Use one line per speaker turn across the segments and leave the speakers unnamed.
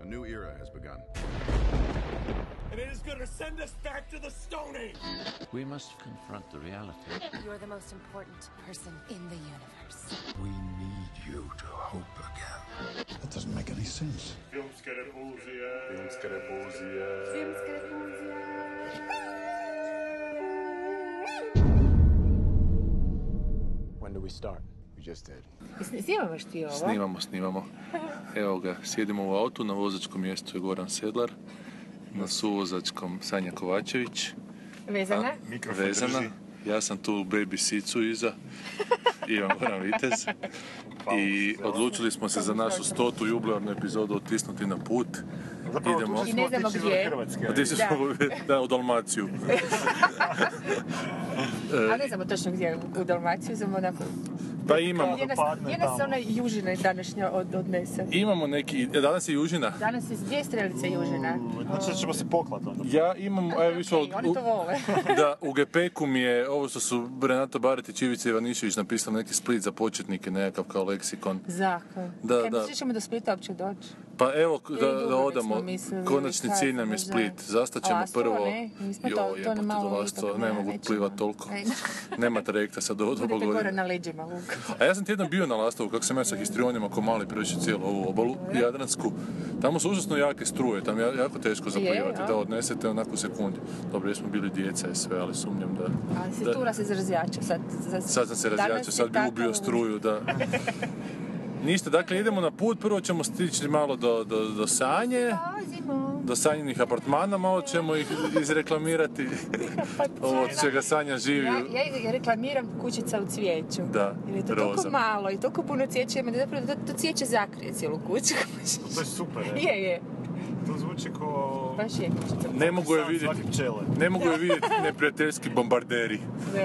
A new era has begun.
and it is going to send us back to the Stone Age.
We must confront the reality.
You're the most important person in the universe.
We need you to hope again. That doesn't make any sense.
Filmska repulzija. Filmska
Snimaš ti ovo?
Snimamo, snimamo. Evo ga, sjedimo u autu, na vozačkom mjestu je Goran Sedlar, na suvozačkom Sanja Kovačević,
Vezana?
Mikrofon
vezana.
drži.
Ja sam tu u baby sicu iza, Ivan Goran Vitez. I odlučili smo se za našu stotu jubilarnu epizodu otisnuti na put. Idemo.
I ne znamo gdje,
Otišli
Da.
smo da, u Dalmaciju.
ali ne znamo točno gdje, u Dalmaciju, znamo onako...
Pa imamo,
Gdje nas, gdje nas ona južina današnja od, odnese?
imamo neki, e, danas je Južina.
Danas je dvije strelice južina.
Znači da ćemo se poklat onda.
Ja imam, evo E, više
Ej, oni
u-
to vole.
da, u GP-ku mi je, ovo što su Renato Baretić i Ivica Ivanišević napisali neki split za početnike, nekakav kao leksikon.
Zakon.
Da,
Kaj
da.
misliš ćemo do Splita uopće doći?
Pa evo, da,
Ili
da
Dubrovnik
odamo,
E, smo mislili,
konačni
šta
cilj nam je
znam.
Split. Zastaćemo
Lastovo,
prvo...
ne? Nismo to- to
jebote,
malo
do
ipak
Lastova, ne
malo
mogu
nećemo.
plivat toliko.
Ej.
Nema trajekta sad do do
Budete gore
godine.
na leđima, Luka.
A ja sam tjedan bio na Lastovu, kako sam ja sa histrionima ko mali prešli cijelu ovu obalu, jadransku. Tamo su užasno jake struje, tamo je jako teško zaplivati,
a?
da odnesete onako u sekundi. Dobro, jesmo bili djeca i sve, ali sumnjam da...
Ali si
da-
tura se zrazjača sad. za-
Sad sam se
danas
razjačao,
je
sad bi
tako-
ubio struju, da. Ništa, dakle idemo na put, prvo ćemo stići malo do, do, do Sanje,
Dolazimo.
do Sanjinih apartmana, malo ćemo ih izreklamirati, ovo od čega Sanja živi.
Ja, ja, ja reklamiram kućica u cvijeću.
Da,
Jer je to toliko
roza.
malo i toliko puno cvijeća ima da zapravo to, to cvijeće zakrije cijelu kuću.
To je super, e.
je, je,
To zvuči ko...
baš je kućica.
Ne mogu je
Sam
vidjeti,
Svake pčele.
ne mogu je vidjeti neprijateljski bombarderi.
Da.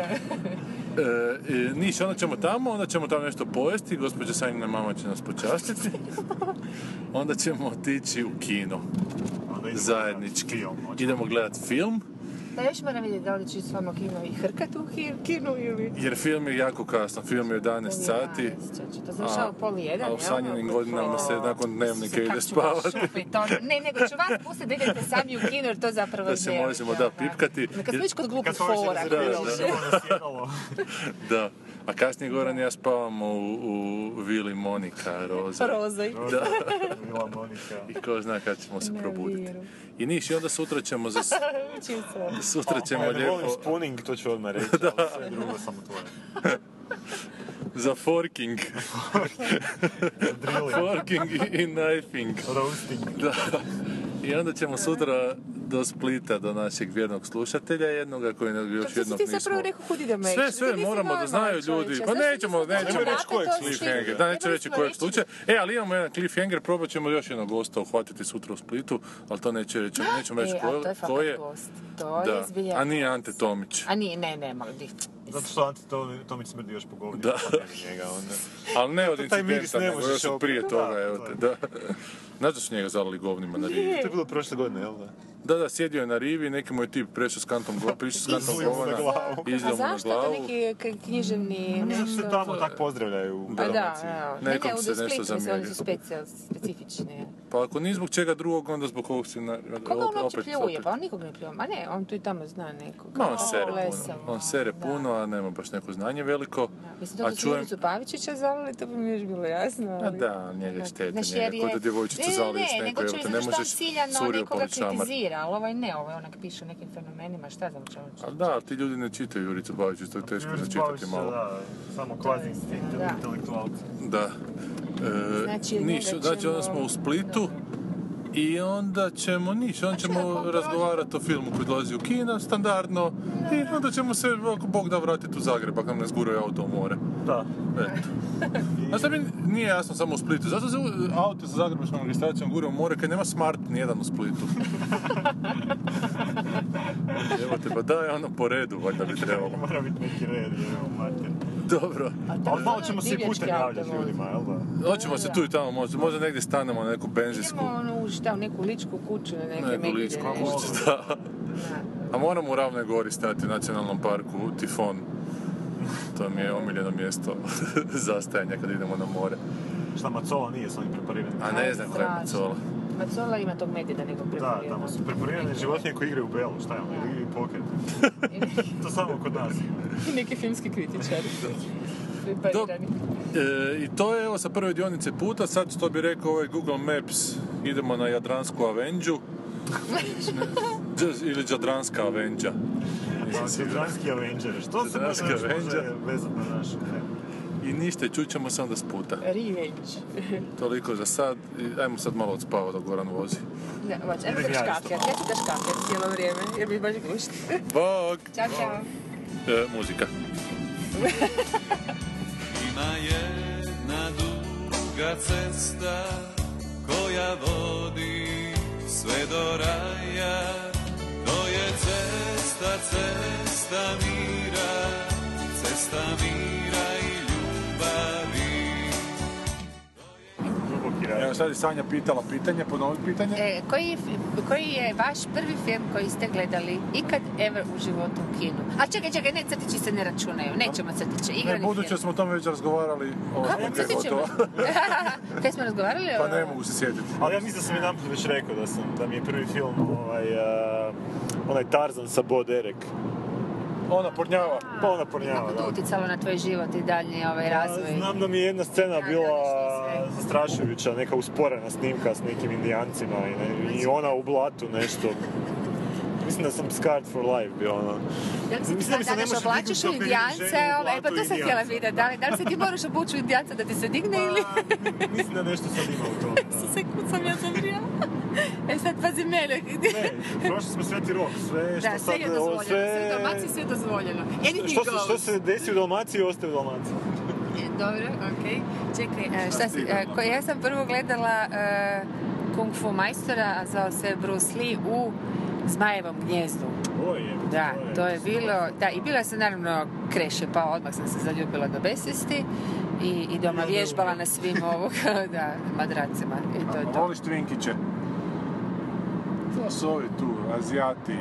E, e, niš, onda ćemo tamo, onda ćemo tamo nešto pojesti, gospođa Sanjina mama će nas počastiti. Onda ćemo otići u kino,
Onda idemo
zajednički.
gledat film, hoćemo.
Idemo gledati film.
Da još moram vidjeti da li ću s vama kino i hrkat u hi- kinu ili...
Jer film je jako kasno, film je 11 sati.
Čači, to završava u pol jedan,
a u
jel?
sanjenim
Ako-
godinama se
O,
nakon dnevnika
Isuse,
ide
kak ću
spavati.
vas šupit, ono. Ne, nego ću vas pustiti da idete sami u kino jer to zapravo
Da se
je,
možemo,
jel,
da, pipkati.
Kad smo već kod glupih
Kad smo već
fora.
Da,
razgovarali,
da.
idemo na ono sjedalo.
Da. A kasnije Goran i ja spavamo u, u vili Monika Roza.
Rozoj.
Da.
Vila Monika.
I ko zna kad ćemo se
Na
probuditi.
viru.
I niš, i onda sutra ćemo za...
Čim se-
Sutra ćemo
Ja ne volim
lijepo
spooning, to ću odmah reći, ali sve drugo samo tvoje.
za forking,
Drilling.
forking i- i knifing.
Roasting.
Da. I onda ćemo sutra do Splita, do našeg vjernog slušatelja jednoga koji ne- još
Što si
jednog
ti zapravo
nismo...
rekao kud idemo
Sve, sve, moramo da znaju ljudi. Pa nećemo, nećemo
reći kojeg
cliffhanger. Da, neću reći kojeg slučaja. E, ali imamo jedan cliffhanger, probat ćemo još jednog gosta uhvatiti sutra u Splitu, ali to neću reći, nećemo reći ko,
E, to je
ko
fakat
je.
gost. To je
Da.
zbilja.
A nije Ante Tomić.
A nije, ne, ne, malo di.
Zato što Ante to, Tomić smrdi još po govnju.
Da.
pa nema njega, onda.
Ali ne od
Pa Taj miris
incidenta,
ne
nego
možeš
još od prije
oprati.
toga,
Da,
evo
to
te,
je.
da. Znaš da su njega zalili govnima na rivi?
To je bilo prošle godine, jel da?
Da, da, sjedio je na rivi, neki mu je tip prešao s kantom, gla- prišao s kantom
Izlio mu na
govana,
glavu.
izlio
A
mu na
zašto to
glavu.
neki e, k- književni
Mislim da se
nešto?
tamo tak pozdravljaju u
Pa da,
Dalmaciji.
evo. Ne,
Nekom
ne, u
se nešto
Splitu mislim, oni
zamjeri.
su specijal, specifični.
Pa ako ni zbog čega drugog, onda zbog ovog si na...
Koga on
opet-
uopće pljuje?
opet-
Pa on nikog ne pljuje. Ma ne, on tu i tamo zna nekog.
Ma ono. on
O,
sere puno,
lesavo,
on sere
da.
puno, a nema baš neko znanje veliko.
Mislim,
a
da su
čujem,
Ivicu Pavićića zalili, to bi mi još bilo jasno.
a
ali-
Pa da, njega je
Onak,
šteta,
znaš,
njega
jer
kod da
je-
djevojčicu
Ne,
zališ
Ne, ne, nego
neko, evo
ću
te
reći
ne
zato što on
možeš
ciljano
curio
nekoga
polit šamar.
kritizira, ali ovaj ne, ovaj onak piše o nekim fenomenima, šta znam čemu ću.
A da, ali ti ljudi ne čitaju Juricu Baviću, to je teško
Jurić Babić
začitati
Mm, se,
malo.
Da, samo kvazi
Da.
intelektualci.
Da. E,
Znači, od
niš,
njega
znači
ćemo-
onda smo u Splitu i onda ćemo niš,
Znači,
onda ćemo razgovarati o filmu koji dolazi u kina, standardno, i onda ćemo se, ako Bog da, vratiti u Zagreb, ako nam ne zguraju auto u more.
Da.
Eto. Znaš šta mi nije jasno samo u Splitu? Zato se u- auto sa zagrebačkom registracijom gura u more kad nema smart nijedan u Splitu. Evo te, pa daj ono po redu, valjda bi trebalo.
Mora biti neki red, jer je mater.
Dobro,
Ali malo ćemo se i
Ono, divljački
putem javljati
auto vozi.
ljudima, jel da?
hoćemo se tu i tamo, možda, možda negdje stanemo na neku benzinsku.
Idemo ono u šta, u neku ličku kuću, na neke
Neku
medvjede,
ličku
nešto.
kuću, da. A moramo u Ravnoj Gori stati u nacionalnom parku Tifon. To mi je omiljeno mjesto zastajanja kad idemo na more.
Šta Macola nije s onim prepariran.
A ne znam koja je
strašno.
Macola.
Macola ima tog medvjeda nego
Da,
preferirano.
tamo su preparirane životinje koje igraju belu, šta je ono, ili poker. to samo kod nas
znači,
ima.
I neki filmski kritičar. Preparirani.
E, I to je evo sa prve dionice puta, sad što bi rekao ovaj Google Maps, idemo na Jadransku Avenđu. Dž- Ili Jadranska Avenđa. Nisam siguran.
Jadranski Avenger, što se može
Jadranski
još može
Avenger.
vezati na našu temu?
I ništa, i čućemo se onda s puta.
Revenge.
Toliko za sad, i ajmo sad malo odspavati dok Goran vozi.
Ne, moć, ajmo
Idem ja isto
škakljati. Ja ću da škakljati cijelo vrijeme, jer mi baš gušt.
Bog!
Ćao, čao.
E, muzika.
Ima jedna duga cesta koja vodi sve do raja. To je cesta, cesta mira, cesta mira i ljubavi.
Duboki rad.
Evo sad je Sanja pitala pitanje, ponovi pitanje.
E, koji, je fi- koji je vaš prvi film koji ste gledali ikad ever u životu u kinu? A čekaj, čekaj, ne, crtići se ne računaju, nećemo crtiće,
Ne,
igrani
E, budući
film.
smo o tome već razgovarali, ovo
Kako
smo
crtićemo?
gotovo.
Kaj smo razgovarali?
Pa
o-
ne mogu se sjetiti.
Ali ja mislim da sam jedan put već rekao da sam, da mi je prvi film ovaj, a, onaj Tarzan sa Bo Derek.
Ona pornjava.
Pa ona pornjava,
Kako
da.
to uticalo na tvoj život i daljnji ovaj razvoj?
Ja Znam da mi je jedna scena
Ja,
bila
gledaš li sve?
zastrašujuća, neka usporena snimka s nekim indijancima i,
Znači-
ne- i ona u blatu nešto. Mislim da sam Scarred for Life bio ono.
Da li se ti
Mislim da mi
sad
se ne
danas
može
oblačiš u
dignuti
indijance?
ženu u
ovaj, E, pa
blatu
to sam htjela
Indijanca.
vidjeti. Da li, da li se ti moraš obući u indijanca da ti se digne ili...
Pa, mislim da nešto sad ima u tome. da.
Se sam ja zavrijala. E sad pazi mene.
Ne, prošli smo Sveti Rok, sve što
Da, sve
sad...
je
ovo,
dozvoljeno,
sve-
sve u Dalmaciji sve je dozvoljeno. Anything
Što se,
goes.
što se desi u Dalmaciji, ostaje u Dalmaciji.
E, Dobro, okej. Čekaj, e, šta
Šta
si,
si
e,
igrala?
ko, ja sam prvo gledala e, Kung Fu majstora, a zvao se Bruce Lee u Zmajevom gnjezdu.
Ovo je,
Da,
ovo
to je bilo, da, i bila sam naravno kreše, pa odmah sam se zaljubila do besvijesti i, i doma vježbala na svim ovog, da, madracima i to je
A
to.
voliš Twinkiće? To su ovi tu, Azijati.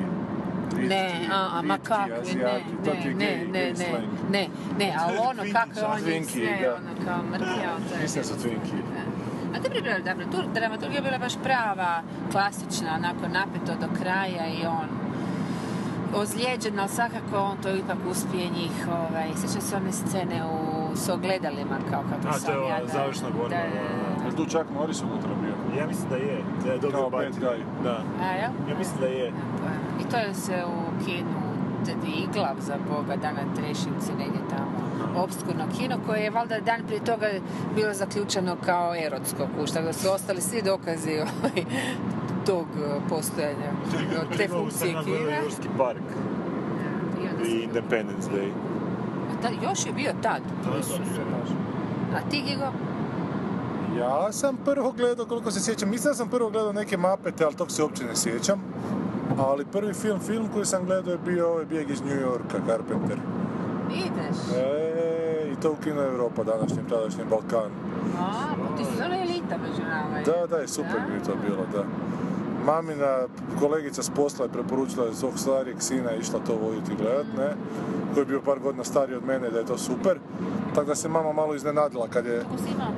Ne,
Ritki,
a, a ma
Ritki,
kakvi, ne,
Azijati, to ti
ne,
je
ne,
gej,
ne,
gej
ne,
slang.
ne, ne, ali ono kako je on je
Twinkie,
sve,
da.
ono kao mrtio, to je
Mislim da su
bilo.
Twinkie.
A dobro je bila dramatur- dramaturgija je bila baš prava, klasična, onako napeto do kraja i on ozlijeđen, ali svakako on to ipak uspije njih, ovaj, sjećam se one scene u s ogledalima, kao kako
A, to
sam
je ova
ja da-
završna borba,
da je-
da,
Jel tu Chuck Norris unutra bio?
Ja mislim da je, da je dobio
Kao
batinu.
bad guy.
Da.
A, jel?
Ja mislim da je.
I to je se u kinu Ted Iglav za Boga, dana Trešinci, negdje tamo. Obskurno kino koje je valjda dan prije toga bilo zaključeno kao erotsko kušta. Da su ostali svi dokazi ovaj, tog eh, postojanja, od te
Prvo u
funkcije
Crna Gora
kina.
Jurski park
I onda
i
su-
Independence Day.
A ta- još je bio tad. Isuse Bože. A ti, Gigo?
Ja sam prvo gledao, koliko se sjećam, mislim da sam prvo gledao neke mapete, ali tog se uopće ne sjećam. Ali prvi film, film koji sam gledao je bio ovaj Bijeg iz New Yorka, Carpenter.
Ideš?
E, i to u Kino Europa današnjem, tadašnjem Balkan.
A, pa ti si ona elita među nama.
Da, da, je super mi je to bilo, da. Mamina kolegica s posla je preporučila da svog starijeg sina je išla to voditi i gledat, ne? Koji je bio par godina stariji od mene, da je to super. Tako da se mama malo iznenadila kad je...
Kako si imao?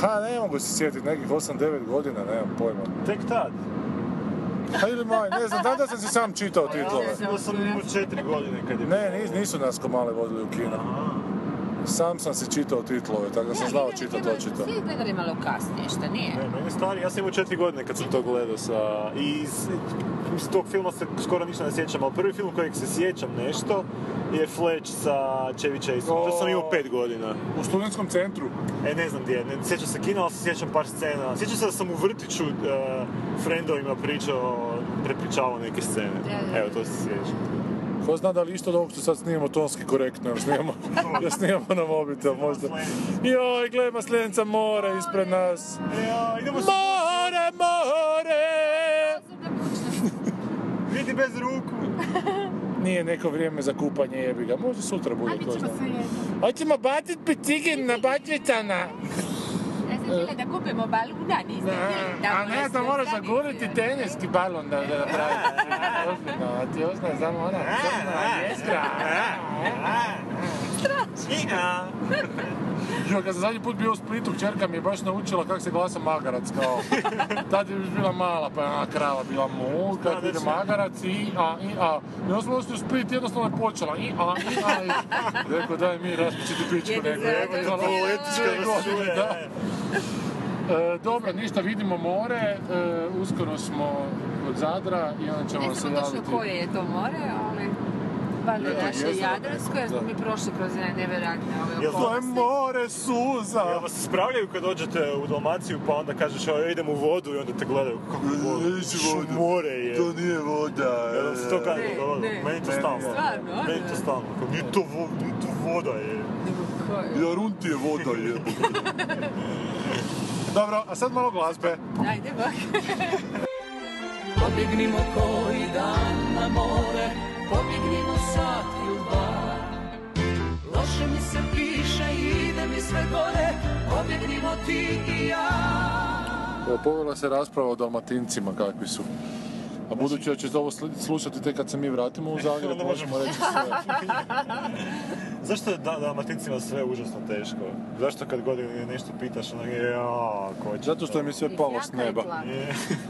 Ha, ne mogu se sjetiti, nekih 8-9 godina, nemam pojma.
Tek tad.
Pa ili manje, ne znam, da, da sam si sam čitao titlove.
Ja sam imao četiri godine kad je
Ne, nis- nisu nas komale vodili u kino.
Aha.
Sam sam si čitao titlove, tako da sam znao čitati očito.
Svi gledali malo kasnije, šta nije?
Ne, meni je stari, ja sam imao četiri godine kad sam to gledao sa... I iz, iz tog filma se skoro ništa ne sjećam, ali prvi film kojeg se sjećam nešto je Fletch sa Chevy Chaseom. To sam imao pet godina.
U studentskom centru.
E, ne znam gdje, je, ne sjećam se kina, ali se sjećam par scena. Sjećam se da sam u vrtiću e, frendovima pričao, prepričavao neke scene.
Da, da,
Evo,
da.
to se sjećam.
Ko zna da li isto od ovog što sad snimamo tonski korektno, jer snimamo, jer snimamo na mobitel možda. Joj, gle, maslenica more ispred nas.
Ja, E, idemo se
More, more!
vidi bez ruku.
Nije neko vrijeme za kupanje jebi ga, možda sutra bude, ko zna.
jedno.
Hoćemo bacit picigin na bačvicana.
Ja sam htjela da kupimo balun, da niste htjeli. Da,
A ne,
morali
da
ste
moraš
ostaviti.
zaguriti teniski balon da da napraviš. Ozbiljno, a ti ostaje samo ona crna jezgra.
I, a.
Jo, kad sam zadnji put bio u Splitu, čerka mi je baš naučila kako se glasa magarac, kao. Tad je još bila mala, pa je ona krava bila mu, kad ide magarac, i a, i a. I onda smo došli u Split, jednostavno je počela, i a, i a. i- Rekao, daj mi raspičiti pičku,
Jedan
rekao, evo
zakon, jedan
zakon.
da. E, dobro, ništa, vidimo more, e, uskoro smo kod Zadra i onda ćemo
Ne
se
znamo točno
javiti.
E, koje je to more, ali valjda
Je to
naše
jezero,
Jadransko, jer smo mi prošli kroz ne- nevjerojatne ove
Jel to
To je
okolnosti.
more suza.
Jel vas spravljaju kad dođete u Dalmaciju pa onda kažeš "O, ja idem u vodu i onda te gledaju kako u vodu.
Neću E, vodu.
More je.
To nije voda.
e.
Jel se to kad
Ne, ne.
Meni to
Meni-
stalno.
Stvarno, a?
Meni to stalno. Kao, Nije to, vo, nije to voda je.
Nego koje?
Jarunti je voda jebo.
Dobro, a sad malo glazbe.
Ajde, bak.
Pobjegnimo koji dan na more, pobjegnimo sat ili dva. Loše mi se piše, ide mi sve gore, pobjegnimo ti i ja.
Evo, Povela se rasprava o dalmatincima kakvi su.
Znači-
A budući da ćete ovo sli- slušati tek kad se mi vratimo u Zagreb,
Onda možemo.
možemo reći sve.
Zašto je da, dalmatincima sve užasno teško? Zašto kad god nešto pitaš, onak je ja, ko će
Zato što im je sve palo s
Jaka je
neba.
tlaka.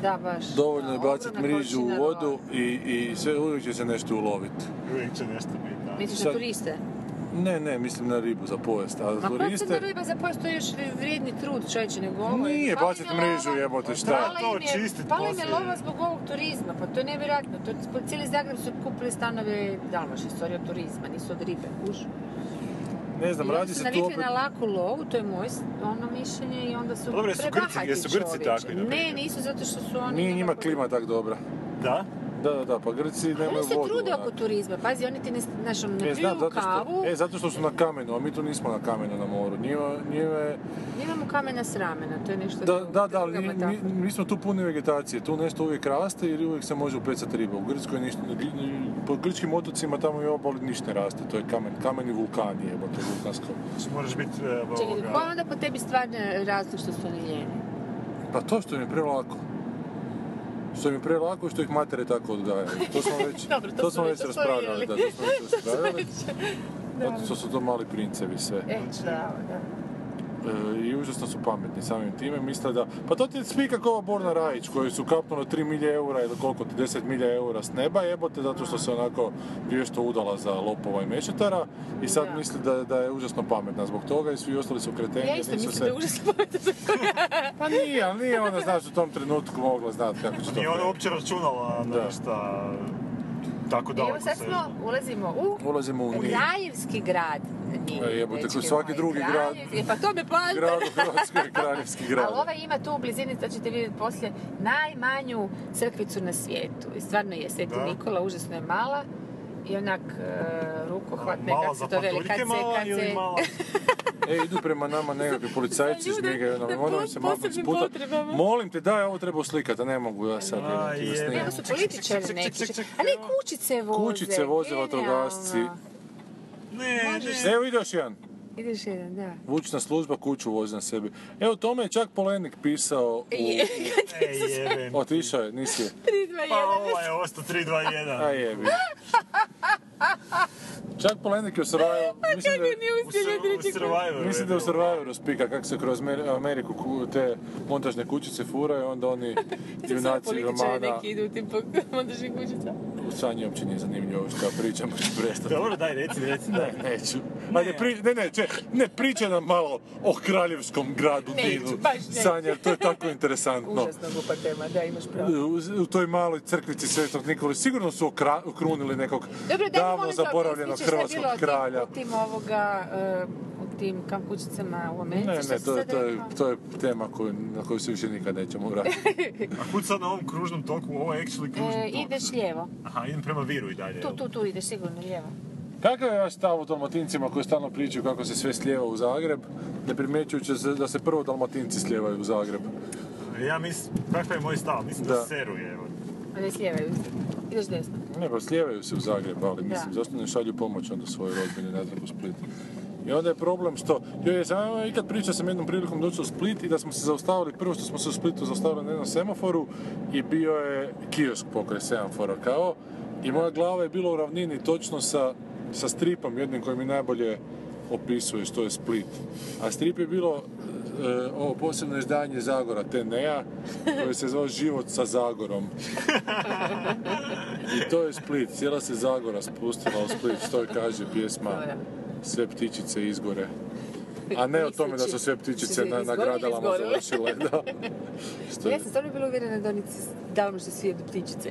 Da, baš.
Dovoljno je
Da,
baciti
ogromna
mrižu u
količina
vodu
rova.
i, i sve uvijek će se nešto uloviti.
uvijek će nešto biti. da.
Misliš na
Sad-
turiste?
Ne, ne, mislim na ribu za pojest, a
Ma pa procena
turiste...
riba za posto još vrijedni trud, čovječe, nego ovo je-
Nije
Pala
bacit
im je
mrežu,
lova-
jebote, šta je?
Pala im
To čistit
Pala im je
poslije.
lova zbog ovog turizma, pa to je nevjerojatno. To, po- cijeli Zagreb su kupili stanove Dalmaši, sorry, od turizma, nisu od ribe, kuš.
Ne znam,
I oni su
radi se tu
navikli
opet...
na laku lovu, to je moje s- ono mišljenje, i onda su
Dobro, jesu Grci-
prebahati
jesu Grci
čovječe.
takvi, na
Ne,
primjer?
nisu zato što su oni...
Nije njima
nekako-
klima tak dobra.
Da?
Da, da, da, pa Grci nemaju
Oni
vodu.
se trude
onak.
oko turizma, pazi, oni ti ne, znaš, ono, ne
E, znam,
piju
zato što,
kavu,
e, zato što su na kamenu, a mi tu nismo na kamenu na moru. Njima, njima je-
nemamo kamena s ramena, to je nešto
da,
drugo,
da, da, ali
druga
mi,
metafora.
mi- mi smo tu puni vegetacije, tu nešto uvijek raste ili uvijek se može upecati riba. U Grčkoj ništa, po grčkim otocima tamo i obali ništa ne raste, to je kamen, kamen i vulkani, jebote, vulkansko.
Znači moraš biti e,
Čekaj,
ovoga...
koja je onda po tebi stvarni razlog što su oni ljeni?
Pa to što im je prelako. Što im je prelako i što ih matere tako odgajaju. To smo već,
Dobro, to smo
to smo
već
već raspravljali. Da, to smo već raspravljali. Zato što su to mali princevi sve.
E, da, da.
E, I užasno su pametni samim time, misle da... Pa to ti je svi kako ova Borna Rajić koju su kapnuli 3 milje eura ili koliko ti 10 milja eura s neba jebote zato što se onako vješto udala za lopova i mešetara i sad
Da.
misli da, da je užasno pametna zbog toga i svi ostali su kreteni.
Ja
jer
isto
nisu
mislim
se-
da je užasno pametno za
Pa nije, ali nije ona znaš u tom trenutku mogla znati kako će to
Nije ona
krenuti.
uopće računala na
Da.
ništa tako daleko
Evo sad
se-
smo, ulazimo u
Ulazimo u Nij.
Kraljevski grad.
E, jebote,
dečki
ko svaki
moji,
drugi grad.
Kraljevski- Pa to me panta.
Grad u Hrvatskoj je kraljevski grad.
Ali ovaj ima tu u blizini, to ćete vidjeti poslije, najmanju crkvicu na svijetu. I stvarno je Sveti
Da.
Nikola, užasno je mala. I onak e, rukohvat, ne,
Mala
kako se
za
to veli, kad
patuljke
se,
mala
kad
ili
se...
mala...
E, idu prema nama nekakvi policajci,
Ljude
žmigaju nam,
na
moram
put-
se maknuti s
posebnim
puta.
potrebama.
Molim te, daj, ovo treba uslikati, a ne mogu ja sad.
Aj,
jebote, da
je.
snimam.
Ne, ovo su političari neki. A ne, kućice voze.
Kućice voze vatrogasci.
genijalno.
Ne, ne.
Evo ide još jedan.
Ideš jedan, da.
Vučna služba kuću vozi na sebi. Evo, tome je čak Polenik pisao
Je.
u...
E, jebem.
Otišao je, nisi je.
3, 2,
Pa
1.
ovo je ostao 3, 2, 1.
A jebi. Čak Polenik je u Sarajevo, mislim da,
U, Sur- u Survivoru
mislim da je u Survivoru spika kako se kroz Mer- Ameriku ku- te montažne kućice furaju, onda oni junaci romana...
neki idu u tim po- montažnim kućicama.
U sanji uopće nije zanimljivo ovo što ja pričam, pa ću prestati.
Dobro, daj, reci, reci.
Ne, neću. Ajde, pri, ne, ne, če, ne, pričaj nam malo o kraljevskom gradu
Neću,
Dinu.
baš neću.
Sanja, to je tako interesantno.
Užasno glupa tema, da, imaš pravo.
U, u toj maloj crkvici Svetog Nikole sigurno su okra, okrunili nekog
Dobro, daj mi
davno
molim te,
zaboravljenog
ispričaj šta je bilo
hrvatskog
o tim-
kralja.
O tim ovoga, e, u tim kamp kućicama u Americi,
Ne,
šta
ne,
si
to, je-
sad
to, je,
rekao?
to je tema koju, na koju se više nikad nećemo vratiti.
A kud sad na ovom kružnom toku, ovo je actually kružni
E,
tok.
ideš lijevo.
Aha, idem prema Viru i dalje.
Tu,
jel?
tu, tu ideš sigurno lijevo.
Kakav je vaš stav o dalmatincima koji stalno pričaju kako se sve slijeva u Zagreb, ne primjećujući se da se prvo dalmatinci slijevaju u Zagreb?
E, Ja mislim, kakav je moj stav? Mislim da,
Da.
seru je. evo.
A ne slijevaju se. Ideš desno.
Ne, pa slijevaju se u Zagreb, ali mislim,
Da.
zašto ne šalju pomoć onda svojoj rodbini natrag u Split? I onda je problem što, joj, sam ja ikad pričao sam jednom prilikom doći u Split i da smo se zaustavili, prvo što smo se u Splitu zaustavili na jednom semaforu i bio je kiosk pokraj semafora kao i moja glava je bila u ravnini točno sa, sa stripom jednim koji mi najbolje
opisuje što je Split. A strip je bilo e, ovo posebno izdanje Zagora TNA koje se zvao Život sa Zagorom. I to je Split, cijela se Zagora spustila u Split, što je kaže pjesma Sve ptičice izgore. A ne o tome da su sve ptičice na, na gradalama završile. Da. Što je-
Ja sam stvarno bila uvjerena da oni s- davno što su jedu ptičice.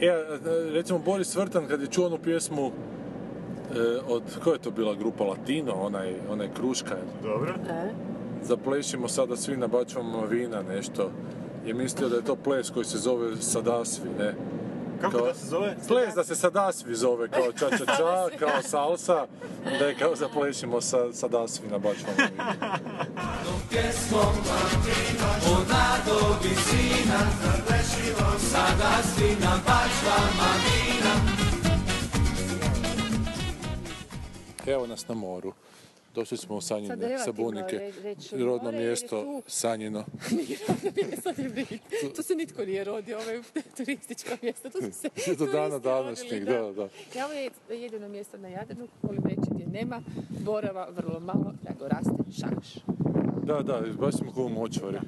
E, a, recimo Boris Vrtan kad je čuo onu pjesmu e, od, koja je to bila grupa Latino, onaj, onaj Kruška,
Dobro.
E?
zaplešimo sada svi na bačvama vina nešto, je mislio da je to ples koji se zove Sadasvi, ne?
Kako
Kao-
da se zove?
Ples da se Sadasvi zove, kao ča ča ča, kao salsa, da je kao zaplešimo sa, Sadasvi na bačvama vina. Evo nas na moru. Došli smo u
Sad
sanjine
relativno
sabunike,
re- reći
rodno
more jer je
mjesto
tu- E,
sanjino.
Sad je bit. Tu se nitko nije rodio, ovo je turističko mjesto. Tu su se
Do dana
turisti rodili,
današnjeg, da, da.
Ja, ovo je jedino mjesto na Jadranu, volim reći gdje nema borava, vrlo malo, nego raste šaš.
Da, da, baš smo kao u močvari.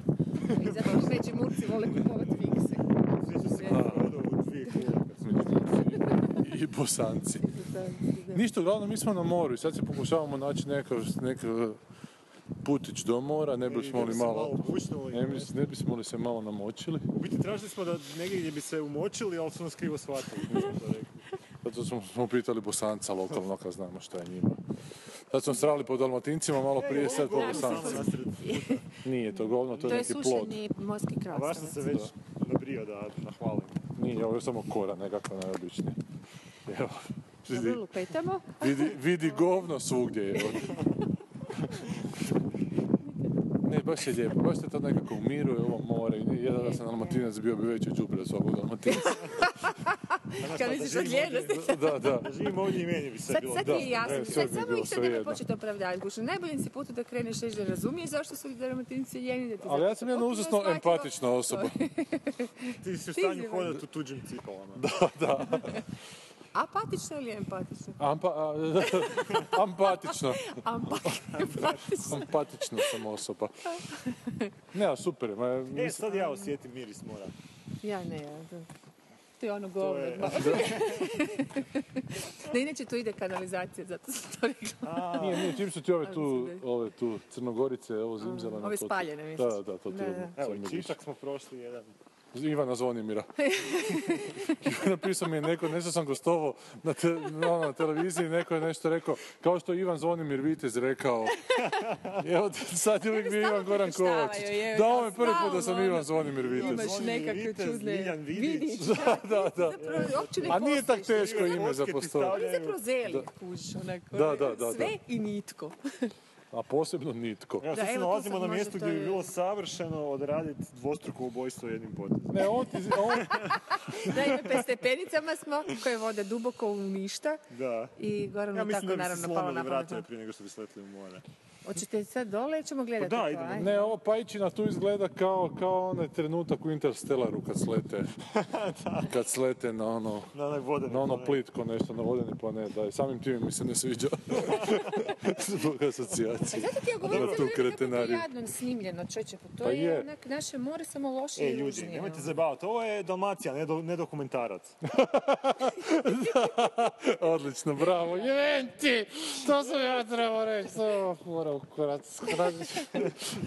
I zato veći murci vole kupovati fikse.
Sjećam se kada sam hodao u dvije kule kad smo išli.
I bosanci. Ništa, uglavnom mi smo na moru i sad se pokušavamo naći neka, neka putić do mora, ne bismo
Idemo
li
se
malo...
bušnulo i-
Ne, bis- ne bismo li se malo namočili,
U biti tražili smo da negdje gdje bi se umočili, ali su nas krivo shvatili.
zato Pa smo, smo pitali bosanca lokalno, kad znamo šta je njima. Sad smo srali po dalmatincima, malo prije sad po bosancima. Nije to govno, to je
To je
neki plod.
sušeni morski
A baš sam
krasavac.
se već nabrio da nahvalim.
Nije, ovo je samo kora nekakva najobičnija. Evo, vidi,
Dobro lupetamo.
vidi, vidi govno svugdje je. Ne, baš je lijepo, baš se to nekako umiruje ovo more. i Jedan da sam dalmatinac bio bi veći đubre od svakog dalmatinca.
Kad misliš od ljenosti.
Da, da.
Da živim ovdje i meni bi sve
Sad,
bilo
sad
da,
ti je jasno,
ne, sve
sad
bi
samo
bilo
ih sad treba
svejedno.
početi opravdavati. Kuš, na najboljem si putu da kreneš reći da razumiješ zašto su dalmatinci ljeni. Da ti
Ali ja
zapravo
sam jedna
potpuno
uzasno
shvatljivo-
empatična osoba.
Ti si u
Ti
stanju
si-
hodati u tuđim cipelama.
Apatična ili empatična?
Ampa, a, ampatična.
Empatična.
Ampatična sam osoba. Ne, a super, je, ma,
E,
mislim-
sad ja osjetim miris mora.
Ja ne, ja. da. To je ono
je-
govno. malo. Ne, inače tu ide kanalizacija, zato sam to rekla.
Nije, nije, čim su ti ove tu,
mislim da
ove tu crnogorice, ovo zimzeleno.
Ove
to ti-
spaljene, misliš?
Da, da, to ti
Da,
je
da.
Evo,
crni
čitak smo prošli jedan.
Ivana Zvonimira. Napisao mi je neko, nešto sam gostovao na, te- ono, na televiziji, neko je nešto rekao, kao što je Ivan Zvonimir Vitez rekao. Evo, sad je uvijek bio Ivan Goran
prepuštavaju,
Kovačić.
je,
Da, ovo je
da,
prvi put da sam
stalno,
Ivan
ono.
Zvonimir Vitez.
Imaš
Zvonimir
nekakve
Vitez,
čudne...
Miljan Vidić.
Da, da, da.
Zapravo, uopće ne
pa
A nije tak
postojiš.
teško ime za
Otketi
postoje.
Ali zapravo zeli, kuš, onako.
Da, da, da,
Sve i nitko.
A posebno nitko.
Evo, sad se
evo, to
nalazimo
sad
na
možda
mjestu
to
gdje bi
je-
bilo savršeno odraditi dvostruko ubojstvo jednim potezom.
Ne, on ti, on-
Naime, pe stepenicama smo, koje vode duboko u ništa.
Da.
I Goran
Ja
ja
mislim
tako
da bi se
naravno palo
slomili
na
vratove
pamet.
prije nego što bi sletili u more.
Hoćete sad dole ili ćemo gledati
Pa da,
to,
idemo.
aj?
ne, ovo Pajićina tu izgleda kao, kao onaj trenutak u Interstellaru kad slete. Kad slete na ono,
Na onaj vodeni
na ono
planet.
plitko nešto, na vodeni planet, da, i samim time mi se ne sviđa. Zbog
A
asocijacije.
zato ti ja govorim
Dobro,
cijelo
tu
vrijeme kako je to
kretenariju.
jadno snimljeno, čovječe, pa to
Pa je.
je onak, naše more samo loše
E,
i
ljudi,
ružnije.
nemojte zabavati. Ovo je Dalmacija, ne, do, ne dokumentarac.
Odlično, bravo, jeventi! To sam ja trebao reći, to moram kurac skratiti.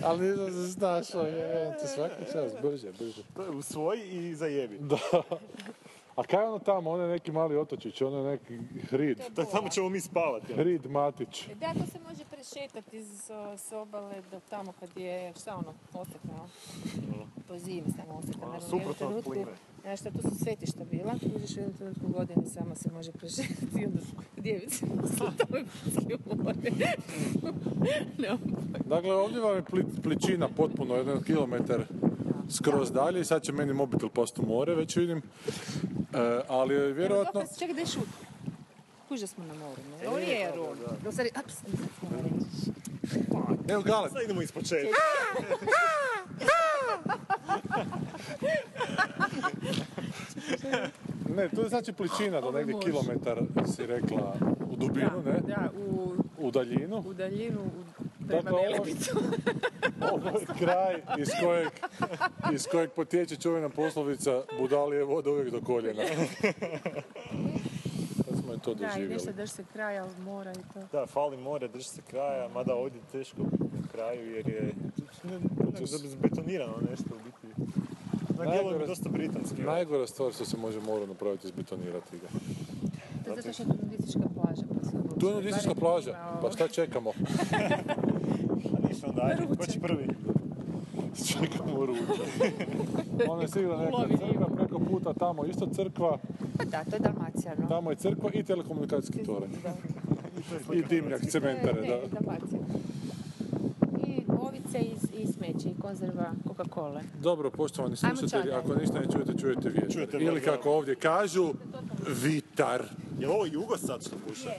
Ali nisam se snašao, jeventi, svaki čas, brže, brže.
To je usvoji i zajebi.
A kaj je ono tamo, ono je neki mali otočić, ono je neki hrid,
Da, tamo ćemo mi spavati. ja.
hrid
E,
Matić.
Da, to se može prešetati iz o, s obale do tamo kad je, šta ono, oseka, no?
Pa
Po zimi samo oseka, naravno, u jednom
suprotno od
trenutku.
plime.
Znaš šta, tu su svetišta bila, uđeš u jednom trenutku godine samo se može prešetati i onda su djevice slutove bliske u more. ne,
Dakle, ovdje vam je pli- pličina potpuno, jedan kilometar skroz dalje i sad će meni mobitel posto more, već vidim. E, ali je vjerojatno...
Dokle se čak ideš u... Kuža smo na moru, ne? Ovo nije
E,
Aron. Da, stvari, ups,
Evo Gale,
Sad idemo iz početka.
ne, to je znači pličina do negdje kilometar, si rekla, u dubinu, ne?
da, u
U daljinu.
u daljinu, u, prema
Dakle, ovo-
Velebitu.
Ovo je kraj iz kojeg, iz kojeg potječe čuvena poslovica budali je voda uvijek do koljena. Sad smo i to
Da, i
doživjeli.
nešto drž se kraja od mora i to.
Da, fali more, drži se kraja, mada ovdje je teško na kraju jer je ne, ne, zabetonirano nešto u biti. Na dijelu je
Najgore-
dosta britanski.
Najgora stvar što se može moru napraviti je izbetonirati ga.
To je zato što je nudistička plaža. Pa se
Tu je nudistička
barem
plaža,
ima
pa
ovo.
šta čekamo?
A nisu onda, ajde, ko će prvi?
Čekamo ručak. Ona je sigurno neka
Ulovi
crkva, preko puta tamo isto crkva,
Pa da, to je Dalmacija, no.
tamo je crkva i telekomunikacijski toren. I dimnjak, cementare,
Ne,
da.
ne, Dalmacija. I ovice iz, i smeće i konzerva Coca-Cola.
Dobro, poštovani
Ajmo
slušatelji,
čataj.
ako ništa ne čujete, čujete vjetar.
Čujete
Ili
vjetar.
kako ovdje kažu, vitar.
Je ovo jugo sad što puša?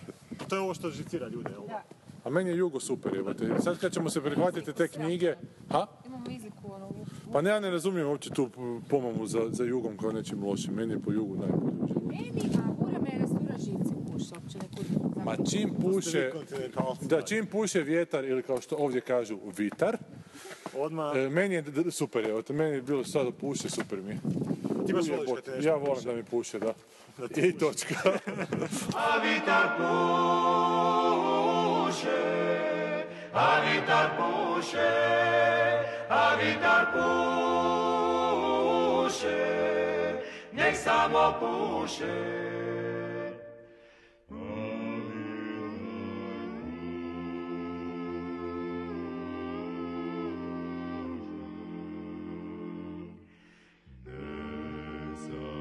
To je ovo što žicira ljude, jel? Da.
A meni je Jugo super, jebote. Sad kad ćemo se prihvatiti te knjige... Ha?
Imamo izliku ono,
Pa ne, ja ne razumijem uopće tu pomamu za, za Jugom kao nečim lošim. Meni je po Jugu najbolje u životu.
Meni, a bura me rastura živce puša, uopće ne kudim.
Ma čim puše... Da, čim puše vjetar ili kao što ovdje kažu, vitar,
Odmah,
e, meni je d- d- super, evo, meni je bilo sad puše, super mi. je.
ti baš
Jebote,
voliš kad te nešto
Ja volim
puše.
da mi puše, da.
Da ti
I točka.
A vitar puše, a vitar puše, a vitar puše, nek samo puše. Nek samo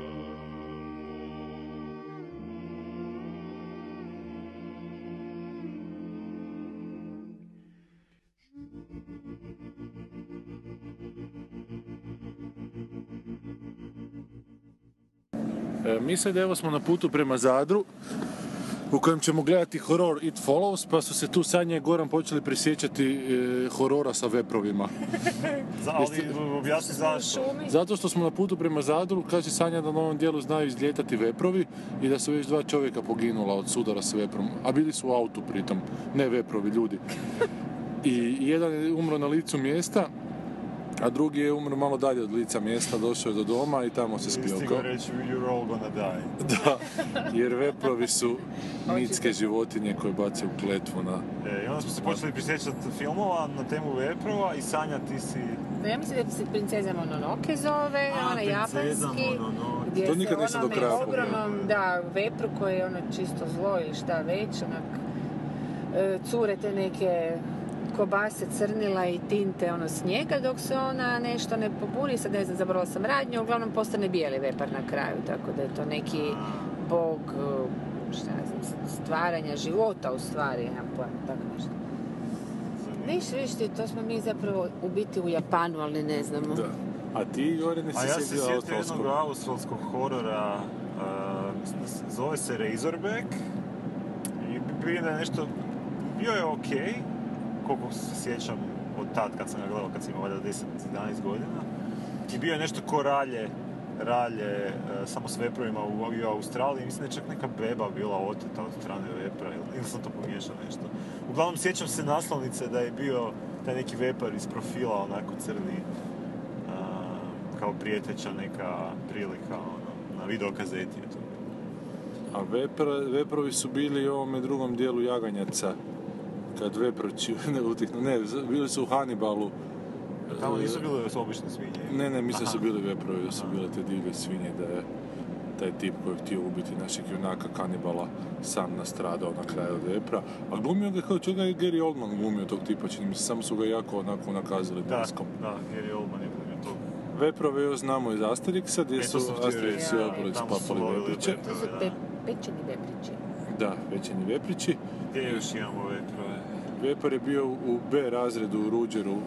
E, Mi sad evo smo na putu prema Zadru u kojem ćemo gledati horor It Follows, pa su se tu Sanja i Goran počeli prisjećati e, horora sa veprovima.
za, ali objasni zašto.
Zato što smo na putu prema Zadru, kaže Sanja da na ovom dijelu znaju izljetati veprovi i da su već dva čovjeka poginula od sudara s veprom, a bili su u autu pritom, ne veprovi, ljudi. I jedan je umro na licu mjesta, a drugi je umro malo dalje od lica mjesta, došao je do doma i tamo se
Ti stigao
spljokao.
reći, you're all gonna die.
Da, jer veprovi su mitske životinje koje bace u kletvu na...
E, I onda smo se počeli prisjećati filmova na temu veprova i Sanja ti si...
Da, ja mislim da se princeza Mononoke zove,
A,
onaj
princeza
japanski.
Mononoke.
Gdje
To
se
nikad nisam do
onome
kraja
ogromnom, da, vepru koji je ono čisto zlo i šta već, onak, e, cure te neke kobase crnila i tinte ono snijega dok se ona nešto ne pobuni, sad ne znam, zabrala sam radnju, uglavnom postane bijeli vepar na kraju, tako da je to neki bog e, šta ja znam, stvaranja života u stvari, nemam pojma, tako nešto. Nešto, nešto, to smo mi zapravo u biti u Japanu, ali ne znamo.
Da. A ti, Gorine, si
A ja se
sjedio
sjetio
australskog.
jednog australskog horora, e, z- zove se Razorback. I bio je nešto, bio je okej, koliko se sjećam od tad kad sam ga gledao, kad sam imao valjda 10-11 godina. I bio je nešto ko ralje, ralje e, samo s veprovima u, u Australiji. Mislim da je čak neka beba bila oteta od strane vepra ili, ili sam to pomiješao nešto. Uglavnom sjećam se naslovnice da je bio taj neki vepar iz profila onako crni a, kao prijeteća neka prilika ono, na videokazeti je to.
A vepr- veprovi su bili u ovome drugom dijelu jaganjaca. Kad veproći ne utihnu. Ne, z- bili su u Hannibalu.
Tamo
E,
nisu bile obične svinje.
Ne, ne, mislim da su bili veprovi, da su bile te divlje svinje, da je taj tip koji je htio ubiti našeg junaka kanibala sam nastradao na kraju od vepra. A glumio ga kao čega je Gary Oldman glumio tog tipa, čini mi se, samo su ga jako onako nakazali
Da,
bliskom.
da, Gary Oldman je bio tog.
Veprove još znamo iz Asterixa,
E,
gdje
to
su
sam htio
Asterix
reći,
i
da,
Obelix
tamo su
papali
lovili
vepriće.
veprove,
To su
da.
pe, pečeni veprići.
Da, većeni veprići.
Gdje još imamo veprove?
Vepar je bio u B razredu u Ruđeru,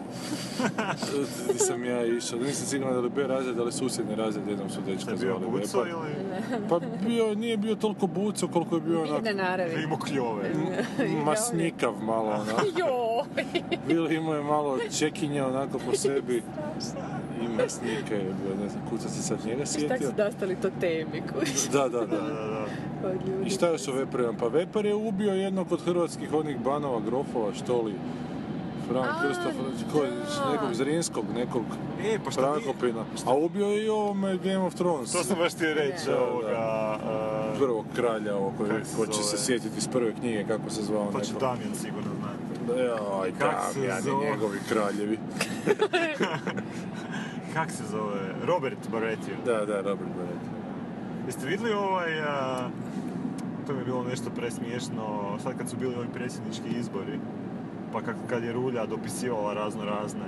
gdje sam ja išao. Nisam siguran da li B razred, ali susjedni razred jednom su
Šta je
dečka
bio
zvali
Buco
Vepar.
ili...
Pa bio, nije bio toliko buco koliko je bio
Biljne
onak
ili
naravi.
imao kljove?
masnikav malo ono. onak.
Joj!
Bilo imao je malo čekinja onako po sebi. Ima kasnije je bio, ne znam, kuca se sad njega
Tako
sjetio.
su nastali to temi
Da, da, da. da.
od ljudi.
I šta još o Veperima? Pa Veper je ubio jednog od hrvatskih onih banova, grofova, što li? Frank
A,
Krstofor, ko- nekog Zrinskog, nekog
E, pa šta mi-
Frankopina. A ubio je i ovome Game of Thrones.
To sam baš htio reći,
Da, da.
ovoga... e,
Prvog kralja ovog,
Kako se
ko će se
zove?
sjetiti iz prve knjige, kako se zvao
To će
neko.
pa
E,
Damjan sigurno znati.
Jaj,
Kak se
Damjani,
zove?
njegovi kraljevi.
Kak se zove? Robert Barretio.
Da, da, Robert Barrett.
Jeste vidjeli ovaj... a, to mi je bilo nešto presmiješno, sad kad su bili ovi predsjednički izbori, pa kako kad je Rulja dopisivala razno razne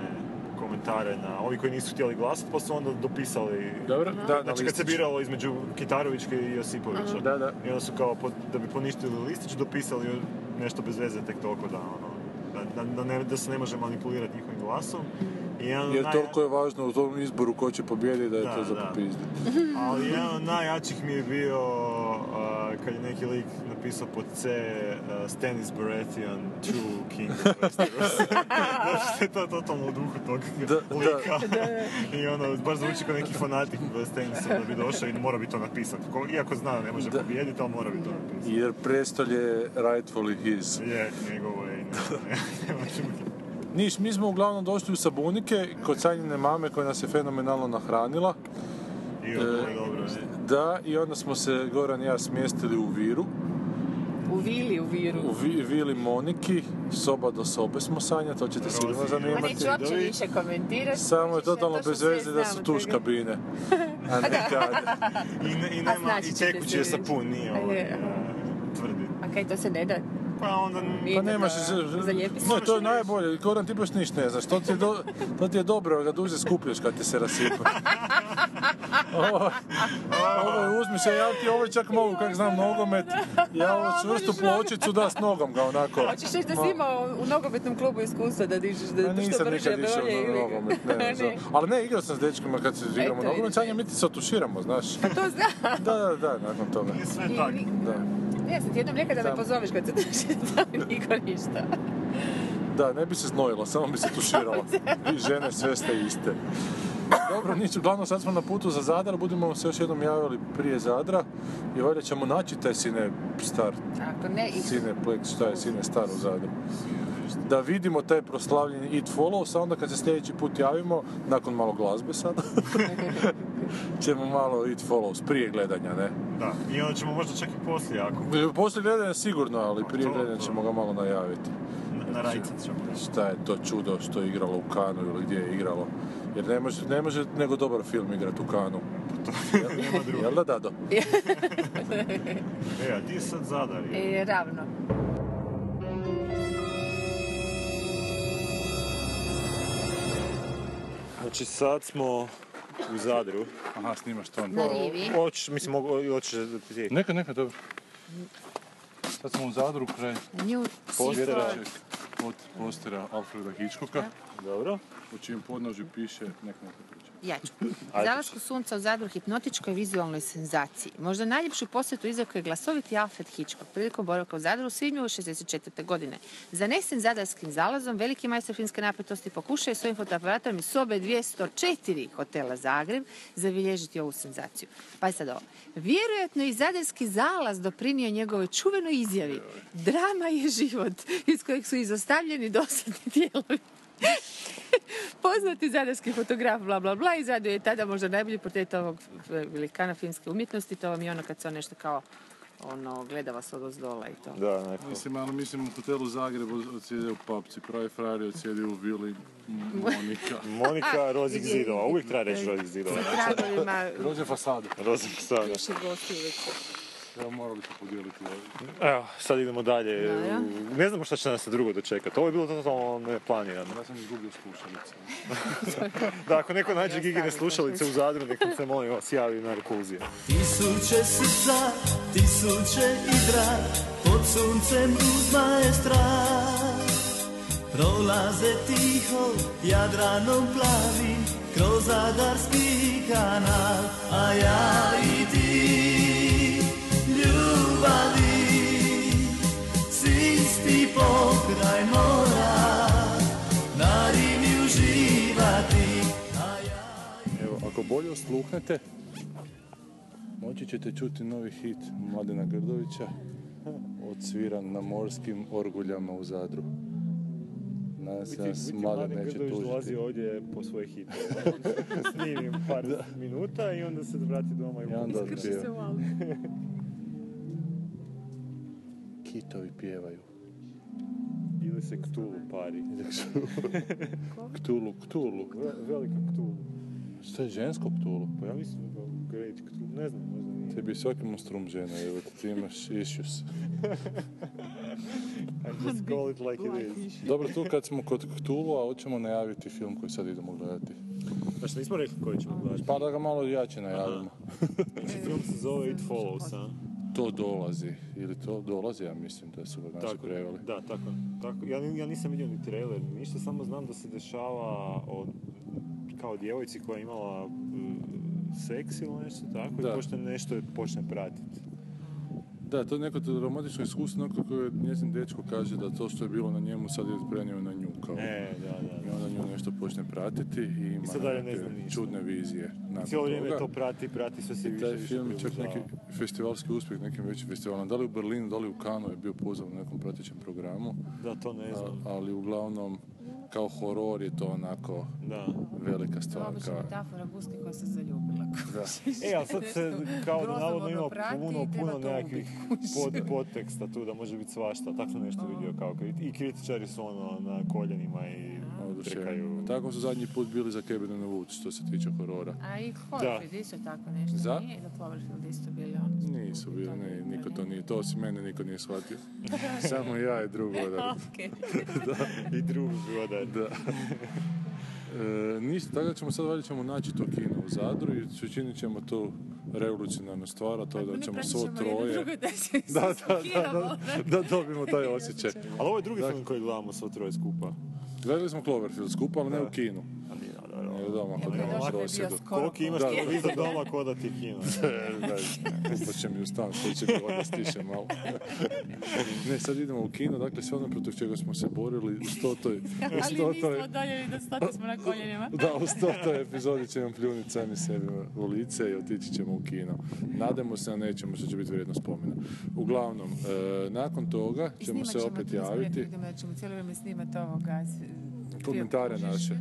komentare na ovi koji nisu htjeli glasati, pa su onda dopisali...
Dobro, da, na
Znači kad se
listiću.
biralo između Kitarovićke i Josipovića.
Da, da.
I onda su kao, pod- da bi poništili listić, dopisali nešto bez veze tek toliko da, ono, da, da, da ne- da se ne može manipulirati njihovim glasom. I jedan od
Jer
ono naj-
toliko je važno u tom izboru ko će pobijediti da je
Da,
to za
da.
popizdi.
Ali jedan od najjačih mi je bio a, kad je neki lik napisao pod C a, Stannis Baratheon, True King of Westeros. Zato što je to totalno u duhu tog
Da,
lika. I ono, baš zvuči kao neki fanatik Stannisom da bi došao i mora bi to napisati. Ko- Iako zna da ne može pobijediti, ali mora bi to napisati.
Jer prestolje je rightfully his.
Je, njegovo je i ne- nema druge.
Niš, mi smo uglavnom došli u Sabunike kod sanjine mame koja nas je fenomenalno nahranila.
I ovo je dobro. je.
Da, i onda smo se Goran i ja smjestili u Viru,
U vili, u viru.
u vi, vili Moniki, soba do sobe smo sanja, to ćete sigurno
Rozi,
Ma
zanimati.
neću uopće više komentirati.
Samo je
zato što
totalno
sve
bez veze da su
znam
tuš
od toga.
kabine. A ne kad.
I, ne- i
A
nema,
znači
i
ćete
tekući je
se vidjeti.
sapun, nije ovo
Je.
tvrdi.
A kaj to se ne da?
Pa onda...
Pa nemaš,
zalijepi se.
no to je najbolje, Goran ti baš niš ne znaš, to ti je, do, to ti je dobro, ga duže skupljaš kad ti se rasipa. Ovo, ovo je, uzmi se, ja ti ovo čak mogu, kak znam nogomet, ja ovo čvrstu pločicu da s nogom ga onako.
Hoćeš reći da si imao u nogometnom klubu iskustva da dižeš da
Ma
što
nisam
brže
nikad išao
bolje
na
ili...
nogomet, ne,
Ne.
znam. ali ne, igrao sam s dečkima kad se igramo
Eto,
nogomet,
vidiš.
Sanja, mi ti se otuširamo, znaš.
To znam.
Da, da, da, nakon toga,
Nije sve tako.
da.
Ja sam ti jednom rekao da me
Znam.
pozoveš kad se tuši, da niko ništa.
Da, ne bi se znojila, samo bi se tuširala. Vi žene sve ste iste. Dobro, nič, uglavnom sad smo na putu za Zadar, budemo se još jednom javili prije Zadra i valjda ćemo naći taj sine star,
Ako ne, i
Cineplex, šta je sine star u Zadru. Da vidimo taj proslavljeni It Follows, a onda kad se sljedeći put javimo, nakon malo glazbe sada, ćemo malo It Follows, prije gledanja, ne?
Da, i onda ćemo možda čak i poslije, ako
Poslije gledanja sigurno, ali prije
To, to.
gledanja ćemo ga malo najaviti.
na, na rajcat ćemo reći.
šta je to čudo što je igralo u Kanu ili gdje je igralo. Jer ne može, ne može nego dobar film igrati u Kanu.
Nema druge.
Jel da, Dado?
E, a di je sad Zadar? je?
e, ravno.
Znači sad smo u Zadru.
Aha, snimaš to.
Na rivi.
Hoćeš, mislim, mogu, hoćeš da ti...
Neka, neka, dobro. Sad smo u Zadru kraj
Nju,
postera, od postera Alfreda Hitchcocka,
Dobro.
u čijem podnožju piše neka neka priča.
Ja ću. Zalasku sunca u Zadru hipnotičkoj vizualnoj senzaciji. Možda najljepšu posjetu izrekao je glasoviti Alfred Hitchcock prilikom boravka u Zadru u svibnju 64. godine. Zanesen zadarskim zalazom, veliki majstor filmske napetosti pokušao je svojim fotoaparatom iz sobe 204 hotela Zagreb zabilježiti ovu senzaciju. Pa je sad ovo. Vjerojatno je i zadarski zalaz doprinio njegovoj čuvenoj izjavi. Drama je život iz kojeg su izostavljeni dosadni dijelovi. Poznati zadarski fotograf, bla, bla, bla, izradio je tada možda najbolji portret ovog e, velikana filmske umjetnosti. To vam je ono kad se on nešto kao ono, gleda vas od ozdola i to.
Da, neko.
Mislim, ali mislim u hotelu Zagrebu odsjede u papci, pravi frajer odsjede u vili Monika.
Monika Rozik
je-
Zidova, uvijek treba reći Rozik Zidova.
Sa tragovima
Rođe fasade.
Rozik Sada.
više gostiju već.
Evo, morali smo podijeliti ovo.
Evo, sad idemo dalje.
Da, ja.
U- Ne znamo šta će nas drugo dočekati. Ovo je bilo totalno neplanirano.
Ja sam izgubio slušalice.
Da, ako neko nađe Gigine
ostavite.
slušalice u Zadru, nek nam se molim vas javi na rekulzije.
Tisuće srca, tisuće igra, pod suncem uznaje strah. Prolaze tiho, jadranom plavi, kroz zadarski kanal, a ja i ti, ljubavi, svisti pokraj mora, na rivi uživati, a ja i ti.
bolje osluhnete, moći ćete čuti novi hit Mladena Grdovića, odsviran na morskim orguljama u Zadru. Nadam se da nas Mladen neće tužiti.
dolazi ovdje po svoje hite. Snimim par minuta i onda se vrati doma i
Ja onda
pusti.
Iskrši se u autu. Kitovi pjevaju.
Ili se Ktulu pari.
Ktulu, Ktulu.
Velika Ktulu.
Što je žensko Ktulu?
Pa ja mislim da ga Great Ktulu, ne znam, možda nije.
Tebi je svaki monstrum žena, evo ti, ti imaš issues.
I just call it like it is.
Dobro, tu kad smo kod Cthulhu, a hoćemo najaviti film koji sad idemo gledati.
Pa što nismo rekli koji ćemo gledati?
Pa da ga malo jače najavimo.
Znači, film se zove It Follows, a?
To dolazi, ili to dolazi, ja mislim da su ga naši preveli.
Da, tako. tako. Ja, ni- ja nisam vidio ni trailer, ni ništa, samo znam da se dešava od, kao djevojci koja je imala mm, seks ili nešto tako
Da.
i počne nešto je počne pratiti.
Da, to je neko traumatično iskustvo, nakon koje njezin dečko kaže da to što je bilo na njemu sad je prenio na nju. Kao.
E, da, da.
I onda nju nešto počne pratiti i ima
I sad dalje ne
neke
znam ništa.
čudne vizije.
I
nakon
cijelo vrijeme
toga.
to prati, prati sve se
I
više
taj
više
film je čak neki
približava.
festivalski uspjeh nekim većim festivalom. Da li u Berlinu, da li u Kanu je bio pozvan u nekom pratećem programu.
Da, to ne
A-
znam.
ali uglavnom, kao horor je to onako
Da.
velika
To je
stvar.
obična
kao-
metafora guske koja se zaljubila.
Da.
E, ali sad se kao da
Grozno
navodno
ono
ima
prati
puno,
i treba
puno
to
nekakvih
ubiti.
pod, podteksta tu, da može biti svašta. Tako sam nešto vidio kao kri- i kritičari su ono na koljenima i
Oduševljeni.
trkaju.
Tako su zadnji put bili za Cabin Wood, što se tiče horora.
A i Cloverfield isto tako nešto.
Za?
Nije da Cloverfield isto bili ono.
Nisu bili, ne, niko to nije, to osim mene niko nije shvatio. Samo ja i drugo odar.
Okej.
I drugi godar.
Da. E, ništa, tako da ćemo sad valjda ćemo naći to kino u Zadru i činit ćemo tu revolucionarnu stvar, a to je da ćemo svo troje... Da, da, da, da, da dobimo taj osjećaj.
Ali ovo je drugi
Dakle-
film koji gledamo sva troje skupa.
Gledali smo Cloverfield skupa, ali ne u kinu.
A nije, da,
Nego doma kod
Iako je
mene u
došlo, je bio
prosjedu.
skoro
Koliko imaš
Da.
televizor doma ko da ti kino.
da će mi u stan kuće bilo da stiše malo. ne, sad idemo u kino, dakle sve ono protiv čega smo se borili u stotoj, u stotoj,
odaljeli da stati smo na koljenima.
da, u stotoj epizodi ćemo pljuniti sami sebi u lice i otići ćemo u kino. Nadamo se, a nećemo, što će biti vrijedno spomena. Uglavnom, e, nakon toga
I
ćemo
snimat
se opet
tu s
javiti.
prijateljima, da ćemo cijelo vrijeme snimati ovoga. s-
Komentare
kužiš,
naše.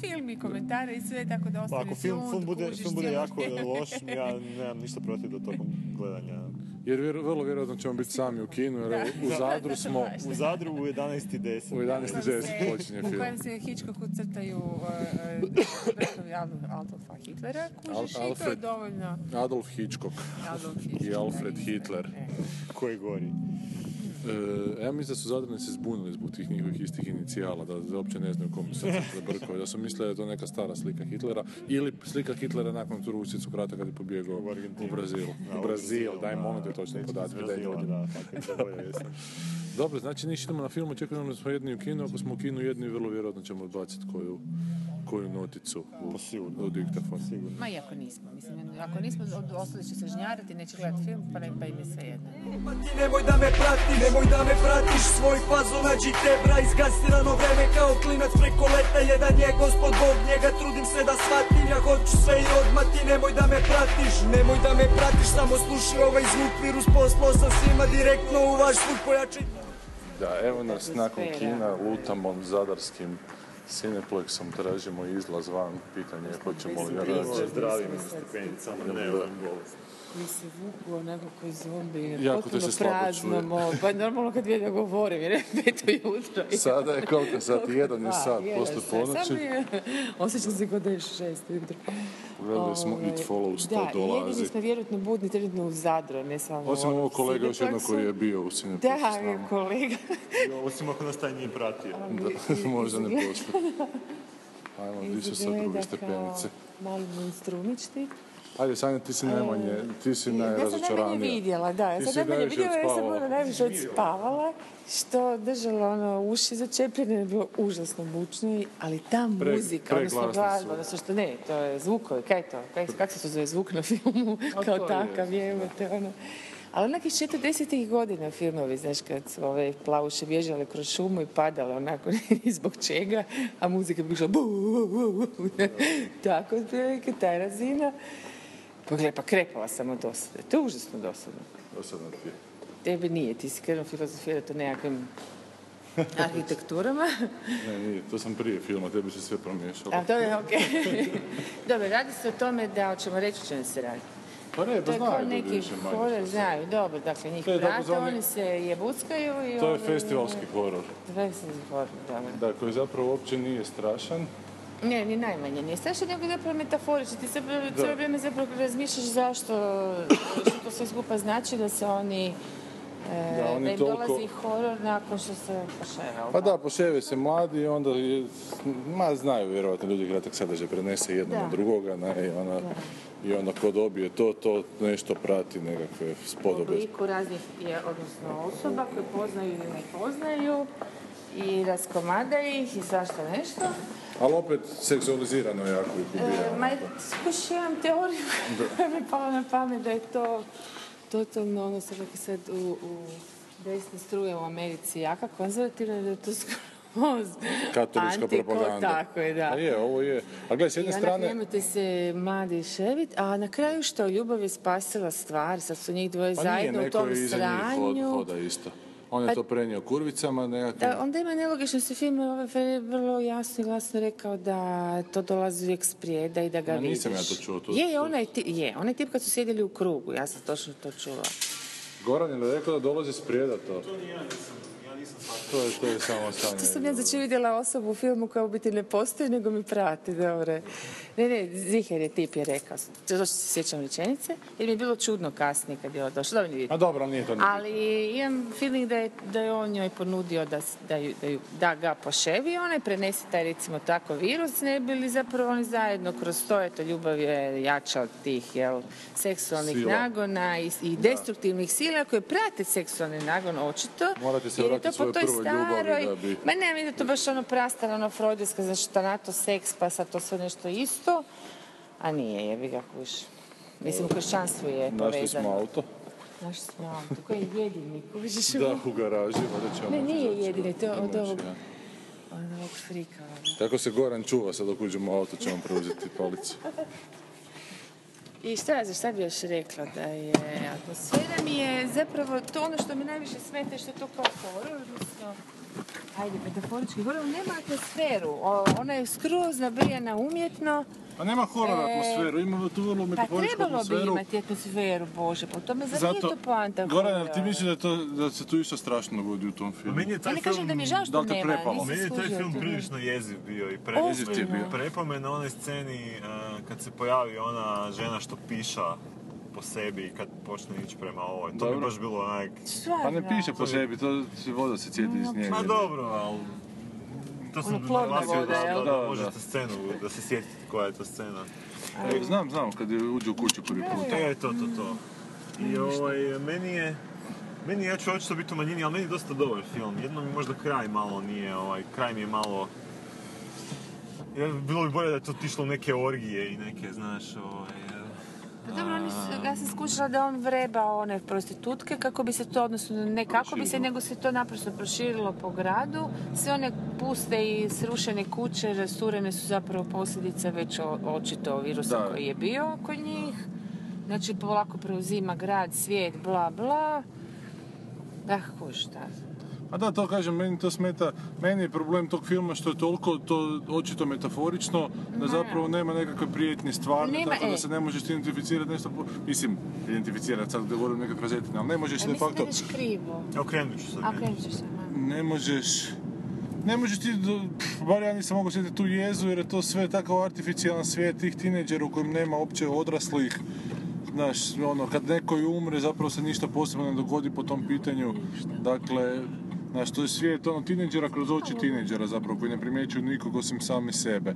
Film i komentare i sve, tako da
Pa
ostane
ako film, film
tune,
bude,
kužiš
film bude
cijelo
jako
vrijeme.
loš, ja nemam ništa protiv da tokom gledanja.
Jer vjer- vrlo vjerojatno ćemo biti sami u kinu, jer evo, u Zadru smo
U Zadru u 11.10.
u 11.10 počinje
u
film.
kojem se Hitchcocku crtaju eh, eh, vrtovi Adol- Adolfa Hitlera,
Al-
kužiš, i to je
Alfred.
dovoljno
Adolf Hitchcock
Adolf
i
Hitler.
Alfred Hitler.
Koji gori.
E, ja mislim da su Zadrani se zbunili zbog tih njihovih istih inicijala, da, da uopće ne znaju kome su se zabrkali, da su mislili da je to neka stara slika Hitlera ili slika Hitlera nakon tu Rusicu krata kad je pobjegao u,
Argentinu.
Brazil.
Da,
u Brazil,
Brazil,
daj
da,
molim te točne
nećemo
podatke.
iz
daj
Brazila,
ljudi.
Da, fakat, to bolje jesam.
Dobro, znači ništa idemo na film, očekujemo da smo jedni u kinu, ako smo u kinu jedni, vrlo vjerojatno ćemo odbaciti koju, koju noticu
Pa
u,
sigurno.
u diktafon.
Sigurno.
Ma i ako nismo, mislim, ako nismo, od- ostali će se žnjarati, neće gledati film, pa, ne, pa im je sve jedno.
Pa ti nemoj da me prati, nemoj da me pratiš Svoj fazon nađi tebra, izgasirano vreme kao klinac preko leta Jedan je gospod Bog, njega trudim se da shvatim Ja hoću sve i odmah, ti nemoj da me pratiš Nemoj da me pratiš, samo slušaj ovaj zvuk Virus poslao sam svima direktno u vaš zvuk Pojačaj
Da, evo nas nakon kina lutamo zadarskim Cineplexom, tražimo izlaz van, pitanje je hoćemo li ga naći.
Zdravim stipendicama, ne ovom bolesti.
Mi se vuku onako koji zombi,
Jako te
potpuno
se slabo
prazno
čuje.
mo. Pa normalno kad vidim da govorim, jer je pet ujutro.
Sada je koliko sat? Jedan je sat
Jedan
poslije
sat. Samo
ponoći.
je- Osjećam se kao da je šest ujutro.
Gledali smo
Ovaj,
It Follows, to
Da, jedini
dolazi.
smo vjerojatno budni trenutno u Zadru, ne samo
Osim
u ovom
ovog kolega još jednog
Cineplexu.
koji je bio u Cineplexu
Da,
s nama.
kolega.
Osim ako nas taj nije pratio.
Da, možda ne poslije. Ajmo, vi su sa druge
Izgleda
stepenice.
kao Mali monstrumić ti.
Ajde, Sanja, ti si najmanje, ti si
E, Ja sam najmanje
najrazočaranija.
vidjela, da. Ja
Ti
sam
si
najmanje
najviše
vidjela, ja sam
odspavala.
ono najviše odspavala, što držala ono uši začepljene, je bilo užasno bučno, i- ali ta
Pre-
muzika, odnosno
preglasni su. Pa-
glazba, odnosno što ne, to je zvukovi, kaj je to, kaj, kako se to zove zvuk na filmu, kao
je,
takav je, evo te ono. Ali nekih 40-ih godina filmovi, znaš, kad su ove plavuše bježale kroz šumu i padale onako ni zbog čega, a muzika bi išla bu, bu, bu, bu. Tako, otprilike, taj razina. Pogledaj, pa krepala sam od dosade. To je užasno dosadno.
Dosadno ti je.
Tebi nije, ti si krenuo filozofirati o nekakvim arhitekturama.
Ne, nije, to sam prije filma, tebi se sve promiješalo.
A to je ok. Dobro, radi se o tome da, hoćemo reći o čemu se radi.
Pa ne,
to
pa
je kao
znaju
neki
ljudi više manje.
horor, znaju, dobro, dakle njih
To je
prate,
takozvani-
oni se jebuckaju i...
To je
ovi-
festivalski horor.
Festivalski horor, dobro.
Da, koji zapravo uopće nije strašan.
Ne, ni najmanje nije strašan, nego zapravo metaforički. Ti se
Da.
cijelo vrijeme zapravo razmišljaš zašto, što to sve skupa znači da se oni... e,
Da,
da,
oni
im
toliko-
dolazi horor nakon što se pošera.
Pa da, poševe se mladi i onda, je, ma znaju vjerojatno ljudi kratak sadržaj prenese jedno
Da.
na drugoga, ne, i ona, i onda ko dobije to, to nešto prati nekakve
u
spodobe.
obliku raznih je, odnosno osoba koje poznaju ili ne poznaju i raskomada ih i svašta nešto.
Ali opet seksualizirano jako ih ubija.
E, ma, skuš, imam teoriju koja mi je pala na pamet da je to totalno, ono se kako sad u, u desne struje u Americi jaka konzervativna, da je to skoro
Katolička
antiko,
propaganda.
Tako je, da.
A je, ovo je. A gledaj, s jedne
I onak,
strane...
nemojte se mladi ševit, a na kraju što, ljubav je spasila stvar, sad su njih dvoje
Pa nije
zajedno u
neko
tom
iza njih hod-
sranju.
hoda isto. On je
Pa-
to prenio kurvicama, nekakvim...
Da, onda ima nelogično se film ovaj Fer je vrlo jasno i glasno rekao da to dolazi uvijek s prijeda i da ga
Ma
vidiš.
nisam ja to čuo, to-
Je, je, onaj tip, je, onaj tip kad su sjedili u krugu, ja sam točno to čula.
Goran je rekao da dolazi s prijeda to. To
ni ja nisam, ja nisam
To je, to je samo
To sam
stanje.
ja znači vidjela osobu u filmu koja u biti ne postoji, nego mi prati, dobro. Ne, ne, Ziher je tip je rekao, zato što se sjećam rečenice, jer mi je bilo čudno kasnije kad je on došao, dobro, ne vidim.
A dobro, ali nije to ni
Ali imam feeling da je, da je on njoj ponudio da, s- da, ju- da, ju- da ga poševi, ona je prenese taj recimo tako virus, ne bi li zapravo oni zajedno kroz to, eto ljubav je jača od tih jel, seksualnih
Sila.
nagona i, i destruktivnih sila koje prate seksualni nagon očito.
Morate se
jer je
vratiti
to
svojoj
po toj
prvoj ljubavi
staroj-
da bi-
Ma ne, mi je to baš ono prastara, ono freudijska, znači tanato seks, pa sad to sve nešto isto, a nije, jebi ga kuš. Mislim, kršćanstvo je povezano.
Našli smo auto.
Naš smo auto, koji je jedini, kužiš?
Da, u garaži, valjda ćemo
Ne,
moći
nije
doći
jedini,
do-
to je
do
od
moći,
ovog-
ja.
Od ovog frika. ono.
Tako se Goran čuva, sad dok uđemo u auto ćemo preuzeti palicu.
I šta, za šta bi još rekla da je atmosfera mi je zapravo to ono što me najviše smeta je što je to kao horor, odnosno ajde, metaforički horor, nema atmosferu, o, ona je skroz nabrijana umjetno,
Pa nema horor
E,
atmosferu, imamo tu vrlo
pa
metaforičku
trebalo bi
atmosferu.
imati atmosferu, Bože, po tome, zar nije
Zato,
to poanta
Goran,
horora?
jel ti misliš da, je to, da se tu išta strašno godi u tom filmu?
Meni je taj
Ja ne kažem
film-
da mi je žao što
Da li te
nema,
prepalo?
nisam
Meni je taj
skužila
film
to.
prilično jeziv bio i
Ozbiljno?
prejeziv ti je bio. Prepao me na onoj sceni eh, kad se pojavi ona žena što piša po sebi i kad počne ići prema ovoj. To mi je
Dobro.
baš bilo onak...
Šta
Pa ne
znam?
piše po sebi, to se voda se cijeti iz njega.
Ma dobro, ali... To sam
Ono, plovna
naglasio
voda,
da,
jel?
da,
Da, da.
možete scenu, da se sjetite koja je to scena.
E, Znam, znam, kad je uđe u kuću prvi put.
E, to, to, to. I ovaj, meni je... Meni je, ja ću očito biti u manjini, ali meni je dosta dobar film. Jedno mi možda kraj malo nije, ovaj, kraj mi je malo... Ja, bilo bi bolje da je to otišlo u neke orgije i neke, znaš, ovaj...
Pa dobro, oni su, ja sam skušala da on vreba one prostitutke kako bi se to, odnosno ne kako bi se,
Proširilo.
nego se to naprosto proširilo po gradu. Sve one puste i srušene kuće, rasturene su zapravo posljedica već o- očito virusa
Da.
koji je bio kod njih. Znači polako preuzima grad, svijet, bla bla. Da, ko šta.
A da, to kažem, meni to smeta, meni je problem tog filma što je toliko to očito metaforično, da zapravo nema nekakve prijetnje stvarne,
Nema,
tako da
e.
se ne možeš identificirati nešto, po- mislim, identificirati, sad da govorim neka krazetina, ali ne možeš
E,
de
mislim da
facto,
ideš krivo.
Okrenut ću se.
A krenut ćeš se, aha.
ne možeš, ne možeš ti, do- pff, bar ja nisam mogu sjetiti tu jezu jer je to sve takav artificijalan svijet tih tineđera u kojem nema uopće odraslih, znaš, ono, kad neko i umre zapravo se ništa posebno ne dogodi po tom pitanju, dakle, znaš, to je svijet ono tineđera kroz oči tineđera zapravo koji ne primjećuju nikog osim same sebe,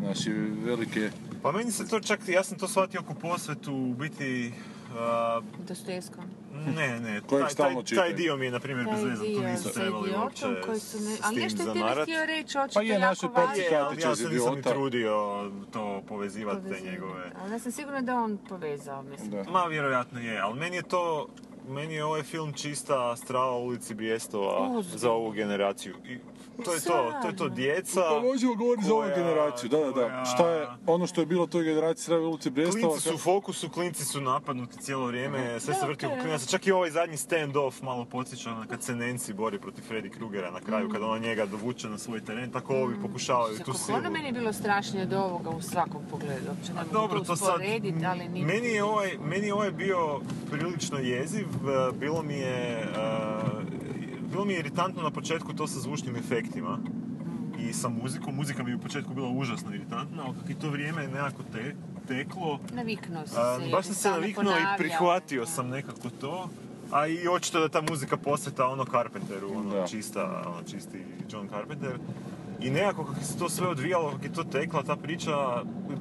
znaš, i velike,
Pa meni se to čak, ja sam to shvatio ko posvetu, u biti... a,
Dostojevskom.
ne, ne,
Kojeg
taj,
stalno
taj, taj
čitaju.
dio mi je, na primjer,
Taj
bez veze, tu
dio
nisu
sa
trebali
idiotom
uopće
koji su ne-
s
Ali
tim
nešto ti ne
zamarat.
htio reći, očito
Pa je,
jako
našoj
važno.
poruci
Je, ali
Katića
ja
iz
se nisam ni
idiota.
trudio to povezivati te
Povezivati.
njegove.
Ali ja sam sigurna da je on povezao, mislim.
da.
Ma vjerojatno je, ali meni je to meni je ovaj film čista strava u ulici Bijestova za ovu generaciju. I to je to, to je to djeca.
Pa možemo govoriti za ovu generaciju, da, da, da. Šta je ono što je bilo toj generaciji Srave ulici Brestova?
Klinci su u fokusu, klinci su napadnuti cijelo vrijeme, sve se vrti oko klinaca. Čak i ovaj zadnji stand-off malo podsjeća na kad se Nancy bori protiv Freddy Krugera na kraju, kad ona njega dovuče na svoj teren, tako ovi
Mm.
pokušavaju tu silu.
Ono meni je bilo strašnije od ovoga u svakom pogledu, uopće ne mogu
dobro,
to
to sad-
usporediti, ali nije.
Meni je ovaj, meni je ovaj bio prilično jeziv, e, bilo mi je... e, bilo mi je iritantno na početku to sa zvučnim efektima i sa muzikom. Muzika mi je u početku bila užasno iritantna, ali kako je to vrijeme nekako te, teklo,
Naviknuo si
a,
se.
Ehm, baš sam se
stalno
naviknuo i
ponavljao.
prihvatio sam nekako to. A i očito da ta muzika posveta ono Carpenteru, ono
Da.
čista, ono čisti John Carpenter. I nekako kako se to sve odvijalo, kako je to tekla, ta priča,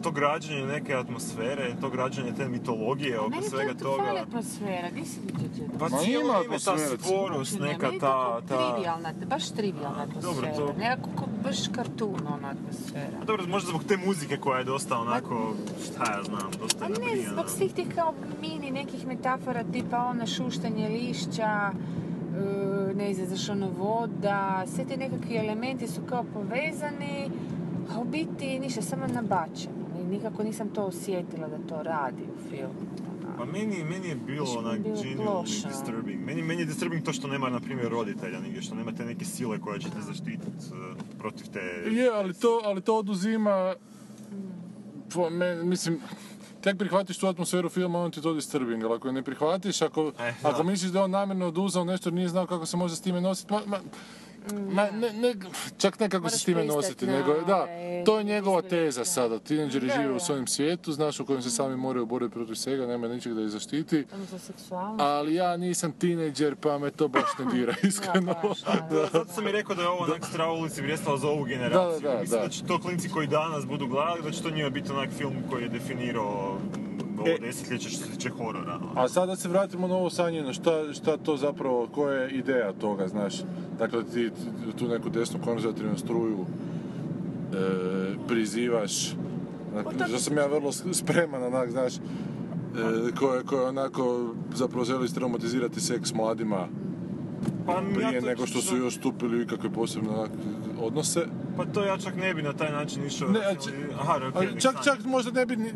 to građenje neke atmosfere, to građenje te mitologije oko
Pa Meni
svega
to fali
toga.
atmosfera, gdje si vidio to?
Pa
Ma
cijelo
ima
vrijeme ta
atmosfera,
sporost,
Ne,
neka
Znači, meni je
ta...
tako
ta...
Trivialna, baš trivialna
dobro,
atmosfera.
to-
Nekako ko baš kartun ona atmosfera.
Pa Dobro, možda zbog te muzike koja je dosta onako, šta ja znam, dosta ono.
Pa ne,
nabrijana.
zbog svih tih kao mini nekih metafora tipa ono šuštanje lišća, e, ne znam, znaš ono voda, sve ti nekakvi elementi su kao povezani, a u biti ništa, samo nabačeno. I nikako nisam to osjetila da to radi u filmu.
Pa meni, meni je bilo
Više mi je
onak
bilo
genuinely
loše. ono.
disturbing. Meni, meni je disturbing to što nema, na primjer, roditelja nigdje, što nema te neke sile koja će te zaštititi protiv te...
Je, ali to, ali to oduzima... Po, me- mislim, tek prihvatiš tu atmosferu filma, on ti to disturbing, ali ako je ne prihvatiš, ako,
E, da.
ako misliš da je on namjerno oduzeo nešto, jer nije znao kako se može s time nositi, ma, ma, ma, ne, ne, čak ne kako
Mm.
se
Moraš
s time
pristat
nositi,
na
nego, da,
ovaj
to je njegova teza sada, tineđeri
Da,
žive
da.
u svojem svijetu, znaš u kojem se sami moraju boriti protiv svega, nema ničeg da ih zaštiti,
Odnosno seksualnost.
ali ja nisam tineđer, pa me to baš ne dira, iskreno.
Da, Zato sam i rekao da je ovo onak strava ulici Vrijestava za ovu generaciju.
Da, da, da,
Mislim da.
da.
će to klinci koji danas budu gledali, da će to njima biti onak film koji je definirao mm, ovo
E.
desetljeće što se tiče horora. ono.
A sada se vratimo na ovo sanjeno, šta, šta to zapravo, koja je ideja toga, znaš? Dakle, ti t- tu neku desnu konzervativnu struju e, prizivaš,
Pa
Dakle,
to-
što sam ja vrlo s- spreman, onak, znaš, e, koje, koje onako zapravo želi traumatizirati seks mladima
Pa, ja
prije
to-
nego što su još stupili u ikakve posebne onak, odnose.
Pa to ja čak ne bi na taj način išao.
Ne,
racionali-
a č-
Aha,
A
Rokirnik
Čak,
Sanji.
čak možda ne bi, ni-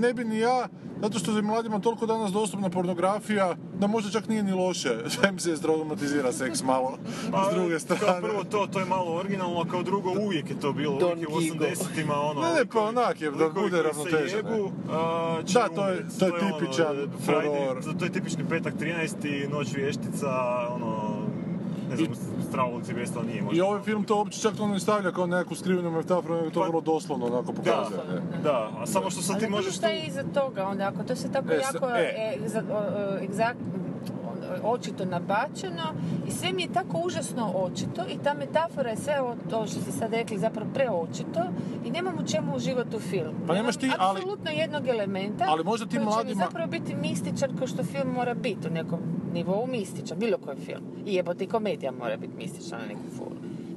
ne bi ni ja, zato što je mladima toliko danas dostupna pornografija, da možda čak nije ni loše da im se traumatizira seks malo
Pa,
s druge
Kao
strane.
prvo to, to je malo originalno, a kao drugo uvijek je to bilo,
Don
uvijek je u
Gigo.
80-ima ono...
Ne, ne, pa
likovi-
onak je, da
likovi koji
bude
se
ravnoteža, ne.
jebu, a, će
Da, to je-
umrijet.
to je
ono,
tipičan
Friday,
horor.
to- To je tipični petak 13. i noć vještica, ono... Ne znam, strava ulici Vjesta nije možda.
I ovaj film to uopće čak to ne stavlja kao nekakvu skrivenu metaforu, nego to
Pa-
vrlo doslovno
Da,
onako pokazuje. ne.
da, a samo što sad ti
Ali možeš
možeš
šta je iza toga onda, ako to se tako
E, sa-
jako
e.
egza- o- o- egzakt- o- očito nabačeno i sve mi je tako užasno očito i ta metafora je sve o- to što ste sad rekli zapravo preočito i nemam u čemu uživati u filmu.
Pa nemaš
Nemam
ti, ali-
Apsolutno jednog elementa
ali možda ti
koji će mi
mladima-
zapravo biti mističan kao što film mora biti u nekom nivou mističan, bilo koji film. I jebote i komedija mora biti mistična na neku foru.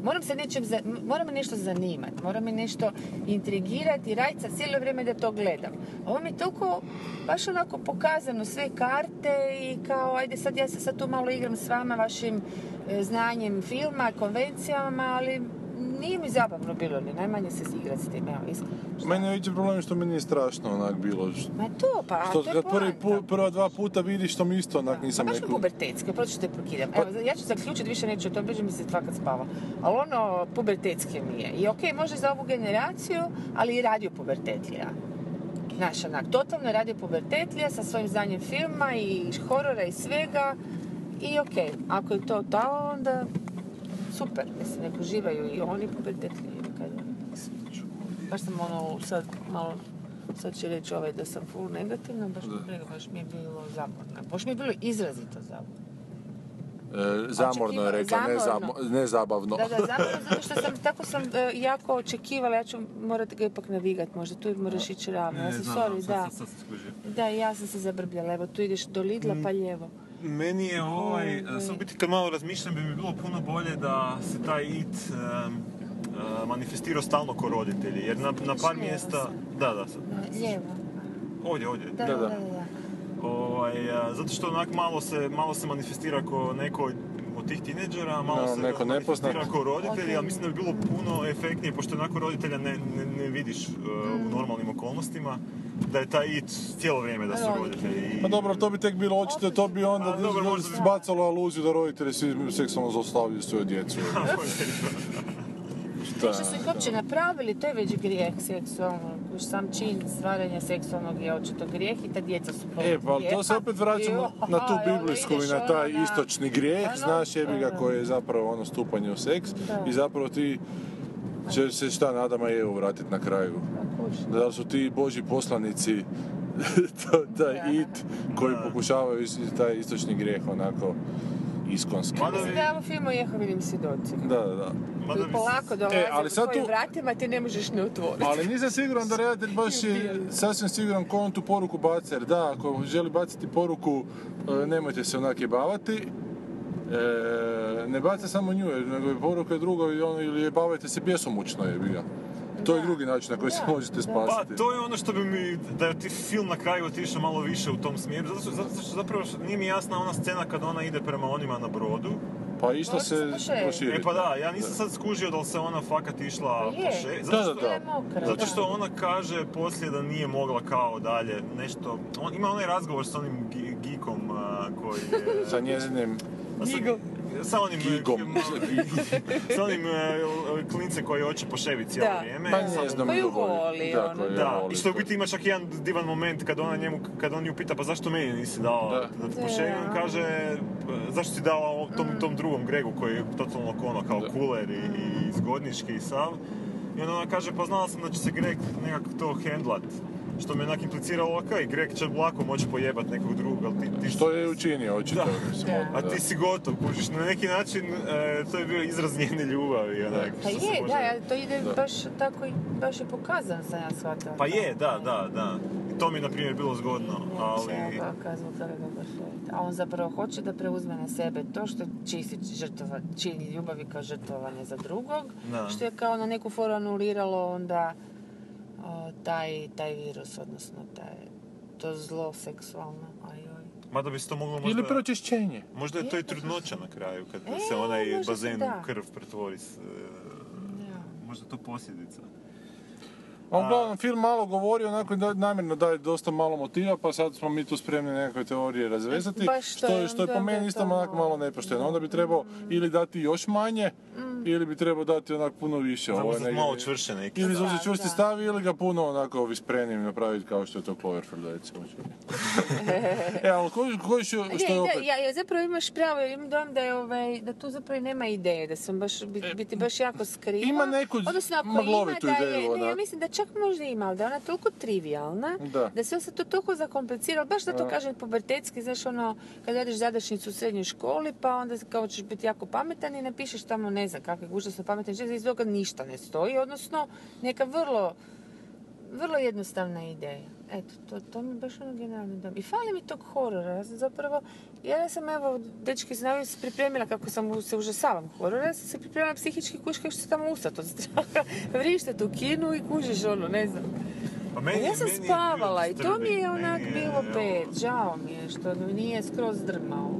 Moram se nečem, za- m- mora me nešto zanimati, mora me nešto intrigirati, rajca cijelo vrijeme da to gledam. A Ovo mi je toliko, baš onako pokazano, sve karte i kao, ajde sad ja se sad tu malo igram s vama, vašim e, znanjem filma, konvencijama, ali nije mi zabavno bilo, ni najmanje se igrati s tim, evo, iskreno.
Meni je veći problem što mi nije strašno onak bilo. što-
Ma to, pa,
Što
to je
kad prvi
poanta.
put, prva dva puta vidiš to mi isto onak
Pa
nisam
baš mi
neku...
pubertetski, proći te prekidam. Evo, ja ću zaključiti, više neću o tom, bliže mi se dva kad spava. Ali ono, pubertetski mi je. I okej, može za ovu generaciju, ali i radio pubertetlija. Znaš, onak, totalno je radio pubertetlija sa svojim znanjem filma i horora i svega. I okej, ako je to to, onda super. Mislim, nek uživaju i oni pubertetlije. kaj ja znam. Baš sam ono, sad malo sad će reći ovaj da sam full negativna, baš mi, briga, baš mi je bilo zabavno. Baš mi je bilo izrazito zabavno.
E, zamorno je rekla, ne,
Zamorno.
zamo- ne zabavno.
Da, da, zapravo zato što sam, tako sam e, jako očekivala, ja ću morati ga ipak navigat, možda tu moraš ići ravno, ja sam, sorry, da.
Sad sam skužio.
Da, i ja sam se zabrbljala, evo tu ideš do Lidla
Mm.
pa lijevo.
Meni je ovaj,
Ovaj.
sad u biti kad malo razmišljam bi mi bilo puno bolje da se taj it em, eh, manifestirao stalno ko roditelji, jer na, na par
Smijela
mjesta,
sam.
da, da, sad,
Lijevo,
ovdje, ovdje,
da, da, da. da.
Ovaj, a, zato što onak malo se, malo se manifestira kao neko od tih tineđera, malo
Da,
se
neko
manifestira
nepoznat.
kao roditelj, a mislim da bi bilo puno efektnije, pošto onako roditelja ne, ne, ne vidiš e,
Mm.
u normalnim okolnostima, da je taj it cijelo vrijeme da su roditelji. I-
Pa dobro, to bi tek bilo očito, to bi onda bacalo aluziju da roditelji svi seksualno zlostavljaju svoju djecu. Šta?
Što su ih uopće napravili, to je već grijeh seksualno. Už sam čin stvaranja seksualnog je očito grijeh i ta djeca su
E, pa ali to se opet vraćamo
Aha,
na tu
evo,
biblijsku
vidiš,
i na taj
ono, da.
istočni grijeh,
Ono,
znaš jebi ga
ono.
koje je zapravo ono stupanje u seks
Da.
i zapravo ti će se šta nadama je vratiti na kraju. Da li su ti boži poslanici to- taj it koji pokušavaju is- taj istočni grijeh onako iskonski.
Mislim da je ovo film o Jehovinim svjedoci.
Da, da, Pa da.
Pa
Koji polako dolaze
E, ali
u
sad
tvojim
tu-
vratima, ti ne možeš ne otvoriti.
Ali nisam siguran da redatelj baš je sasvim siguran ko on tu poruku baca, jer da, ako želi baciti poruku e, nemojte se onak jebavati, e, ne baca samo nju, jer- nego je poruka je druga i ono, ili jebavajte se bjesomučno je ga. To je drugi način na koji se možete
Pa
spasiti.
to je ono što bi mi, da je ti film na kraju otišao malo više u tom smjeru, zato što, zato što zapravo što nije mi jasna ona scena kad ona ide prema onima na brodu.
Pa išla
Možda
se
pošeri.
proširiti.
E pa da, ja nisam
Da.
sad skužio da li se ona fakat išla
Pa je.
pošeri-
Da, da,
što-
da.
Ona je mokra,
Zato
da.
što ona kaže poslije da nije mogla kao dalje nešto... On, ima onaj razgovor s onim gi- gikom a, koji je...
Sa njezinim...
Pa sa- Sa onim,
Gigom.
sa onim e, klincem koji hoće poševiti cijelo
Da.
vrijeme.
Pa
Samo-
njeznom
Pa ju
ljubavi.
voli,
Da,
ono.
koju
da,
voli.
i što u biti ima čak jedan divan moment kad ona njemu, kad on nju pita pa zašto meni nisi dao da, te pošelim, on kaže "Pa, zašto si dala ovom- tom,
Mm.
tom drugom Gregu koji je totalno ono kao kuler i, i zgodnički i sav. I onda ona kaže pa znala sam da će se Greg nekako to hendlat. Što me onak impliciralo, ok, Greg će lako moći pojebat nekog drugog, ali ti, ti si-
Što je učinio, očito.
Da.
mislim,
Da.
odmah,
a ti si gotov, kužiš, na neki način e, to je bio izraz njene ljubavi, onak,
Pa
što se
je,
može-
da, ali to ide
Da.
baš tako, i baš je pokazan, sam ja shvatila.
Pa je, da, da, da. I to mi je, na primjer, bilo zgodno,
Znači,
ali...
Ovakav zbog toga ga pošalje. A on zapravo hoće da preuzme na sebe to što čisi žrtova, čini ljubavi kao žrtvovanje za drugog,
Da.
što je kao na neku foru anuliralo onda o, taj, taj virus, odnosno taj, to zlo seksualno. Ajoj.
Mada bi se to moglo možda...
Ili pročišćenje.
Možda je to i trudnoća na kraju, kad
E,
se onaj
možda
bazen
da.
u krv pretvori. s, e, Možda je to posljedica.
A Pa Uglavnom, film malo govori, onako da- namjerno daje dosta malo motiva, pa sad smo mi tu spremni nekakve teorije razvezati,
Baš to
što, je,
je
što je po
onda
meni
to
isto onako malo nepošteno. Onda bi trebao ili dati još manje,
Mm.
ili bi trebao dati onak puno više.
Da,
Ovo je
možda
negdje-
malo čvrše neki.
Ili
Da.
zauzeti čvrsti stav ili ga puno onako visprenijim napraviti kao što je to Cloverfield recimo. e, ali koji, koji što,
Je,
što je
da,
opet?
ja, ja zapravo imaš pravo, jer imam dojam da, je, ovaj, da tu zapravo i nema ideje, da sam baš, bit, biti baš jako skriva.
E, ima neku
Odnosno, ako
maglovitu
ima, da
ideju,
je, ne, ja
onak.
mislim da čak možda ima, ali da je ona toliko trivialna,
Da.
sve se to toliko zakompliciralo, baš zato
Da.
kažem pubertetski, znaš ono, kad radiš zadašnicu u srednjoj školi, pa onda kao ćeš biti jako pametan i napišeš tamo, ne znam, kakve užasno pametan, želje, iz toga ništa ne stoji, odnosno, neka vrlo, vrlo jednostavna ideja. Eto, to, to mi je baš ono generalno dom. I fali mi tog horora, ja sam zapravo, ja sam evo, dečki znaju, se pripremila kako sam u- se užasavam horora, ja sam se pripremila psihički kuš kako ću se tamo ustat od straha, vrištat u kinu i kužiš ono, ne znam.
Pa
A ja sam
je bio
spavala i to mi je
disturbing,
onak
meni je,
bilo
evo,
pet. Žao mi je što nije skroz drmao.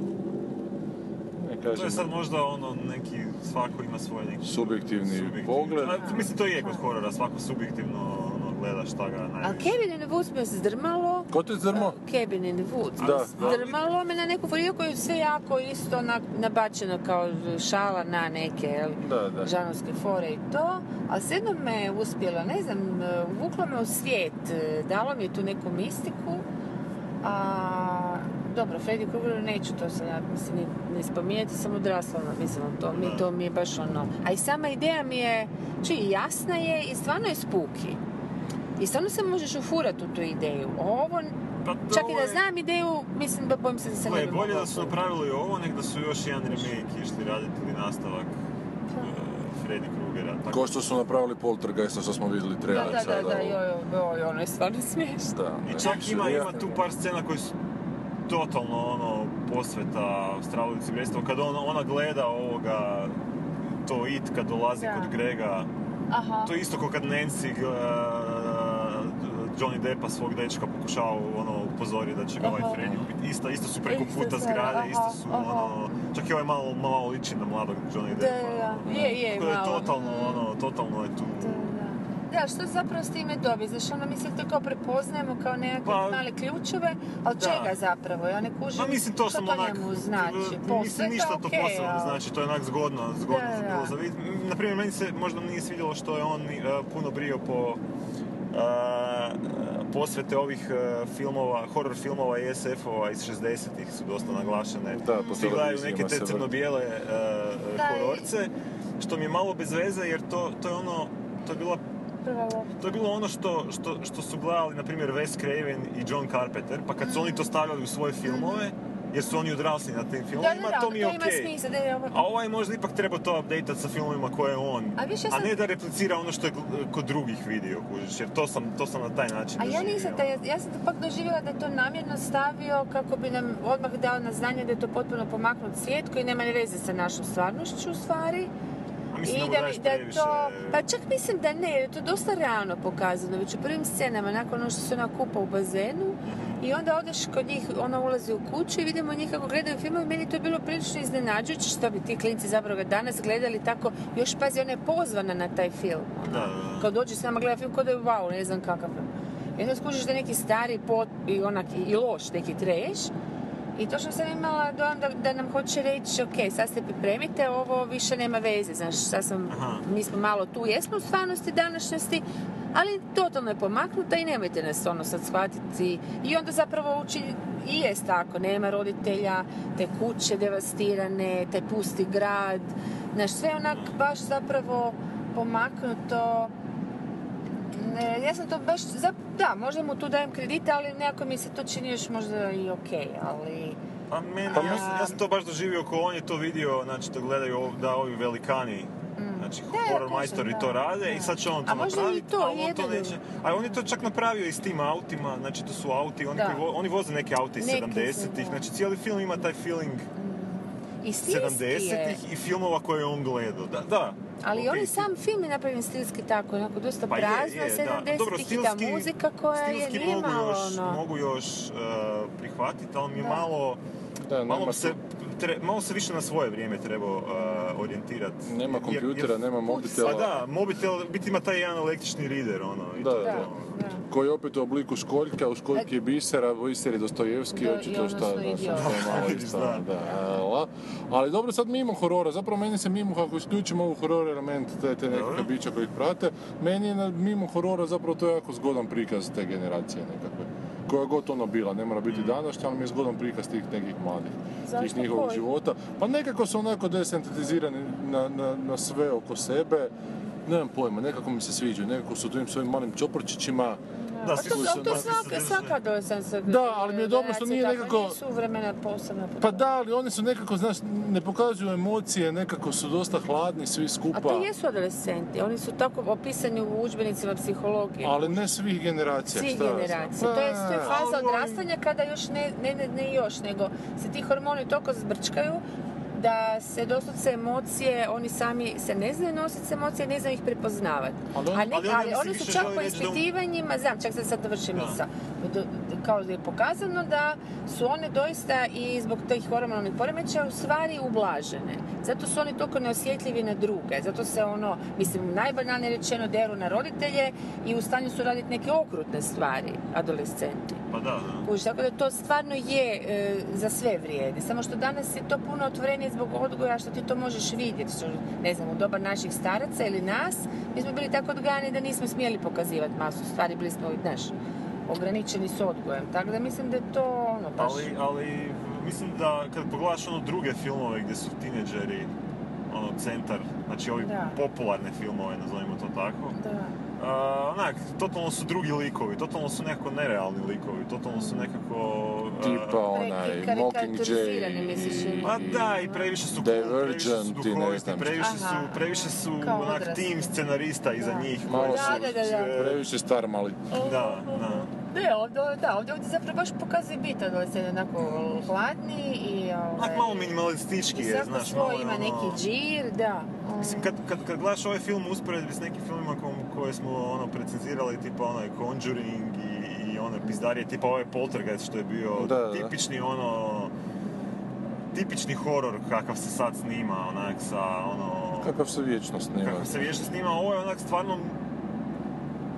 Ne
To
E, kažem,
je sad možda ono neki, svako ima svoj neki
subjektivni
subjektivni-
pogled.
A, to- mislim, to je kod horora, svako subjektivno ono, gleda šta ga
A
najviše.
Kevin in the Woods me zdrmalo.
Ko te zdrmo?
Kevin in the
Da,
Woods.
da.
Zdrmalo me na neku foru, iako je sve jako isto onak nabačeno kao šala na neke, jel?
Da, da.
žanovske fore i to, ali sve jedno me uspjelo, ne znam, e, uvuklo me u svijet, e, dalo mi je tu neku mistiku, a dobro, Freddy Krueger neću to sad, ja mislim, ni, ni spominjati, sam odrasla, ono, mislim, to mi, to mi je baš ono, a i sama ideja mi je, čiji jasna je i stvarno je spuki. I stvarno se možeš ufurati u tu ideju. Ovo,
Pa to
čak i da
je-
znam ideju, mislim da bojim se da se
Gle,
ne bi
bolje
mogla
da su
ufurat.
napravili ovo, nek da su još jedan remake išli raditi ili nastavak
Pa.
e, Freddy Krugera. Tako
Ko što su napravili poltergeista što smo vidjeli
Da,
trailer
da, da,
sada,
da,
ovo.
joj, joj, joj, ono je stvarno smiješno.
Da,
I
ne,
čak
mislim,
ima,
ja-
ima tu par scena koje su totalno ono posveta Australici Brestovu. Kad on, ona gleda ovoga to it kad dolazi
Da.
kod Grega.
Aha.
To je uh, isto kao kad Nancy e, Johnny Deppa svog dečka pokušava ono upozorio da će ga ovaj
Aha.
Freddy ubiti. Isto, isto su preko
Isto
puta
se,
zgrade, isto
aha,
su
aha.
ono... Čak i ovaj malo, malo liči na mladog Johnny
Da,
Deppa. ono.
da, da. Je, je,
Tako da je
malo.
totalno, ono, totalno je tu...
Da, što zapravo s time dobi? Znaš, ono mi se kao prepoznajemo kao nekakve
Pa-
male ključeve, ali
Da.
čega zapravo? Ja ne kužim
Ma mislim to
što
sam
to
onak...
njemu znači.
Mislim
Posjeta,
ništa to
okej,
posebno ne
ali-
znači, to je onak zgodno, zgodno
Da, da,
bilo
da.
za vidjeti. Naprimjer, meni se možda nije svidjelo što je on eh, puno brio po eh, posvete ovih eh, filmova, horror filmova i SF-ova iz 60-ih su dosta naglašene.
Da, po
Svi gledaju neke
televizijama se
te
vrti.
crno-bijele eh, eh,
Da, i-
hororce, što mi je malo bez veze jer to, to je ono, to je bila to je bilo ono što, što, što su gledali, na primjer, Wes Craven i John Carpenter, pa kad su oni to stavljali u svoje filmove, jer su oni odrasli na tim
Da, da,
filmovima,
da,
to mi je
to ima
okej.
smisla, da je ovo-
A ovaj možda ipak treba to update sa filmovima koje je on,
A više ja sam-
ne da replicira ono što je gl- kod drugih vidio, kužiš, jer to sam, to sam na taj način
A ja
doživio.
nisam, da, ja, ja sam to pak doživjela da je to namjerno stavio kako bi nam odmah dao na znanje da je to potpuno pomaknut svijet koji nema ni veze sa našom stvarnošću u stvari.
A mislim da mu daješ
je
previše-
to, pa čak mislim da ne, jer je to dosta rano pokazano, već u prvim scenama, nakon ono što se ona kupa u bazenu, i onda odeš kod njih, ona ulazi u kuću i vidimo njih kako gledaju filmove, meni je to bilo prilično iznenađujuće što bi ti klinci zapravo ga danas gledali tako, još pazi, ona je pozvana na taj film.
Da, da,
Kao dođe s nama gleda film, kao da je wow, ne znam kakav. I onda skužiš da je neki stari pot i onak i loš neki treš. I to što sam imala dojam da, da nam hoće reći, ok, sad se pripremite, ovo više nema veze, znaš, sad sam, mi smo malo tu, jesmo u stvarnosti današnjosti, ali totalno je pomaknuta i nemojte nas ono sad shvatiti. I onda zapravo uči, i jest tako, nema roditelja, te kuće devastirane, te pusti grad, znaš, sve onak baš zapravo pomaknuto, ne, ja sam to baš, zap, da, možda mu tu dajem kredite, ali nekako mi se to čini još možda i okej, ali...
Pa meni,
Pa
ja,
mislim-
sam- ja sam to baš doživio ko on je to vidio, znači da gledaju ov- da ovi velikani, znači
ja
horror
kužim,
majstori
Mm. da,
to rade i sad će on to
A možda i
napraviti,
to,
ali on to
jedno i
neće. A on je to čak napravio i s tim autima, znači to su auti, oni,
Da.
koji vo- oni voze neke aute iz
Neki,
70-ih,
da.
znači cijeli film ima taj feeling
I stilski je.
70-ih i filmova koje je on gledao, da, da.
Ali
okej.
on i sam film je napravljen stilski tako, onako dosta
Pa je,
prazno,
je, da.
70-ih
Dobro,
i
stilski-
ta muzika koja je
Stilski mogu
nimalo
još,
ono...
mogu još e, prihvatiti, ali mi je
Da.
malo... malo,
nema
bi se, tre- malo se više na svoje vrijeme trebao e, orijentirati.
Nema
Jer- jer-
kompjutera, nema mobitela.
Pa da, mobitel, biti ima taj jedan električni reader, ono. I
Da,
to je
da.
ono.
Koji je opet u obliku školjka, u školjki je bisera, u biser je Dostojevski,
Da, i
očito
ono
šta,
što
da,
je
sad to je
idiot.
malo isto, da, ala. Ali dobro, sad mimo horora, zapravo meni se mimo, kako isključimo ovu horor element, te, te nekakve bića koji ih prate, meni je na- mimo horora zapravo to jako zgodan prikaz te generacije nekakve. Koja god ona bila, ne mora biti današnja, ali mi je zgodan prikaz tih nekih mladih,
Zašto?
tih njihovog
Koji?
života. Pa nekako su onako desentetizirani na, na, na sve oko sebe, nemam pojma, nekako mi se sviđaju, nekako su tim svojim malim čoporčićima,
A to, to, to, svaka, svaka adolescentska
Da, ali mi je dobro što nije
generacija, tako,
nekako-
nije suvremena posebna
Pa da, ali oni su nekako, znaš, ne pokazuju emocije, nekako su dosta hladni svi skupa.
A to
Pa.
jesu adolescenti, oni su tako opisani u udžbenicima psihologije.
Ali ne svih generacija,
Svih
šta ja znam.
generacija. To je, to je
Pa,
faza odrastanja kada još ne, ne, ne, ne još, nego se ti hormoni toliko zbrčkaju da se doslovce emocije, oni sami se ne znaju nositi s emocije, ne znaju ih prepoznavati.
Ali on-
A
ali
ne-
on, ja
ali
mislim,
oni su
više
čak
želi
po
reći da on-
ispitivanjima, znam, čak sam sad dovršim misao, Do- kao da je pokazano da su one doista i zbog tih hormonalnih poremećaja u stvari ublažene. Zato su oni toliko neosjetljivi na druge, zato se ono, mislim, najbanalnije rečeno deru na roditelje i u stanju su raditi neke okrutne stvari, adolescenti.
Pa da, da.
Kužiš, tako da to stvarno je e, za sve vrijedi. Samo što danas je to puno otvorenije zbog odgoja što ti to možeš vidjeti. Što, ne znam, u doba naših staraca ili nas, mi smo bili tako odgajani da nismo smjeli pokazivati masu stvari, bili smo, znaš, ograničeni s odgojem. Tako da mislim da je to ono baš...
Ali, ali mislim da kad pogledaš ono druge filmove gdje su tineđeri ono centar, znači ovi
Da.
popularne filmove, nazovimo to tako,
Da.
a, onak, totalno su drugi likovi, totalno su nekako nerealni likovi, totalno su nekako... uh, a,
Tipa pa onaj Mockingjay
Prekarikaturizirani misliš
i...
ili?
Ma Pa da, i previše su cool,
Divergent i ne znam
previše
šta.
su, previše su
Kao
onak
odrasli.
tim scenarista iza njih.
Malo
koji
su-
su, e,
Da, da, da, da.
Previše star mali.
Da, da.
Ne, ovdje, da, ovdje, ovdje zapravo baš pokazuje bit adolescenti, onako hladni i...
Onak
Ovaj,
malo minimalistički je,
svako
znaš, malo
svoj
je
ima
ono-
neki džir, da.
Mislim, kad, kad, kad gledaš ovaj film u usporedbi s nekim filmima kom- koje smo ono precizirali, tipa onaj Conjuring i, i one pizdarije, tipa ovaj Poltergeist što je bio
Da, da, da.
tipični ono... Tipični horor kakav se sad snima, onak sa ono...
Kakav se vječno snima.
Kako se vječno snima, ovo je onak stvarno...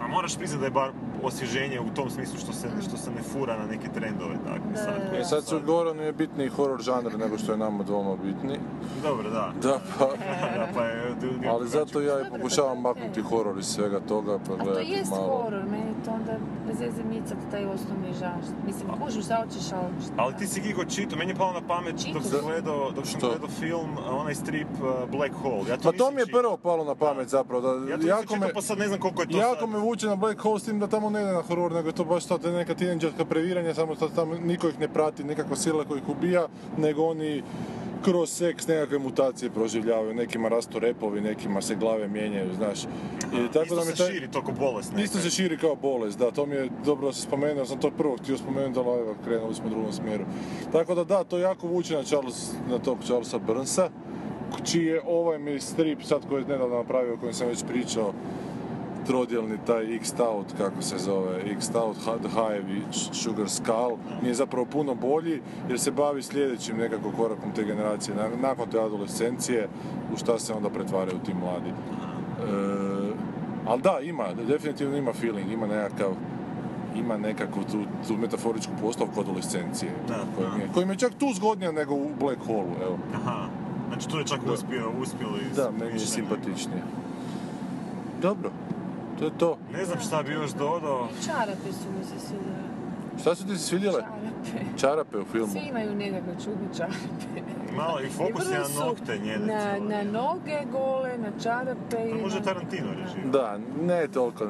A moraš priznat da je bar osvježenje u tom smislu što se, što se ne fura na neke trendove, tako sad. koji
E
su
sad su Goranu je bitniji horor žanr nego što je nama dvoma bitni.
Dobro, da.
Da, pa...
Da, pa je-
Ali zato ja i pokušavam maknuti horor iz svega toga, pa
Ali to
gledati
jest
malo.
horor, meni je to onda bez veze micat taj osnovni žan. Mislim, kužiš šta hoćeš, ali šta.
Ali ti si Gigo čito, meni je palo na pamet dok sam gledao, dok sam
Što?
gledao film, a, onaj strip uh, Black Hole. Ja to
Pa to mi je prvo palo na pamet zapravo, da
Ja to nisam čitao, pa sad ne znam koliko je to
jako
sad.
me vuče na Black Hole s tim da tamo ne ide na horor, nego je to baš ta neka tineđerska previranja, samo što tamo niko ih ne prati, nekakva sila koja ih ubija, nego oni kroz seks nekakve mutacije proživljavaju, nekima rastu repovi, nekima se glave mijenjaju, znaš. I tako
Isto
da mi
se
taj-
širi to ko bolest neka.
Isto se širi kao bolest, da, to mi je dobro da se spomenuo, jer sam to prvo htio spomenuti, ali evo, krenuli smo u drugom smjeru. Tako da da, to jako vuče na, Charles, na tog Charlesa Burnsa, čiji je ovaj mi strip sad koji je nedavno napravio, o kojem sam već pričao, trodjelni taj X-Stout, kako se zove, X-Stout Ha- The Hive i Sh- Sugar Skull, mi je zapravo puno bolji jer se bavi sljedećim nekako korakom te generacije, na- nakon te adolescencije, u šta se onda pretvaraju ti mladi. E, ali da, ima, definitivno ima feeling, ima nekakav ima nekakvu tu, tu metaforičku postavku adolescencije, koja mi je, koja mi je čak tu zgodnija nego u Black Hole, evo.
Aha, znači tu je čak uspio, uspio iz
Da, meni je
mišljenja.
simpatičnije. Dobro, to je to.
Ne znam šta bi još dodao.
I čarape su mi se svidjele.
Šta su ti se svidjele?
Čarape.
Čarape u filmu.
Svi imaju nekakve čudne čarape.
Malo i fokus je
vrlo
na
su
nokte njene.
Na, na noge gole, na čarape i...
Može
na-
Tarantino reći.
Da, ne toliko,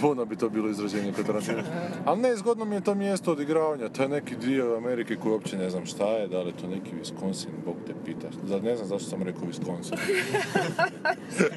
puno bi to bilo izraženje kod Tarantino. Ali ne, zgodno mi je to mjesto odigravanja, to je neki dio Amerike koji uopće ne znam šta je, da li je to neki Wisconsin, Bog te pita. Za- Ne znam zašto sam rekao Wisconsin.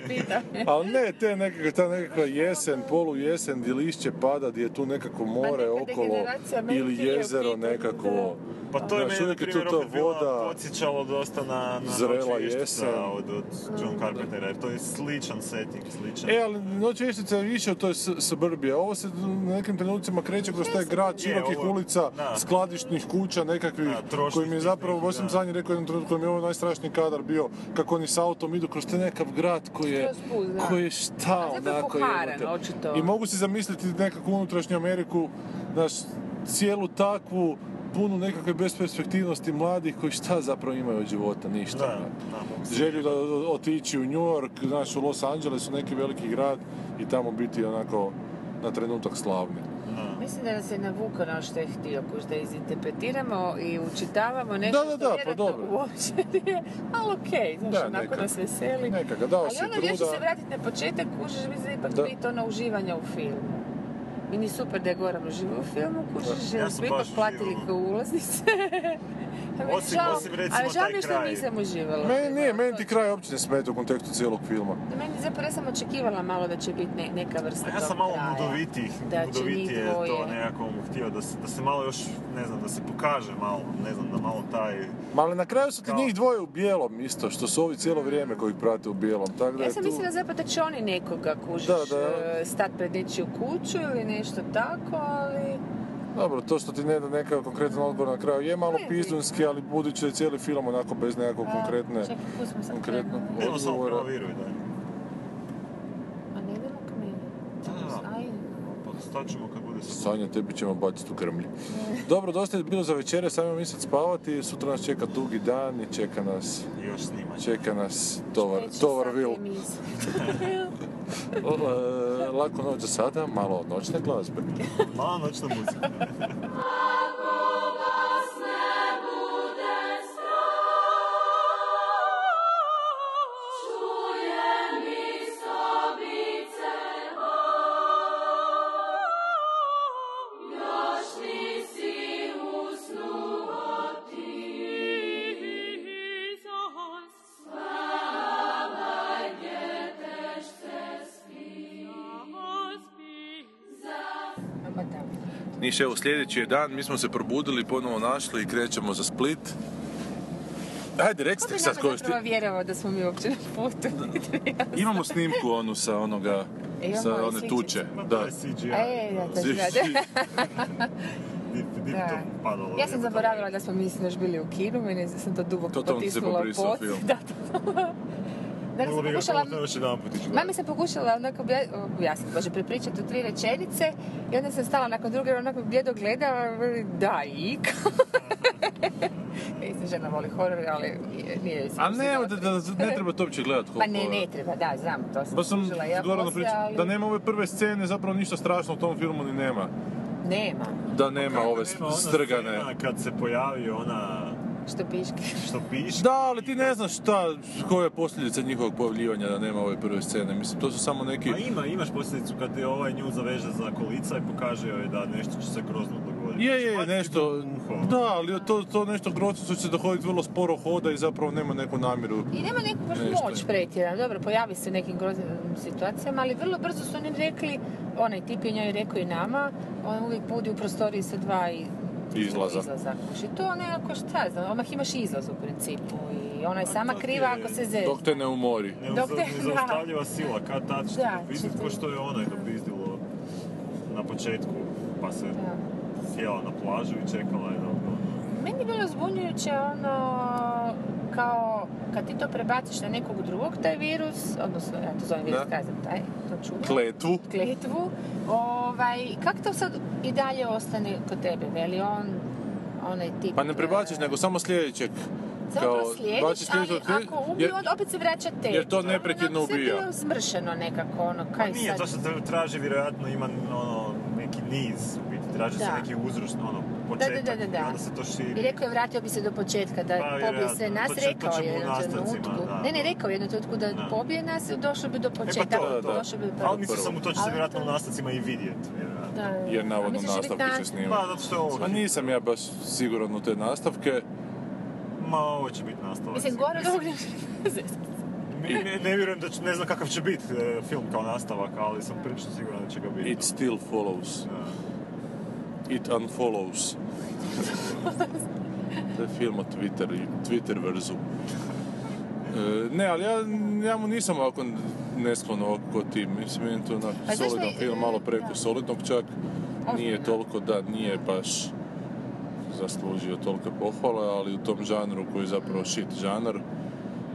Pita me.
Ali ne, te nekakve, ta nekakva jesen, polu jesen, gdje lišće pada, gdje je tu nekako more okolo
Pa degeneracija Amerike
ili
je u
jezero nekako.
Pa to je mene,
Znaš,
na
uvijek je tu
primjer,
ta
opet bila
voda.
podsjećalo dosta na, na
Zrela
Noć vještica
jesen.
od, od
Mm.
John Carpentera, jer to je sličan setting, sličan.
E, ali Noć vještica je više od toj s- suburbije. Ovo se na nekim trenucima kreće kroz taj grad
Je,
širokih
ovo-
ulica,
da.
skladišnih kuća nekakvih,
trošnih
koji mi je
tih
zapravo,
nekih,
baš sam
da.
zadnji rekao u jednom trenutku, koji mi je ovo najstrašniji kadar bio, kako oni s autom idu kroz te nekakav grad koji je,
Kroz put, da.
koji je šta,
A zato je
onako
poharan,
jebote.
očito.
I mogu si zamisliti nekakvu unutrašnju Ameriku, znaš, cijelu takvu, punu nekakve besperspektivnosti mladih koji šta zapravo imaju od života, ništa. Želju da o- otići u New York, znaš, u Los Angeles, u neki veliki grad i tamo biti onako na trenutak slavni.
Mislim da nas je navukao na ono što je htio, kuš da izinterpretiramo i učitavamo
Da,
nešto
da,
što
da, pa
vjerojatno
dobro.
uopće nije, ali okej, znaš,
Da,
onako
neka.
nas veseli.
Neka ga, dao
ali
si
ono
truda.
gdje će se vratiti na početak, kužiš, mislim da je ipak
Da.
bit ono uživanja u filmu. Meni je super da je Goran uživao u filmu, kužiš,
Da. Ja
jer
sam
smo ipak
baš
platili
uživao.
kao ulaznice. A meni
Osim-
žao-
osim recimo
ali žao
taj
mi je što
kraj.
nisam uživala.
Meni nije, meni ti kraj uopće ne smeta u kontekstu cijelog filma.
Meni zapravo ja sam očekivala malo da će biti ne- neka vrsta
A ja sam
tog
malo
kraja.
budovitiji,
Da će njih
budovitije to
dvoje.
nekako mu htio, da se, da se malo još, ne znam, da se pokaže malo, ne znam, da malo taj...
Ma ali na kraju su ti njih dvoje u bijelom isto, što su ovi cijelo vrijeme koji ih prate u bijelom. Tako da
Ja
je
sam
E, tu-
mislila zapravo da će oni nekoga kužiš,
Da, da.
e, stat pred nečiju kuću ili nešto tako, ali...
Dobro, to što ti ne da nekakav konkretan odgovor na kraju je malo pizdunski, ali budući je cijeli film onako bez nekakvog
A,
konkretne,
čekaj, kud smo sad
konkretnog
krenuli?
Evo samo
odgovora.
proviruj da
A ne idemo k meni. Ajde.
Pa staćemo kad bude se...
Sanja, tebi ćemo baciti u krmlji. Dobro, dosta je bilo za večere, samo mi sad spavati, sutra nas čeka dugi dan i čeka nas...
Još snimanje.
Čeka nas tovar, tovar vil. L- Lako noć za sada, malo od noćne glazbe.
Mala noćna muzika.
Niš, evo, sljedeći je dan, mi smo se probudili, ponovo našli i krećemo za Split. Ajde,
Ko
recite
bi
sad
nama
koju ste...
zapravo vjerovao da smo mi uopće na putu?
Imamo snimku onu sa onoga
E,
sa
imamo i
one
sličice.
tuče. Da.
E, da, to znate. Da. Ja sam zaboravila da smo mi sinoć bili u kinu, meni je- sam to duboko
Totalno ti se
potisnula u
pobrisao
pot.
film.
Da, totalno. Danas
Mogla bi
sam
ga
pokušala...
samo još jedan put ići
Mami sam pokušala onako obja- objasniti, bože, prepričati u tri rečenice i onda sam stala nakon druge, onako bljedo gledala, veli, da, i kao. Mislim, žena voli horor, ali nije, nije joj se
A ne,
svidjelo.
da, da, ne treba to uopće gledati
Pa
koliko...
ne, ne
je.
treba, da, znam, to sam
Baš sam
skužila ja
s Goranom
poslije,
pričao,
ali
da nema ove prve scene, zapravo ništa strašno u tom filmu ni nema.
Nema,
Da nema ove
ono,
ona
strgane.
scena ono Kad se pojavi ona...
što piške.
Što piše?
Da, ali ti ne znaš šta, koja je posljedica njihovog pojavljivanja da nema ove prve scene. Mislim, to su samo neki...
Pa ima, imaš posljedicu kad je ovaj nju zaveže za kolica i pokaže joj da nešto će se grozno dogoditi. Znači,
Je, je, nešto, da, ali to, to nešto grozno što će se dohoditi vrlo sporo hoda i zapravo nema neku namjeru.
I nema neku baš
Nešto
moć
je.
pretjerano. Dobro, pojavi se u nekim groznim situacijama, ali vrlo brzo su oni rekli, onaj tip je njoj rekao i nama, on uvijek budi u prostoriji sa dva i
Izlaza.
izlaza. kuš. I to nekako šta ja znam, odmah imaš izlaz u principu i ona je sama
to ti
kriva
je-
ako se zezna.
Dok te ne umori.
Dok te-
Nezaustavljiva sila, kad tad će
Da,
te dopizdit, ko što je onaj dopizdilo na početku, pa se sjela na plažu i čekala je da
Meni je bilo zbunjujuće ono kao kad ti to prebaciš na nekog drugog, taj virus, odnosno ja to zovem virus,
Da.
kaj znam, taj, to čudo.
Kletvu.
Kletvu. Ovaj, kak to sad i dalje ostane kod tebe, veli on, onaj tip... eh,
Pa ne prebaciš, nego samo sljedećeg.
Zapravo slijediš,
baciš sljedećeg,
ali ako
jer-
ubije, onda opet se vraća tebi.
jer to
Ono,
neprekidno
onako, sve
ubija.
bilo zmršeno nekako, ono,
Pa
kaj
nije,
sad...
to se tra- traži, vjerojatno ima ono, neki niz, u biti, traži se
Da.
neki uzrost, ono, početak,
da, da, da.
i onda se to
I
širi.
rekao je vratio bi se do početka da
Pa,
pobije
vjerojatno.
sve nas,
To će- to
rekao
ćemo
je
u
u jednom
nastavcima,
trenutku.
da. E, pa
Ne, ne, rekao je u jednom trenutku da pobije nas, došao bi do početka,
to, da, da.
došao bi do
Ali mislim samo to će se
Ali
vjerojatno u nastavcima i vidjeti, vjerojatno.
Da, da, da.
Jer
A
navodno
misliš da će biti
nastavke se
na-
snima.
Pa, zato što je ovo-
A nisam ja baš siguran u te nastavke.
Ma, ovo će biti nastavak.
Mislim, gore od ovog ne-
Mi- Ne, ne vjerujem da će, ne znam kakav će biti e, film kao nastavak, ali sam prilično siguran da će ga biti.
It still follows. It unfollows. to je film o Twitter, Twitter verzu. E, ne, ali ja, ja mu nisam ovako nesklon oko tim. Mislim, meni je to onak
Pa znaš
solidan
li,
film,
e,
malo preko
da.
solidnog čak. Nije
Ozbiljno.
toliko, da, nije baš zaslužio toliko pohvala, ali u tom žanru koji je zapravo shit žanr,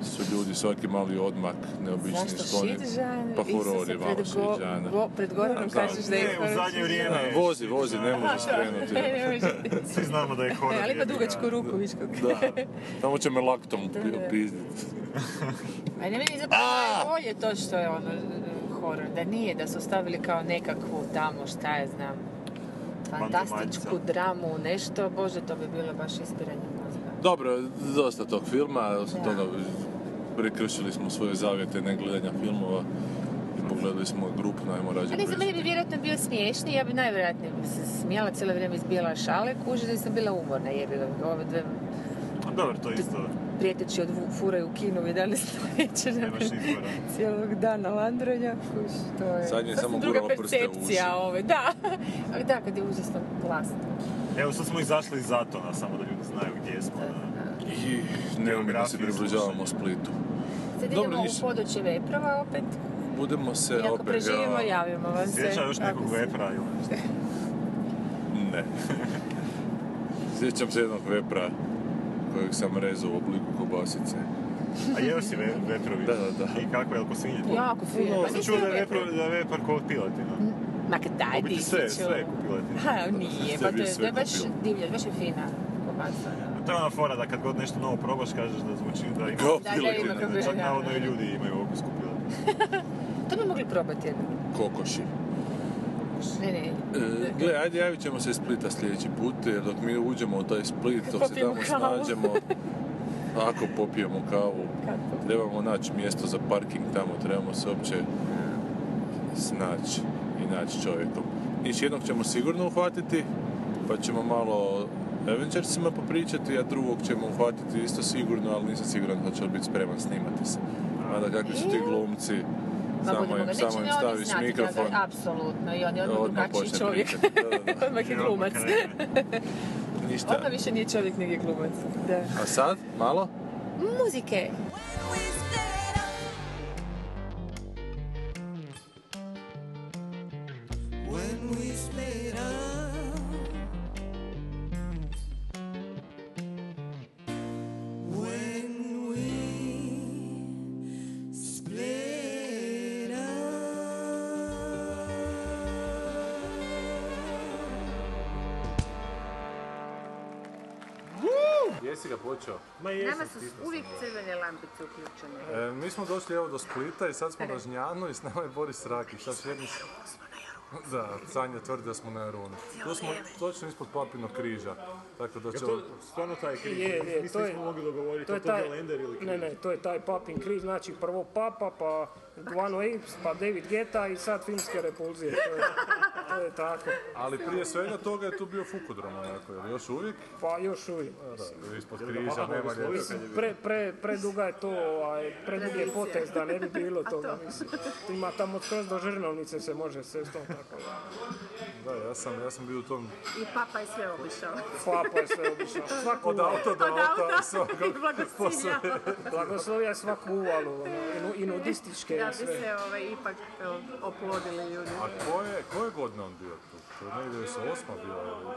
su ljudi svaki mali odmak neobični
Zašto
skloni.
shit žanr?
Pa
Isuse,
horor je malo
pred
shit
go-
žanr.
go- pred Goranom
Znam.
kažeš da je
E,
Ne, u horor zadnje shit vrijeme žanr.
Da, Vozi, vozi, ne
Da,
može skrenuti.
ne može.
Svi znamo da je horor.
Ne, E, ali ima
jebi ga.
dugačku ruku, viš kako.
Da, tamo će me laktom
Da, da.
pizditi.
Meni meni zapravo najbolje to što je ono e, horor, da nije, da su stavili kao nekakvu tamo, šta ja znam, fantastičku
Vanzemaljca.
dramu, nešto, bože, to bi bilo baš ispiranje mozga.
Dobro, dosta tog filma, osim
Da.
toga prekršili smo svoje zavjete ne gledanja filmova i pogledali smo grupno, ajmo rađe
Ja ne znam, meni bi vjerojatno bio smiješni, ja bi najvjerojatnije bi se smijala cijelo vrijeme izbijala šale, kuži da sam bila umorna jebila ove dve
A Dobro, to je isto.
prijeteći od vu- furaju u kinu 11 večer. Cijelog dana landranja, kuš, to je...
Sad je
sasvim
samo
druga
gurala prste u uši.
percepcija ove, da. Ali da, kad je užasno glasno.
Evo, sad smo izašli iz Atona, samo da ljudi znaju gdje smo. da.
I neumjetno se približavamo Splitu.
Sad
Dobro,
idemo
ništa.
u područje veprova opet.
Budemo se
E,
I ako
opet...
preživimo, javimo vam se.
Sjeća još nekog vepra ili nešto?
Ne. Sjećam se jednog vepra kojeg sam rezao u obliku kobasice.
A jeo si ve, veprovi?
Da, da, da.
I kako je, jel' posinje?
Jako fino. Pa
Ja sam
nisi
čuo da
jeo
je vepro, da je vepar ko od piletina.
Ma kad daj,
Pobiti
dići
sve,
ću.
sve je ko piletina.
Ha, nije, pa
Sebi
to je, to
sve
je
ko
baš
piletina.
divlja, baš je fina kobasa. da.
To je ona fora da kad god nešto novo probaš kažeš da zvuči da ima
Kao
Da, da, piletina. ima kako je,
Čak
da.
navodno i ljudi imaju okus ko piletina.
To bi mogli probati jednom.
Kokoši.
Ne, ne.
E, gle, ajde javit ćemo se iz Splita sljedeći put, jer dok mi uđemo u taj Split, dok se
Popijemo
tamo
kavu.
snađemo, ako popijemo kavu, trebamo naći mjesto za parking tamo, trebamo se uopće snaći i naći čovjekom. Niš jednog ćemo sigurno uhvatiti, pa ćemo malo o Avengersima popričati, a drugog ćemo uhvatiti isto sigurno, ali nisam siguran da će on biti spreman snimati se. Mada kakvi su ti glumci,
Ma
samo
E. Pa budemo
im, samo
ga- neće
im
ni oni
staviš
znati da ga-
mikrofon.
Apsolutno, i on je odmah
Odmah
drugačiji
počne
čovjek.
pričati, da, da, da.
Odmah je
I odmah
glumac.
Ništa.
Odmah više nije čovjek, nego je glumac. Da.
A sad, malo?
Muzike!
Jesi ga počeo?
Ma Nama su uvijek crvene lampice uključene.
E, mi smo došli evo do Splita i sad smo na Žnjanu i s nama je Boris Rakić. Sad smo jedni... Da, Sanja tvrdi da smo na Jarunu. Tu smo točno ispod Papinog križa. Tako da će...
to stvarno taj križ?
Je, je,
Mi se
to je-
nismo mogli dogovoriti,
to je
je to
taj,
Gelender ili križ?
ne, ne, to je taj papin križ, znači prvo Papa, pa Guano Apes, pa David Geta i sad filmske repulzije, to je, to je tako.
Ali prije svega toga je tu bio Fukodrom onako, jel još uvijek?
Pa još uvijek.
Da, ispod
Jel ga
križa,
Papa
nema
blagoslovio kad je
ljeta.
bio?
Pre, pre, preduga je to, ovaj, predug je potez da ne bi bilo
A
toga,
to?
mislim. Ima tamo skroz do žrnovnice se može cestom, tako da.
Da, ja sam, ja sam bio u tom...
I papa je sve obišao.
Papa je sve obišao. Svaku
Od
uvalu.
auta do
Od
auta,
auta.
svakog
Blagoslovljava.
Blagoslovio je svaku uvalu, ono, i, nu- i nudističke
Da
i
bi
sve.
se ovaj, ipak evo, oplodili ljudi.
A koje, koje godine on bio tu? To je negdje 98. bio. ali-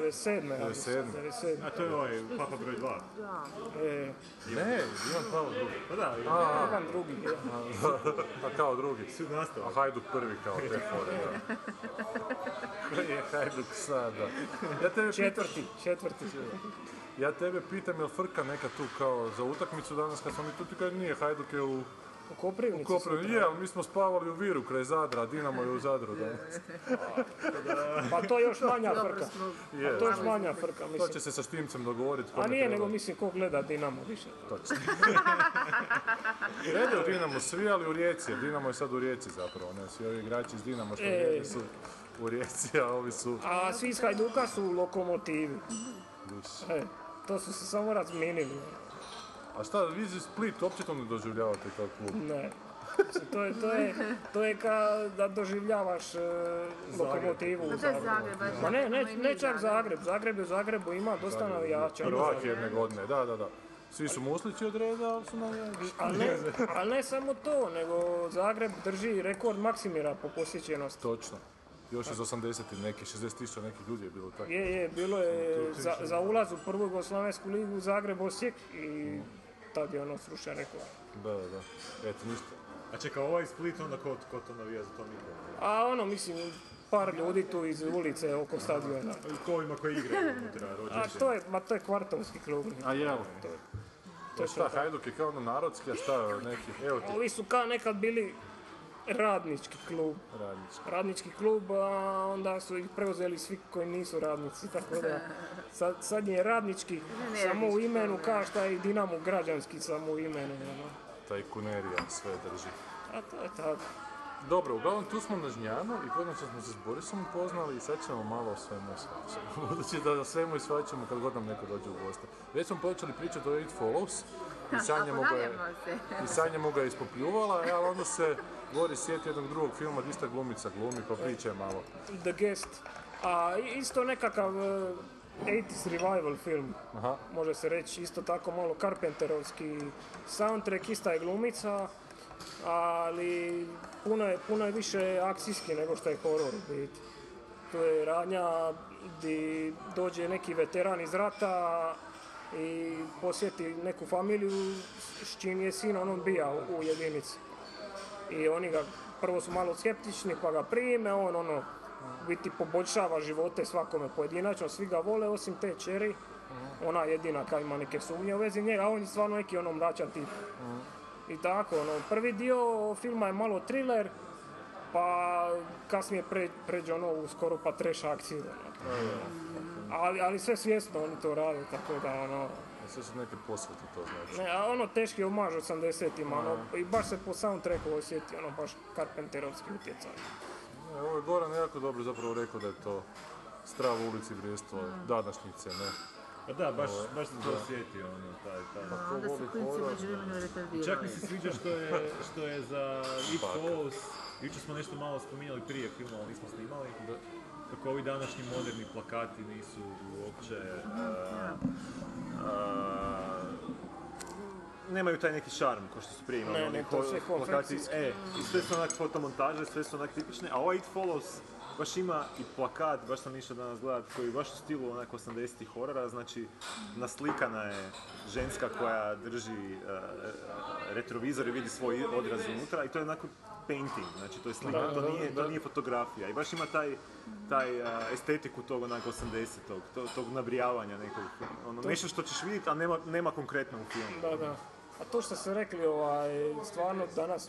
97. ja mislim,
97..
97.
A to je ovaj Papa broj 2.
Da.
E,
Ne, Ivan Pavlo drugi.
Pa da, i-
A,
jedan drugi. je.
A kao drugi. A Hajduk prvi kao te fore, da. Prvi je Hajduk sada. Ja tebe pitam,
Četvrti, četvrti.
ja tebe pitam jel frka neka tu kao za utakmicu danas kad smo mi tu ti kažeš nije Hajduk je u
U Koprivnici.
Koprivnici.
sutra.
Je, ali mi smo spavali u Viru kraj Zadra, a Dinamo je u Zadru danas.
Pa to je još manja
Dobro
frka.
smo.
Je.
To je još manja frka,
To
mislim.
će se sa Štimcem pa dogovoriti.
A Pa nije, nego mislim ko gleda Dinamo više.
Točno. Gleda u Dinamo svi, ali u Rijeci. jer Dinamo je sad u Rijeci zapravo. Ne? Svi ovi igrači iz Dinamo što
E.
vrijede su u Rijeci, a ovi su...
A svi iz Hajduka su lokomotivi.
Duš.
E, to su se samo razminili.
A šta, vi za Split uopće to ne doživljavate kao klub?
Ne. Mislim, To je, to je, to je kao da doživljavaš e, lokomotivu
Pa
u
to je Zagreb,
Zagrebu.
baš.
Ma ne, ne,
Ma i mi
ne čak
Zagreb.
Zagreb. Zagreb je u Zagrebu, ima dosta navijača.
Prvak jedne godine, da, da, da. Svi su muslići od reda, ali su navijači.
Ali ne, ali ne samo to, nego Zagreb drži rekord Maksimira po posjećenosti.
Točno. Još iz 80 i neki, 60 tisuća nekih ljudi je bilo tako.
Je, je, bilo je za, za ulaz u prvu Jugoslavensku ligu Zagreb Osijek i tad je ono srušen rekord.
Da, da, da. Eto, ništa.
A čeka, ovaj Split, onda ko, ko to navija za to niko?
A ono, mislim, par ljudi tu iz ulice oko stadiona.
Ko ovima koji igraju unutra,
A
rođeni se.
to je, ma to je kvartovski klub.
A jel?
To je-
To šta, Hajduk je kao ono narodski, a šta neki? Evo ti,
Ovi su kao nekad bili radnički klub.
radnički.
Radnički klub, a onda su ih preuzeli svi koji nisu radnici, tako da sad, sad je radnički samo u imenu, kao šta je i Dinamo građanski samo u imenu. ono.
Tajkunerija sve drži.
A to je tako.
Dobro, uglavnom tu smo na Žnjanu i konačno smo se s Borisom upoznali i sad ćemo malo o svemu i svačemu. Budući da o svemu i svačemu kad god nam neko dođe u goste. Već smo počeli pričati o It Follows i Sanja mu ga je,
Ponavljamo se.
i Sanja mu ga je ispopljuvala, e, ali onda se Boris sjeti jednog drugog filma gdje ista glumica glumi pa priča malo.
The Guest. A i- isto nekakav eh, 80s revival film,
Aha,
može se reći, isto tako malo Carpenterovski soundtrack, ista je glumica, ali puno je, puno je više akcijski nego što je horor u biti. Tu je radnja di dođe neki veteran iz rata i posjeti neku familiju s čim je sin on bija u, u jedinici. I oni ga prvo su malo skeptični pa ga prime, on ono u biti poboljšava živote svakome pojedinačno, svi ga vole osim te čeri. Ona jedina koja ima neke sumnje u vezi njega, a on je stvarno neki ono mračan tip. I tako, ono, prvi dio filma je malo thriller, pa kasnije pre, pređe ono u skoro pa trash akciju. ono. Ali, ali sve svjesno oni to rade, tako da ono...
E, sve su neke posvete to znači.
Ne, a ono teški omaž 80-ima, ono, i baš se po soundtracku osjeti, ono, baš Carpenterovski utjecaj.
E, Ovo je Goran jako dobro zapravo rekao da je to strava u ulici Brijestvo,
Mm.
današnjice, ne.
Pa da, baš, baš sam to osjetio, ono, taj, taj.
Ko
Onda su
voli
klinci
horor,
među vremenu
Čak mi
retardirali.
se sviđa što je, što je za It
Spaka.
Follows, jučer smo nešto malo spominjali prije filma, ali nismo snimali, kako ovi današnji moderni plakati nisu uopće... a, a, nemaju taj neki šarm ko što su prije imali.
Ne,
oni
ne, to
ho-
sve konfekcijski.
plakati, E, i sve su onak fotomontaže, sve su onak tipične, a ovaj It Follows baš ima i plakat, baš sam išao danas gledat, koji je baš u stilu onak 80-ih horora, znači naslikana je e, ženska koja drži e, retrovizor i vidi svoj odraz unutra i to je onako painting, znači to je slika, to, nije, to nije fotografija. I baš ima taj, taj a, estetiku tog onako 80-tog, tog, tog nabrijavanja nekog, ono,
To-
nešto što ćeš vidjeti, a nema, nema konkretno u filmu.
Da, da. A to što ste rekli, ovaj, stvarno danas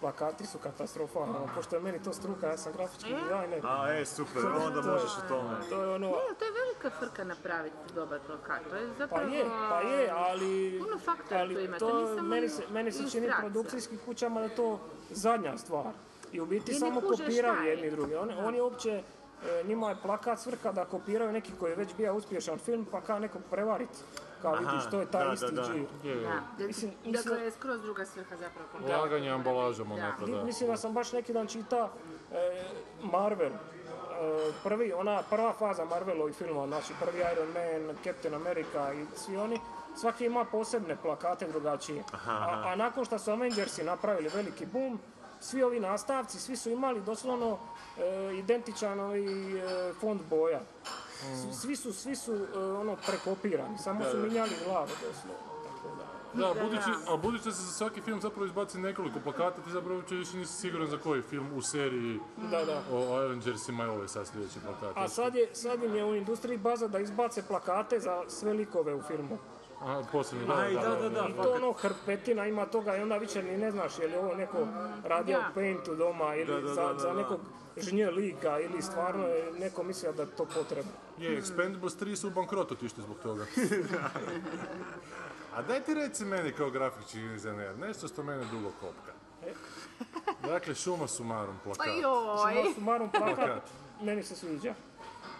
plakati su katastrofa, ono, pošto je meni to struka, ja sam grafički dizajner.
A, e, super,
To-
onda
to-
možeš u tome.
To je ono,
Ne, to je velika frka napraviti dobar plakat. To je
pa
zapravo...
je, pa je, ali...
Puno faktora tu ima,
Ali
to, nije
to,
samo
meni se, meni se čini
ilustracija.
produkcijskim kućama da je to zadnja stvar. I u biti
Ti ne
samo
kužeš
kopiraju
šta je.
jedni druge. Oni, oni uopće, e, njima je plakat svrha da kopiraju neki koji je već bio uspješan film, pa kao nekog prevariti. Kao
Aha,
vidiš, to je taj
da,
isti
da, da.
G.
Je, je. Da.
Mislim, mislim-
Dakle, je skroz druga svrha zapravo. kompleta.
Ulaganje ambalažom,
Da.
onako, da.
Mislim da sam baš neki dan čita e, Marvel. E, prvi, ona prva faza Marvelovih filmova, znači prvi Iron Man, Captain America i svi oni, svaki ima posebne plakate drugačije.
Aha,
A,
aha.
a nakon što su Avengersi napravili veliki boom, svi ovi nastavci, svi su imali doslovno e, identičan ovaj, e, fond boja. S- Svi su, svi su e, ono prekopirani, samo
Da,
su
da.
mijenjali glave doslovno. Tako da.
Da, budući, a budući da se za svaki film zapravo izbaci nekoliko plakata, ti zapravo uopće više nisi siguran za koji film u seriji
Da, da.
o Avengersima je ovaj sad sljedeći plakat.
A sad, je, sad im je u industriji baza da izbace plakate za sve likove u filmu.
Aha, posebni, da,
Aj,
da, da,
I to
fakat.
ono hrpetina ima toga i onda više ni ne znaš je li ovo neko radio
Da.
paintu doma ili
Da, da,
za,
da, da,
za
da.
nekog žnje lika ili stvarno je neko mislio da je to potrebno.
Je, Expendables 3 su u bankrot otišli zbog toga.
A daj ti reci meni kao grafički dizajner, nešto što mene dugo kopka.
E.
Dakle, šuma sumarom
Pa
plakat.
Suma sumarum plakat,
Plakat.
meni se sviđa.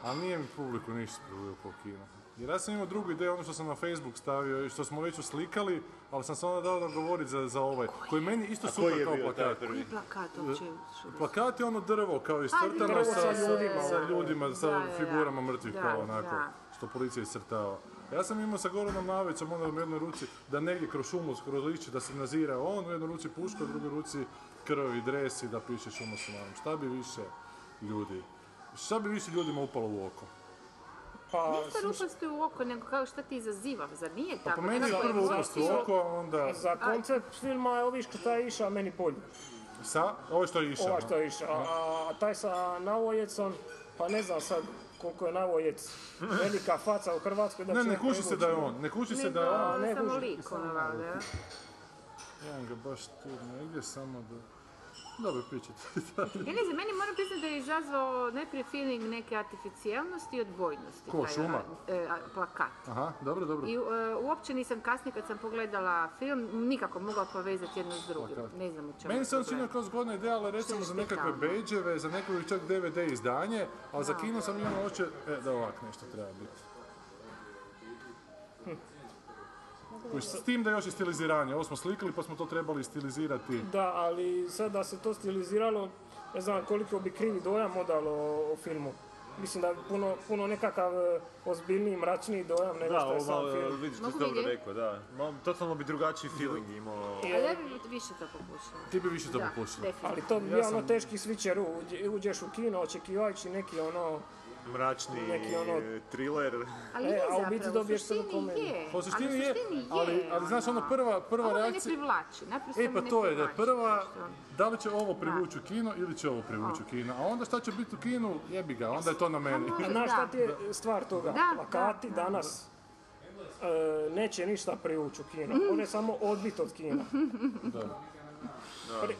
Ali nije mi publiku ništa sprudilo po kino. Jer ja sam imao drugu ideju, ono što sam na Facebook stavio i što smo već uslikali, ali sam se onda dao dogovoriti za, za ovaj, koji meni isto
A koji
super
je
kao
bio taj
plakat.
prvi?
Plakat uopće. što-
Plakat je ono drvo kao iscrtano
drvo
sa,
sa
sa,
ljudima,
sa
ono.
ljudima, sa
Da, da, da.
figurama mrtvih
Da,
kao onako,
da.
što policija iscrtava. Ja sam imao sa Goranom Navicom onda u jednoj ruci da negdje kroz šumu, kroz lišće, da se nazira on, u jednoj ruci puška, u drugoj ruci krvavi dres i da piše šuma sumarom. Šta bi više ljudi, šta bi više ljudima upalo u oko?
Pa,
Nije stvar upasti u oko, nego kao šta ti izaziva, zar nije tako?
Pa po meni je
Nekako
prvo upast u
emocija.
oko, a onda...
Za koncept filma je ovi što je iša meni bolji.
Sa? Ovo što je išao.
Ova što je iša. A, a taj sa navojecom, pa ne znam sad koliko je navojec velika faca u Hrvatskoj. Da
Ne,
će
ne
neko
kuši se da je on, ne kuši se da je on.
Nego,
Ne
Samo
kuži.
lik, ono, valjda, ja?
Imam ga baš tu negdje, samo da... Dobro, pričajte.
Ja ne znam, meni moram priznati da je izazvao najprije feeling neke artificijalnosti i odbojnosti.
Ko,
taj,
šuma?
a, e, a, plakat.
Aha, dobro, dobro.
I e, uopće nisam kasnije kad sam pogledala film nikako mogla povezati jedno s drugim.
Plakat.
Ne znam u čemu.
Meni se on
je problem.
činio kao zgodna ideja, ali recimo za nekakve beđeve, za nekakve čak DVD izdanje, ali za kino sam imao oče, e, da ovak nešto treba biti. Hm. Kužiš, S tim da još je stiliziranje, ovo smo slikali pa smo to trebali stilizirati.
Da, ali sad da se to stiliziralo, ne znam koliko bi krivi dojam odalo o, o filmu. Mislim da bi puno, puno nekakav e, ozbiljniji, mračniji dojam nego
Da, ovaj, e,
što je
ovo
sam
malo,
film.
vidiš, ti si dobro rekao, da. Malo, totalno bi drugačiji feeling imao.
Ali ja bi više to pokušala.
Ti bi više to
Da,
pokušala.
definitivno.
Ali to bi
Ja
bio ono
sam-
teški switcher, uđe- uđeš u kino, očekivajući neki ono...
Mračni
Neki ono-
e, thriller.
Ali
E,
je
a u biti
zapravo,
dobiješ
suštini
samo komediju.
je.
Pa u suštini
ali
je, ali- ali znaš, ono, prva- prva
Ovo me
reakcija-
ne privlači, naprosto
E
me
pa
ne
to je, da je
privlači.
prva, da li će ovo privući u kino ili će ovo privući u kino, a onda šta će biti u kinu, jebi ga, onda je to na meni.
A Znaš šta ti je stvar toga?
Da,
Plakati danas e, neće ništa privući u kino.
Mhm.
On je samo odbit od kina. Pri-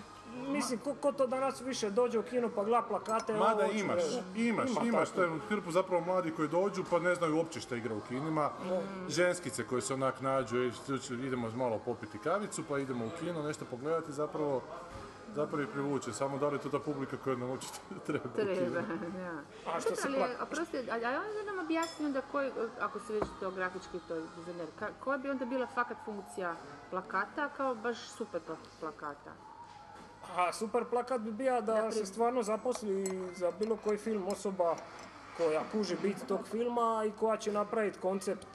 Mislim, ko, ko to danas više dođe u kino pa gleda plakate... evo,
Mada
hoću,
imaš,
evo.
imaš,
Ima
imaš,
tako.
to je hrpu zapravo mladi koji dođu pa ne znaju uopće šta igra u kinima.
Mm.
Ženskice koje se onak nađu, "Ej, ću- idemo malo popiti kavicu pa idemo u kino nešto pogledati zapravo zapravo i privuče, samo da li je to ta publika koja nam uopće treba. u
Treba,
kinu.
da.
A
što se
Dobro, ali,
plak-
oprosti, a, a onda nam objasnio da koji, ako se već to grafički to dizajner, ka- koja bi onda bila fakat funkcija plakata kao baš super pla- plakata?
A super plakat bi bio da se stvarno zaposli za bilo koji film osoba koja kuži bit tog filma i koja će napraviti koncept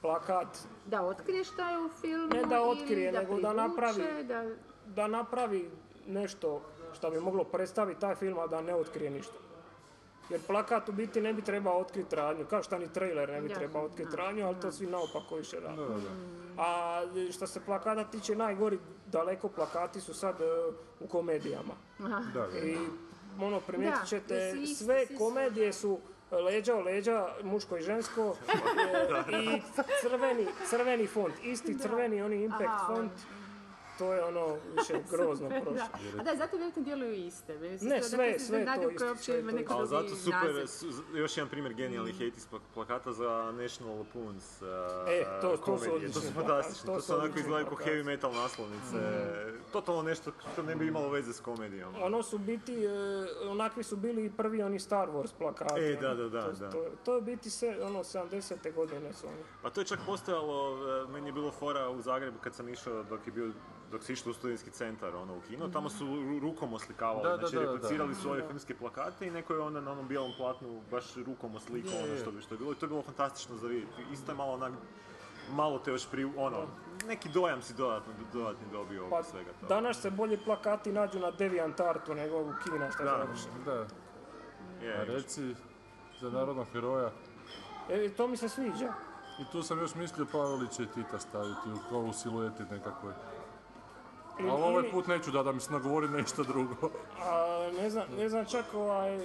plakat.
Da otkriješ šta je u filmu
Ne da otkrije,
ili da
nego da napravi,
privuče, da...
da napravi nešto što bi moglo predstaviti taj film, a da ne otkrije ništa. Jer plakat u biti ne bi trebao otkriti radnju, kao što ni trailer ne bi
Jasno,
trebao otkriti radnju, ali to svi naopako više rade.
Da, da.
A što se plakata tiče, najgori daleko plakati su sad e, u komedijama.
Aha.
Da, da,
I ono,
Da,
primijetit ćete,
mislim, isto,
sve
svi su-
komedije su leđa o leđa, muško i žensko, e,
Da.
i crveni, crveni font, isti crveni, oni impact
Aha,
font, to je ono više grozno
Super,
prošlo.
da. A da, zato vjerojatno djeluju iste. Ne,
Ne, sve- sve je to isto, sve je to
neko
Ali
drugi
zato super,
naziv.
su- još jedan primjer genijalnih
Mm.
80s plak- plakata za National Lampoon's uh,
E, to- to su
komedije.
odlični
su
plakati,
fantastični,
to
to
su
su onako
odlični
izgledaju kao
plakati.
heavy metal naslovnice.
Mhm.
Totalno nešto što ne bi imalo veze s komedijom.
Ono su biti, e, onakvi su bili i prvi oni Star Wars plakati.
E, da,
ono.
da, da,
To,
da.
to, to je biti se, ono, 70. godine su oni.
Pa to je čak postojalo, e, meni je bilo fora u Zagrebu kad sam išao dok je bio dok si išlo u studentski centar ono, u kino, tamo su ru- rukom oslikavali,
Da, da,
znači
da, da,
replicirali
da.
su ove
Da.
filmske plakate i neko je onda na onom bijelom platnu baš rukom oslikao
Je,
ono
je.
što bi što je bilo i to je bilo fantastično za vidjeti. Isto je malo onak, malo te još pri, ono, neki dojam si dodatno, dodatni dobio
Pa,
oko svega toga.
Danas se bolje plakati nađu na DeviantArtu nego u Kina što
Da.
završi.
Da.
pa
A reci za narodnog heroja.
E, to mi se sviđa.
I tu sam još mislio Pavelić i Tita staviti u kao u silueti nekakvoj.
Ili-
Ali ovaj
ili-
put neću da, da mi se nagovori nešto drugo.
A ne znam, ne znam čak ovaj,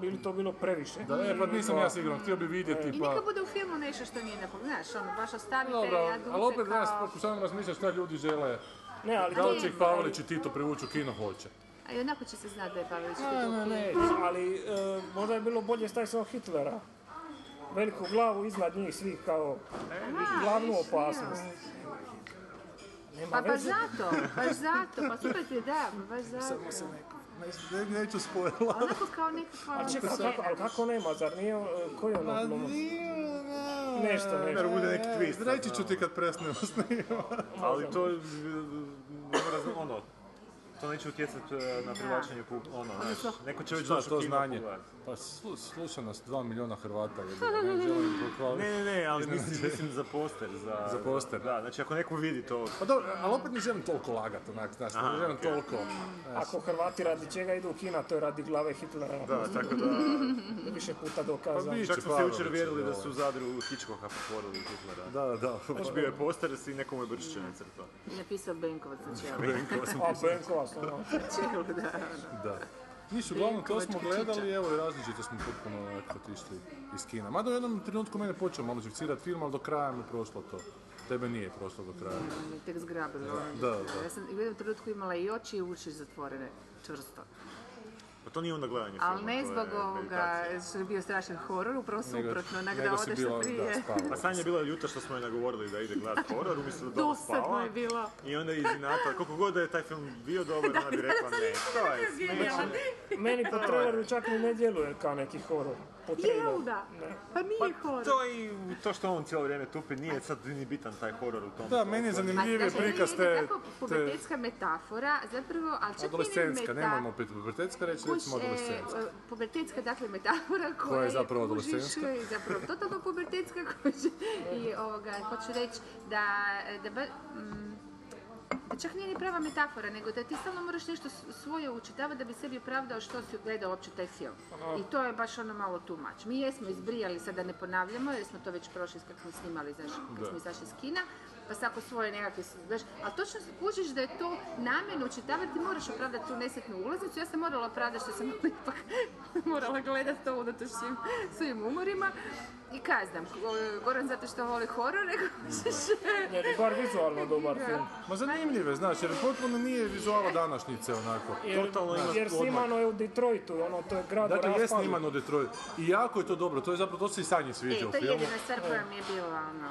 bi li to bilo previše.
Da, e, pa nisam ja siguran, htio bi vidjeti,
I
pa-
neka bude u filmu nešto što nije napo... Znaš, ono, baš ostavite
Dobro,
adute
ali opet
kao...
danas pokušavam razmišljati šta ljudi žele.
Ne, ali
da li
to-
će ih Pavelić i Tito privući u kino hoće.
A i onako će se znati da je Pavelić
Ne, ne, ne, ali e, možda je bilo bolje staviti samo Hitlera. Veliku glavu iznad njih svih kao glavnu opasnost. Nema
Pa baš
veze.
zato, baš zato, pa super ti je da, pa baš zato. Samo se
Ne, neću spojila.
Onako kao nekakva...
A čekaj,
ono,
a kako, a kako nema, zar nije, e, koji je ono glumac? Nešto, nešto.
Mora bude neki
E,
twist.
sad,
Reći ću ti kad presnemo snimati.
Ali to, e, mora zna- ono, to neće utjecati e, na privlačenje pub, ono, znaš, neko će već
Šta
doći u
to
kino
znanje?
pogledati.
Pa slu- sluša nas dva miliona Hrvata jedino, ne želim pohvaliti.
Ne, ne, ne, ali mislim,
Iznenađenje.
mislim za poster, za...
Za poster.
Da, znači ako neko vidi to...
Pa dobro, ali opet ne želim toliko lagati, onak, znaš,
Aha,
ne želim
ok.
toliko.
Ako Hrvati radi čega idu u Kina, to je radi glave Hitlera.
Da, tako da...
Više puta
Pa
dokazano.
Čak smo se jučer vjerili da su u Zadru Hitchcocka potvorili Hitlera.
ovaj. Da, pa- da.
Znači bio je poster i nekomu je brčiće nacrtao.
E, Napisao Benkovac na čelu.
Benkovac.
A, Benkovac, ono.
Na čelu, da.
Da. Nisu, uglavnom to smo gledali, evo i različito smo potpuno onak otišli iz kina. Mada u jednom trenutku mene počeo malo živcirati film, ali do kraja mi je prošlo to. Tebe nije prošlo do kraja.
Me tek zgrabilo. ono.
Da, da.
Ja sam u jednom trenutku imala i oči i uši zatvorene, čvrsto.
Pa to nije onda gledanje filma.
Ali ne
to je
zbog ovoga
meditacija.
što je bio strašan horor, upravo suprotno, onak da
nego si
odeš
bila-
što prije.
Pa Sanja je bila ljuta što smo je nagovorili da ide gledat horor, umjesto da dobro
Dosadno
spava.
je bilo.
I onda je izinata, koliko god da je taj film bio dobar, ona bi rekla ne, to je smiješno.
Meni po traileru čak ni ne djeluje kao neki horor. Po traileru.
Jelda! Pa nije horor.
To i to što on cijelo vrijeme tupi, nije sad ni bitan taj horor u tom.
Da, meni je zanimljiviji
A, znači,
prikaz
meni je
te-
nekako
te-
pubertetska metafora, zapravo, ali čak i ne
Adolescenska, nemojmo
meta...
opet pubertetska reći, recimo
Kuš, e,
adolescenska.
e, pubertetska, dakle, metafora koja,
je zapravo
kužiš,
adolescenska.
e, zapravo totalno pubertetska koja I ovoga, hoću reći da, da, ba, mm, da E, čak nije ni prava metafora, nego da ti stalno moraš nešto s- svoje učitavati da bi sebi opravdao što si gledao uopće taj film.
Aha.
I to je baš ono malo tumač. Mi jesmo izbrijali, sada ne ponavljamo, jer smo to već prošli kad smo snimali, znaš, kad
Da.
smo izašli iz kina, pa svako svoje nekakve, su- znaš, ali točno se kužiš da je to namjerno učitavati, ti moraš opravdati tu nesretnu ulaznicu, ja sam morala opravdati što sam ipak morala gledati to unatoč svim, svim umorima. I kazdam, Goran zato što voli horor, nego
Jer je bar vizualno dobar
Da.
film.
Ma zanimljive, znaš, jer potpuno nije vizuala današnjice onako.
Jer,
ima
jer
odmak.
snimano je u Detroitu, ono, to je grad
Dakle,
u
je
raspadu.
snimano u Detroitu. I jako je to dobro, to je zapravo, to se i Sanji
E,
sviđa u
to je
filmu.
jedina stvar koja mi je bila ono,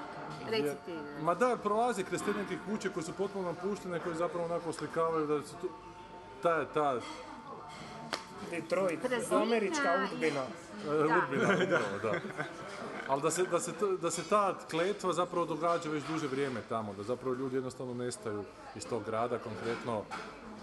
reci ti. ne.
Ma da, prolazi kroz te neke kuće koje su potpuno napuštene, koje zapravo onako oslikavaju da su tu... Ta, ta...
Detroit,
Praznina
američka
i-
udbina.
e, Udbina, upravo, da. Ali da se, da, se to- da se ta kletva zapravo događa već duže vrijeme tamo, da zapravo ljudi jednostavno nestaju iz tog grada, konkretno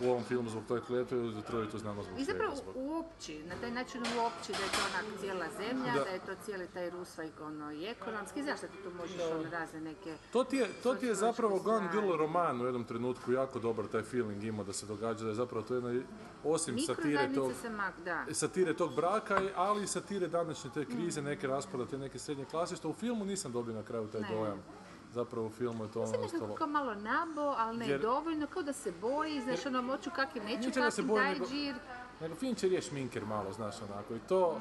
u ovom filmu zbog toj kletve, u Detroitu znamo zbog
I zapravo
čega, zbog-
uopći, na taj način uopći da je to onak cijela zemlja, da,
Da.
je to cijeli taj rusvaj ono, i ekonomski, znaš da ti tu možeš ono, razne neke...
To ti je, to ti je zapravo Gone Girl roman u jednom trenutku jako dobar taj feeling ima da se događa, da je zapravo to jedna, osim satire tog...
Mikrozajednice se mak, da.
satire tog braka, ali i satire današnje te krize, neke raspada, te neke srednje klase, što u filmu nisam dobio na kraju taj
Ne.
dojam. zapravo u filmu je to ono
Sve
ostalo.
nekako kao malo nabo, ali ne
Jer-
dovoljno, kao da se boji, znaš, ono moću kak i neću
Neće da
kak
se
i
boji,
daj
nego-
džir.
Nego Fincher je šminker malo, znaš onako, i to...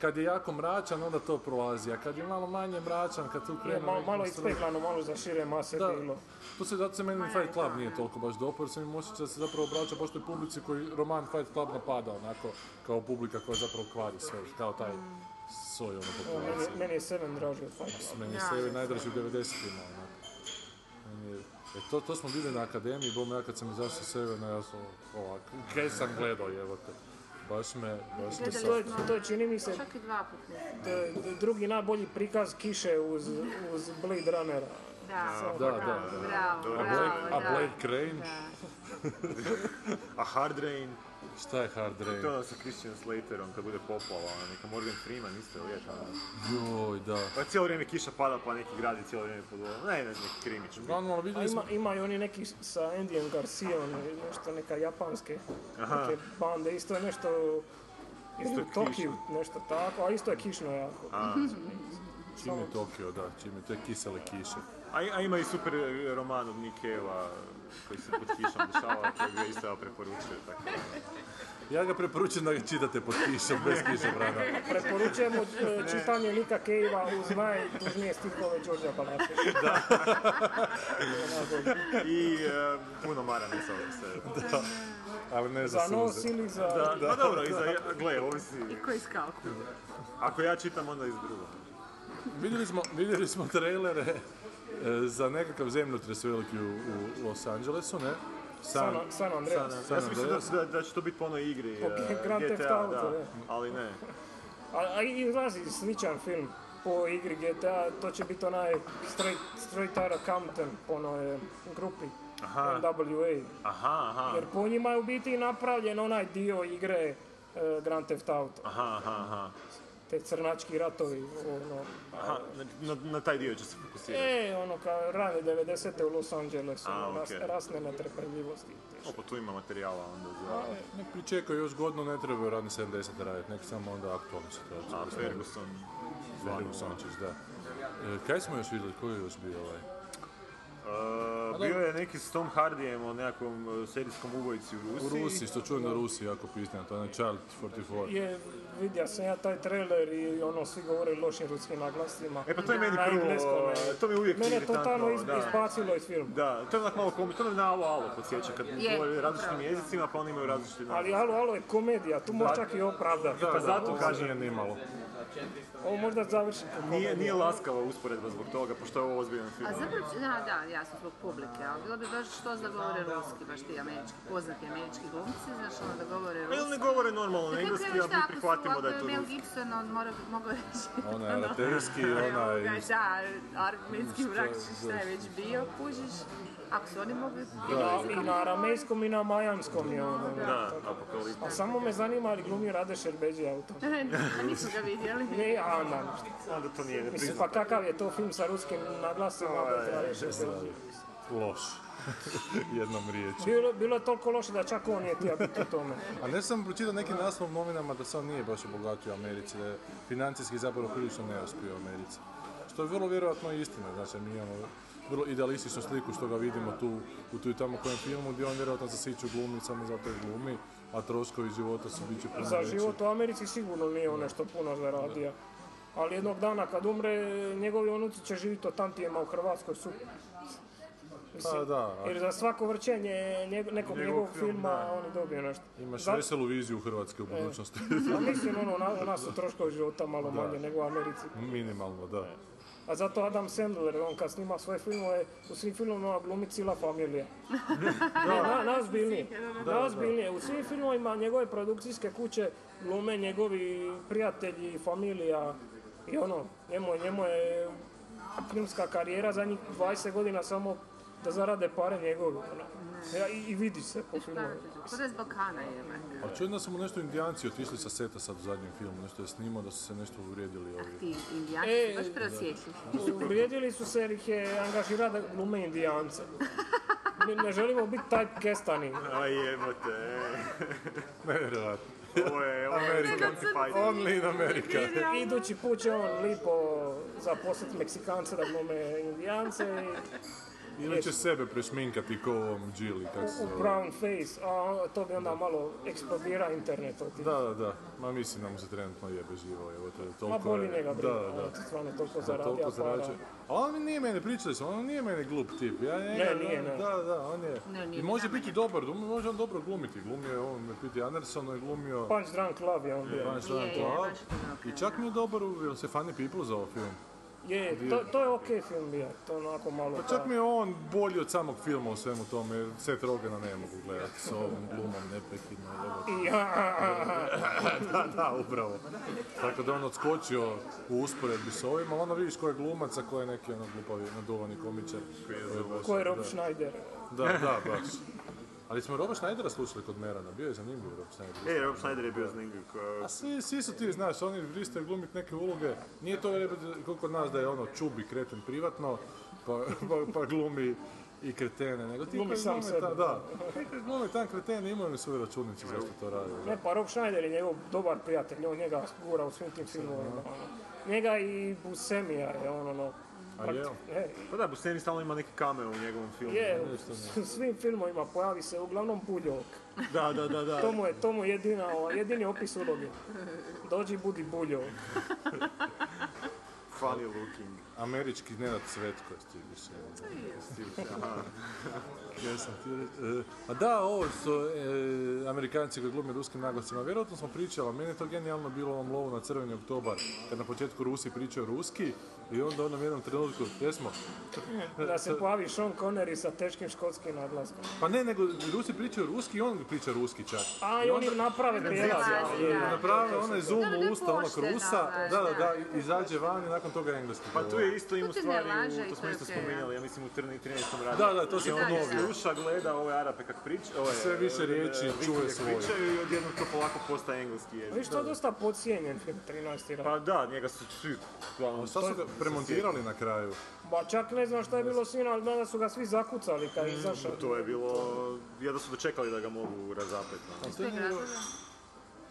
Kad je jako mračan, onda to prolazi, a kad je malo manje mračan, kad tu krenu...
Je, malo,
neki
malo
nastroj-
ispeglano, ono malo za šire mase
Da.
bilo.
To se, zato se meni Fight Club nije toliko baš dopao, jer sam im osjećao da se zapravo obraća baš toj publici koji roman Fight Club napada, onako, kao publika koja zapravo kvari sve, kao taj soj, ono,
Evo,
populacije.
Meni, meni je Seven draži od Fight Club.
Meni je sve najdraži u 90-ima, onako. Meni je- E, to, to smo bili na akademiji, bom ja kad sam izašao s Sevena, ja sam ovako, kaj sam gledao, evo te. Baš me, baš me
To, je-
sad...
to je, čini mi se
Čak i dva puta.
d- d- drugi najbolji prikaz kiše uz, uz Blade Runnera.
Da,
Da, da, da.
Bravo,
a Blake,
bravo,
a
da.
Blake Crane?
A Hard Rain?
Šta je Hard Rain?
To je ono sa Christian Slaterom kad bude poplava, ono, neka Morgan Freeman isto je lijeka.
Joj, da.
Pa cijelo vrijeme kiša pada pa neki grad je cijelo vrijeme pod vodom. Ne, ne, neki krimić.
A ima, ima i oni neki sa Andyjem Garcijom, nešto neka japanske
Aha.
neke bande, isto je nešto
Isto
ili
je
u Tokiju,
kišno.
nešto tako, a isto je kišno jako.
A.
Čim je Tokio, da, čim je, to je kisele kiše.
A, a ima i super eh, roman od Nick Cave-a koji se pod kišom dešava, koji ga isto ja preporučujem. Tako.
Ja ga preporučujem da ga čitate pod kišom, bez kiše brana.
Preporučujemo e, čitanje Nika Cave-a uz najdužnije stihove Đorđa Balaše.
I eh, puno marane sa ovog se. Da.
Ali ne
Za nos ili za...
Da, pa dobro, i za, gle, ovisi.
Koji skalku.
Ako ja čitam, onda iz drugog.
Vidjeli smo, vidjeli smo trailere e, za nekakav zemljotres veliki u, u Los Angelesu, ne?
San- San Andreas.
San
Ja sam mislio
Andreas.
da, da, da će to biti po onoj igri
Po
eh,
Grand Theft
GTA,
Auto,
da,
je.
ali ne.
A, a i izlazi sličan film po igri GTA, to će biti onaj Straight, straight Outta Compton po onoj e, grupi
Aha.
NWA.
Aha, aha.
Jer po njima je u biti napravljen onaj dio igre e, Grand Theft Auto,
Aha, aha, aha.
te crnački ratovi, ono,
Aha, na, na, na taj dio će se fokusirati.
E, ono, kao rane 90. u Los Angelesu,
A,
ono, ras-
okej.
rasne netrpeljivosti.
Opa, pa tu ima materijala onda za...
Nek pričekaju još godinu, ne trebaju radni 70 raditi, nek samo onda aktualnu situaciju.
A, Ferguson. E,
Ferguson ćeš, da. E, kaj smo još vidjeli, koji je još bio ovaj?
Pa
E, bio je neki s Tom Hardijem o nekakvom e, serijskom ubojici u
U
Rusiji.
Rusiji, što čujem da Rusiji jako pisne, to je onaj Child 44.
Je, vidio sam ja taj trailer i ono, svi govore lošim ruskim naglasima.
E pa to je meni
Na
prvo,
engleskom, e.
to mi je uvijek
Mene je
iritantno,
totalno iz-
da.
izbacilo iz filma.
Da, to je onak malo komi, to me na alo alo podsjeća, kad
Je,
govore različitim
upravo.
jezicima pa oni imaju različite
Ali alo, alo je komedija, tu možeš čak i opravdati.
Da, pa zato kažem.
Ovo možda završi po
Nije,
komediji.
nije laskava usporedba zbog toga, pošto je ovo ozbiljan film.
A zapravo, da, da, jasno, zbog publike, ali bilo bi baš što da govore ruski, baš ti američki, poznati američki glumci, znaš, ono da govore ruski.
Pa ili ne govore normalno
Na
E,
kraju
engleski,
krajeva,
a
šta,
mi
ako su-
prihvatimo da je to
Ako je Mel
ruski.
Gibson, on mora, mogu reći.
Ona je
ono,
amaterski, ona je
ovoga,
iz-
Da, armenski
Šta-
vrak, šta je već bio, kužiš. Ako su oni mogli...
I na, i na aramejskom i na majamskom je ono.
Da, apokalipsa.
A samo me zanima ali glumi Rade Šerbeđija u tom.
Nisu ga vidjeli.
Ne, a na.
Onda to nije Ovaj, ne
Mislim,
priznam.
pa kakav je to film sa ruskim naglasima bez Rade Šerbeđija?
Loš. Jednom riječju.
Bilo, bilo je toliko loše da čak on je htio biti u tome.
A ne sam pročitao neki naslov u novinama da se on nije baš obogatio u Americi, da je financijski zapravo prilično neuspio u Americi. Što je vrlo vjerojatno i istina, znači mi imamo vrlo idealističnu sliku što ga vidimo tu u tu i tamo kojem filmu gdje on vjerojatno zasiću glumi samo zato je glumi, a troškovi života su bit će puno
Za
veći.
život u Americi sigurno nije on nešto puno zaradio. Ali jednog dana kad umre, njegovi unuci će živjeti od tantijema u Hrvatskoj su.
Pa da, a
Jer za svako vrćenje njeg- nekog
Njegov
njegovog
film,
filma
da.
oni dobiju nešto.
imaš
Zato-
veselu viziju Hrvatske u budućnosti.
A mislim, ono, na- u nas su troškovi života malo
Da.
manje nego u Americi.
Minimalno, da.
A zato Adam Sandler, on kad snima svoje filmove, u svim filmovima glumi cijela familija. Ne, na, najozbiljnije.
da.
Najozbiljnije. U svim filmovima njegove produkcijske kuće glume njegovi prijatelji, familija i ono, njemu, je- njemu je filmska karijera zadnjih 20 godina samo da zarade pare njegove. ono. Ja, i, I vidi se po filmovima.
Kod s Balkana je, man.
Znači,
A čujem da su mu nešto indijanci otišli sa seta sad u zadnjem filmu, nešto je snimao da su se nešto uvrijedili ovi.
Ti indijanci
E,
su baš
da.
preosjetljivi.
Uvrijedili su se jer ih je angažirao da glume indijance. Mi ne želimo biti typecastani.
A jebote, e.
Nevjerojatno.
Ovo je
America. Only in America.
Idući put će on lipo zaposliti Meksikance da glume Indijance i...
Ili će sebe presminkati ko ovom Gili, kako se
U
zove.
brown face, a to bi onda malo eksplodira internet od tih.
Da, da, da. Ma mislim da mu se trenutno jebe živo, evo to je toliko...
Ma boli
je-
njega briga,
Da, da,
ono, stvarno toliko
Da,
zaradio
toliko
para.
zarađuje. Ali on nije mene, pričali smo, on nije mene glup tip. Ja njega,
Ne, nije, ne.
Da, da, on je.
Ne, nije
I
ni
može biti dobar, dum- može on dobro glumiti. Glumio je on, Piti Anderson, je glumio...
Punch Drunk Love je on bio.
Punch Drunk Love. I čak mi je dobar, u- jel se Funny People za film?
Je, to, to je okej film bio, to onako malo...
Pa čak mi je on bolji od samog filma u svemu tome, jer Seth Rogana ne mogu gledati s ovom glumom neprekidno. jebote. da, da, upravo. Tako da on odskočio u usporedbi s ovim, ali ono vidiš ko je glumac, a ko je neki ono glupavi, naduvani komičar. Koji baš-
Ko je Rob
da.
Schneider?
Da, da, baš. Ali smo Roba Schneidera slušali kod Merana, bio je zanimljiv Rob Schneider.
E, Rob Schneider je bio zanimljiv. ko-
A Pa svi, svi su ti, znaš, oni pristaju glumit neke uloge. Nije to jebote, koliko od nas da je ono čubi kreten privatno, pa, pa, pa glumi i kretene, nego ti
Glumi
koji
sam
glume
sebe.
ta- da. Ti koji glume tam kretene imaju oni svoju računicu zašto to rade.
Ne, pa Rob Schneider je njegov dobar prijatelj, on njega gura u svim tim filmovima. ono. Njega i Busemija je on ono...
A je on?
E,
Pa da, Buscemi stalno ima neke kamere u njegovom filmu.
Je, u svim filmovima pojavi se uglavnom buljok.
Da, da, da, da.
To mu je, to mu je jedina, ova, jedini opis uloge. Dođi budi buljok.
Funny looking.
Američki Nenad Cvetko je stigao se. Ja sam ti re- e, A da, ovo su e, Amerikanci koji glume ruskim naglasima. Vjerojatno smo pričali, ali meni je to genijalno bilo ovom lovu na crveni oktobar. Kad na početku Rusi pričaju ruski i onda u onom jednom trenutku, jesmo?
Da se pojavi Sean Connery sa teškim škotskim naglaskom.
Pa ne, nego Rusi pričaju ruski i on priča ruski čak.
A i oni naprave prijelaz.
I Naprave onaj zoom
Dobro, to je
u usta onog
pošteno,
Rusa,
baš,
da, da,
da.
da, i- izađe van i nakon toga engleski.
Pa tu je isto ima
Tu te ne
stvari,
laže
u-
i
to
to
smo
je
isto
okej, da.
spominjali, ja mislim u 13. radu.
Da, da, to se
Gdje
ponovi.
Sluša, gleda ove Arape kak priča, ove...
Sve više
e,
riječi,
e,
čuje
vikove
svoje.
Pričaju i odjednom to polako postaje engleski jezik.
Viš, to je dosta podcijenjen film 13. rad.
Pa da, njega su svi... uglavnom,
Sad su ga
svi-
premontirali na kraju.
Ba čak ne znam šta je bilo s njim, ali danas su ga svi zakucali kad
Mm.
je izašao.
To je bilo... Jedva su dočekali da ga mogu razapeti. ono.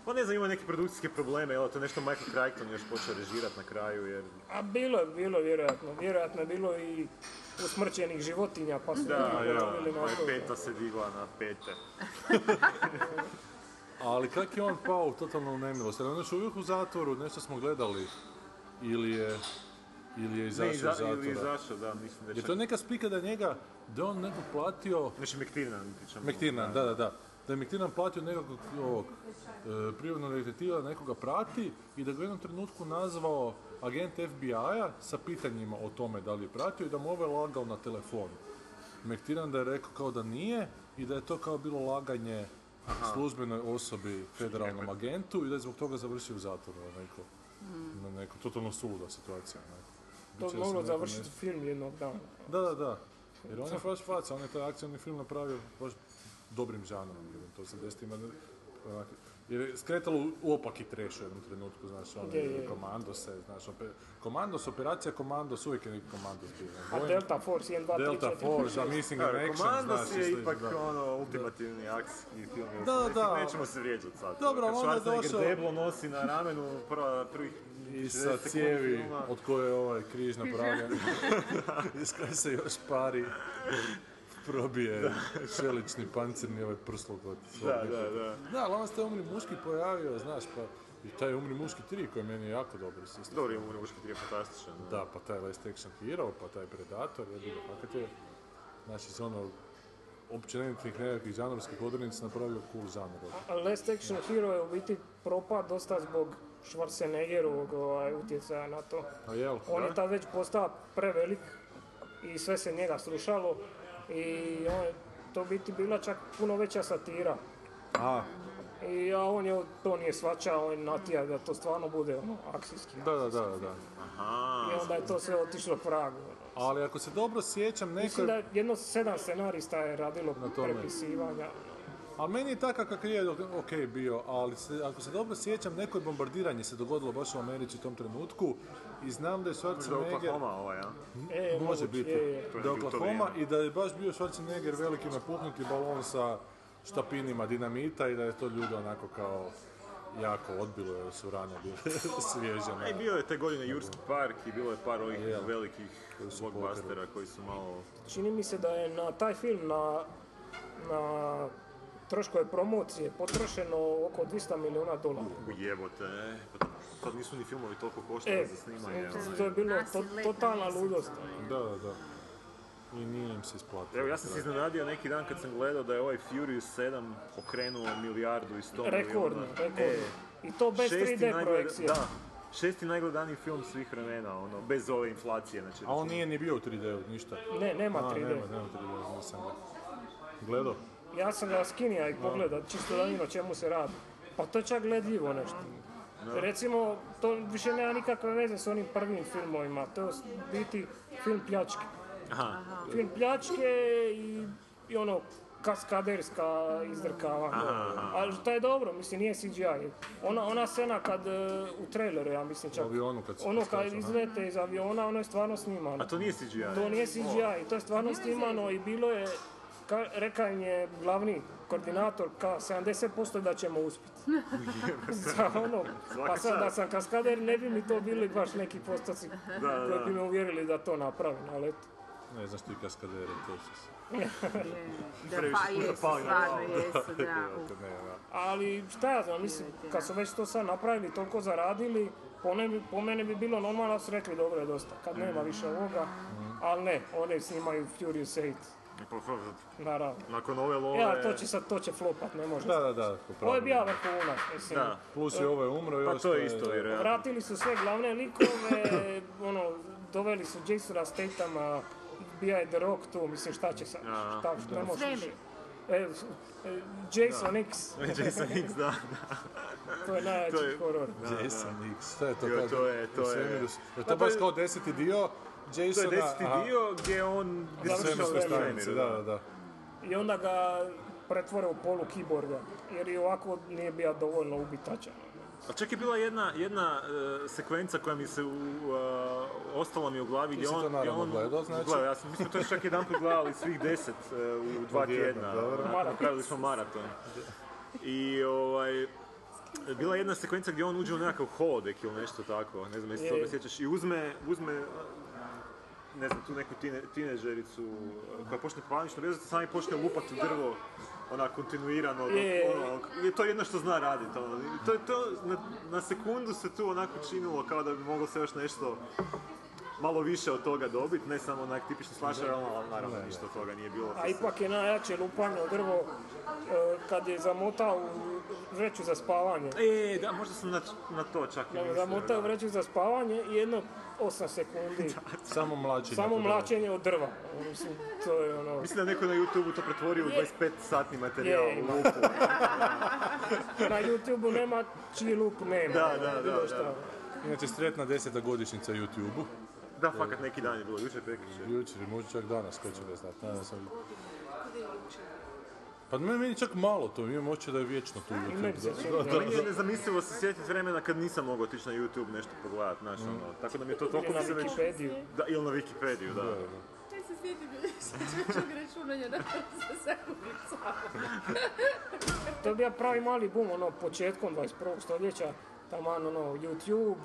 Pa ne znam, ima neke produkcijske probleme, jel, to je nešto Michael Crichton još počeo režirati na kraju, jer...
A bilo je, bilo je vjerojatno. Vjerojatno je bilo i usmrćenih životinja, pa su
Da,
ljudi
ja,
polovili na
moja
to.
peta se digla na pete.
Ali kak je on pao u totalnu nemilost? Jel On je još uvijek u zatvoru, nešto smo gledali. Ili je... Ili je izašao
Ne,
iz
iza,
zatvora.
ili izašao, da, mislim da
Je to neka spika da njega, da je on nekog platio...
Znači Mektirnan pričamo.
Mektirnan, da, da, da. Da je Mektirnan platio nekakvog ovog, e, privatnog detektiva da nekoga prati i da ga u jednom trenutku nazvao agent FBI-a sa pitanjima o tome da li je pratio i da mu je ovaj lagao na telefon. Mektirnan da je rekao kao da nije i da je to kao bilo laganje
Aha.
službenoj osobi, federalnom agentu i da je zbog toga završio u zatvoru na neko,
Mm.
na neko totalno suluda situacija. Ne?
To
Biće
bi
da se
moglo
neko
završiti
ne-
film jednog dana.
Da, da, da. Jer on je baš faca, on je taj akcijni film napravio baš dobrim žanrom, jedan to 80-ima. ne- onak, Jer je skretalo u- u opaki treš u jednom trenutku, znaš, ono,
Je, je.
komando se, znaš, ope- komandos, operacija komandos, uvijek je neki komandos bio. ne,
A
Boeing-
Delta Force 1, 2, 3, 4,
Delta Force, a Missing in
Dobro,
Action,
Komandos
znaš,
je
isto
ipak
da.
ono ultimativni akcijski film. jel
Da,
sam-
da.
Nećemo se vrijeđati sad. ono,
Dobro, ali
Kad
onda je
Schwarzenegger
došao-
deblo nosi na ramenu prva, prvih
I
60
sa
sekundi
cijevi
filma.
od koje je ovaj križ napravljen. Iz koje se još pari probije šelični pancirni ovaj prslog od svog
Da, da,
nekog-
da.
Da, ali onda se taj umri muški pojavio, znaš, pa i taj umri muški 3 koji je meni jako dobro se isto.
Dobro, Umri muški 3 je fantastičan. da.
Da, pa taj Last Action Hero, pa taj Predator, jebi ga, fakat je, znači, iz ono, općenitih nekakvih žanrovskih odrednica napravio cool žanr.
A Last Action Hero je u biti propad dosta zbog Schwarzeneggerovog ovaj, utjecaja na to.
A jel?
On je
da?
tad već postao prevelik i sve se njega slušalo i on je to u biti bila čak puno veća satira.
A,
I a on je to nije svačao, on je natija da to stvarno bude ono, akcijski.
da, da, da, da.
I onda je to sve otišlo pragu. ono.
Ali ako se dobro sjećam, neko
Mislim
je
da jedno sedam scenarista je radilo
tome.
prepisivanja.
A meni je takav kakav je ok bio, ali se, ako se dobro sjećam, neko je bombardiranje se dogodilo baš u Americi u tom trenutku i znam da je
Možda
Schwarzenegger...
Oklahoma ovaj, a?
E,
Može
moguće,
biti,
je, je.
da je Oklahoma i da je baš bio Schwarzenegger veliki napuhnuti balon sa štapinima dinamita i da je to ljudi onako kao
jako odbilo jer su rane bile svježe.
A i bio je te godine Jurski park i bilo je par ovih
Je.
velikih blockbustera koji su malo...
Čini mi se da je na taj film na, na troškove promocije potrošeno oko 200 milijuna dolara.
Ujebote, e. Pa Sad nisu ni filmovi toliko
E,
koštali za snimanje. ono, onaj.
to je bilo to, totalna ludost.
Da, da, da. I nije im se isplatilo.
Evo, ja sam se iznenadio neki dan kad sam gledao da je ovaj Furious 7 okrenuo milijardu i sto milijuna.
Rekordno, rekordno.
E,
I to bez
šesti
3D
najgleda-
projekcije.
Da, šesti najgledaniji film svih vremena, ono, bez ove inflacije. Znači,
A on nije ni bio u 3D-u, ništa.
Ne, nema
A,
3D.
Nema, nema 3D, nisam ga gledao.
Ja sam ga skinija i pogledao, čisto da vidim o čemu se radi. Pa to je čak gledljivo nešto.
Da.
Recimo, to više nema nikakve veze s onim prvim filmovima, to je u biti film pljačke.
Aha.
Film pljačke i, i ono kaskaderska izdrkavanja.
Aha.
Ali to je dobro, mislim, nije CGI. Ona, ona scena kad, e, u traileru, ja mislim čak,
U avionu kad se
ono kad
preskaču, ne?
izlete iz aviona, ono je stvarno snimano.
A to nije CGI?
To nije CGI, to je stvarno snimano i bilo je, ka, rekao im je glavni koordinator, ka 70% da ćemo uspjeti. Za ono,
Svaka
pa sad da
čast.
sam kaskader ne bi mi to bili baš neki postoci
Da, da,
koji
da.
bi me uvjerili da to napravim, ali eto.
Ne znaš ti kaskadere, to su se...
Da,
Previše
pa
puta
jesu,
pali na
stvarno
glavu,
jesu, da,
jebote, ne, da.
Ali šta ja znam, mislim, kad su već to sad napravili, toliko zaradili, po, ne bi- po mene bi bilo normalno da su rekli dobro je dosta,
Mm.
kad nema više ovoga, ali ne, oni snimaju Furious 8,
Pa, pa,
naravno.
pa, Nakon ove love...
Ja, to će sad, to će flopat, ne može.
Da, da, da.
Ovo je bio vrhunac, mislim.
Da.
Plus i ovo je ovaj umro i
Pa
ovo
to je isto vjerojatno.
Vratili su sve glavne likove, ono, doveli su Jasona Statama, bija je The Rock tu, mislim šta će sad,
Ja.
šta, ne možeš.
Svemir.
više. E, e, Jason X.
Jason X, da.
To je najjači
To je-
horor.
Jason X, šta je to?
Jo,
kao-
to je- to
u
je-
svemiru su-
Pa
Je to
to
baš
je-
kao deseti dio Jasona?
To je deseti
aha.
dio gdje on... gdje se
Svemirske
sve
stanice, da, da, da.
I onda ga pretvore u polu kiborga, jer i ovako nije bio dovoljno ubitačan.
A čak je bila jedna, jedna e, sekvenca koja mi se u, e, ostala mi u glavi
Ti
gdje
si
on...
to
gdje
naravno
on,
gledao, znači?
Gledao, ja sam, mi smo to čak jedan put gledali svih deset e, u dva
Odjednom,
tjedna.
dobro.
Onako, Napravili smo maraton. I ovaj... Bila je jedna sekvenca gdje on uđe u nekakav hodek ili nešto tako, ne znam jesi
Je.
toga sjećaš, i uzme, uzme e, ne znam, tu neku tine, tinežericu e, koja počne panično rezati, sami počne lupati u drvo, ona kontinuirano, dok-
Je.
ono, je to jedno što zna raditi, ono. I To, to na, na sekundu se tu onako činilo kao da bi moglo se još nešto malo više od toga dobiti, ne samo onak tipični slasher, ono, ali naravno ništa od toga nije bilo.
A ipak je najjače lupanje u drvo e, kad je zamotao u vreću za spavanje.
E, da, možda sam na, na to čak i mislio.
Zamotao
da.
u vreću za spavanje i jedno 8 sekundi.
Samo mlačenje.
Samo
to da.
mlačenje od drva. Mislim, to je ono...
Mislim da neko na YouTube to pretvorio u
Je.
25-satni materijal
Je,
u
ima.
lupu.
Na YouTube nema čiji lup nema.
Da, da,
bilo
da,
šta.
da.
Inače, sretna deseta godišnjica YouTube-u.
Da, fakat neki dan je bilo, jučer prekriče.
Jučer, možda čak danas, ko će ga znati. nadam se. Pa meni meni čak malo to, imam oče da je vječno tu
meni se čini.
YouTube. Da, da,
Pa Meni je
da.
nezamislivo se sjetiti vremena kad nisam mogao otići na YouTube nešto pogledat, znaš,
Mm.
ono, tako da mi je to toliko
Ili na
sve već-
Wikipediju.
Da, ili na Wikipediju, da.
Kaj se sjetim šećućeg računanja da se sve
To je bio pravi mali bum, ono, početkom 21. stoljeća, taman, ono, YouTube,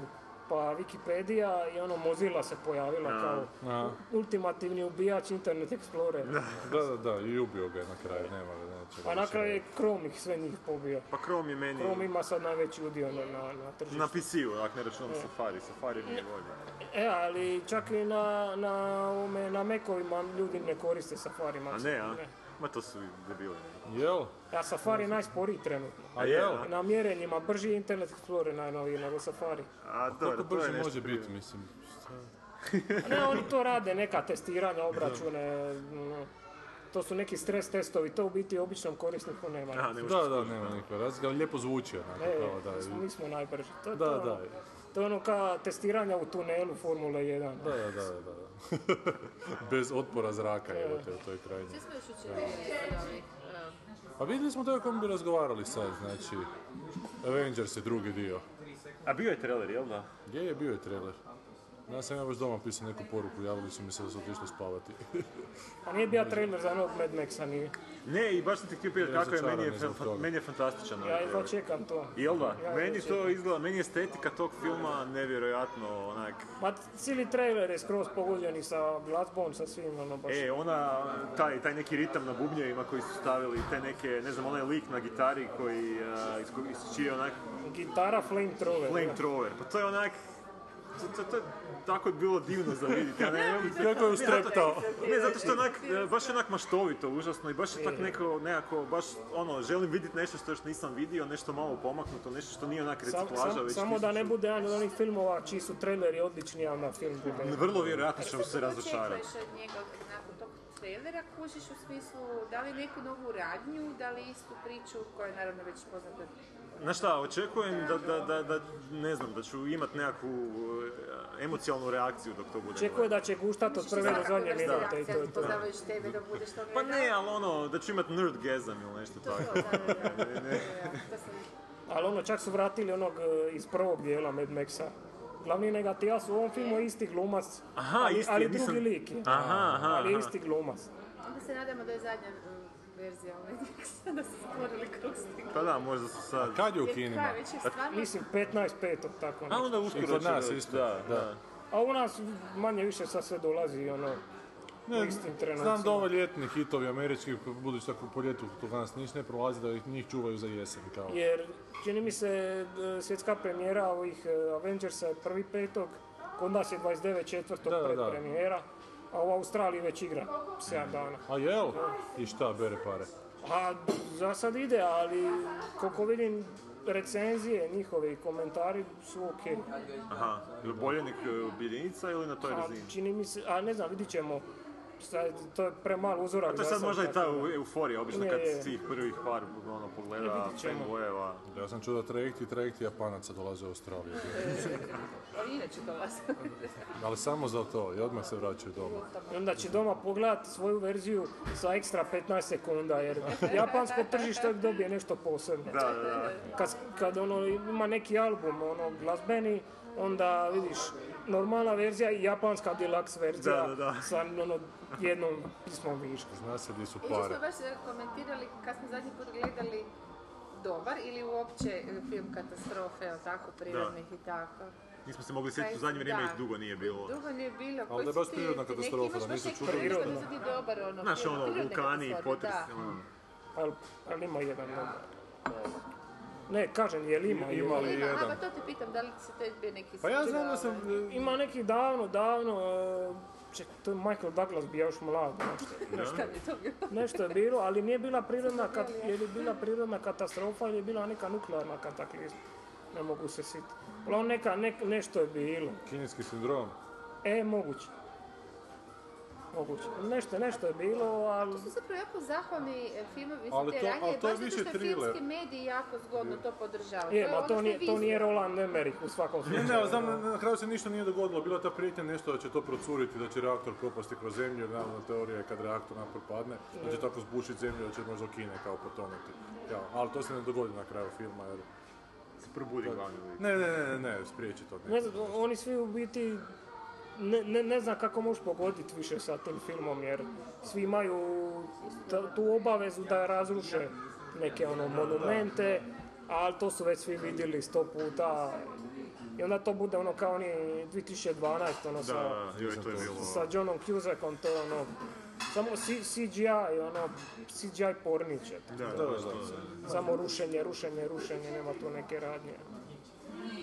pa Wikipedia i ono, Mozilla se pojavila
Da.
kao
Da.
ultimativni ubijač Internet Explorer.
Da, da, da, i ubio ga je na kraju, nema ga, neće ga
A Pa na
više
kraju je
raditi.
Chrome ih sve njih pobio.
Pa Chrome je meni...
Chrome ima sad najveći udio na, na, na tržištu.
Na PC-u, ak ne računam
E.
Safari, Safari mi je bolje.
E, ali čak i na, na, ovome, na Macovima ljudi ne koriste Safari
A
Max.
ne, a? Ma to su debili.
Jel?
A Safari je najsporiji trenutno.
A jel?
Na mjerenjima, brži Internet Explorer najnoviji nego Safari.
A dobro,
Pa Koliko
to je
brže
nešto
može
prije.
biti, mislim. šta-
A Ne, oni to rade, neka testiranja, obračune, ono, to su neki stres testovi, to u biti običnom korisniku nema.
Da, da, nema nikakve razlike, ali lijepo zvuči onako
E,
kao da...
smo- mi smo najbrži. To, je
Da,
to,
da.
To je ono kao testiranja u tunelu Formule 1.
Da, da, da, da, da. Bez otpora zraka,
Da.
evo te, u toj krajnji.
Svi smo još učili.
Pa vidjeli smo to o kom bi razgovarali sad, znači... Avengers je drugi dio.
A bio je trailer, jel da?
Gdje je bio je trailer? Ja sam ja baš doma pisao neku poruku, javili su mi se da su otišli spavati.
A nije bio trailer za novog Mad Maxa, nije.
Ne, i baš sam ti htio pitati
Ja
kako je, meni je,
razočaran sam
fan-
toga.
meni je fantastičan. ovaj
Ja
trailer.
jedva čekam to.
Jel da?
Ja
meni
jedva
to
čekam.
izgleda, meni je estetika tog filma nevjerojatno onak.
Ma cijeli trailer je skroz pogođen i sa glazbom, sa svim ono baš.
E, ona, taj, taj neki ritam na bubnjevima koji su stavili, te neke, ne znam, onaj lik na gitari koji, a, iz kog- iz čije onak...
Gitara flamethrower. ono.
Flamethrower, pa to je onak... To, to, to je tako je bilo divno za vidjeti. Ja ne, ne,
Kako je ustreptao.
Ne, zato što je onak, e, baš je onak maštovito, užasno i baš je tak neko, nekako, baš ono, želim vidjeti nešto što još nisam vidio, nešto malo pomaknuto, nešto što nije onak
Sam-
reciklaža
sam-
već.
samo da
tisuću-
ne bude jedan od onih filmova čiji su traileri odlični, a na film bude.
Vrlo vjerojatno ćemo se razočarati.
Očekuješ od njega nakon tog trailera, kužiš u smislu da li neku novu radnju, da li istu priču koja je naravno već poznata.
Znaš šta, očekujem da, da, da, da, ne znam, da ću imat nekakvu e, emocijalnu reakciju dok to bude.
Očekuje da će guštat od Pa prve do zadnje minute i to je to.
Poznavajući tebe da budeš to
Pa ne, ali ono, da ću imat nerdgasm ili nešto
To,
tako. Ne, ne.
Ali ono, čak su vratili onog e, iz prvog dijela Mad Maxa. Glavni negativa su u ovom filmu isti glumac,
Aha,
ali,
isti,
ali
nisam-
drugi lik je.
Aha, aha,
ali
aha.
isti glumac.
Onda se nadamo da je zadnja mm, verzija ove da su stvorili krug s tim.
Pa da, možda su sad.
Kad je u
Jer
kinima?
kaj, već je stvarno-
Mislim 15-5 tako
A onda
nešto.
uskoro
I kod
će
nas
doći,
isto,
Da,
da.
da.
A u nas manje više sad sve dolazi ono, u
Ne,
istim trenucima.
znam da ovo ljetni hitovi američki, budući tako po ljetu kod nas niš ne prolazi, da ih njih čuvaju za jesen kao.
Jer čini mi se e, svjetska premijera ovih e, Avengersa je prvi petog, kod nas je 29 četvrtog
Da, da, da.
predpremijera, a u Australiji već igra 7 dana.
A jel? I šta, bere pare.
A za sad ide, ali koliko vidim recenzije njihove i komentari su ok.
Aha, je li bolje nek e, jedinica ili na toj
A
razini?
čini mi se, a ne znam, vidit ćemo. Sad, to je premalo uzorak.
A to je
za
sad možda i ta
tako da.
eu- euforija, obično
Je,
kad
je.
si prvih par ono,
Ne,
pogleda
vidit ćemo.
fanboyeva.
Da, Ja sam čuo da trajekti, trajekti Japanaca dolaze u Australiju.
Ali inače to vas.
Ali samo za to i odmah se vraćaju doma.
I onda će doma pogledati svoju verziju sa ekstra 15 sekunda, jer japansko tržište uvijek dobije nešto posebno.
Da, da, da.
Kad, kad ono, ima neki album, ono, glazbeni, onda vidiš normalna verzija i japanska deluxe verzija
Da, da, da.
sa ono, jednom pismom viška.
Zna se di su
Ili
pare.
smo baš e, komentirali kad smo zadnji put gledali dobar ili uopće e, film katastrofe, jel tako, prirodnih i tako.
Nismo se mogli sjetiti, u zadnje vrijeme ih dugo nije bilo.
Dugo nije bilo.
Ali da je
koji
baš
su ti-
prirodna
ti neki
katastrofa,
imaš
da
baš
nisu
neki
čuli
film,
ništa.
što ti dobar, ono,
Znaš,
film,
ono,
prirodne
vulkani i
katastrofe,
potresi,
da.
ono.
Ali, ali ima jedan dobar. Ne, kažem, jel ima?
Ima li
jedan?
Ima, a, pa to te pitam, da li se to bio neki
Pa ja
slučaj,
znam da
ovaj,
sam... Ima neki davno, davno... e, Ček, to je Michael Douglas bio još mlad. nešto-
Šta bi to bilo?
Nešto je bilo, ali nije bila prirodna, kat, je li bila prirodna katastrofa ili je bila neka nuklearna kataklizma. Ne mogu se sjetiti. Uglavnom neka, nek- nešto je bilo.
Kineski sindrom.
E, moguće. Moguće. Nešto, nešto je bilo, ali...
To su zapravo jako zahvalni e, filmovi
Ali
za te
to-
ranije,
ali to je
baš zato
više
što
thriller.
filmski mediji jako zgodno to podržavaju.
Je, ma
ono što
to nije, to
vizija.
nije Roland Emmerich u svakom
Ne,
slučaju.
ne, ali znam, na- na kraju se ništa nije dogodilo. Bila je ta prijetnja nešto da će to procuriti, da će reaktor propasti kroz zemlju, jer naravno teorija je kad reaktor napor padne, da će tako zbušiti zemlju, da će možda Kine kao potonuti. Ja, ali to se ne dogodi na kraju filma, jer...
Se probudi glavni lik.
Ne, ne, ne, ne, ne, spriječi to.
Ne znam, oni svi u biti ne, ne, ne znam kako možeš pogoditi više sa tim filmom jer svi imaju ta- tu obavezu da razruše neke ono monumente, ali to su već svi vidjeli sto puta. I onda to bude ono kao oni 2012 ono sa,
Da, joj, to je bilo.
sa Johnom Cusackom to ono samo C- CGI ono CGI porniče.
Da, da, da.
Samo rušenje, rušenje, rušenje, nema tu neke radnje.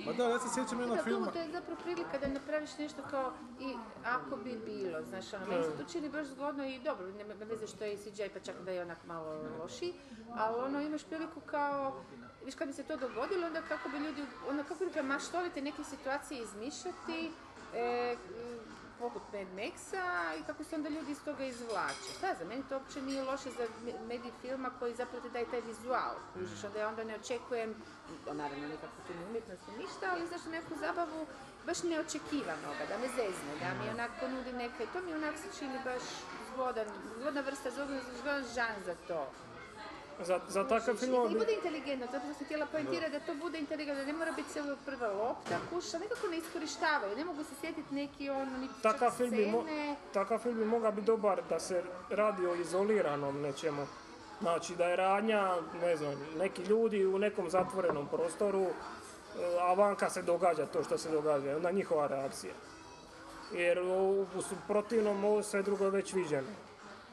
Ma da, ja se sjećam jednog
Da,
filma.
to je zapravo prilika da napraviš nešto kao i ako bi bilo, znaš, ono, meni se to čini baš zgodno i dobro, nema veze što je i CGI, pa čak da je onak malo loši, ali ono, imaš priliku kao, viš kad bi se to dogodilo, onda kako bi ljudi, onda kako bi ga maštovite neke situacije izmišljati, e, m, poput Mad Maxa i kako se onda ljudi iz toga izvlače. Šta za meni to uopće nije loše za me- medij filma koji zapravo ti daje taj vizual. Kužiš, onda ja onda ne očekujem, o, naravno nikakvu tu ni umjetnost ni ništa, ali zašto neku zabavu baš neočekivanoga, da me zezne, da mi onak ponudi neke, to mi onak se čini baš zgodan, zgodna vrsta, zgodan, zgodan žan za to.
Za, za takav film...
Ne bude inteligentno, zato što sam htjela pojentirati da to bude inteligentno, da ne mora biti cijelo prva lopta, kuša, nekako ne iskorištavaju, ne mogu se sjetiti neki ono, ni čak
Takav film, bi mo-
scene.
takav film bi mogao biti dobar da se radi o izoliranom nečemu. Znači da je radnja, ne znam, neki ljudi u nekom zatvorenom prostoru, e, a vanka se događa to što se događa, onda njihova reakcija. Jer u, u protivnom ovo sve drugo je već viđeno.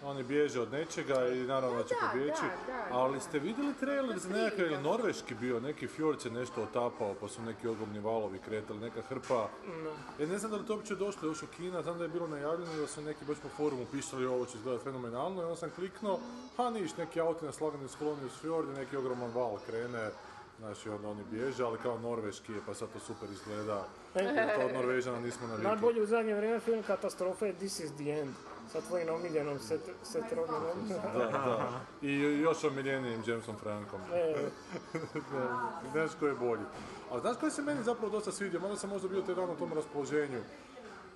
Oni bježe od nečega i naravno da će
da,
pobjeći.
da, da.
Ali ste vidjeli trailer za nekakav ili norveški bio, neki fjord se nešto otapao, pa su neki ogromni valovi kretali, neka hrpa. Ja ne znam da li to uopće došlo još u Kina, znam da je bilo najavljeno da su neki baš po forumu pisali ovo će izgledati fenomenalno i onda sam kliknuo, ha niš, neki auti naslagani s koloniju s fjord i neki ogroman val krene. Znači onda oni bježe, ali kao norveški je, pa sad to super izgleda. Jer to od Norvežana nismo navikli.
Najbolji u zadnje vrijeme film katastrofe je This is the End. Sa tvojim omiljenom set, setroninom.
Da, da. I još omiljenijim Jamesom Frankom.
E.
Ne, Znaš koji je bolji. A znaš koji se meni zapravo dosta svidio, mada sam možda bio taj dan u tom raspoloženju.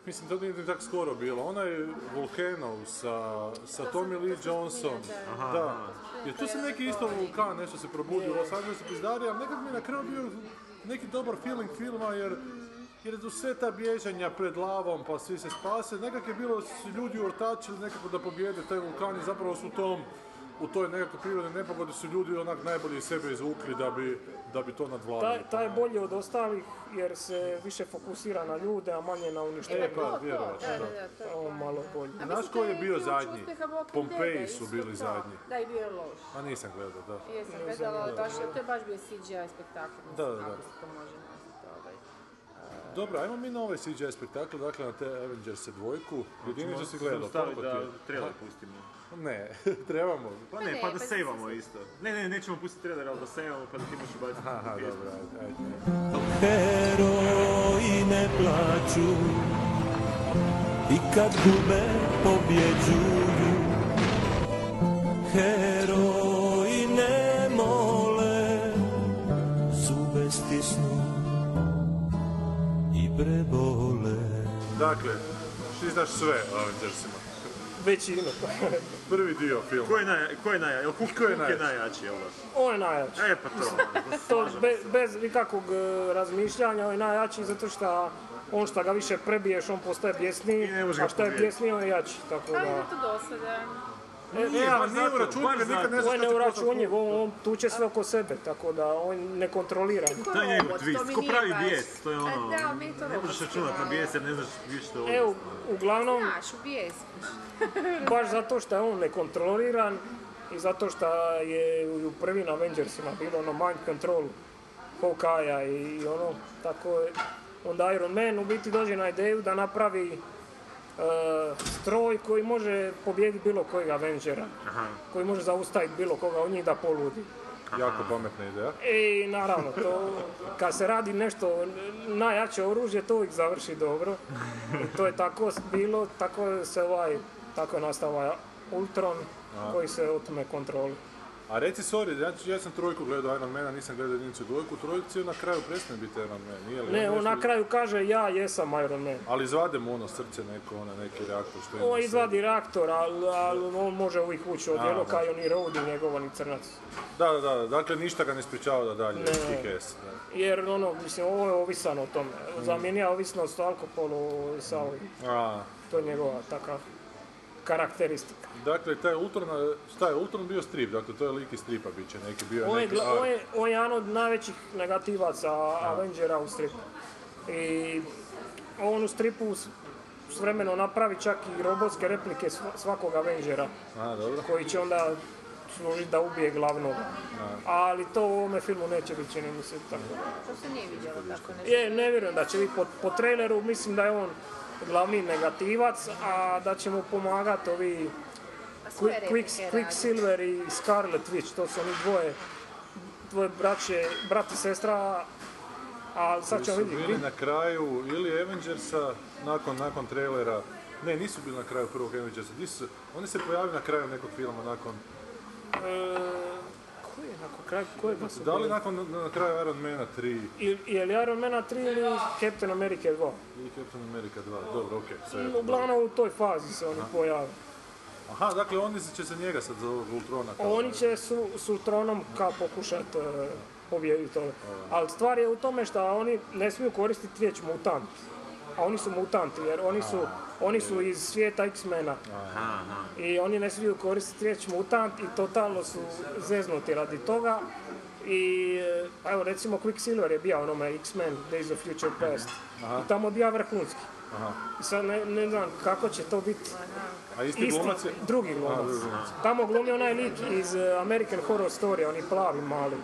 Mislim, to nije ni tako skoro bilo. Onaj Volcano sa, sa Tommy Lee Johnson.
Aha.
Da. Jer tu se neki isto vulkan, nešto Ono se probudio u Los Angelesu pizdari, ali nekad mi je na kraju bio neki dobar feeling filma, jer jer su sve ta bježanja pred lavom, pa svi se spase, nekako je bilo su ljudi ortačili nekako da pobjede taj vulkan i zapravo su u tom u toj nekakvoj prirodnoj nepogodi su ljudi onak najbolje iz sebe izvukli da bi, da bi to nadvladali.
Taj, taj je bolji od ostalih jer se više fokusira na ljude, a manje na uništenje.
E, pa, To, to, vjerovatno, da, da. da,
Ovo malo bolje.
A Znaš ko je bio zadnji?
uspjeha Walking Deada,
Pompeji
isto
su bili zadnji.
Da, i bio je loš.
A nisam gledao, da.
Jesam gledala,
Da.
baš, to je baš bio CGI spektakl,
Da, da,
mislim,
da.
ako se to može nazvati ovaj.
Dobro, ajmo mi na ovaj CGI spektakl, dakle na te Avengers dvojku. Jedini
Znači, možda
što si
smo
gledao,
stali
koliko
da
ti je?
trailer
Pa,
pustimo.
Ne, trebamo.
Pa ne, pa da sejvamo isto. Ne, ne, nećemo pustiti trailer, ali da sejvamo pa da ti možeš ubaciti
Aha,
pjesmu.
dobro, ajde, ajde.
Heroji ne plaću I kad gube pobjeđuju Heroji ne mole Zube stisnu I prebole
Dakle, ti znaš sve o Avengersima.
Većinu.
Prvi dio filma.
Ko je najjači? Ko je najjači? Ko je
najjači?
najjači, jel da?
On je najjači.
E, pa to.
To be- bez nikakvog e, razmišljanja, on je najjači zato što on šta ga više prebiješ, on postaje bjesniji,
može ga
a šta je
pobijediti.
bjesniji, on je jači, tako
Ali
da...
je to dosadan.
E,
Nije,
ja,
baš zato, baš zato.
On je neuračunljiv, on, on tuče sve oko sebe, tako da on ne kontrolira.
To je njegov twist, ko pravi bijes, to je ono,
E, da, mi to
ne možeš računati na bijes jer ne znaš više što je
E, u-
ovo.
uglavnom,
Znaš, ubijes.
baš zato što je on nekontroliran i zato što je u prvim Avengersima bilo ono mind control Hawkeye i, i ono, tako je. Onda Iron Man u biti dođe na ideju da napravi e, stroj koji može pobijediti bilo kojeg Avengera,
Aha.
koji može zaustaviti bilo koga od njih da poludi.
Jako pametna ideja.
I E, naravno, to, kad se radi nešto najjače oružje, to uvijek završi dobro. I to je tako bilo, tako se ovaj, tako je nastao ovaj Ultron
A.
koji se otme kontroli.
A reci, sorry, ja, ja sam trojku gledao Iron Mana, nisam gledao jedinicu i dvojku, u trojci je na kraju prestane biti Iron Man, nije li? ono
Ne, on
nešto-
na kraju kaže ja jesam Iron Man.
Ali izvade mu ono srce neko, ono neki reaktor što ima.
On
sve.
izvadi reaktor, ali on može uvijek ući od
A,
jelo
može.
kao i oni Rodi njegova ni crnac.
Da, da, da, dakle ništa ga ne sprječava da dalje,
Ne.
kick-ass. da.
Jer ono, mislim, ovo je ovisan o tome.
Mm.
Zamijenija ovisnost o alkoholu sa ovim.
A,
To je njegova taka karakteristika.
dakle, taj Ultron, a, šta je, Ultron bio strip, dakle to je lik iz stripa bit će neki, bio
On je,
neki
gla-
art.
on je- on je jedan od najvećih negativaca Avengera u stripu. I on u stripu s, s vremenom napravi čak i robotske replike sv- svakog Avengera
A, dobro.
koji će onda služiti da ubije glavnog.
A.
Ali to u ovome filmu neće biti, čini mi se tako.
To se nije vidjelo tako nešto.
Je, ne vjerujem da će biti po, po traileru, mislim da je on glavni negativac, a da će mu pomagati ovi
A svoje
Quick,
replike
Quick,
radi.
Quicksilver i Scarlet Witch, to su oni dvoje, dvoje braće, brat i sestra, a sad
Koji
ćemo
su bili
vidjeti.
na kraju ili Avengersa, nakon, nakon trailera, ne, nisu bili na kraju prvog Avengersa, di su, oni se pojavili na kraju nekog filma nakon
Koji e, je nakon kraj, koji je
Da li nakon na, na kraju Iron Mana 3
I, je li Iron Man 3 ili Captain America 2?
ili Captain America 2? Dobro, okej, sve je
I
dobro.
Uglavnom u toj fazi se oni pojave.
Aha, dakle oni će se njega sad za ovog Ultrona. kao-
Oni će su, s Ultronom kao pokušat e, pobijediti ove. Ali stvar je u tome što oni ne smiju koristiti riječ mutant. A oni su mutanti jer oni su, oni su iz svijeta X-mena. I oni ne smiju koristiti riječ mutant i totalno su zeznuti radi toga. I e, pa evo recimo Quicksilver je bio onome X-Men Days of Future Past.
Aha.
I tamo je bio vrhunski.
Aha.
I sad ne, ne znam kako će to biti
A isti glumac je?
Drugi
A,
glumac.
drugi glumac.
Tamo glumi onaj lik iz eh, American Horror Story, oni plavi mali.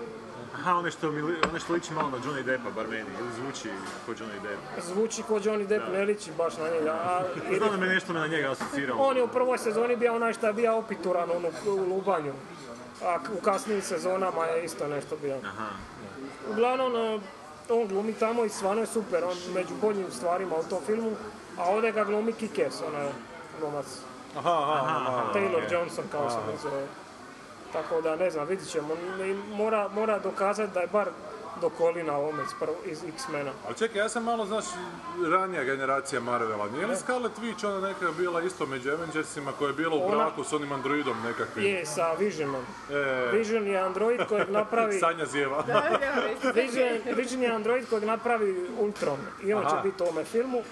Aha, ono što, mi, li- ono što liči malo na Johnny Deppa, bar meni, ili zvuči ko Johnny Depp.
Zvuči ko Johnny Depp, ne liči baš na njega. A,
Znam da me nešto me na njega asociralo.
on je u prvoj sezoni bio onaj što je bio opituran ono, u Lubanju. A k- u kasnijim sezonama je isto nešto bio. Uglavnom, eh, on glumi tamo i stvarno je super, on među boljim stvarima u tom filmu. A ovdje ga glumi Kikes, onaj glumac.
Aha, aha, aha,
Taylor
ok.
Johnson kao se
Aha.
ga zove. Tako da ne znam, vidit ćemo. I Mora, mora dokazati da je bar do kolina ovome iz, prvo- iz X-mena.
Ali Pa čekaj, ja sam malo, znaš, ranija generacija Marvela. Nije li Scarlet Witch ona neka bila isto među Avengersima koja je bila u
Ona-
braku s onim androidom nekakvim?
Je sa Visionom.
E.
Vision je android kojeg napravi...
Sanja zjeva.
Vision, Vision je android kojeg napravi Ultron. I on
Aha.
će biti u ovome filmu.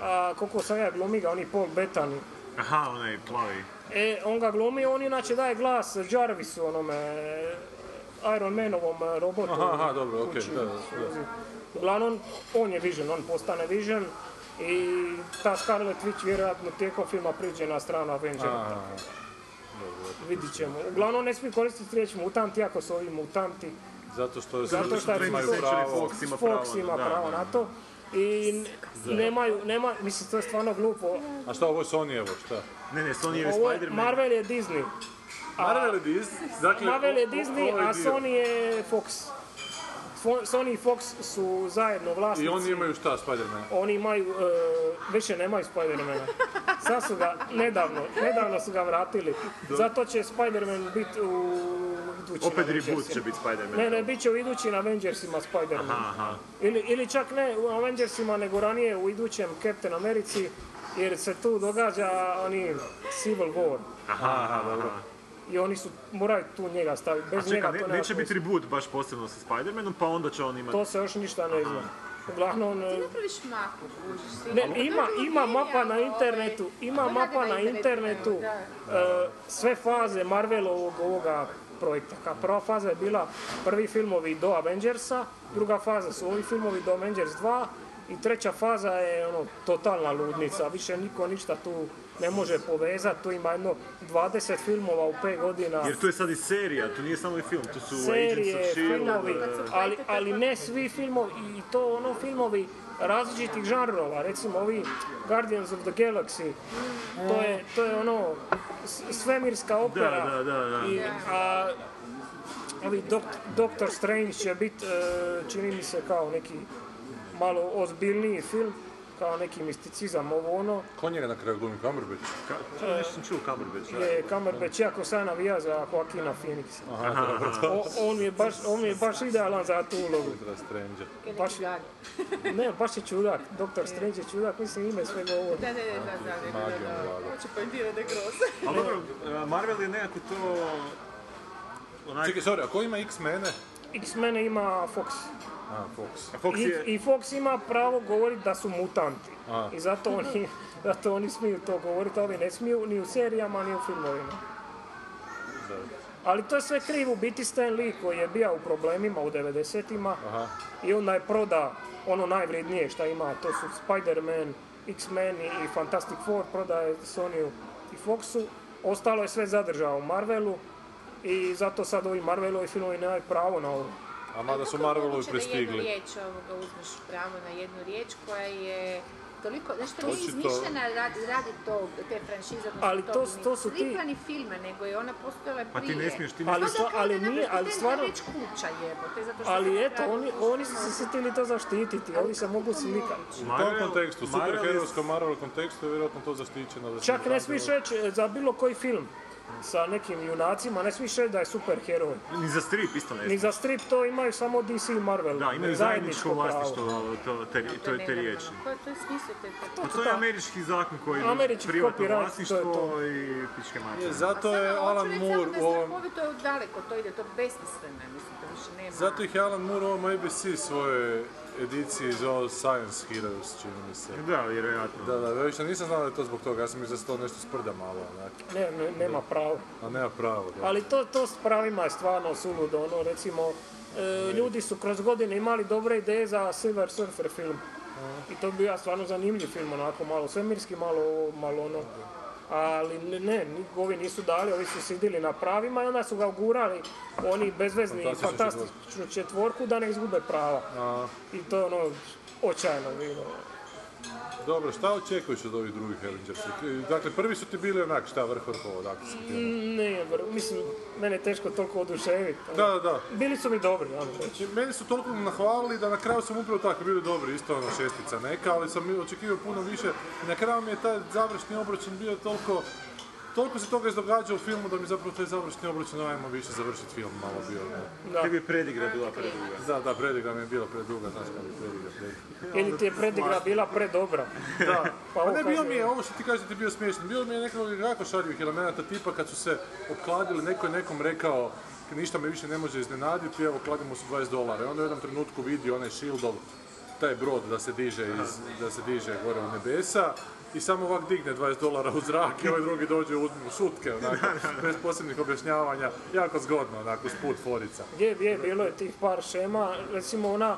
A koliko sam ja glumi ga, oni Paul Bettany.
Aha, onaj plavi.
E, on ga glumi, on inače daje glas Jarvisu, onome eh, Iron Manovom eh, robotu.
Aha, aha, dobro, okej,
kući.
da, da, da.
Uglavnom, on je Vision, on postane Vision i ta Scarlet Witch vjerojatno tijekom filma priđe na stranu Avengera.
Aha.
Vidit ćemo. Uglavnom, ne smije koristiti riječ mutanti, ako su ovi mutanti.
Zato što
Zato što
imaju
Fox-
pravo.
Fox ima pravo, na to. I n-
Da.
nemaju, nema, mislim, to je stvarno glupo.
A šta ovo je Sonyevo, šta?
Ne, ne,
Ovo je, Marvel je Disney. A-
Marvel je Disney, dakle,
Marvel je
o- o-
Disney,
ovaj
a
dio.
Sony je Fox. Fo- Sony i Fox su zajedno vlasnici.
I oni imaju šta, Spider-Man?
Oni imaju, e, više nemaju Spider-Mana. Sad su ga, nedavno, nedavno su ga vratili. Zato će Spider-Man biti u idućim
Opet reboot
Avengersima.
će biti Spider-Man.
Ne, ne, bit će u idućim Avengersima Spider-Man.
Aha, aha.
Ili, ili čak ne u Avengersima, nego ranije u idućem Captain Americi, jer se tu događa oni Civil War.
Aha, aha, dobro.
I oni su, moraju tu njega staviti.
A
Bez
čekaj,
njega to
ne-
nema
neće
smisla.
biti reboot baš posebno sa Spider-Manom, pa onda će on imati...
To se još ništa ne zna. Uglavnom,
Ti
e,
napraviš mapu, kužiš. sve.
Ne,
To je
ima,
bilo
ima mapa na
genijalno, ovaj.
internetu, ima
To rade
mapa na internetu,
da.
e, sve faze Marvelovog ovoga projekta. Ka prva faza je bila prvi filmovi do Avengersa, druga faza su ovi filmovi do Avengers 2 i treća faza je ono totalna ludnica, više niko ništa tu ne može povezati, tu ima jedno 20 filmova u 5 godina
Jer tu je sad i serija, tu nije samo i film, tu su Agents of
serije,
S.H.I.E.L.D.
filmovi,
eh,
e, ali, ali ne svi filmovi, i to ono filmovi različitih žanrova, recimo ovi Guardians of the Galaxy, to je, to je ono s- svemirska opera,
da, da, da.
I, a ovi Dokt- Doctor Strange će biti, čini mi se kao neki malo ozbiljniji film, kao neki misticizam, ovo ono,
Ko njega na kraju glumi Cumberbatch?
to nešto sam
čuo Cumberbatch,
je Cumberbatch, jako sam navija za Joaquina Phoenixa.
Aha, dobro, to.
O- on, mi je baš, on mi je baš idealan za tu ulogu.
Ultra Stranger.
Baš, ne, baš je čudak. Doktor Strange je čudak, mislim ime sve govori.
Da, da, da, da, da, da, da, da, da. Hoće
pa
pojentirati da je grozno.
Ali dobro, eh, Marvel je nekako to...
Čekaj, sorry, a ko ima X-mene?
X-Men ima Fox.
A, Fox.
I, I Fox ima pravo govoriti da su mutanti.
A.
I zato oni, zato oni smiju to govoriti, ali ne smiju ni u serijama, ni u filmovima. Ali to je sve krivo, u biti Stan Lee koji je bio u problemima u 90-ima
Aha.
i onda je proda ono najvrijednije što ima, to su Spider-Man, X-Men i i Fantastic Four, prodaje Sonyu i Foxu. Ostalo je sve zadržao u Marvelu i zato sad ovi Marvelovi filmovi nemaju pravo na ovo.
A mada su
Kako je
Marvelovi
moguće Da jednu
prestigli.
riječ ovoga uzmeš pravo na jednu riječ koja je toliko, znaš što nije
Očito-
izmišljena radi, radi tog, te franšize, odnosno
Ali
tog,
to su-
ni
to su ti-
priplani filma, nego je ona postojala prije.
Pa ti ne smiješ, ti ne Ali smiješ. stva- ali nije, ali stvarno-
Reč kuća jebote, zato što
Ali
se
eto,
napravi-
oni, oni su
ono,
se sjetili to zaštititi, oni se mogu slikati.
U tom
Marvel-
kontekstu, u
Marvel je-
superherojskom Marvel kontekstu je vjerojatno to zaštićeno. da se
Čak ne
radi
smiješ
o-
reći e, za bilo koji film. sa nekim junacima, ne smiješ reći da je super heroj.
Ni za strip isto ne
Ni
smiješ.
za strip to imaju samo DC i Marvel.
Da, imaju zajedničko
pravo.
vlasništvo to, te, to, te riječi.
Ko je to smislio?
Pa to je američki zakon koji je
Američki
privatno
copyright,
vlasništvo i pičke mače.
Je, zato je Alan Moore u ovom...
to je daleko, to ide, to je besmisleno, je, mislim, to više nema.
Zato ih je Alan Moore u ovom ABC svojoj ediciji zvao Science Heroes, čini mi se.
Da, vjerojatno.
Da, da, više nisam znao da je to zbog toga, ja sam mislio da se to nešto sprda malo, onak.
Ne, ne- nema pravo.
A nema pravo, da.
Pa Ali to, to s pravima je stvarno suludo, ono recimo, e, ljudi su kroz godine imali dobre ideje za Silver Surfer film. I to bi ja stvarno zanimljiv film, onako malo svemirski, malo ovo, malo ono. Ali ne, ne, ni- ovi nisu dali, ovi su sidili na pravima i onda su ga ugurali oni bezvezni
Fantastičnu
fantastičnu četvorku da ne izgube prava.
A,
I to je ono, očajno bilo.
dobro, šta očekuješ od ovih drugih Avengersa? K- Dakle, prvi su ti bili onak, šta, vrh vrhova od akcijskih filmova.
Mm, Nije, vrlo- mislim, mene je teško toliko oduševiti.
Da, da, da.
Bili su mi dobri, ja bih
Znači, meni su toliko nahvalili da na kraju sam upravo tako bili dobri, isto ono šestica neka, ali sam očekivao puno više. I na kraju mi je taj završni obračun bio toliko... Toliko se toga izdogađa u filmu da mi zapravo taj završni obračun ajmo više završiti film malo bio. Ne?
Da.
Tebi je predigra bila preduga.
Da, da, predigra mi je bila preduga, znaš kada je predigra predigra.
Ili ti je predigra bila predobra.
Da,
Pa
pa
ovo
ne bio
kaže-
mi je ovo što ti kažeš da ti je bio smiješan, bilo mi je nekog jako šaljivih elemenata tipa kad su se opkladili, neko je nekom rekao ništa me više ne može iznenaditi, evo kladimo su 20 dolara. I onda u jednom trenutku vidi onaj Shieldov, taj brod da se diže, iz, da se diže gore u nebesa i samo ovak digne 20 dolara u zrak i ovaj drugi dođe i uzme mu šutke, onako, bez posebnih objašnjavanja, jako zgodno, onako, sput forica.
Je, je, bilo je tih par šema, recimo ona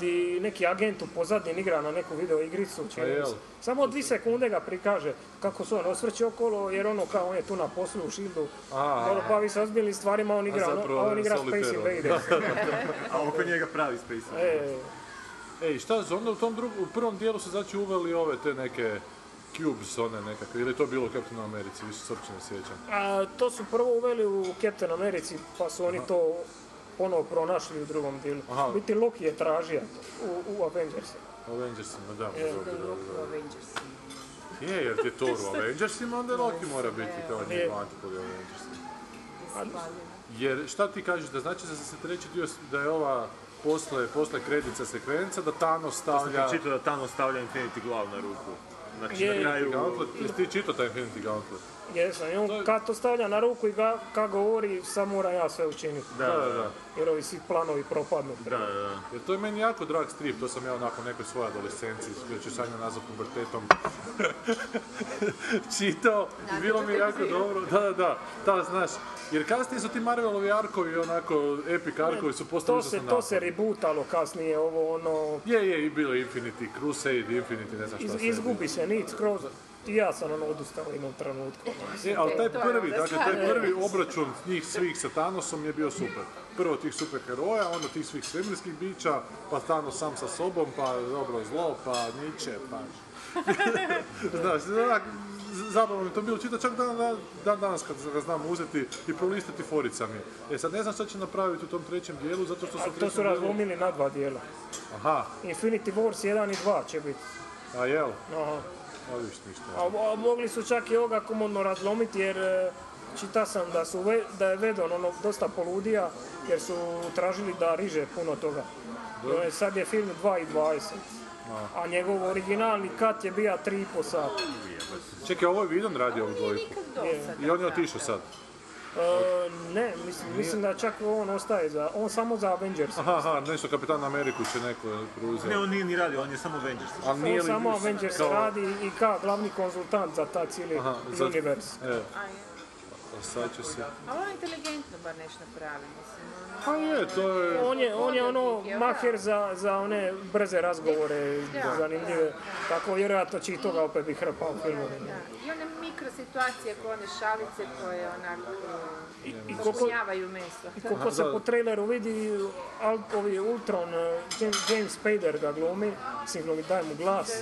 di neki agent u pozadini igra na neku video igricu, čini mi se.
jel?
Samo dvi sekunde ga prikaže kako se on osvrće okolo, jer ono kao on je tu na poslu u Shieldu,
A.
ono bavi se ozbiljnim stvarima, on igra, no,
zapravo
a on igra Space
solitaire.
Invaders.
A oko njega pravi Space
E,
Ej, šta su onda u tom drugom, u prvom dijelu su znači uveli ove te neke cubes, one nekakve, ili je to bilo u Captain Americi, više se uopće ne sjećam.
a, to su prvo uveli u Captain Americi, pa su oni to ponovo pronašli u drugom dijelu.
Aha.
U Biti Loki je tražio to u, u Avengersima.
Avengersima, da,
Je.
dobro, dobro, dobro.
Avengers.
Je, jer ti je Thor u Avengersima, onda Loki mora biti kao
Je.
njegov antipod u Avengersima. Jer šta ti kažeš, da znači da se treći dio, s- da je ova posle, posle kredica sekvenca, da Thanos
To sam
stavlja...
čitao da Thanos stavlja Infinity Glav na ruku. Znači
Je.
na kraju...
Infinity Gauntlet, jesi ti čitao taj Infinity Gauntlet?
Jesam, i on kad to stavlja na ruku i ga, kad govori, sad moram ja sve učiniti.
Da, da, da.
Jer ovi svi planovi propadnu.
Da, da, da.
Jer to je meni jako drag strip, to sam ja onako u nekoj svojoj adolescenciji, znači koju ću Sanja nazvat pubertetom, čitao i bilo mi je jako dobro. Da, da, da, da, znaš, jer kasnije su ti Marvelovi arkovi, onako, epic arkovi su postali
To se,
užasno
to
naporni.
se rebootalo kasnije, ovo ono...
Je, je, i bilo Infinity Crusade, Infinity, ne znam
iz-
šta sve je bilo.
izgubi se nit skroz. I ja sam ono odustao u jednom trenutku.
E, ali taj
To je ono,
prvi,
onda
dakle, taj
stvarno.
prvi obračun njih svih sa Thanosom je bio super. Prvo tih super heroja, onda tih svih svemirskih bića, pa Thanos sam sa sobom, pa dobro zlo, pa Nietzsche, pa... Znaš, onak, z- zabavno mi je to bilo čitati, čak dan, dan, dan danas kad ga znam uzeti i prolistati foricami. E sad ne znam šta će napraviti u tom trećem dijelu, zato što su...
Ali to su razlomili na dva dijela.
Aha,
Infinity Wars 1 i 2 će biti.
a jel?
Aha.
A vidiš ništa.
A, a mogli su čak i ovoga komodno razlomiti jer e, čita sam da, su ve- da je Vedon ono dosta poludija jer su tražili da riže puno toga.
Dobro.
E, Sad je film 2 i 20.
A.
A njegov originalni kat je bio 3,5 sata.
Čekaj, ovo je Vidon radio ovu dvojku. I on je otišao sad.
E, ne, mislim, mislim da čak on ostaje za, on samo za Avengers.
Aha, aha, nešto Kapitan Ameriku će neko preuzeti.
Ne, on nije ni radio, on je samo Avengers.
A nije li
on samo
bio-
Avengers
kao-
radi i kao glavni konzultant za ta cijeli
Aha, za-
univers.
E,
A je.
a sad će se...
A ono inteligentno bar nešto pravi, mislim. ono-
Pa je, to je...
On je, on je ono maher za, za one brze razgovore,
Da.
zanimljive. Tako vjerojatno će i toga opet bi hrpao filmove.
I one mikro situacije koje one šalice koje onako
I- i koliko-
popunjavaju meso.
I koliko se po traileru vidi, al- ovi Ultron, eh, Jam- James Spader ga glumi, mislim glumi, daje mu glas.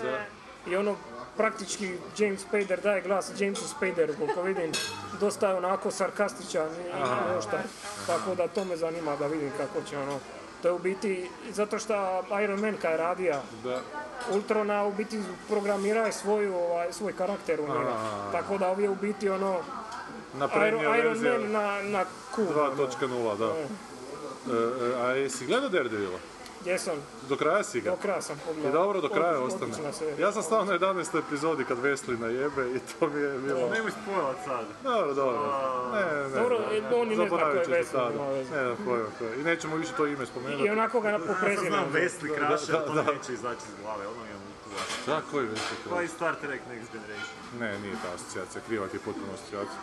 I ono, praktički James Spader daje glas Jamesu Spaderu, koliko vidim, dosta je onako sarkastičan i-
Aha.
i oštar. Tako da to me zanima da vidim kako će ono. To je u biti, zato što Iron Man kad je radio,
Da.
Ultrona u biti programirao je svoju, ovaj, svoj karakter u njega.
A.
Tako da ovi u biti ono,
na premium
Iron, Iron
verzija
Man na, na Q.
2.0, da. E, e, a jesi gledao Daredevila?
Jesam,
Do kraja si ga?
do kraja sam
I
pogledao.
dobro, do kraja
Odlična
ostane.
serija.
Ja sam stao na 11. epizodi kad Wesley najebe i to mi je bilo...
Nemoj
spojlat sad.
Dobro, dobro. Ne, ne, ne.
Dobro, e, on i ne zna
Zaboravit
ko je
ćeš
Wesley,
do tada.
nema veze.
Ne, ne, pojma, pojma. I nećemo više to ime spomenuti.
I onako ga na po prezimenu.
Znam Wesley Crusher,
Da,
to
da, da.
neće izaći iz glave, ono je lutu.
Da, koji Wesley
Kao i
Crusher?
Star Trek Next Generation.
Ne, nije ta asocijacija, kriva ti je potpuno asocijacija.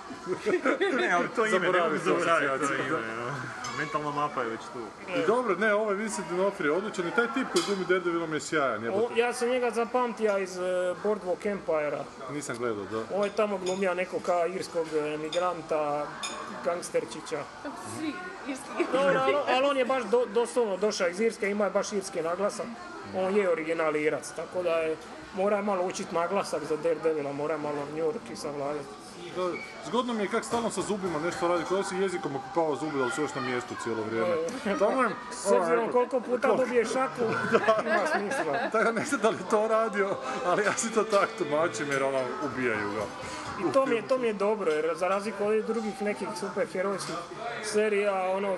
ne, ali to ime, ne mogu
Zaboravi tu
zaboraviti to
asocijaciju,
ime.
da.
no. Mentalna mapa je već tu.
I dobro, ne, ovaj Vincent D'Onofrio je odličan i taj tip koji glumi Daredevilom je sjajan,
O,
jebote.
ja sam njega zapamtio iz eh, Boardwalk Empire-a.
Nisam gledao, da.
Ovo je tamo glumio nekog ka irskog emigranta, gangsterčića.
Svi irski.
Dobro, ali, ali on je baš do, doslovno došao iz Irske, ima je baš irski naglasak. On je original Irac, tako da je, mora je malo učit naglasak za Daredevila, mora je malo njurki savladati.
Da, Zgodno mi je kako stalno sa zubima nešto radi, kao da si jezikom okupao zube, ali su još na mjestu cijelo vrijeme. Tamo je... ovaj,
S obzirom koliko puta dobije šaku, ima smisla.
Tako da ne znam da li je to radio, ali ja si to tak tumačim jer ono, ubijaju ga.
I to mi, je, to mi je dobro, jer za razliku od ovih drugih nekih superherojskih serija, ono,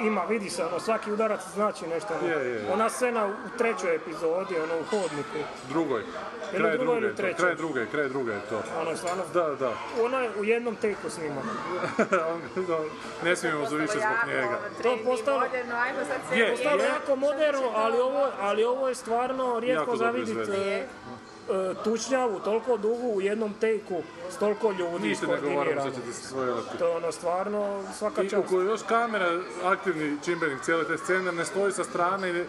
ima, vidi se, ono, svaki udarac znači nešto. ono.
Je, je, je.
Ona scena u trećoj epizodi, ono, u hodniku.
Drugoj.
Ili
Kraj
drugoj
druge,
ili
je to,
trećoj?
kraj druge, kraj druge je to.
Ono je stvarno,
Da, da.
ona je u jednom teku snimana.
ne smijemo za više zbog njega.
ono,
To je postalo,
Moderno, ajmo sad se...
Je,
postalo
E, je.
jako moderno, ali ovo, ali ovo je stvarno rijetko
Jako
za
dobro
vidjeti
izvedeno.
tučnjavu, toliko dugu u jednom tejku, s toliko ljudi
Ništa ne govorimo,
iskoordinirano.
sad ćete se svoje lepo.
To je ono stvarno svaka
I
čast.
u kojoj još kamera, aktivni čimbenik cijele te scene, ne stoji sa strane i ne-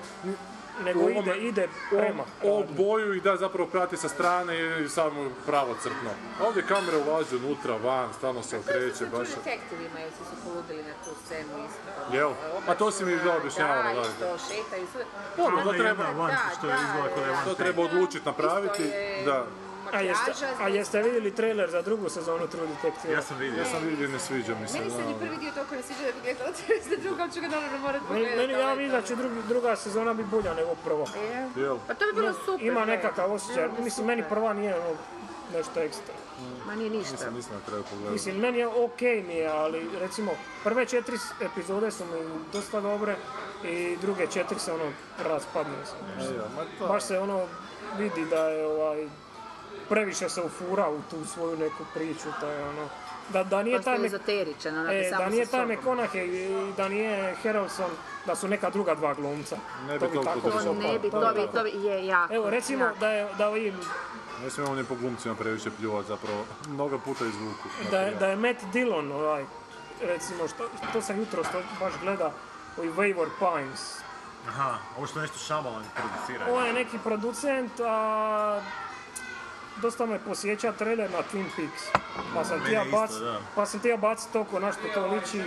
Nego
u ovome-
ide, ide
o-
prema.
oboju i da zapravo prati sa strane i samo pravocrtno. A ovdje kamera ulazi unutra, van, stalno se okreće, baš... je-
Detektivi imaju, svi su poludili na tu scenu isto.
Jel? A to si mi da objašnjavala, da.
Da,
da.
isto, Ono šetaju sve.
Dobro, to
Da,
treba,
da, da, da.
to treba odlučiti napraviti, da.
A jeste, a jeste vidjeli trailer za drugu sezonu True Detective?
Ja sam vidio. Ja sam vidio i ne sviđa mi se.
Meni se
da.
ni prvi dio toliko ne sviđa da bi gledala za drugo, ali ću ga naravno morat
Meni,
pogledat.
meni ja
ovaj.
vidim da će drugi, druga sezona biti bolja nego prva.
Jel?
Pa to bi bilo super.
Ima
ne.
nekakav osjećaj,
Bilo bi
mislim meni
super.
prva nije ono, nešto ekstra.
Ma nije ništa.
Nisam, nisam na kraju pogledao.
Mislim, meni je okej mi je, ali recimo prve četiri s- epizode su mi dosta dobre i druge četiri se ono raspadne.
E, ja, ma to-
Baš se ono vidi da je ovaj, previše se ufura u tu svoju neku priču, da je ono, da, da
Pa
nije
Postao
taj
je
mek-
ezoteričan, onak
E,
je
da
samo
nije
sa
taj
sobom.
McConaughey i da nije Harrelson, da su neka druga dva glumca.
Ne bi toliko
bilo.
držao.
Ne bi,
Pa,
to
da.
bi, to bi, je jako.
Evo, recimo
jako.
da je, da ovim,
Ne smijemo ni po glumcima previše pljuvati, zapravo mnogo puta izvuku.
da je,
materijal.
da je Matt Dillon, ovaj, recimo, što, to sam jutro što baš gleda, ovaj Wayward Pines.
Aha, ovo što nešto Šamalan producira.
Ovo je neki producent, a dosta me posjeća trailer na Twin Peaks. Pa sam
Mene
tija
isto,
bac,
da.
pa sam tija bac to ko na što to liči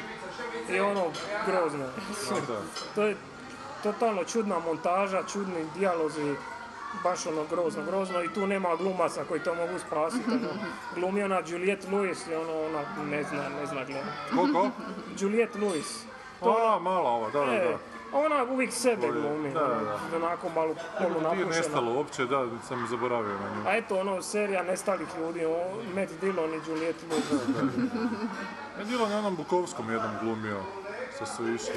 i ono, grozno. je.
Da, da.
to je totalno čudna montaža, čudni dijalozi, baš ono grozno, grozno i tu nema glumaca koji to mogu spasiti. Ono. Glumi ona Juliette Lewis i ono, ona ne zna, ne zna gledati.
Koliko?
Juliette Lewis.
A, mala ova, da, da,
E,
da.
Ona uvijek sebe glumi,
da, da,
ono, onako malo
Nije
polunapušena.
nestalo uopće, da, sam zaboravio na nju.
A eto, ono, serija nestalih ljudi, o, Matt Dillon i Juliette Lewis.
Ja bilo na onom Bukovskom jednom glumio, što su išli,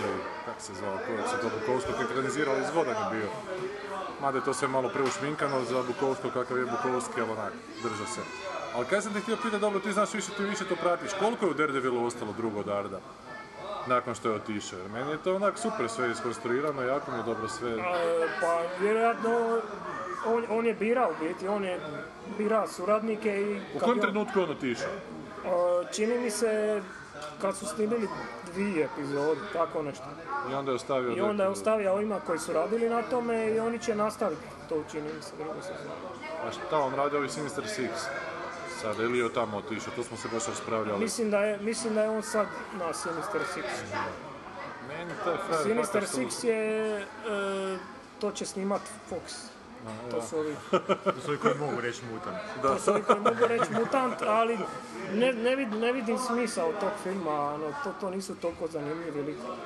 kak se zvao, kojeg se to Bukovsko ekranizirao, izvodan je bio. Mada je to sve malo preušminkano za Bukovsko, kakav je Bukovski, ali onak, drža se. Ali kaj sam te htio pitati, dobro, ti znaš više, ti više to pratiš, koliko je u Daredevilu ostalo drugo od Arda? Nakon što je otišao, jer meni je to onak super sve iskonstruirano, jako mi je dobro sve.
E, Pa vjerojatno on, on je birao u biti, on je birao suradnike i...
U
kad
kojem
je on-
trenutku je on otišao?
E, Čini mi se kad su snimili dvije epizode, tako nešto.
I onda je ostavio...
I onda je
Daredevil.
ostavio ovima koji su radili na tome i oni će nastaviti to čini mi se drugo sezonu.
A šta on radi ovi Sinister Six? Sada, ili je od tamo otišao, to smo se baš raspravljali.
Mislim da je, mislim da je on sad na Sinister Six.
Meni taj frajer
Sinister
fakat su-
Six je, e, to će snimat Fox.
A,
To
ja.
su ovi
To su ovi koji mogu reći mutan.
To su ovi koji mogu reći mutant, ali ne,
Pa
ne, vid- ne vidim smisao tog filma, ono, to, to nisu toliko zanimljivi likovi.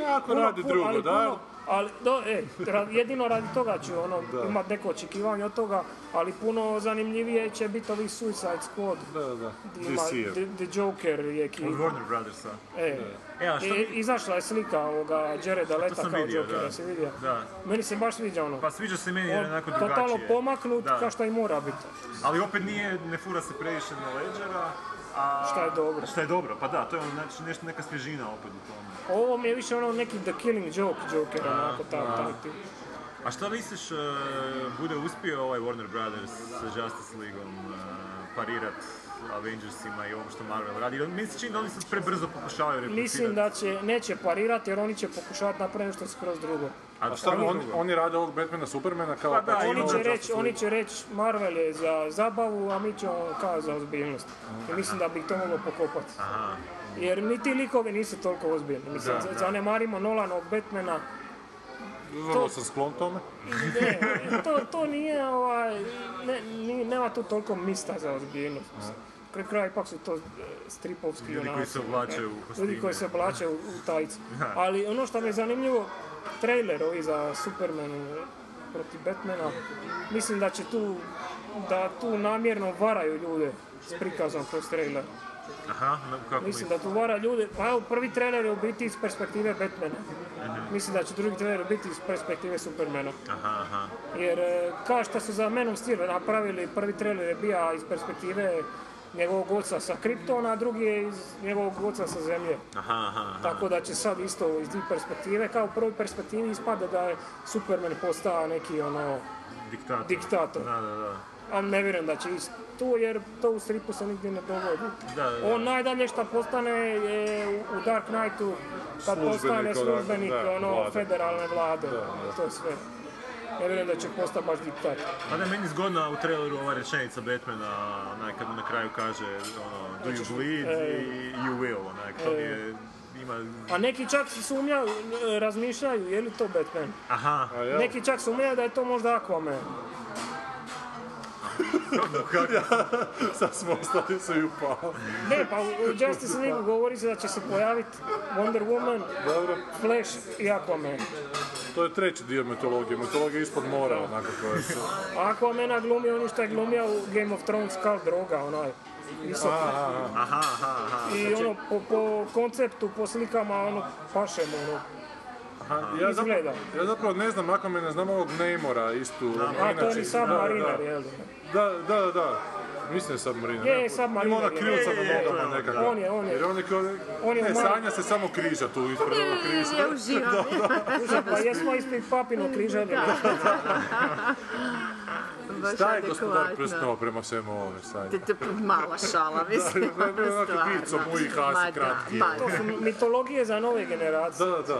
E, ako radi drugo,
ali
da?
puno- ali, do, e, ra- jedino radi toga ću ono,
Da.
imat neko očekivanje od toga, ali puno zanimljivije će biti ovih Suicide Squad.
Da, da.
Di ima
DC -ev.
The, The Joker je ki...
Od Warner Brothersa.
E,
E, a što
I- izašla je slika ovoga Jareda
To
Leta
sam
kao
vidio,
Jokera,
da.
si vidio?
Da.
Meni se baš sviđa ono.
Pa sviđa se meni jer je
On
onako
Totalno
drugačije.
pomaknut,
Da.
kao što i mora biti.
Ali opet nije, ne fura se previše na leđera, a...
Šta je dobro.
Šta je dobro, pa da, to je ono, znači nešto, neka svježina opet u tome.
Ovo mi je više ono neki The Killing Joke Joker,
Da,
onako taj,
da.
taj tip.
A što misliš, e, bude uspio ovaj Warner Brothers sa Justice Leagueom e, parirat Avengersima i ovom što Marvel radi? Jer Mi se čini da oni sad prebrzo pokušavaju
Mislim
replicirati.
da će, neće parirati jer oni će pokušavati napraviti nešto skroz drugo.
A šta, Pa oni, oni rade ovog Batmana, Supermana kao...
Pa da,
Batman
oni,
ovog
će
Justice
reći, oni
League.
će reći Marvel je za zabavu, a mi ćemo kao za ozbiljnost. I mislim da bi ih to moglo pokopati. Jer ni ti likovi nisu toliko ozbiljni. Mislim,
Da,
za-
da.
zanemarimo Nolanog Batmana,
Vrlo sam sklon tome.
ne, to, to nije ovaj, ne, ni- nema tu toliko mista za ozbiljnost. mislim. Kraj kraja ipak su to eh, stripovski
Ljudi koji
junaci.
se oblače u
Ljudi koji se
kostime.
oblače u, u tajcu.
Da.
Ali ono što mi je zanimljivo, trailer ovi za Superman eh, protiv Batmana, mislim da će tu, da tu namjerno varaju ljude s prikazom kroz trailer.
Aha, no, kako
Mislim
mislim?
da tu vara ljude, pa evo prvi trailer je u biti iz perspektive Batmana.
Mhm.
Mislim da će drugi trailer biti iz perspektive Supermana.
Aha, aha.
Jer e, kao što su za Man of Steel napravili, prvi trailer je bio iz perspektive njegovog oca sa Kryptona, a drugi je iz njegovog oca sa Zemlje.
Aha, aha, aha.
Tako da će sad isto iz tih perspektive, kao u prvoj perspektivi ispada da je Superman postao neki ono,
Diktator.
Diktator.
Da, da, da.
a ne vjerujem da će ići tu jer to u stripu se nigdje ne dogodi.
Da, da, da.
On najdalje što postane je u u Dark Knightu kad
Službenik,
postane
onako,
službenik
da,
ono,
vlade.
federalne vlade,
Da, da.
to je sve. Ne vjerujem da će postati baš diktator.
Pa da, meni zgodna u traileru ova rečenica Batmana, onaj kad mu na kraju kaže ono, do you bleed
E.
i you will, onaj, to mi je, ima...
A neki čak sumnjaju, e, razmišljaju je li to Batman.
Aha,
Neki čak sumnjaju da je to možda Aquaman.
Sad smo ostali su i upao.
Ne, pa u u Justice League govori se da će se pojaviti Wonder Woman, Flash i Aquaman.
To je treći dio mitologije, mitologija ispod mora, onako koja se...
Pa Aquamena glumi oni što je glumio u Game of Thrones kao droga, onaj. visok.
Aha,
aha, aha. Znači-
I ono, po, po konceptu, po slikama, ono, paše mu, ono.
Ja zapravo,
Izgleda.
ja zapravo ne znam, ako me ne znam ovog Neymora istu.
A to je ni sam Marinar,
da,
jel?
da, da, da, da. Mislim da je Submariner.
Je, je, Submariner,
Ima ona
je.
krivca
Je, je,
na
je,
nogama
je.
nekako.
On je, on je.
Jer on je kao...
On je
ne,
malo-
Sanja se samo križa tu ispred ovog križa.
Ja uživam. Pa jesmo ispred papinog križa ili nešto?
Šta je gospodar prstova prema svemu ovome, Sanja?
Mala šala, mislim.
Da, da, da, onako vicom
stvarno.
uvijek hasi
Ma da,
kratki.
ma da.
To su mitologije za nove generacije.
Da, da, da.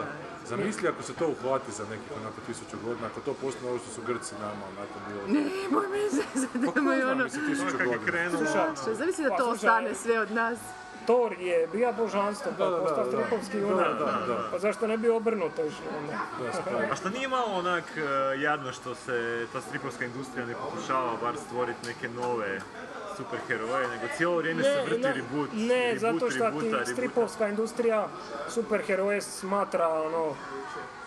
Zamisli ako se to uhvati za nekih onako tisuću godina, ako to postane ovo što su Grci nama onako bilo.
Nemoj me zezati,
Pa ko
nemoj
zna,
ono...
mislim, tisuću godina.
Slušaj, zamisli da
Pa,
to
slušaj,
ostane sve od nas.
Thor je bio božanstvo,
Da, da,
pa
da,
postao
da.
stripovski
Da,
junak.
da, da.
Pa zašto ne bi obrnuto išlo onda?
A što nije malo onak e, jadno što se ta stripovska industrija ne pokušava bar stvoriti neke nove superheroje, nego cijelo vrijeme se vrti
ne,
reboot,
ne,
reboot,
zato što
reboota, reboota.
ti stripovska industrija superheroje smatra ono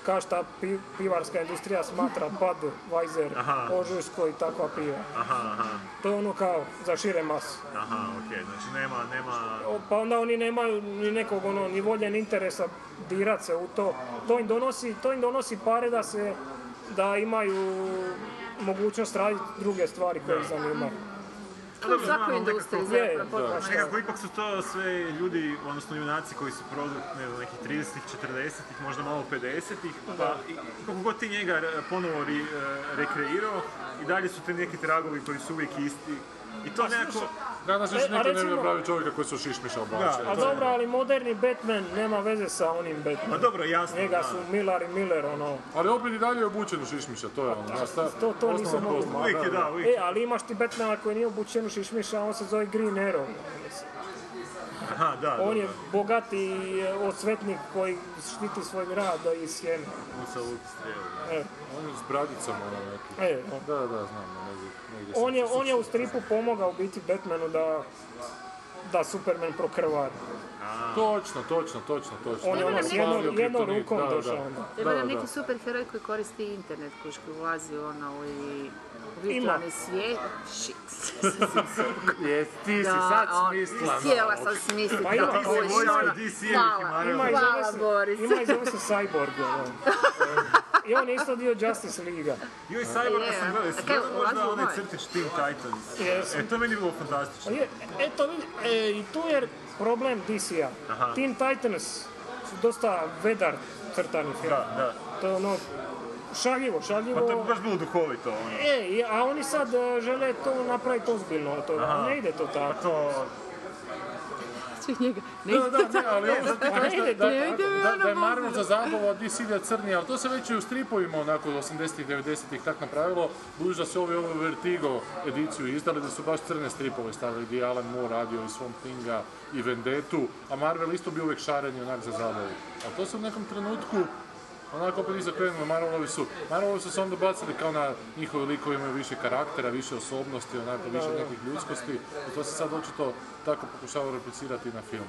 kao šta pi- pivarska industrija smatra pad, Weiser,
Aha.
Ožujsko i takva piva.
Aha, aha,
To je ono kao za šire mase.
aha, okej, znači nema, nema...
O, Pa onda oni nemaju ni nekog ono, ni volje, ni interesa dirat se u to. To im donosi, to im donosi pare da se, da imaju mogućnost raditi druge stvari koje ih zanimaju. E,
Pa dobro,
svakoj
znamo,
industriji,
nekako-
zapravo,
Da.
potpuno.
Nekako ipak su to sve ljudi, odnosno junaci koji su produkt ne znam, nekih 30-ih, 40-ih, možda malo 50-ih, pa i- i kako god ti njega re- ponovo ri- e, rekreirao, i dalje su te neki tragovi koji su uvijek isti. I to nekako...
Danas više
E, a
niko ne bi
recimo-
napravio čovjeka koji su šišmiša oblačili.
A Pa dobro, ali moderni Batman nema veze sa onim Batmanom.
Ma Pa dobro, jasno,
Njega
da.
su Miller i Miller, ono.
Ali opet i dalje je obučen u šišmiša, to je ono. znaš, ta
To, to
osnovna
nisam mogu.
poznata,
E, ali imaš ti Batmana koji nije obučen u šišmiša, on se zove Green Arrow.
Aha, da,
On je
dobro.
bogati e, osvetnik koji štiti svoj grad i sjeme.
Musa luk strijelu.
E.
On je s bradicama ono neki.
E,
da,
ono,
da, znam. negdje- negdje
On
sam
je,
se
on je u stripu pomogao u biti Batmanu da Da, Superman prokrvar.
Točno, točno, točno, točno.
On je ono s jednom-
Slavio
jednom
kriptonit,
rukom
da, da,
došao ono.
da.
onda.
Treba
Da,
nam
da, da.
neki super heroj koji koristi internet, koji ulazi ono u i- u
Ima.
virtualni svijet. Shit.
Jes, ti si
Da,
sad
a on-
smislila.
Htjela
novog.
sam smisliti.
Pa ima,
kako
ti si
hoćeš,
vojska
ono.
DC-evih
Hvala,
imara. Ima i
hvala,
zove se-
Boris.
Ima i zove se Cyborg, ono. I on je isto dio Justice Liga.
Joj, Cyborga sam gledao,
A
jesi
kaj,
gledao možda
ulazi u
onaj
moje?
crtić Teen Titans?
Jesam.
E, to je meni bilo fantastično.
Je, eto, vidi, e, i tu je problem DC-a.
Aha.
Teen Titans su dosta vedar crtani film.
Da, da.
To je ono, šaljivo,
Pa to je
šaljivo.
baš bilo duhovito, ono.
E, i- a oni sad e, žele to napraviti ozbiljno od toga.
Aha. Pa
Ne ide to tako.
Čih njega.
Ne
Da, da, ne, ali ovo sad
Ne
kažeš da,
ide,
da,
ne
da,
ide mi
da,
ono
da je Marvel
Marvel.
za zabavu, a DC ide crni, ali to se već i u stripovima onako 80-ih, 90-ih tak napravilo, budući da su ovi ovu Vertigo ediciju izdali, da su baš crne stripove stavili, gdje je Alan Moore radio i Swamp Thinga i Vendetu, a Marvel isto bio uvijek šaren i onak za zabavu. A to se u nekom trenutku Onako opet isto krenulo, Marvelovi su, Marvelovi su se onda bacili kao na njihovi likovi imaju više karaktera, više osobnosti, onako više
Da, da.
nekih ljudskosti i to se sad očito tako pokušava replicirati na film.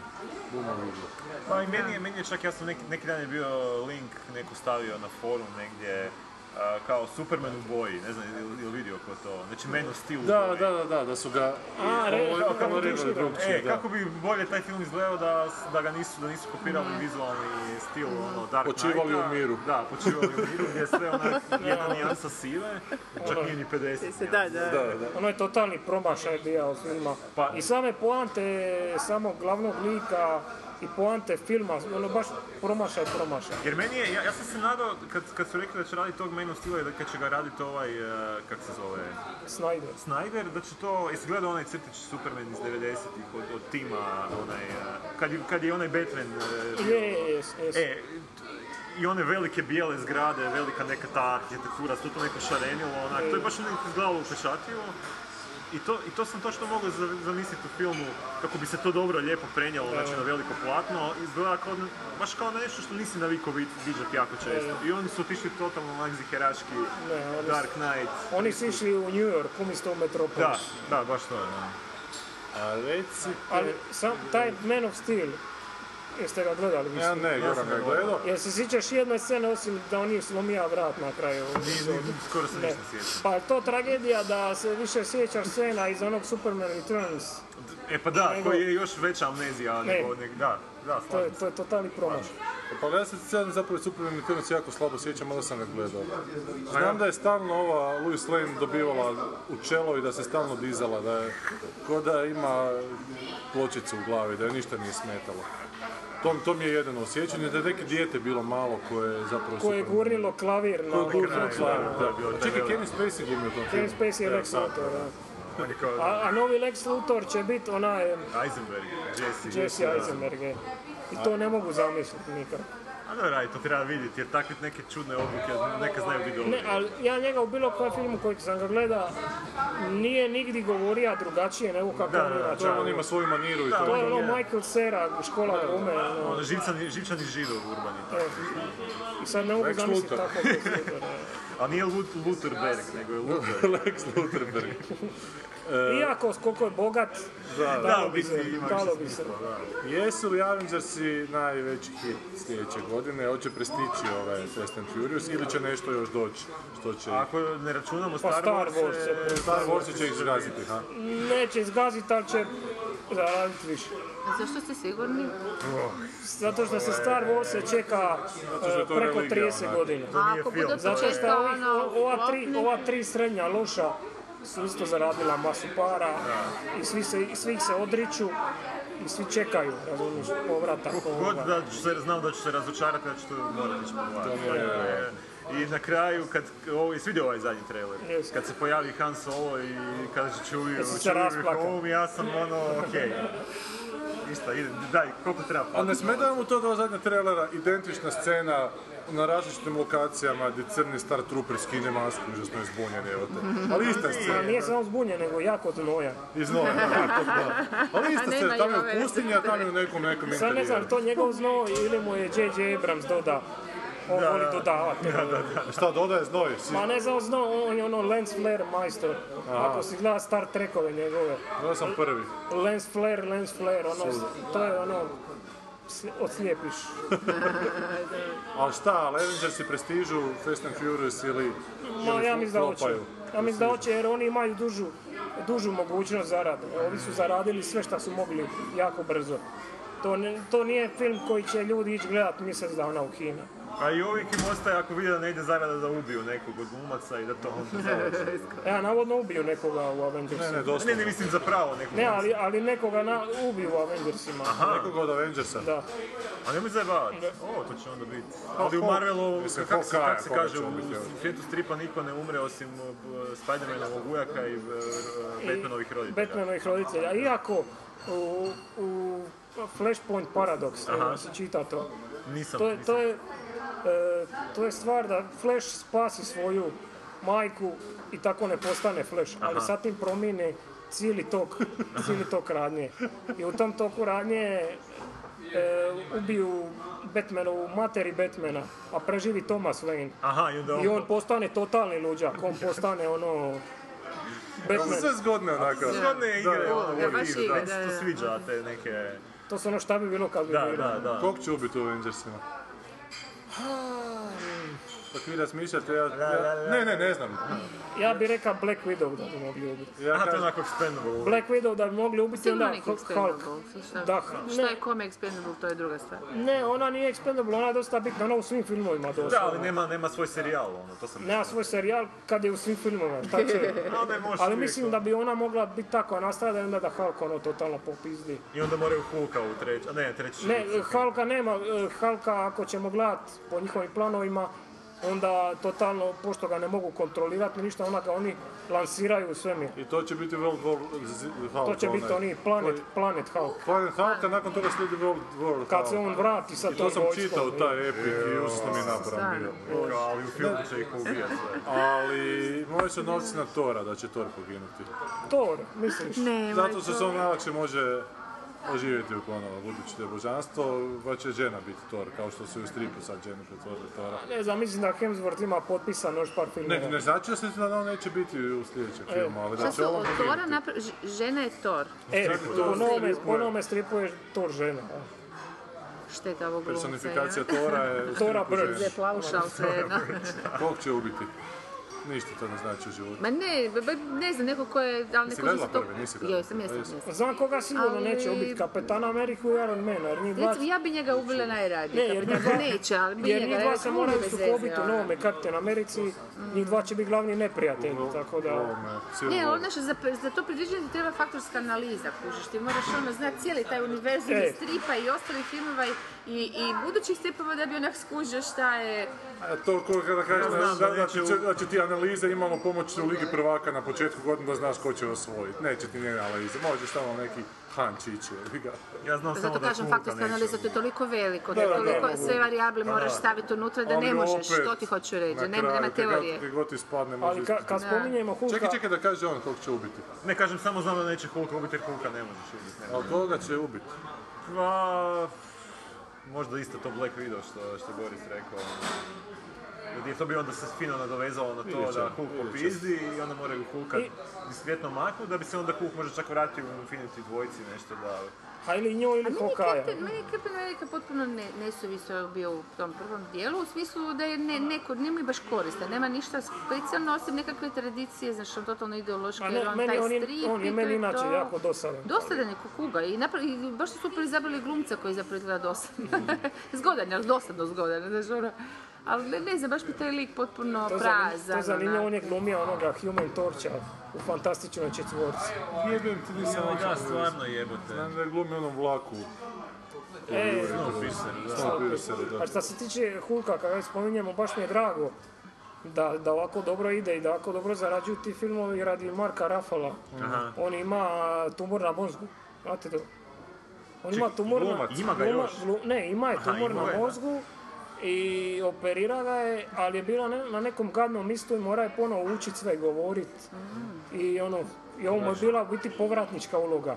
Buma ludo.
Pa i meni je, meni je čak, ja sam neki, neki dan je bio link neko stavio na forum negdje, a, kao Superman u boji, ne znam, ili, ili vidio ko to, znači Man of Steel u
Da,
boji.
da, da, da, da su ga
A, re-
ovo-
kao- kako
kolorirali
bi-
drukčije,
e,
da.
kako bi bolje taj film izgledao da, da ga nisu, da nisu kopirali
Mm.
vizualni stil ono, Dark
Počivali
Knighta.
u miru.
Da, počivali u miru gdje je sve onak jedna nijansa sive, čak nije ni 50
Da,
Ono je totalni promašaj bio filma.
Pa-
I same poante samog glavnog lika i poante filma, ono baš promašaj, promašaj.
Jer meni je, ja, ja sam se nadao kad, kad su rekli da će raditi tog Man of Steel i da kad će ga raditi ovaj, e, kak se zove,
Snyder.
Snyder, da će to, jesi gledao onaj crtić Superman iz 90-ih od, od tima, onaj, e, kad, je- kad je onaj Batman... e, bio-
Je, je, jes, jes.
E, i one velike bijele zgrade, velika neka ta arhitektura, sve to neko šarenilo, onak, to je baš ono onak glavu upečatljivo. I to, I to sam točno mogao za- zamisliti u filmu, kako bi se to dobro, lijepo prenijelo, znači na veliko platno, izgleda kao, na- baš kao na nešto što nisi navikao vid- viđati jako često. I oni su otišli totalno onak ziheraški,
Ne, oni
Dark
su-
Knight.
Oni su išli u New York, umjesto u Metropolis.
Da, da, baš to je, da.
A recite...
Ali sam, taj Man of Steel, jeste ga gledali? vi
Ja
ste?
ne, Ja Goran sam ga ga gledao. gledao.
Jel se sjećaš jedne scene osim da on nije slomio vrat na kraju?
skoro se
Ne.
nisam sjećao.
Pa je to tragedija da se više sjećaš scena iz onog Superman Returns.
E pa da,
Nego-
koji je još veća amnezija
Ne.
nego, nek, da, da,
To je,
slažem se.
to je totalni promašaj.
Pa ja se sad zapravo Superman i Terence jako slabo sjećam, ali sam ga gledao.
A ja-
Znam da je stalno ova Louis Lane dobivala u čelo i da se stalno dizala, da je ko da ima pločicu u glavi, da je ništa nije smetalo. To, to mi je jedino osjećanje, da je neke dijete bilo malo koje je zapravo
Koje je
Superman.
gurnilo klavir na...
Koje je gurnilo
kraju.
klavir, da.
bilo taj
Čekaj,
veliki-
Kevin Spacey glumi u tom
Kevin
filmu.
Spacey je
Evo,
Lex
sad.
Luthor, da.
On je kao
A, a novi Lex Luthor će biti onaj em,
Eisenberg, Jesse.
Jesse
da.
Eisenberg. je. I to ne mogu zamisliti nikako.
A da radi, to treba vidjeti, jer takve neke čudne odluke neka znaju biti dobre.
Ne, ali ja njega u bilo kojem filmu koji sam ga gleda, nije nigdje govorio drugačije nego kako
Da,
on
da,
ima
da,
To je, on ima svoju maniru i
Da,
to
To
je
je ono
ono-
Michael Cera, škola glume. ono.
Ono, živčani, živčani židov urbani. tako.
E, I sad ne mogu
Lex
zamisliti
Luthor.
tako. Lex Luthor, da.
A nije Lut, Luterberg, nego je Luther.
Lex Luterberg.
Iako koliko je bogat,
Da,
dalo
da,
bi se,
vidi, ima
dalo
više
bi se.
Jesu li Avengersi najveći hit sljedeće godine? Hoće prestići ovaj Fast and Furious ili će nešto još doći? Što će...
Ako ne računamo
Pa
Star,
Star
Wars,
Wars je-
Star Wars će ih zraziti, ha?
Neće izgaziti, ali će zaraditi više.
A zašto ste sigurni?
Zato što se Star Wars se čeka
što je
e,
to
preko
religija,
30
onak.
godina.
To nije Ako film, bude to je-
Zato što
početka,
ovih-
ono,
o- ova, tri,
flopni.
ova tri srednja loša su isto zaradila masu para i svi se, i svi ih se odriču i svi čekaju, razumiješ, povratak
god
ovoga.
da ću se, znam da ću se razočarati, da ću to morati ići pogledati.
To je-
E, I na kraju, kad, ovo, jesi vidio ovaj zadnji trailer?
Jesam.
Kad se pojavi Han Solo i kaže Chewie,
Jesi se
Chewie
rasplakao?
home, ja sam ono, okej. Ništa, ide, daj, koliko treba
A ne
platiti
smeta mu to dva zadnja trailera, identična scena na različitim lokacijama gdje crni Star Trooper skine masku, užasno je zbunjen, evo te. Ali ista
A
scena.
nije samo zbunjen, nego jako znoja.
Iz Nove, tako da. Ali ista
A nema
scena, tamo je
ljubavi.
u pustinji, a tamo je u nekom nekom
Sad ne znam,
interijeru.
to njegov znoj ili mu je J.J. Abrams doda. on voli dodavati.
Šta dodaje znoj? Si-
Ma ne znam, znam, on je ono lens flare majstor.
Aha.
Ako si gleda Star Trekove njegove.
Gledao sam prvi.
Lens flare, lens flare, ono,
Sud.
to je ono, sli- odslijepiš.
Ali šta, Avengers si prestižu, Fast and Furious ili...
Ma
ili
ja mislim da hoće.
flopaju?
Ja mislim da hoće jer oni imaju dužu, dužu mogućnost zarade. Ovi su zaradili sve šta su mogli jako brzo. To, ne- to nije film koji će ljudi ići gledat mjesec dana u kina.
A i uvijek im ostaje ako vide da ne ide zarada da ubiju nekog od glumaca i da to onda završi.
Ja, E, navodno ubiju nekoga u Avengersima.
Ne, ne, doslovno.
Ne, ne, mislim za pravo nekog.
Ne, ali, ali nekoga na, ubiju u Avengersima.
Aha.
Nekoga od Avengersa?
Da.
A nemoj zajebavati. O, to će onda biti. Ali u
Hulk-
Marvelu,
Pa, mislim,
kako se,
Hawkeye,
kak se
koga
kaže,
će
u
ubiti, evo.
svijetu stripa niko ne umre osim uh, Spidermanovog ujaka i uh, Batmanovih roditelja.
Batmanovih roditelja. Iako u, u Flashpoint Paradox,
Aha.
evo se čita to.
Nisam,
To je,
nisam.
to je, e, to je stvar da Flash spasi svoju majku i tako ne postane Flash, ali
Aha.
sad im promijene cijeli tok, cijeli tok radnje. I u tom toku radnje e, ubiju Batmanovu materi Batmana, a preživi Thomas Wayne.
Aha, i onda on...
I on postane totalni luđak, on postane ono... Batman.
Sve zgodne onako.
Zgodne igre,
Da,
ono,
da,
u
baš
igru,
igre,
da,
da,
se to
da.
sviđa, te neke...
To su ono šta bi bilo kad bi bilo.
Kog će ubiti u Avengersima? Dok vi razmišljate, ja, ja... Ne, ne, ne znam.
Ja bih rekao Black Widow da bi mogli ubiti.
Ja
Aha, to je
kažem-
onako expendable.
Black Widow da bi mogli ubiti
Sigurno
onda
neki
Hulk.
expendable. Šta,
Da,
šta je kome expendable, to je druga stvar.
Ne, ona nije expendable, ona je dosta bitna, ona u svim filmovima dosta.
Da, ali nema, nema svoj serijal, ono, to sam...
Nema svoj serijal kad je u svim filmovima, šta će?
A ne, može
ali
uvijek,
mislim da bi ona mogla biti takva nastavljena onda da Hulk ono totalno popizdi.
I onda moraju Hulka u treći, a ne, treći...
Ne, Hulka nema, e, Hulka ako ćemo gledat po njihovim planovima, onda totalno, pošto ga ne mogu kontrolirati ni ništa, onda ga oni lansiraju u svemir.
I to će biti World War Z- Hulk.
To će biti
onaj.
oni Planet, Planet Hulk.
Planet Hulk, a nakon toga slijedi World War
Kad se
Hulk.
on vrati sa
I to
tom
sam
vojskom.
čitao taj epik i usno mi je napravim
Stani.
bio.
Ali u filmu će ih ubijati
Ali moji su novci na Tora, da će Thor poginuti.
Thor, misliš?
Ne,
Zato što se on najlakše može oživjeti u ponovo, budući da je božanstvo, pa će žena biti Thor, kao što su i u stripu sad žene pretvorili Tora.
Ne znam, mislim da Hemsworth ima potpisan još par filmova.
Ne, ne znači da se da on neće biti u sljedećem
Evo.
filmu, ali da
Šta
će
su
ovo
od Tora
biti.
napra... ž- Žena je Thor.
E,
Čak i
po
to
novome,
stripu
po
je.
novome stripu je Thor žena.
Šteta ovog glumca.
Personifikacija
ja.
Tora je... u
Tora
stripu
Birch.
žena.
Zeplavuša, ali svejedno.
Kog će ubiti? Ništa to ne znači u životu.
Ma ne, ba- ba- ne znam, neko ko je... Ali
Jesi
neko
gledala
to...
prvi? Nisi gledala?
Jesam, jesam,
Jesi.
jesam.
Znam koga sigurno
Ali-
neće ubiti, Kapetana Ameriku i Iron Man, jer njih dva...
Recimo, ja bi njega ubila najradije.
Znači, Ne, jer
Kapitana.
njih dva-
Neće, ali bi
Jer njih
njega...
dva
rekla,
se
"Ubij
moraju
bez veze,
sukobiti u
ono."
novome Captain Americi, njih dva će biti glavni neprijatelji, tako da...
Ne, ali ono što za, za to predviđanje ti treba faktorska analiza, kužiš, ti moraš ono znati cijeli taj univerzum
E.
iz stripa i ostalih filmova i, i, i budućih stripova da bi onak skužio šta je...
A to ko- kada kažeš
Ja
da,
znam
da, da će, da će ti analize imamo pomoć u Ligi prvaka na početku godine da znaš ko će osvojiti. Neće ti njene analize, možeš tamo neki hanč ići. jebi ga.
Ja znam
Zato kažem, faktorska analiza to je toliko veliko, to je
Da, da,
toliko
da, Pa
sve varijable
da.
moraš staviti unutra da
Ali
ne možeš,
opet,
što ti hoću reći,
na
nema, nema
kraju, kad god-
teorije.
Kad god ti spadne
Ali ka- kad
Da.
spominjemo Hulka...
Čekaj, čekaj da kaže on kog će ubiti.
Ne, kažem, samo znam da neće Hulka ubiti, jer Hulka ne možeš ubiti. ne
Ali
možeš.
koga će ubiti?
Pa, možda isto to Black Widow što, što Boris rekao. Jer je to bi onda se fino nadovezalo na
Vidjet
to
ćemo,
da Hulk
vidjet ćemo.
popizdi i onda moraju Hulka diskretno maknuti da bi se onda Hulk možda čak vratio u Infinity dvojici nešto da...
A ili nju ili
Meni je
Hokaja.
Captain- Meni je Captain America potpuno ne, nesuvisao bio u tom prvom dijelu, u smislu da je ne, neko, nije mi baš koristan, nema ništa specijalno osim nekakve tradicije, znaš, on totalno ideološki,
A
jer
ne,
on
meni
taj
on je,
strip
on je
i to
meni
je
inače
to.
jako dosadan.
Dosadan je kukuga i, napra- i baš su super izabrali glumca koji zapravo izgleda dosadan.
Mm.
zgodan je, ali dosadno zgodan, znaš ono. Ali ne, ne znam, baš mi taj lik potpuno
To je zanim-
prazan.
To je zanimljivo,
onak.
on je glumio onoga Human Torcha u fantastičnoj četvorci.
Jebem ti nisam
Ja,
ništa
stvarno
vidio.
jebote.
Znam da je glumi onom vlaku.
E,
Snowpierceru, da.
A Pa šta se tiče Hulka, kada spominjemo, baš mi je drago da, da ovako dobro ide i da ovako dobro zarađuju ti filmovi radi Marka Rafala.
Aha.
On ima tumor na mozgu, znate to? On
Ček,
ima tumor na...
glumac, ima ga
gluma-
još?
glu- ne, ima je
Aha,
tumor
imao je, da.
na mozgu i operira ga je, ali je bila ne- na nekom gadnom mistu i mora je ponovo učit sve govorit. I ono, i ovo mu je bila u biti
Pa
povratnička uloga.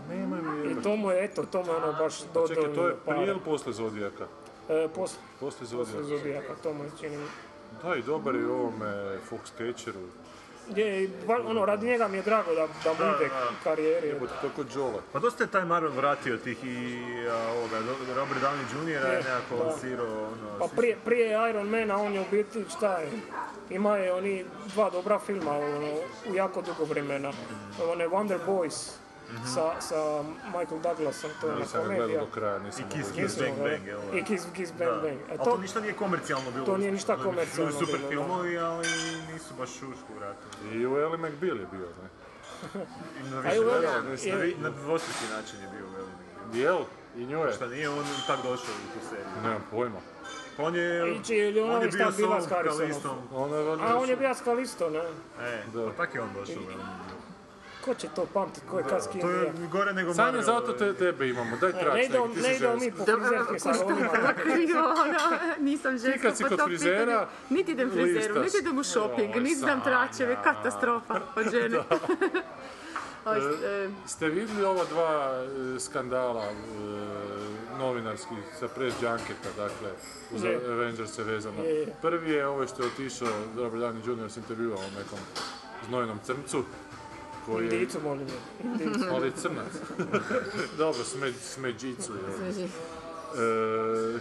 I to mu je, eto, to mu je ono baš dodao.
Čekaj, to je prije ili poslije Zodijaka?
E, posle.
Poslije Zodijaka.
Poslije Zodijaka, to mu je čini.
Da, i dobar je u ovome Foxcatcheru.
Je, i val- ono, radi njega mi je drago da, da mu ide karijeri.
Jebote, to kod Jola.
Pa dosta je taj Marvel vratio tih i a, ovoga, do- Robert Downey Jr. je
Je, da.
nekako lansirao ono...
Pa prije, prije Iron Mana on je u biti, šta je, ima je oni dva dobra filma ono, u jako dugo vremena. One Wonder Boys
Mhm.
sa, sa Michael Douglasom, to je ona
Nisam ga
komedija. ono,
gledao do kraja, nisam
I Kiss
ga
Kiss
gledao.
Bang Bang, jel?
I Kiss Kiss Bang
Da.
Bang. E,
Ali to ništa nije komercijalno bilo.
To nije ništa
Bilo je
komercijalno
super
bilo, da.
filmovi, ali nisu baš ušku vratili.
I u Ellie McBeal je bio, ne?
I na
A
više
i u Ellie-
gledala, na,
je-
vi- na dvostruki način je bio Velim.
Jel? I nju je?
Šta nije on tak došao u tu seriju.
Nemam pojma.
Pa on je...
I čije li ona
on je
ono šta
bio sa
bila
ovom
s Harrisonom?
Kalistom.
Ona je valjda
A on je
još-
bio skalisto, ne?
E, pa tak je on došao u Velim.
Ko će to pamtit, ko je kad s kim
To je
bio?
gore nego
Sanja,
Marvel,
zato te, tebe imamo, daj
E, Ne
trač
idemo
neki, ti si
ne idemo mi
ženska.
po frizerke sa ovima.
krivo, ono, nisam ženska
kad si
po
kod
tom
frizera,
pitanju. Niti idem frizeru,
listaš.
niti idem u shopping,
Joj,
niti znam
Sanja.
tračeve, katastrofa od žene. Oj,
E,
e,
Ste vidjeli ova dva e, skandala e, novinarskih sa press junketa, dakle, uz
Je.
Avengers se vezano.
Je, je.
Prvi je ovaj što je otišao, Robert Downey Jr. s intervjua o nekom znojenom crncu, koji je...
Indicu, molim je. Indicu.
Ali je crnac. Dobro, sme, smeđicu je.
Smeđicu.
E,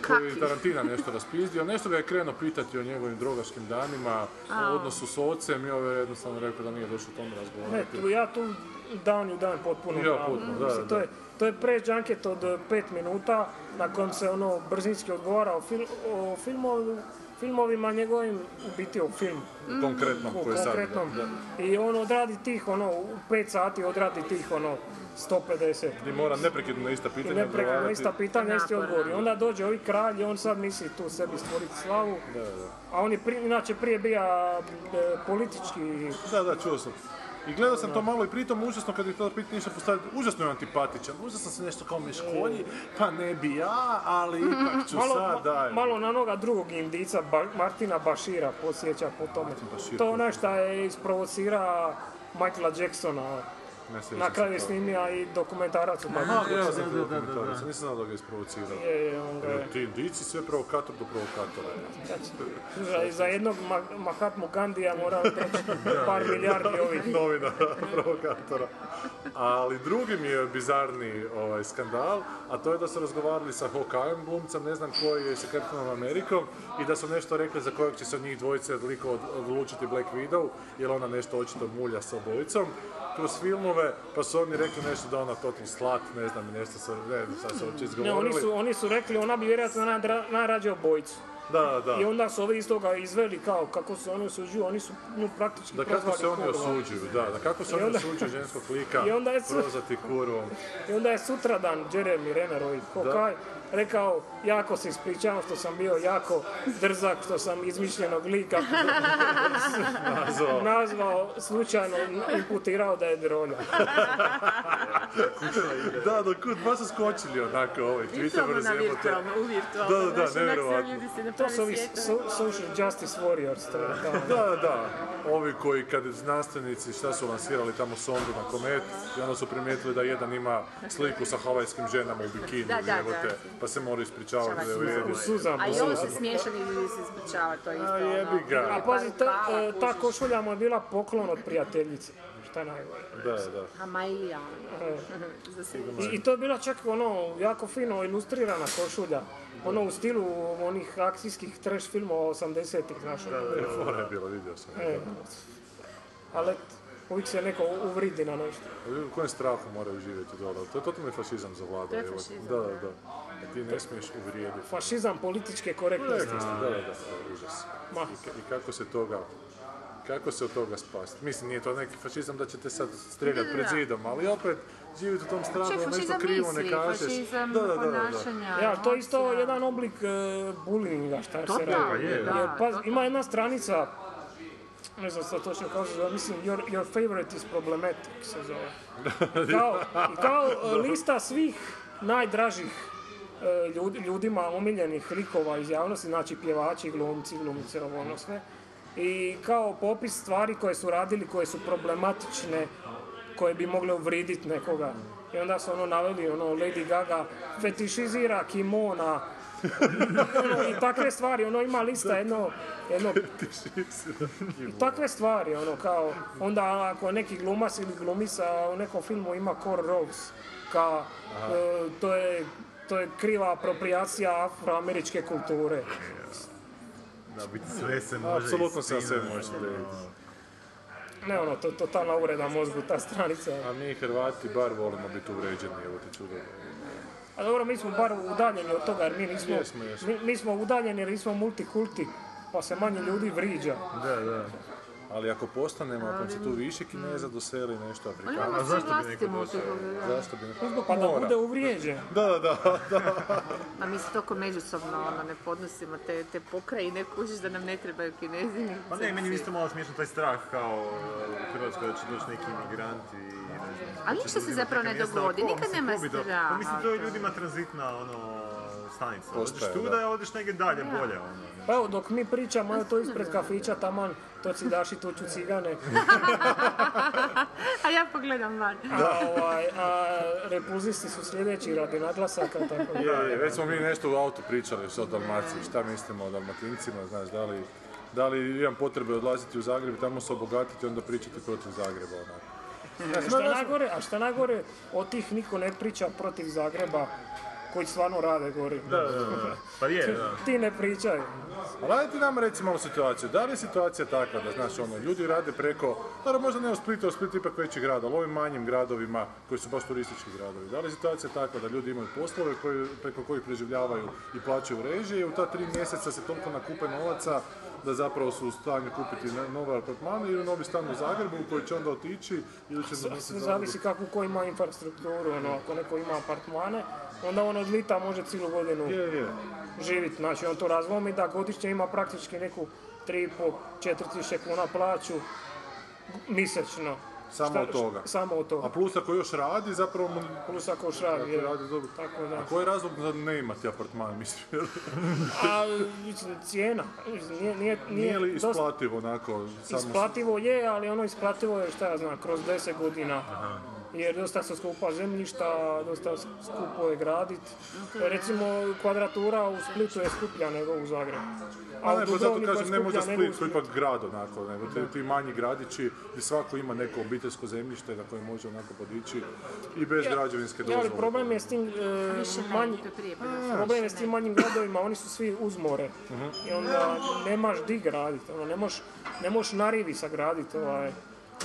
koji je
Kaki.
Tarantina nešto raspizdio, nešto ga je krenuo pitati o njegovim drogaškim danima,
A.
o odnosu s ocem i ovo je jednostavno rekao da nije došao o tome
Ne,
razgovarati.
tu, ja tu dan u dan potpuno.
Ja
pravu.
potpuno, da,
Mislim,
da.
To je, to je press junket od 5 minuta na kojem se ono brzinski odgovara o, fil, o filmo- filmovima njegovim, u biti o filmu.
Konkretno,
O
koji sad,
konkretnom.
da,
I on odradi tih, ono, u 5 sati odradi tih, ono, 150.
I mora neprekidno na ista
I
pitanja
ne prega,
odgovarati.
ista pitanja, isti
Naporno.
odgovori. Onda dođe ovi kralj i on sad misli tu sebi stvoriti slavu.
Da, da.
A on je pri, inače prije bio e, politički...
Da, da, čuo sam. I gledao sam to malo i pritom užasno kad je to pitanje išlo postaviti, užasno je antipatičan, užasno se nešto kao meškolji, pa ne bi ja, ali ipak ću
malo,
sad,
ma-
daj.
malo na onoga drugog indica, Ba- Martina Bašira, posjeća po tome.
Bashir,
to je onaj šta je isprovocira Michaela Jacksona.
Ne sjećam
Na
se
kraju je
toga.
snimio i dokumentarac o
Aha,
Michaelu
gledao
Jacksonu.
sam te dokumentarac, nisam znao da ga je isprovocirao.
Je, je, on ga je.
Ti indici sve provokator do provokatora.
Za, za jednog Ma- Mahatmu Gandija mora doći par milijardi ovih.
Novinara, provokatora. Ali drugi mi je bizarni ovaj, skandal, a to je da su razgovarali sa Hawkeye'em glumcem, ne znam koji je sa Captainom Amerikom, i da su nešto rekli za kojeg će se od njih dvojice liko od- odlučiti Black Widow, jer ona nešto očito mulja sa obojicom kroz filmove, pa su oni rekli nešto da ona total slat, ne znam, i nešto sa, ne znam, šta su uopće
Ne,
izgovorili.
oni su, oni su rekli, ona bi vjerojatno najra- najrađe obojicu.
Da, da.
I onda su ovi iz toga izveli kao kako se oni osuđuju, oni su nju praktički
Da kako se
prozvali
oni
kurvom.
osuđuju, da, da kako se
I
oni
onda-
osuđuju ženskog lika,
I onda je su-
prozvati kurvom.
I onda je sutradan Jeremy Renner, ovaj Hokaj, rekao, jako se ispričavam što sam bio jako drzak, što sam izmišljenog lika
Nazvao.
nazvao, slučajno imputirao da je drolja.
da, dok kod vas su skočili onako ovaj Twitter
Virtualno na
razjebote.
virtualno, u virtualno.
Da, da, da,
znaš, onak sve
nevjerovatno.
Ljudi se
To su
napravi
ovi
svjetove.
so- social justice warriors, to je
Da,
kao-
Pa da, ovi koji kad znanstvenici šta su lansirali tamo sondu na komet i onda su primijetili da jedan ima sliku sa havajskim ženama u bikini,
Da, da,
jebote,
da.
pa se mora ispričavati da je u redu.
A i ovo se smiješani ljudi se ispričava, to je isto. ono,
jebi ga.
A pazi, ta, e, ta košulja mu je bila poklon od prijateljice, šta je najgore.
Da, da.
Amailija.
E.
Za sve.
I, I to je bila čak ono, jako fino ilustrirana košulja. Ono u stilu onih akcijskih trash filmova 80-ih, znaš. ono.
E, Fora je bila, vidio sam.
E, ali eto, uvijek se neko uvridi na nešto.
Ljudi u kojem strahu moraju živjeti dole, to je totalni fašizam zavladao.
To je
jebote.
fašizam,
Da,
da.
da, da. A Ti ne smiješ uvrijediti.
Fašizam političke korektnosti.
Korektnosti, da, da, da, užas.
Ma.
I, ka- I kako se toga, kako se od toga spasti? Mislim, nije to neki fašizam da ćete sad streljati
Da, da,
pred
da.
zidom, ali opet živjeti u tom stranu,
Čak
da Ono, nešto
fašizam
krivo ne
misli,
kažeš.
fašizam
Da, da, da, da, da.
ponašanja.
E,
Ja, to je isto jedan oblik e, bullyinga šta se
Totalno, pa
radi.
je, da,
Jer, paz, ima jedna stranica, ne znam sad točno kako se zove, mislim your, your favorite is problematic se zove. Kao, i kao e, lista svih najdražih e, ljudi- ljudima omiljenih likova iz javnosti, znači pjevači, glumci, glumice, ovo ono sve. I kao popis stvari koje su radili, koje su problematične, koje bi mogle uvriditi nekoga. I onda su ono naveli ono Lady Gaga fetišizira kimona Ono, i takve stvari, ono ima lista jedno, jedno i takve stvari, ono kao, onda ako neki glumac ili glumisa u nekom filmu ima core roles, kao,
Aha.
e, to je, to je kriva apropriacija afroameričke kulture.
Da biti sve se može
Apsolutno
i
se na sve
svime,
može
ono.
strijeliti.
Ne ono, to je totalna uvreda mozgu, ta stranica.
A mi Hrvati bar volimo biti uvređeni, evo ti čudo.
A dobro, mi smo bar udaljeni od toga, jer mi nismo,
Jesmo, jesmo.
Mi, mi smo udaljeni jer nismo multikulti, pa se manje ljudi vriđa.
Da, da. Ali ako postanemo, ako nam se tu više Kineza doseli nešto
Ali imamo
Afrikana.
A zašto bi svi neko vlastitu doselio?
multikulti, da.
Zašto bi neko? Zbog
Pa da
mora.
bude uvrijeđen.
Da, da, da, da.
A mi se toliko međusobno ono, ne podnosimo te, te pokrajine, kužiš da nam ne trebaju kinezi. ni
Pa ne, meni je
crnci.
isto malo smiješno taj strah kao e, u Hrvatskoj da će doći neki imigranti i ne znam.
Ali
da će
ništa se
zauzimati
zapravo ne
neka mjesta,
dogodi,
ko vam
nikad
se
nema
kubi do-
straha.
Pa mislim, to je ljudima tranzitna ono, stanica. Odeš
Postaje,
tu
da.
da je odeš negdje dalje,
Da.
bolje. Ono.
Pa evo, dok mi pričamo, evo to ispred kafića, taman, to ci daši, to ću cigane.
A ja pogledam van.
A, ovaj, a repulzisti su sljedeći radi naglasaka, tako
Je, je, već smo mi nešto u autu pričali što o Dalmaciji, šta mislimo o Dalmatincima, znaš, da li, da li imam potrebe odlaziti u Zagreb i tamo se obogatiti, onda pričati protiv Zagreba, ono. onako.
A šta, najgore, a šta najgore, od tih niko ne priča protiv Zagreba, koji stvarno rade gori.
Da, da, da. Pa je, da.
Ti ne pričaj.
Ali ajde ti Pa nam reci malo situaciju, da li je situacija takva da, znaš, ono, ljudi rade preko, dobro, možda ne u Splitu, a Split je ipak veći grad, ali ovim manjim gradovima, koji su baš turistički gradovi, da li je situacija takva da ljudi imaju poslove koji, preko kojih preživljavaju i plaćaju režije i u ta tri mjeseca se toliko nakupe novaca da zapravo su u stanju kupiti no- nove apartmane ili novi stan u Zagrebu u koji će onda otići ili će
Sve
donositi
zavisi kako ko ima infrastrukturu, ono, ako neko ima apartmane, onda on od lita može cijelu godinu živjeti. Znači, on to razlomi da godišnje ima praktički neku 3,5-4 tisuće kuna plaću mjesečno.
Samo
Šta-
od toga.
Samo od toga.
A plus ako još radi, zapravo mu...
Plus ako još radi,
ako
je.
radi dobro.
Tako da.
A koji je razlog da ne imati apartman, mislim?
A, mislim, cijena. Mislim, Nije, nije,
Nije li
dosta-
isplativo onako samo...
Isplativo je, ali ono isplativo je šta ja znam, kroz 10 godina.
Aha.
Jer dosta su skupa zemljišta, dosta skupo je gradit. Recimo, kvadratura u Splitu je skuplja nego u Zagrebu.
A ne, pa zato
Dubrovniku je
kažem, ne možda
skuplja nego u
Split, koji je ipak grad onako, nego ti, ti manji gradići gdje svako ima neko obiteljsko zemljište na koje može onako podići i bez građevinske
Ja,
dozvole.
ali problem je s tim e,
Više ne,
manji-
to je prije bilo.
A, problem je s tim manjim gradovima, oni su svi uz more.
Mhm.
I onda nemaš di graditi, ono, ne moš, ne moš na rivi sagraditi ovaj.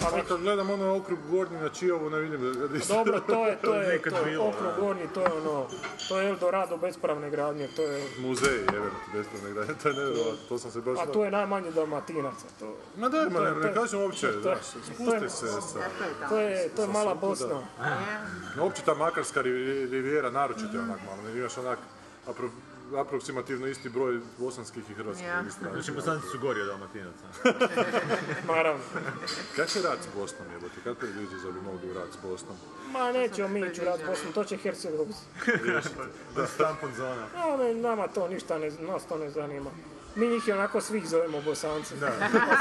Pa
A
već-
kad gledam ono okrug gornji na Čijovu, ne vidim da gdje
Dobro, to je, to je,
nekad
to je
bilo,
okrug
da.
gornji, to je ono, to je Eldorado bespravne gradnje, to je,
Muzej, jebem ti bespravne grade, to je nevjerojatno, to sam se baš...
a tu je najmanje dalmatinaca, to.
Ma da, ma
to
ne,
je- to
ne
je-
kažem uopće,
to je-
znaš,
to je-
spusti se sa...
To je, to je
sa
mala
svukuda.
Bosna.
No, Uopće ta makarska rivi- rivijera naročito je onak malo, ne imaš onak apro, aproksimativno isti broj bosanskih i hrvatskih
Ja.
registracija.
Znači, Bosanci su gori od Dalmatinaca.
Naravno.
Kak je rat s Bosnom jebote? Kako je vizija za bi mogli u rat s Bosnom?
Ma nećemo mi ići u rat Bosnu, to će Hercegovci.
Riješiti.
Da, tampon zona.
A ne, nama to ništa ne, nas to ne zanima. Mi njih i onako svih zovemo Bosanci.
Da.
Pa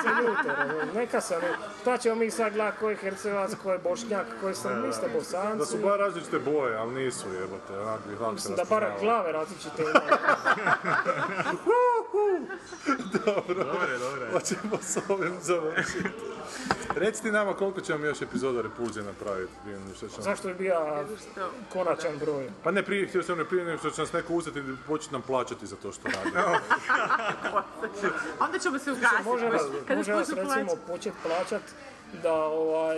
se ljute, razumiješ, neka se ne... Šta ćemo mi sad gledati ko je Hercegovac, ko je Bošnjak, ko je sam,
Da,
mi ste
da.
Bosanci.
Da Pa su bar različite boje, ali nisu jebote, onak bi lakše
Mislim da bar
raspoznavali.
glave različite imaju.
Dobro,
Dobre, dobre.
hoćemo Pa s ovim završiti. Recite nama koliko ćemo još epizoda Repulzije napraviti prije nego što ćemo...
Zašto bi bio konačan broj?
Pa ne, prije, htio sam ne prije nego što će nas neko uzeti i početi nam plaćati za to što radimo.
Onda ćemo se ugasiti.
Može vas,
baš, kada
može vas
počnu plaćati.
recimo početi plaćat da ovaj,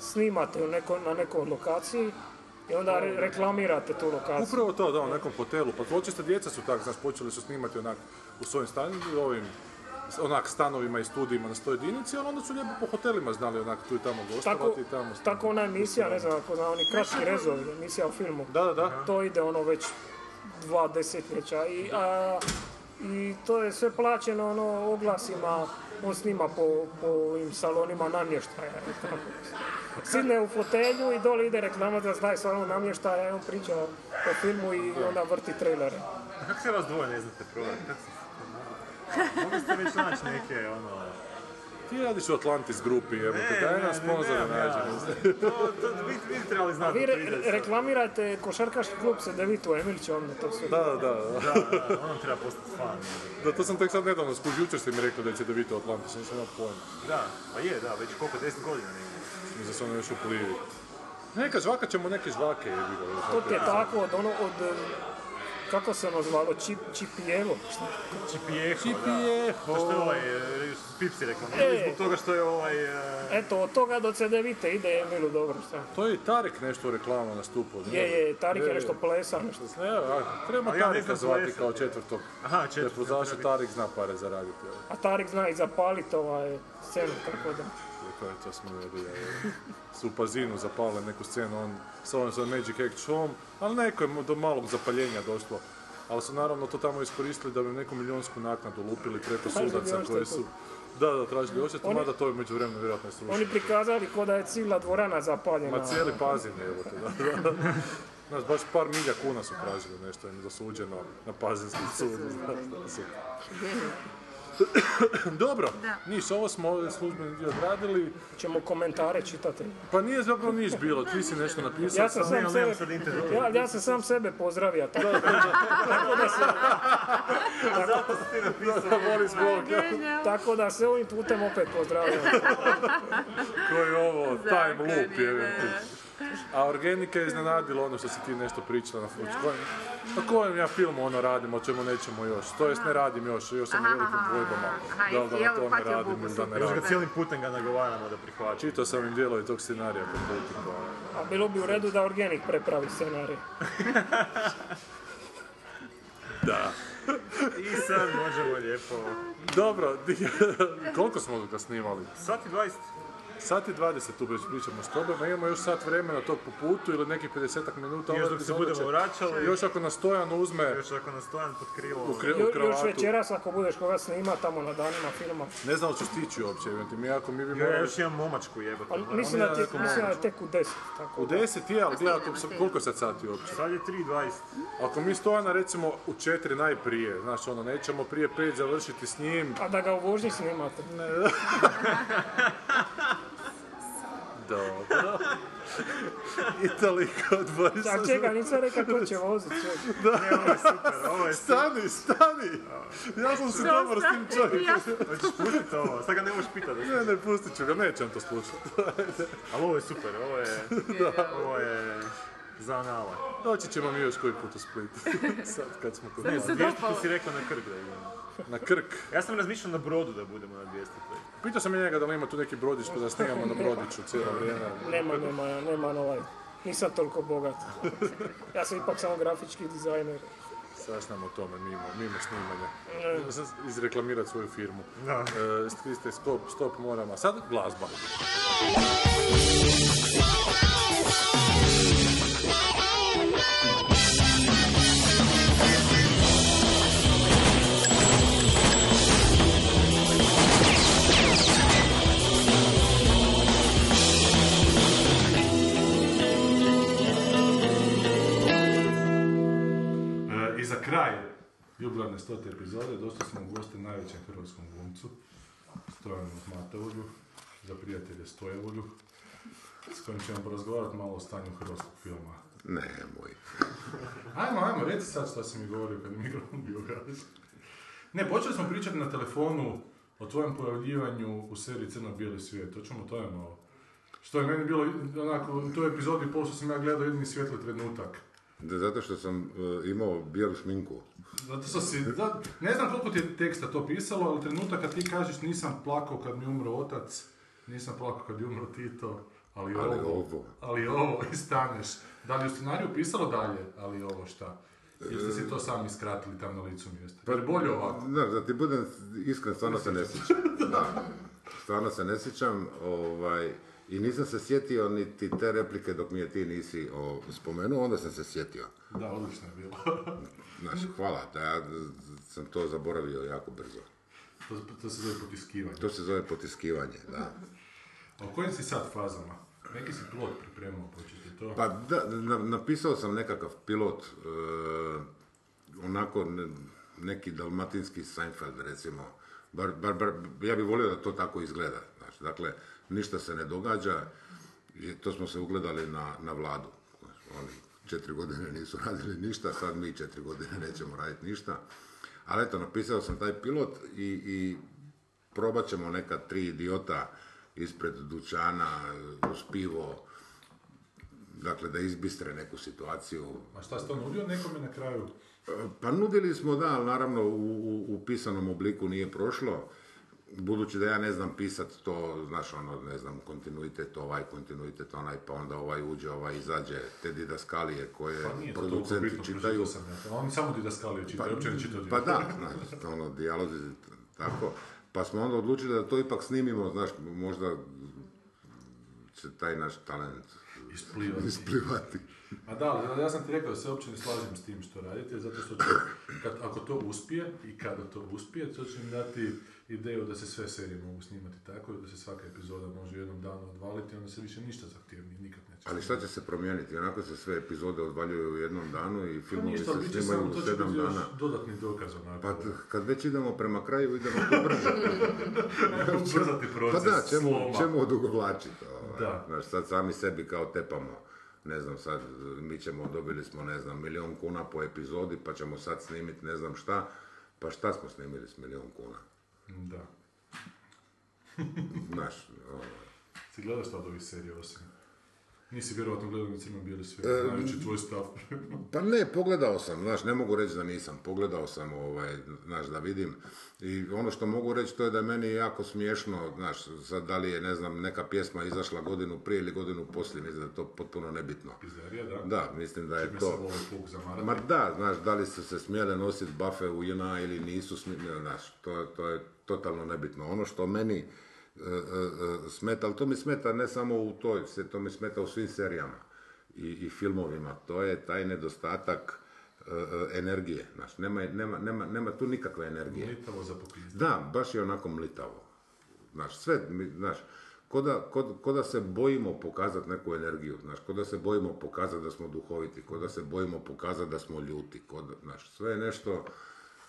snimate u neko, na nekoj lokaciji i onda re- reklamirate tu lokaciju.
Upravo to, da, u nekom hotelu. Pa zločista djeca su tak, znaš, počeli su snimati onak u svojim stanovima, ovim s- onak stanovima i studijima na stoj jedinici, ali onda su lijepo po hotelima znali onak tu i tamo gostovati i tamo.
Tako ona emisija, ne znam ako znam, oni kratki rezovi, emisija o filmu.
Da, da, da.
To ide ono već dva desetljeća i, a, i to je sve plaćeno ono oglasima, on snima po, po ovim salonima namještaja. i tako. Sidne u fotelju i dole ide reklama za taj salon namještaja i on priča o filmu i onda vrti trailere.
Kako se vas dvoje ne znate provati? Kako se- Mogli ste već naći neke, ono...
Ti radiš u Atlantis grupi, jebote,
Ne,
daj
ne,
nam
ne,
sponzore
nemam ja.
nađi.
trebali
A
znati
vi
do
re-
30.
reklamirate košarkaški klub se Devito Emilić, onda to sve.
Da, da, da.
Da, on treba postati fan.
Da, to sam tek sad nedavno skužio, jučer ste mi rekli da će da vidite Atlantis, nisam imao pojma.
Da, pa je, da, već koliko, 10 godina negdje.
Mislim da se ono još u plivi. Neka žvaka ćemo neke žvake, jebi ga.
To ti je tako od ono, od, eh, kako se ono zvalo, Čip, Čipijevo, šta?
Čipijeho, Znači
Znači
da. To što je ovaj, e, Pips je
E.
reklamirali zbog toga što je ovaj... e,
Eto, od toga do CDVite ide Emilu dobro, šta?
To je i Tarek nešto u reklamu nastupao. ne?
Je, je, Tarik je nešto plesa, nešto.
Evo, a, treba
Ali ja ne
Tarika
znam
zvati
plesat.
kao četvrtog. Aha, četvrtog. Tarik zna pare zaraditi. evo.
A Tarik zna i zapalit ovaj scenu, tako da.
Rekao je, Dakle, to smo ne Su u Pazinu zapale neku scenu, on sa ovim sa Magic Act Showom, ali neko je mu do malog zapaljenja došlo. Ali su naravno to tamo iskoristili da bi neku milijonsku naknadu lupili preko
Tražili
sudaca koji
odštetu.
su... Da, da, tražili odštetu,
Oni-
mada to je među vremenu vjerojatno i srušeno.
Oni prikazali ko da je cijela dvorana zapaljena.
Ma cijeli Pazin je, evo te, da, da. Znaš, baš par milja kuna su tražili nešto, im je dosuđeno na Pazinskom sudu, znaš, da su. Dobro, niš, ovo smo službeni dio odradili.
Ćemo komentare čitati.
Pa nije zapravo niš bilo, ti si nešto napisao.
Ja sam sam sebe, ja, ja sam sam sebe pozdravio, tako da, tako da se... Zato si napisao. Tako da se ovim putem opet pozdravljam.
Ko je ovo, time
Zakon je,
loop, jevim ti. A Organika je iznenadilo ono što si ti nešto pričala na
Da.
kojem, pa kojem ja filmu ono radim, o čemu nećemo još. To jest ne radim još, još sam u
Aha,
velikim
aha,
dvojbama.
aha,
Da li da
jel
na tome
uhvatio
radim
bubu,
ili da ne
super.
radim.
Još ga cijelim
putem ga nagovaramo da prihvaća. Čitao sam im dijelovi tog scenarija po putu. pa-
A bilo bi u redu da Organik prepravi scenarij.
Da.
I sad možemo lijepo...
Dobro, di- koliko smo ga snimali?
Sat i 20.
Sat i 20 tu već pričamo s tobom, a imamo još sat vremena tog po putu ili nekih 50 minuta.
Još dok
Ova
se
epizoda
budemo
će-
vraćali.
Još ako nas Stojan uzme...
Još ako nas Stojan pod krilo...
U kre-
Ju- još
kravatu.
večeras ako budeš koga snima tamo na danima filma.
Ne znam hoćeš stići uopće, jebote, mi ako mi bi
Jo, ja
morali-
još imam momačku jebote.
Ali mislim da, ti,
jako
mislim da
moguće.
tek u 10. Tako.
U 10 je, ali gledaj, ako sam- koliko je sad sati uopće?
Sad je 3.20.
Ako mi Stojana recimo u 4 najprije, znaš ono, nećemo prije 5 završiti s njim,
A da ga u vožnji snimate.
dobro. I toliko od Borisa.
A čekaj, nisam rekao ko će voziti. čekaj.
Da.
Ne, ovo je super, ovo je
Stani, stani! Ja sam se
Što
dobro s tim
stani?
čovjekom.
Ja- Hoćeš pustit ovo? Sad ga ne možeš pitat.
Ne, ne, pustit ću ga, nećem to slušati.
Ali ovo je super, ovo je...
Da.
Ovo je... Za anale.
Doći ćemo mi još koji put u Split. Sad kad smo kod
Ne,
vas.
za 200 si rekao na Krk da idemo.
Na Krk.
Ja sam razmišljao na brodu da budemo na 200.
Pitao sam i njega da li ima tu neki brodić pa da snimamo na brodiću cijelo vrijeme.
Nema, nema, nema novaj. Nisam toliko bogat. Ja sam ipak samo grafički dizajner.
Saznam o tome mimo, mimo snimanja.
Ne.
Idemo sad Izreklamirat svoju firmu.
Da.
E, Kriste, stop, stop moramo. Sad glazba. E, I za kraj jubilarne stote epizode došli smo u goste najvećem hrvatskom glumcu, Stojanu Matevolju, za prijatelje Stojevolju, s kojim ćemo porazgovarati malo o stanju hrvatskog filma.
Ne, moj.
Ajmo, ajmo, reci sad što si mi govorio kad je mikrofon bio ugašen. Ne, počeli smo pričati na telefonu o tvojem pojavljivanju u seriji Crno-bijeli svijet, to ćemo to je malo. Što je meni bilo, onako, u toj epizodi i pol što sam ja gledao jedini svijetli trenutak.
Da, zato što sam e, imao bijelu šminku.
Zato što si, da, ne znam koliko ti je teksta to pisalo, ali trenutak kad ti kažeš nisam plakao kad mi je umro otac, nisam plakao kad je umro Tito, ali,
Ali
ovo,
ovo.
ali ovo i staneš. Da li je u scenariju pisalo dalje, ali ovo šta? Ili ste si to sami skratili tam na licu mjesta? Pa, Jer bolje ovako.
Da, da ti budem iskren, stvarno se ne sjećam. Da. Stvarno se ne sjećam, ovaj, i nisam se sjetio niti te replike dok mi je ti nisi o, spomenuo, onda sam se sjetio.
Da, odlično je bilo.
Znaš, hvala, da ja sam to zaboravio jako brzo.
to, to se zove potiskivanje.
To se zove potiskivanje, da.
A u kojim si sad fazama? Neki si plot pripremao, hoćete to?
Pa da, na- napisao sam nekakav pilot, e, onako ne- neki dalmatinski Seinfeld recimo, Bar, bar, bar, ja bih volio da to tako izgleda. znaš. Dakle, ništa se ne događa, i to smo se ugledali na, na vladu. Znaš, Oni četiri godine nisu radili ništa, sad mi četiri godine nećemo raditi ništa. Ali eto, napisao sam taj pilot i, i probat ćemo neka tri idiota ispred dućana uz pivo, dakle da izbistre neku situaciju.
A šta ste nudio nekome na kraju?
Pa nudili smo, da, ali naravno u, u, u pisanom obliku nije prošlo. Budući da ja ne znam pisat to, znaš, ono, ne znam, kontinuitet ovaj, kontinuitet onaj, pa onda ovaj uđe, ovaj izađe, te didaskalije koje
Pa nije to toliko bitno,
producenti čitaju.
pročitao sam ja to. Oni samo didaskalije čitaju, uopće ne čitaju
Pa da,
dijaloge.
znaš, ono, dijalozi, tako. Pa smo onda odlučili da to ipak snimimo, znaš, možda će taj naš talent
Isplivati.
isplivati.
A da, ali ja sam ti rekao da se uopće ne slažem s tim što radite, zato što će, kad, ako to uspije i kada to uspije, to će im dati ideju da se sve serije mogu snimati tako i da se svaka epizoda može u jednom danu odvaliti, onda se više ništa zahtjevnije nikad neće.
Ali šta će se promijeniti? Onako se sve epizode odvaljuju u jednom danu i
Pa
filmovi
ništa, ali bit
se
će
snimaju
samo
u
to će
sedam
biti još
dana.
dodatni dokaz onako.
Pa t- kad već idemo prema kraju, idemo to brže.
Ajmo ubrzati proces
Pa da, čemu,
sloma.
čemu odugovlačiti? ovaj?
Da.
Znaš, sad sami sebi kao tepamo. Ne znam, sad mi ćemo, dobili smo, ne znam, milion kuna po epizodi, pa ćemo sad snimiti ne znam šta. Pa šta smo snimili s milion kuna?
Da.
Znaš, ovaj,
Si gledao šta od ovih serija osim? Nisi vjerojatno gledao ni crno-bijeli svijet,
E,
znajući tvoj stav prema
Pa ne, pogledao sam, znaš, ne mogu reći da nisam, pogledao sam, ovaj, znaš, da vidim. I ono što mogu reći to je da je meni jako smiješno, znaš, sad da li je, ne znam, neka pjesma izašla godinu prije ili godinu poslije, mislim da je to potpuno nebitno.
pizderija, da?
Da, mislim da je
Čime se
to...
vole puk zamarati.
Ma da, znaš, da li su se smjele nositi bafe u JNA ili nisu smjele, znaš, to, to je totalno nebitno. Ono što meni e, e, e, smeta, ali to mi smeta ne samo u toj, se- to mi smeta u svim serijama i, i filmovima, to je taj nedostatak e, e, energije, znaš, nema, nema, nema, nema tu nikakve energije.
Mlitavo za popizda.
Da, baš je onako mlitavo. Znaš, sve, mi- znaš, ko da, ko- ko da se bojimo pokazati neku energiju, znaš, ko da se bojimo pokazati da smo duhoviti, ko da se bojimo pokazati da smo ljuti, ko da, znaš, sve je nešto...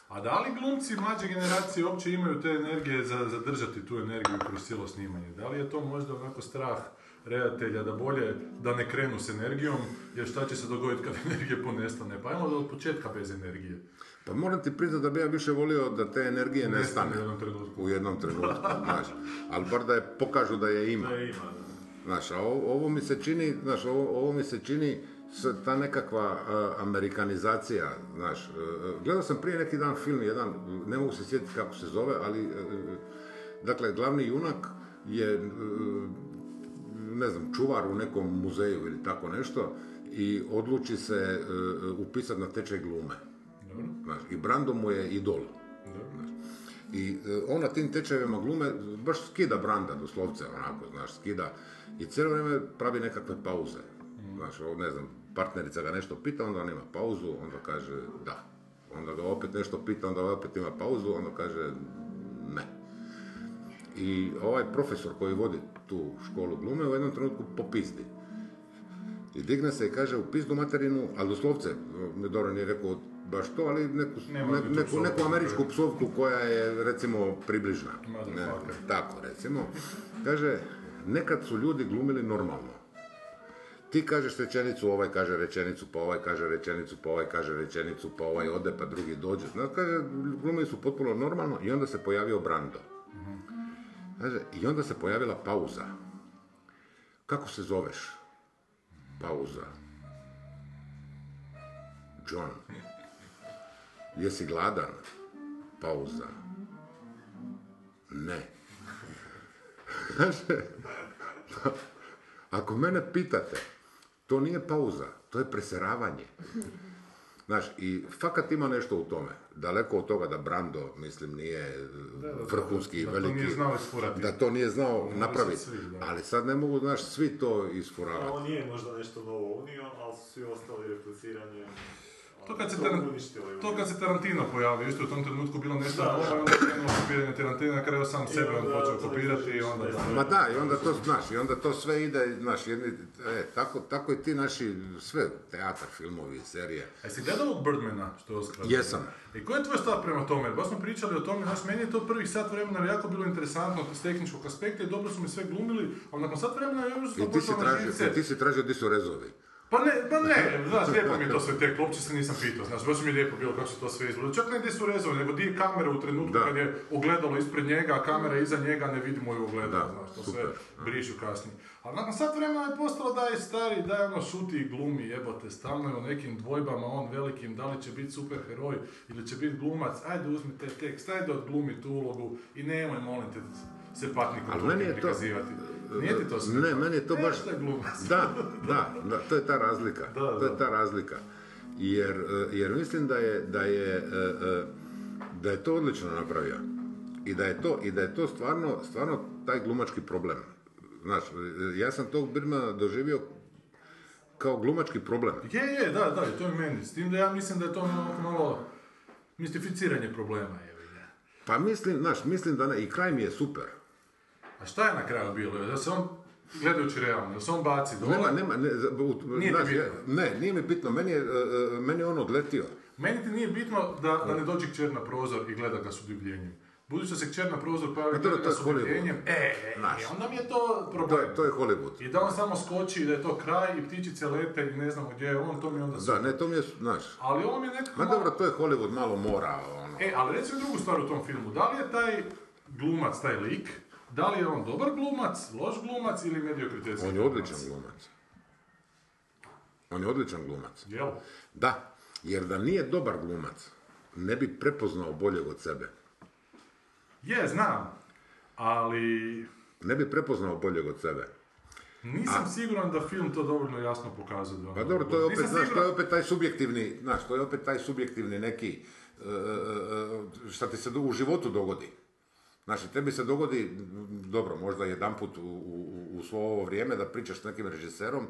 A da li glumci mlađe generacije uopće imaju te energije za zadržati tu energiju kroz cijelo snimanje? Da li je to možda onako strah redatelja da bolje da ne krenu s energijom, jer šta će se dogoditi kad energije ponestane? Pa ajmo od početka bez energije.
Pa moram ti priznati da bi ja više volio da te energije nestane.
Nestane u jednom trenutku.
U jednom trenutku, znaš. Ali bar da je pokažu da je ima.
Da je ima,
Znaš, a ovo, ovo mi se čini, znaš, ovo, ovo mi se čini s- ta nekakva e, amerikanizacija, znaš. e, e, gledao sam prije neki dan film, jedan, ne mogu se sjetiti kako se zove, ali, e, e, dakle, glavni junak je e, ne znam, čuvar u nekom muzeju ili tako nešto i odluči se e, upisati na tečaj glume. Znaš, I Brando mu je idol. Znaš. I e, on na tim tečajevima glume baš skida Branda doslovce, onako, znaš, skida. I cijelo vrijeme pravi nekakve pauze. Znaš, o, ne znam, partnerica ga nešto pita, onda on ima pauzu, onda kaže da. Onda ga opet nešto pita, onda opet ima pauzu, onda kaže ne. I ovaj profesor koji vodi tu školu glume u jednom trenutku popizdi. I digne se i kaže u pizdu materinu, ali doslovce, ne dobro nije rekao baš to, ali neku,
Nema
ne-
bi tu
neku,
psovku.
neku američku psovku koja je recimo približna. Ne,
Motherfucker.
tako recimo. Kaže, nekad su ljudi glumili normalno. Ti kažeš rečenicu, ovaj kaže rečenicu, pa ovaj kaže rečenicu, pa ovaj kaže rečenicu, pa ovaj ode, pa drugi dođe. Znači, kaže, glumili su potpuno normalno i onda se pojavio Brando.
Mhm.
Kaže, i onda se pojavila pauza. Kako se zoveš? Pauza. John. Jesi gladan? Pauza. Ne. Kaže, ako mene pitate, to nije pauza, to je preseravanje. Znaš, i fakat ima nešto u tome. Daleko od toga da Brando, mislim, nije e,
da, da.
vrhunski i
Da to
veliki.
nije znao isfurati.
Da to nije znao
Mogli
napraviti.
su svi, da.
Ali sad ne mogu, znaš, svi to
A
isfuravati.
on je možda nešto novo unio, ali su svi ostali repliciranje.
To kad, se Taran- to kad se Tarantino pojavio, isto je u tom trenutku bilo nešto novo, i onda je krenuo kopiranje Tarantina, na kraju sam sebe on počeo kopirati i onda da.
Ma da, i onda to znaš, i onda to sve ide, znaš, jedni, e, tako, tako i ti naši, sve, teatar, filmovi, serije.
A jesi gledao ovog Birdmana što je Oscar?
Jesam.
I koji je tvoj stav prema tome? Baš smo pričali o tome, znaš, meni je to prvih sat vremena jako bilo interesantno s tehničkog aspekta i dobro su mi sve glumili, ali nakon sat vremena je užasno
I ti si
počelo na živce.
tražio, i ti si tražio di su rezovi.
Pa ne, pa ne, znaš, lijepo mi je to sve teklo, uopće se nisam pitao, znaš, baš mi je lijepo bilo kako se to sve izgleda. Čak ne gdje su rezovi, nego di je kamera u trenutku kad je ogledalo ispred njega, a kamera iza njega, ne vidimo ju ogledalo, znaš, to sve brišu kasnije. Ali nakon sat vremena je postalo da je stari, da je ono šuti i glumi, jebote, stalno je u nekim dvojbama, on velikim, da li će biti superheroj ili će biti glumac, ajde uzmi taj tekst, ajde odglumi tu ulogu i nemoj, molim te, se patnikom
Ali
tu
meni je to-
prikazivati. Nije ti to sve?
Ne, meni je to baš...
Nešto je glumac.
Da, da, da, to je ta razlika. to je
da.
ta razlika. Jer, eh, jer mislim da je, da je, eh, eh, da je to odlično napravio. I da je to, i da je to stvarno, stvarno taj glumački problem. Znaš, eh, ja sam tog Birmana doživio kao glumački problem.
Je, je, da, da, i to je meni. S tim da ja mislim da je to malo, malo mistificiranje problema. Je.
Pa mislim, znaš, mislim da ne, i kraj mi je super.
A šta je na kraju bilo? Da se on, gledajući realno, da se on baci dole?
Nema, nema, ne, za- u-
Nije ti
znaš,
bitno.
ja- ne, nije mi bitno, meni je, eh, eh, meni je on odletio.
Meni ti nije bitno da, da ne dođe kćer na prozor i gleda ga s ubljubljenjem. Budući da se kćer na prozor pojavi
Pa dobro,
gleda
to
ga
je
s
Hollywood.
ubljubljenjem, e, e,
Znaš.
e, onda mi je to problem.
To je, to je Hollywood.
I da on samo skoči i da je to kraj i ptičice lete i ne znamo gdje je on, to mi je onda
Da, ne, to mi je, znaš.
Ali ovo mi je nekako...
Ma dobro, to je Hollywood, malo mora, ono.
E, ali reci mi drugu stvar u tom filmu. Da li je taj glumac, taj lik, da li je on dobar glumac, loš glumac ili mediokritetski
On je odličan glumac. On je odličan glumac.
Jel?
Da, jer da nije dobar glumac, ne bi prepoznao boljeg od sebe.
Je, znam, ali
Ne bi prepoznao boljeg od sebe.
nisam siguran da film to dovoljno jasno pokazuje. da-
Pa dobro, to je opet,
Nisam
znaš, to
siguran-
je opet taj subjektivni, znaš, to je opet taj subjektivni neki, e, e, e, šta ti se do- u životu dogodi. Znači, tebi se dogodi, m, dobro, možda jedanput u, u, u svo ovo vrijeme da pričaš s nekim režiserom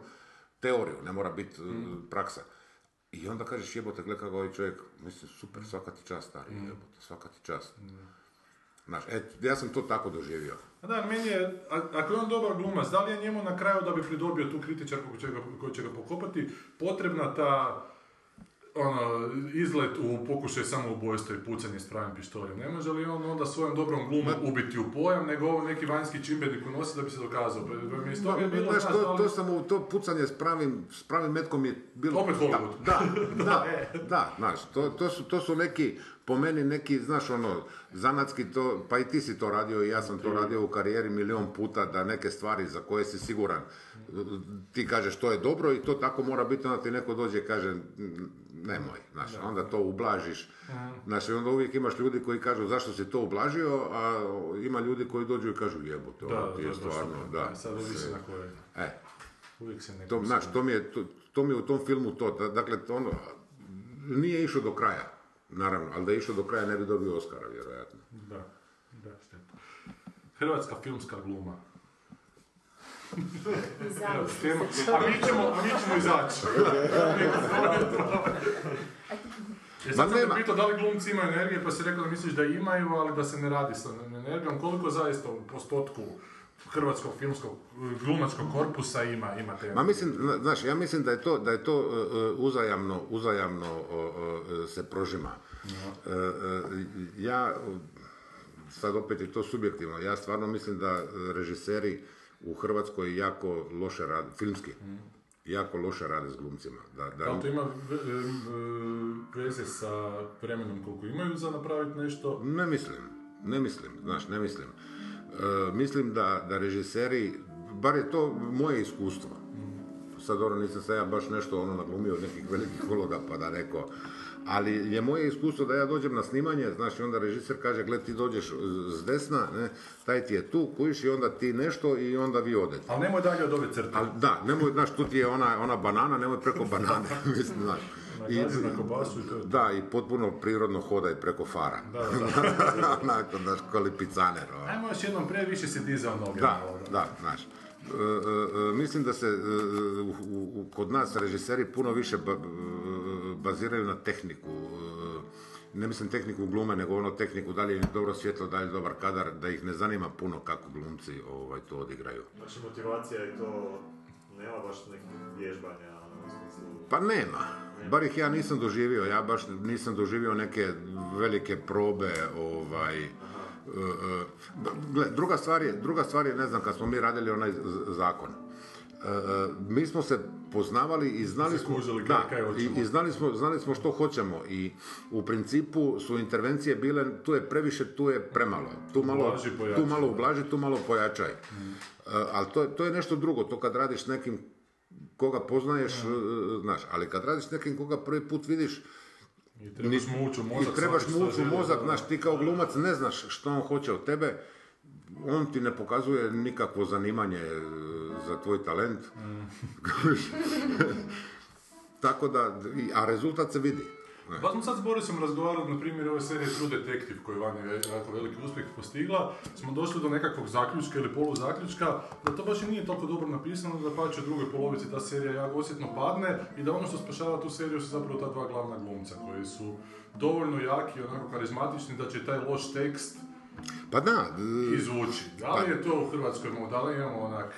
teoriju, ne mora biti e,
Mm.
praksa. I onda kažeš jebote, gle kako ovaj čovjek, mislim,
Mm.
super, svaka ti čast, stari, jebote, svaka ti čast. Znaš, et, ja sam to tako doživio.
Pa Da, meni je, a- ako je on dobar glumac, da li je njemu na kraju da bi pridobio tu kritičarku koji će ga, koji će ga pokopati, potrebna ta ono, izlet u pokušaj samoubojstva i pucanje s pravim pištoljem. Ne može li on onda svojom dobrom glumom ubiti u pojam, nego ovo neki vanjski čimbenik unosi da bi se dokazao. Pa, pa mi iz toga je bilo,
Znaš,
znaš, da
to,
li-
to sam u- to pucanje s pravim, s pravim metkom je bilo...
Opet Hollywood. E.
Da, da, da, da, znaš, to, to, su, to su neki, po meni neki, znaš, ono, zanatski to, pa i ti si to radio i ja sam to radio u karijeri milion puta, da neke stvari za koje si siguran, ti kažeš to je dobro i to tako mora biti, onda ti neko dođe i kaže, "Mm, nemoj, znaš,
Da.
onda to ublažiš. Znaš, i onda uvijek imaš ljudi koji kažu zašto si to ublažio, a ima ljudi koji dođu i kažu jebote,
Da,
ovo ti
da,
je
da,
stvarno,
što- e,
da.
sad ovisi
sve.
na koje.
E,
Uvijek se neko...
to, znaš, to mi, je, to, to mi je u tom filmu to, da- dakle, to ono, nije išao do kraja, naravno, ali da je išao do kraja ne bi dobio Oscara, vjerojatno.
Da, da, šteta. Hrvatska filmska gluma. Evo, tema. A mi ćemo, a mi ćemo izaći. Ja
Ma
sam te
nema.
pitao da li glumci imaju energije, pa si rekao da misliš da imaju, ali da se ne radi sa energijom. Koliko zaista u postotku hrvatskog filmskog eh, glumačkog korpusa ima, ima te
Ma mislim, zna- znaš, ja mislim da je to, da je to e, e, uzajamno, uzajamno o, o, e, se prožima. E, e, ja, e, sad opet je to subjektivno, ja stvarno mislim da e, režiseri u Hrvatskoj jako loše rade, filmski, jako loše rade s glumcima. Da, da,
Da li to ima v- eh, veze sa vremenom koliko imaju za napraviti nešto?
Ne mislim, ne mislim, znaš, ne mislim. E, mislim da, da režiseri, bar je to moje iskustvo. Sad dobro, nisam se ja baš nešto ono naglumio od nekih velikih uloga pa da rekao. Ali je moje iskustvo da ja dođem na snimanje, znaš, i onda režiser kaže, gle, ti dođeš s desna, ne, taj ti je tu, kujiš i onda ti nešto i onda vi odete.
Ali nemoj dalje od ove crte.
Ali da, nemoj, znaš, tu ti je ona, ona banana, nemoj preko banane, mislim, znaš.
Nagazi na kobasu i to je
Da, i potpuno prirodno hodaj preko fara.
Da, da,
Onako, znaš, kao lipicaner. ono.
Ajmo još jednom, prije više si dizao noge.
Da, da, znaš. E, e, e, mislim da se e, u- u- u- kod nas režiseri puno više ba- b- baziraju na tehniku. E, Ne mislim tehniku glume, nego ono tehniku da li je dobro svjetlo, da li je dobar kadar, da ih ne zanima puno kako glumci ovaj, to odigraju.
Znači motivacija je to, nema baš nekih vježbanja, ono, u smislu...
Pa nema. Bar ih ja nisam doživio. Ja baš nisam doživio neke velike probe. Ovaj, e, e, b- gle, druga, stvar je, druga stvar je, ne znam, kad smo mi radili onaj z- z- zakon. e, e, mi smo se poznavali i znali smo,
Zakužili
da,
kaj- kaj hoćemo.
i, i znali, smo, znali smo što hoćemo i u principu su intervencije bile tu je previše, tu je premalo. Tu malo,
Ublaži, pojačaj.
tu malo ublaži, tu malo pojačaj. E, ali to je, to je nešto drugo, to kad radiš s nekim koga poznaješ, e, znaš, ali kad radiš s nekim koga prvi put vidiš,
I trebaš mu ući u mozak,
i trebaš
shvatit
mu
šta
ući u
želi,
mozak,
da.
znaš, ti kao glumac ne znaš što on hoće od tebe, on ti ne pokazuje nikakvo zanimanje e, za tvoj talent.
Mm.
Kužiš? Tako da, i- a rezultat se vidi. znaš.
Pa smo sad s Borisom razgovarali, na primjer, ove serije True Detective, koji van je ve- jako veliki uspjeh postigla, smo došli do nekakvog zaključka ili poluzaključka, da to baš i nije toliko dobro napisano, da pače u drugoj polovici ta serija jako osjetno padne i da ono što spašava tu seriju su zapravo ta dva glavna glumca, koji su dovoljno jaki, onako karizmatični, da će taj loš tekst
Pa da, e,
izvući. Da li je to u Hrvatskoj moda, da li imamo onak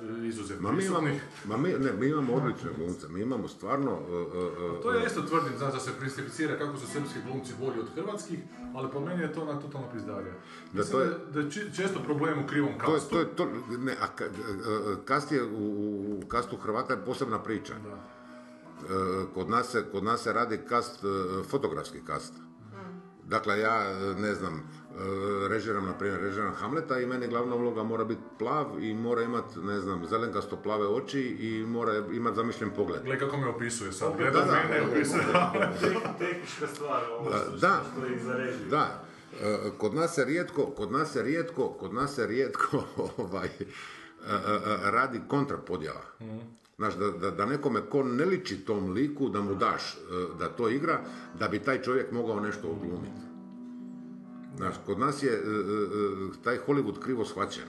e, izuzetno
Ma mi imamo,
prisutnih?
ma mi, ne, mi imamo odlične glumce, mi imamo stvarno... e, e, e,
To ja isto tvrdim, znaš, da se pristificira kako su srpski glumci bolji od hrvatskih, ali po meni je to na totalno pizdarija.
Da,
Mislim
to je-
da je či- često problem u krivom
To je,
kastu.
to je, to, ne, a ka- e, e, kast je, u, u- u kastu Hrvata je posebna priča. E, Kod nas, se, kod nas se radi kast, e, fotografski kast. Dakle, ja e, ne znam, e, režiram, na primjer, režiram Hamleta i meni glavna uloga mora biti plav i mora imati, ne znam, zelenkasto plave oči i mora imati zamišljen pogled.
Gle kako me opisuje sad,
Opet,
gleda
da, da.
mene i opisuje.
Tek- Tehnička stvar, ovo što,
Da,
što je iza režije.
da. E, Kod nas se rijetko, kod nas se rijetko, kod nas se rijetko ovaj, e, e, e, radi kontrapodjela. Znaš, da, da, da nekome ko ne liči tom liku, da mu daš e, da to igra, da bi taj čovjek mogao nešto oglumiti. Znaš, kod nas je e, e, e, taj Hollywood krivo shvaćen.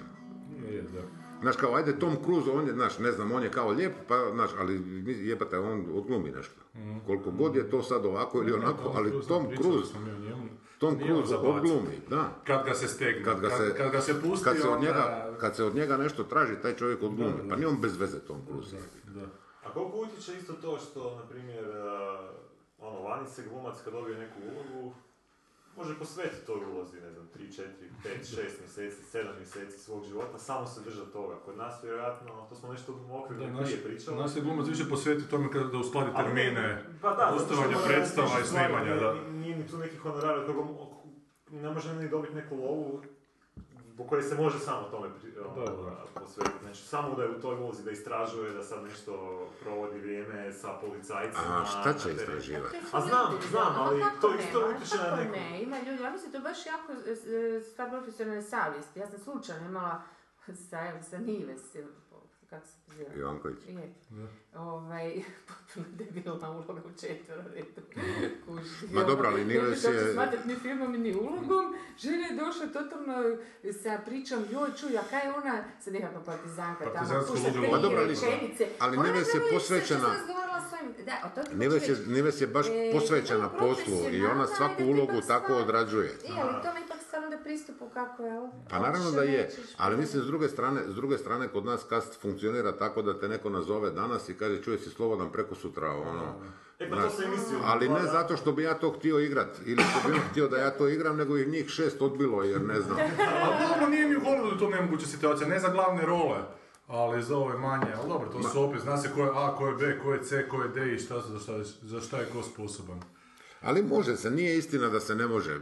Je, da.
Znaš, kao, ajde, Tom Cruise, on je, znaš, ne znam, on je kao lijep, pa, znaš, ali mi- jebate, on odglumi nešto.
Mhm.
Koliko god je to sad ovako ili
Ne, ne,
onako,
Tom
ali
Cruise,
Tom
da, pričali
Cruise,
smo mi o njemu.
Tom
Nije on
Cruise
za baciti.
odglumi, da.
Kad ga se stegne,
Kad ga se,
kad ga se pusti,
kad se od
onda-
njega, kad se od njega nešto traži, taj čovjek odglumi. Pa nije on bez veze Tom Cruise.
A koliko utječe isto to što, na primjer, eh, ono, vani se glumac kad dobije neku ulogu, može posvetiti toj ulozi, ne znam, 3, 4, 5, 6 mjeseci, 7 mjeseci svog života, samo se držati toga. Kod nas vjerojatno, to smo nešto u okviru
Da,
da,
naš,
prije pričali.
naš se glumac više posveti tome kada da uskladi
Ali ne,
termine,
pa da,
gostovanja,
zato što
predstava
mora
i
razmišljati stvarno,
snimanja, da.
ne- Nije ni tu neki honorar od koga mo- ne može ni dobiti neku lovu po kojoj se može samo tome pri- ono, posvetiti. Znači, samo da je u toj ulozi, da istražuje, da sad nešto provodi vrijeme sa policajcima.
A Pa šta će
na terenu.
istraživati?
A znam, znam, ali
kako
to
ne,
isto
ma
utječe na
kako
neku...
Ne, ima ljudi, ja mislim to je baš jako e, e, stvar profesionalne savjesti. Ja sam slučajno imala sa, sa Nive, s- kako se zove?
Ivanković.
Je.
Da.
Ovaj, potpuno debilna uloga u četvrtu. Kuži.
Ma dobro, ali Nives
Neću
je-
smatrat ni filmom ni ulogom. Žena je došla totalno sa pričom, joj čuj, a kaj je ona sa nekakva partizanka tamo,
Partizansko
sluša
ludilo.
tri
Ma Pa dobro, ali-
rečenice.
ali
Ona
Nives je
zapravo
posvećena-
sad razgovarala s svojim- da, o tome
Nives
hoću
je,
reći.
Nives je baš
E,
posvećena
vrlo
poslu i ona
profesionalna,
svaku
ali da
ulogu
ipak
tako
stvar-
odrađuje.
E, ali to me ipak stvarno da pristupu kako je ovo.
Pa naravno da je, ali mislim s druge strane, s druge strane kod nas kast funkcionira tako da te neko nazove danas i kaže čuje si slobodan preko sutra, ono.
E, pa to
znaš.
sam i mislio.
ali ne
Da.
zato što bi ja to htio igrat ili što bi on htio da ja to igram, nego ih njih šest odbilo jer ne znam.
Ali dobro, nije ni u Hollywoodu to nemoguća situacija, ne za glavne role, ali za ove manje, ali dobro, to su opet, zna se ko je A, ko je B, ko je C, ko je D i šta, su- za, šta, je- za šta je ko sposoban.
Pa Ali može se, nije istina da se ne može. e,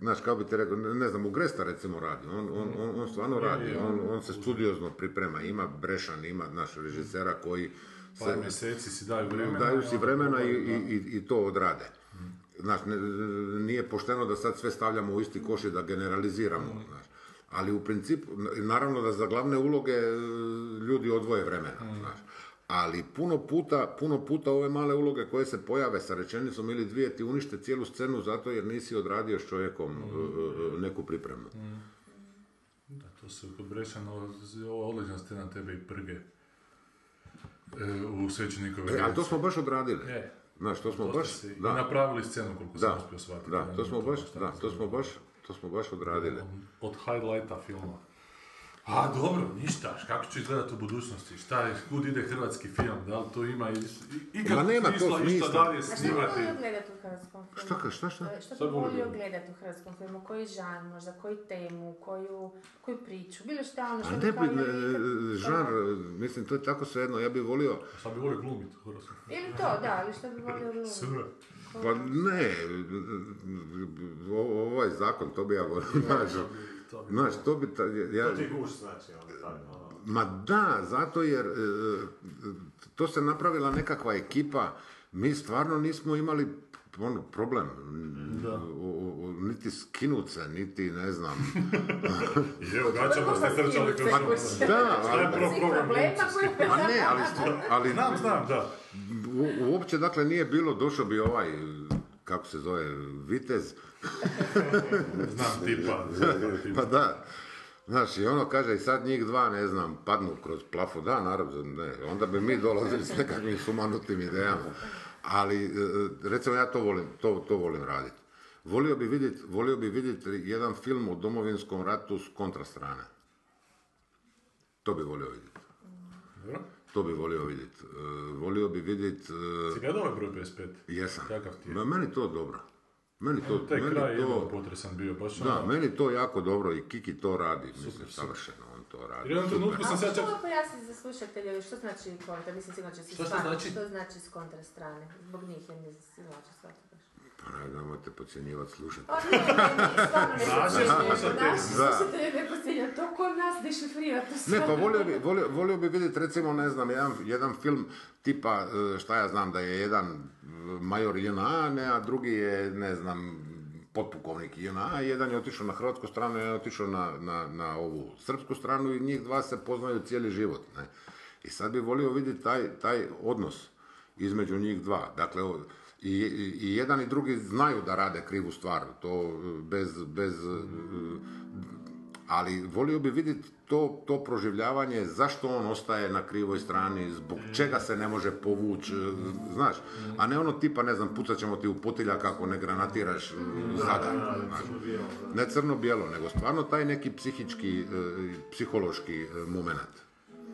Znaš, kako bi ti rekao, ne ne znam, u Gresta recimo radi, on, on, on, on stvarno
Je,
radi,
je.
on, on se studiozno priprema, ima Brešan, ima naš režisera koji...
Pa
Par mjeseci si daju vremena.
Daju si vremena i,
Da.
i, i- i to odrade. Znaš, ne- nije pošteno da sad sve stavljamo u isti koš i da
Mm.
generaliziramo. Znaš. Ali u principu, naravno da za glavne uloge e, ljudi odvoje vremena.
Mm.
Znaš. Ali puno puta, puno puta ove male uloge koje se pojave sa rečenicom ili dvije ti unište
Mm.
cijelu scenu zato jer nisi odradio s čovjekom e, e, e, neku pripremu.
Da, to se u Brešanu, odlična scena tebe i prge. E, u svećenikove.
E, ali to smo baš odradili.
Je.
Znaš, to smo
To ste
baš...
si i
da.
napravili scenu koliko sam
Da,
uspio shvatiti.
Da,
Ne
to
znam
smo
točno
baš,
šta ono.
da,
sam
to smo baš, to smo baš odradili.
Od highlighta filma. A dobro, ništa, kako će izgledati u budućnosti, šta je, kud ide hrvatski film, da li to ima i, i
Ma
ikad
nema to
smisla išta
smisla.
dalje
A šta bi
snimati.
volio gledat u hrvatskom filmu?
Šta ka- šta, šta?
E, Šta
Šta
bi
bi volio
volio
gledat?
gledat u hrvatskom filmu? Koji žan možda, koju temu, koju, koju priču, bilo šta ono što
Ali
bi
ne
kao
bi, ne,
ili nekad-
žar, mislim, to je tako svejedno, ja bih volio...
Šta Pa bi volio glumiti u Hrvatskoj?
Ili to, da, ili šta bi volio gledat.
Pa ne, o- ovaj zakon, to bi ja volio, znaš, znaš, to bi, ta- ja,
To ti je guš znači, ono, tako, ono.
Ma da, zato jer e, to se napravila nekakva ekipa, mi stvarno nismo imali ono, problem, O- o- o- niti skinut se, niti ne znam.
Evo, vraćamo pa se, trčali kroz
Pa Da,
Šta je prvo program glumca?
Pa ne, ali, stu- ali
Znam, znam, da.
u- uopće dakle nije bilo, došao bi ovaj, kako se zove, Vitez.
Znam tipa, znam tipa.
pa da. Znaš, i ono kaže, i sad njih dva, ne znam, padnu kroz plafu, da, naravno, ne, onda bi mi dolazili s nekakvim sumanutim idejama. Ali, e, recimo, ja to volim, to, to volim raditi. Volio bi vidjeti volio bi vidjet jedan film o domovinskom ratu s kontrastrane. To bi volio vidjeti.
Dobro.
To bi volio vidjeti. volio bi e, vidjeti...
Si gledao ovaj broj 55?
Jesam.
Kakav ti je?
Ma, meni to dobro. Meni to,
Evo, taj
meni
kraj je
to,
jedan potresan bio, baš
da,
ono-
meni to jako dobro i Kiki to radi, mislim, savršeno on to radi.
Jer u jednom
super.
trenutku sam se ja
A
čak...
što pojasniti za slušatelje, što znači kontra, mislim sigurno će se
Što- što
shvatiti,
znači?
što znači s kontra strane, zbog njih ja mislim sigurno će shvatiti.
Pa ne, nemojte podcjenjivati slušati.
Pa ne, ne, stvarno ne
Naše
podcjenjujem,
slušatelje.
naši
Da.
slušatelji ne podcjenjuju, to ko nas dešifrira, to
Ne, pa
stvarno.
volio bi, volio, volio bi vidjeti recimo, ne znam, jedan, jedan film tipa, e, šta ja znam, da je jedan e, major JNA, ne, a drugi je, ne znam, potpukovnik JNA, jedan je otišao na hrvatsku stranu, jedan je otišao na, na, na ovu srpsku stranu i njih dva se poznaju cijeli život, ne. I sad bi volio vidjeti taj, taj odnos između njih dva. Dakle, o- i, i- i jedan i drugi znaju da rade krivu stvar, to e, bez, bez e, ali volio bi vidjeti to, to proživljavanje, zašto on ostaje na krivoj strani, zbog
Mm.
čega se ne može povući, znaš. A ne ono tipa, ne znam, pucat ćemo ti u potiljak ako ne granatiraš e, zadar. znaš. Ne crno-bijelo, nego stvarno taj neki psihički, e, i psihološki moment.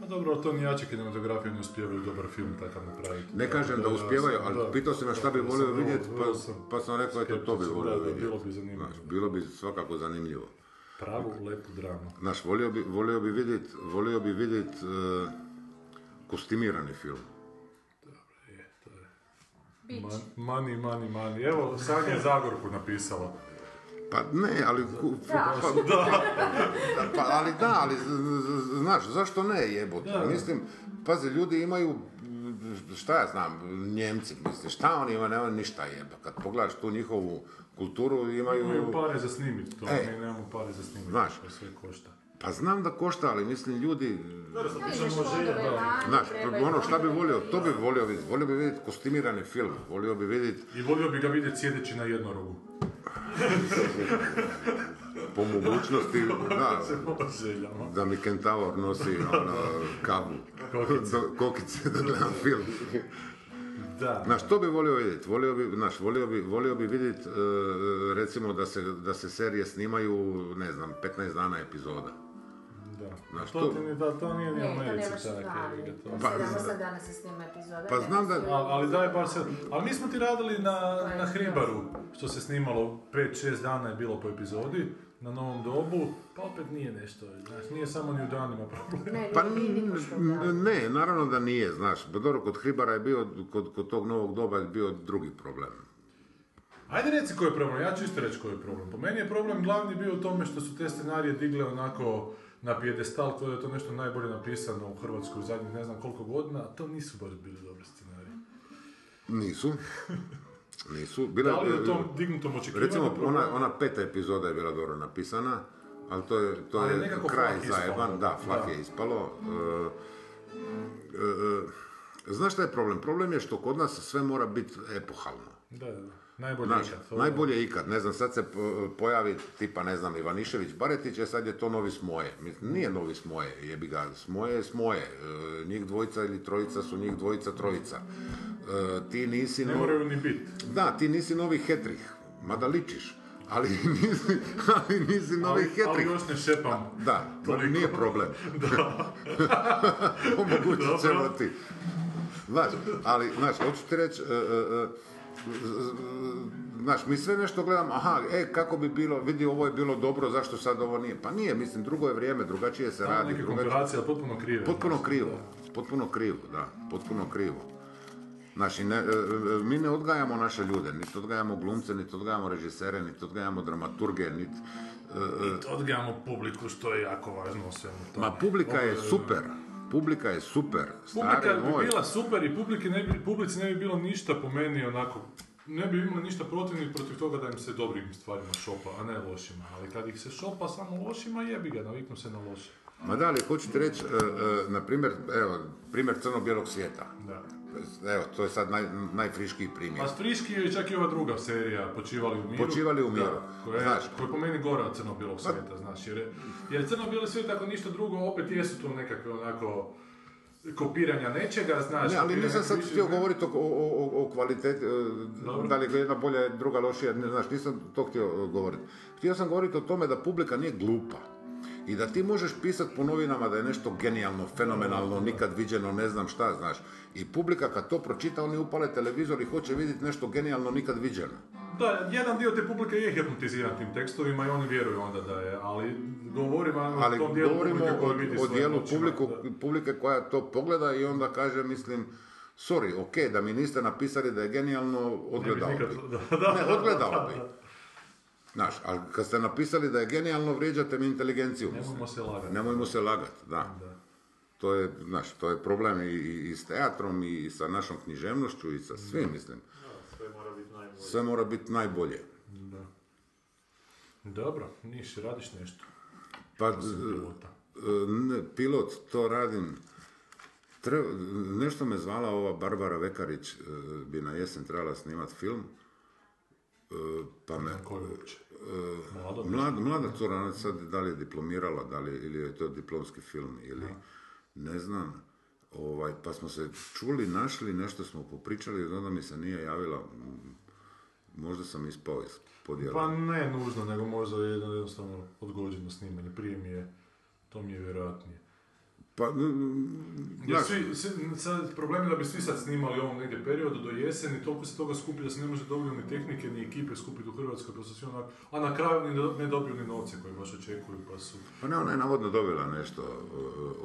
Pa dobro, to ni jače kinematografije ne uspijevaju dobar film takav napraviti.
Ne kažem da uspijevaju, ali pitao si me šta bi volio vidjeti, pa, pa sam rekao, eto, to bi
skeptičan,
volio
da, da,
vidjeti.
bilo bi zanimljivo.
Znaš, bilo bi svakako zanimljivo.
Pravu, lepu dramu.
Znaš, volio bi, volio bi vidjeti volio bi vidjet, e, kostimirani film.
Man, mani, mani, mani. Evo, Sanja je Zagorku napisala.
Pa ne, ali... ku-
Da.
Pa,
Da.
pa, ali da, ali z- z- z- znaš, zašto ne jebote?
Da.
Mislim, pazi, ljudi imaju, šta ja znam, Njemci, mislim, šta oni imaju, nemaju ništa jeba. Kad pogledaš tu njihovu kulturu, imaju...
Imaju pare za snimiti to,
E.
mi nemamo pare za snimiti.
Znaš.
To sve košta.
Pa znam da košta, ali mislim, ljudi... e,
Dobro, sad
Ja,
pričamo
ideš
o želji,
fondove
da.
vani,
Znaš,
treba
ono
i
šta bi
fondove.
volio, to bi volio vidjeti. Volio bi vidjeti kostimirani film, volio bi vidjeti
I volio bi ga vidjeti sjedeći na jednorogu.
po mogućnosti, da,
Po željama.
da mi Kentaur nosi ono, kavu,
Kokice.
Do- kokice da gledam film.
Da.
Znaš, to bi volio vidjeti, volio bi, znaš, volio bi, volio bi vidjeti, e, recimo da se, da se serije snimaju, ne znam, 15 dana epizoda.
Da.
Znaš,
to,
to-
ti ni, da, to nije ni
Ne, to
Americi
nemaš
tako.
vani.
jebi ga, to-
Pa-
Sedam, osam dana se snima epizoda,
Pa
ne,
znam da-
sve-
Ali, ali daj bar se... Ali mi smo ti radili na, na Hribaru, što se snimalo 5-6 dana je bilo po epizodi, na Novom dobu, pa opet nije nešto, znaš, nije samo ni u danima problem.
Pa n- ne, naravno da nije, znaš, Pa dobro, kod Hribara je bio, kod, kod tog novog doba je bio drugi problem.
Ajde reci koji je problem, ja ću isto reći koji je problem. Po meni je problem glavni bio u tome što su te scenarije digle onako na pijedestal, kao da je to nešto najbolje napisano u Hrvatskoj u zadnjih ne znam koliko godina, a to nisu baš bili dobri scenariji.
Nisu. Nisu. Bila,
Da li je u tom dignutom očekivanju
Recimo,
problem?
ona, ona peta epizoda je bila dobro napisana, ali to je, to
Ali
je
nekako
kraj
flak je ispalo.
zajeban, da, flak
Da.
je ispalo. E, e, e, znaš šta je problem? Problem je što kod nas sve mora biti epohalno.
Da, da, da.
Najbolje
Znaš,
ikad, to je-
najbolje ikad. Ne znam, sad se po- pojavi tipa, ne znam, Ivanišević Baretić, a sad je to novi Smoje. Mislim, Nije novi Smoje, jebi ga. Smoje je Smoje. E, Njih dvojica ili trojica su njih dvojica trojica. E, Ti nisi...
Ne
no-
moraju ni bit.
Da, ti nisi novi Hetrih. Mada ličiš. Ali nisi, ali nisi novi
Ali- ali
Hetrih.
još ne šepam.
Da,
Toliko.
nije problem.
Da.
Omogućit ćemo
Dobro.
ti. Znaš, ali, znaš, hoću ti reći, e, e, e, znaš, mi sve nešto gledamo, aha, e, kako bi bilo, vidi, ovo je bilo dobro, zašto sad ovo nije? Pa nije, mislim, drugo je vrijeme, drugačije se
Tamo
radi.
neke
drugačije-
komparacije, ali potpuno krive.
Potpuno krivo, potpuno krivo, da, potpuno krivo. Znači, ne, e, e, mi ne odgajamo naše ljude, niti odgajamo glumce, niti odgajamo režisere, niti odgajamo dramaturge, niti... e, e,
I odgajamo publiku, što je jako važno u svemu tome.
Ma publika je
Obavezno.
super, publika je super,
Publika
stari
bi
moj.
bila super i publiki ne bi, publici ne bi bilo ništa po meni onako ne bi imali ništa protiv ni protiv toga da im se dobrim stvarima šopa, a ne lošima. Ali kad ih se šopa samo lošima, jebi ga, naviknu se na loše.
Ma da, ali hoću ti reći, e, e, na primjer, evo, primjer crno-bijelog svijeta.
Da.
Evo, to je sad naj, najfriškiji primjer.
A Friški je čak Pa i ova druga serija, Počivali u miru.
Počivali u miru.
Da, koja, je-
Znaš. Pa-
koja je po meni gora od crno-bijelog svijeta, znaš. Jer, je- jer crno-bijeli svijet, ako ništa drugo, opet jesu to nekakve onako kopiranja nečega, znaš.
Ne, ali
kopiranja
nisam sad
više-
htio govoriti o, o, o- o kvaliteti, e,
Dobro.
da li je jedna bolja, druga lošija, ne znaš, nisam to htio e, govoriti. Htio sam govoriti o tome da publika nije glupa. I da ti možeš pisati po novinama da je nešto genijalno, fenomenalno, nikad viđeno, ne znam šta, znaš. I publika kad to pročita, oni upale televizor i hoće vidjeti nešto genijalno, nikad viđeno.
Da, jedan dio te publike je hipnotiziran tim tekstovima i oni vjeruju onda da je, ali govorimo
Ali
o tom dijelu
govorimo
publike
o,
koja vidi
o
svojim
dijelu
očima.
publiku, publike koja to pogleda i onda kaže, mislim, sorry, ok, da mi niste napisali da je genijalno, odgledao
nikad-
bi.
da, da,
ne, odgledao
da,
bi.
da.
Znaš, ali kad ste napisali da je genijalno, vrijeđate mi inteligenciju.
Nemojmo
mislim.
se lagati.
Nemojmo se lagati, da. To je, znaš, to je problem i, i, i s teatrom i sa našom književnošću i sa svim, mislim.
Sve mora biti najbolje.
Sve mora biti najbolje.
Da. Dobro, niš, radiš nešto.
Pa, e, ne, pilot, to radim. Tre- nešto me zvala ova Barbara Vekarić, e, bi na jesen trebala snimati film. E, pa me... e,
Mlada?
mlada, mlada cura, ona sad da li je diplomirala, da li, ili je to diplomski film, ili ne znam. Ovaj, pa smo se čuli, našli, nešto smo popričali i onda mi se nije javila. M, Možda sam ispao iz podjela.
Pa ne nužno, nego možda je jedno- jednostavno odgođeno snimanje, prije mi je, to mi je vjerojatnije.
Pa, mm,
Jer
znaš-
svi, svi- sad, problem je da bi svi sad snimali u ovom negdje periodu do jeseni, toliko se toga skupi da se ne može dovoljno ni tehnike ni ekipe skupiti u Hrvatskoj, pa su svi onak, a na kraju ni do- ne dobiju ni novce koje baš očekuju, pa su...
Pa ne, ona je navodno dobila nešto e,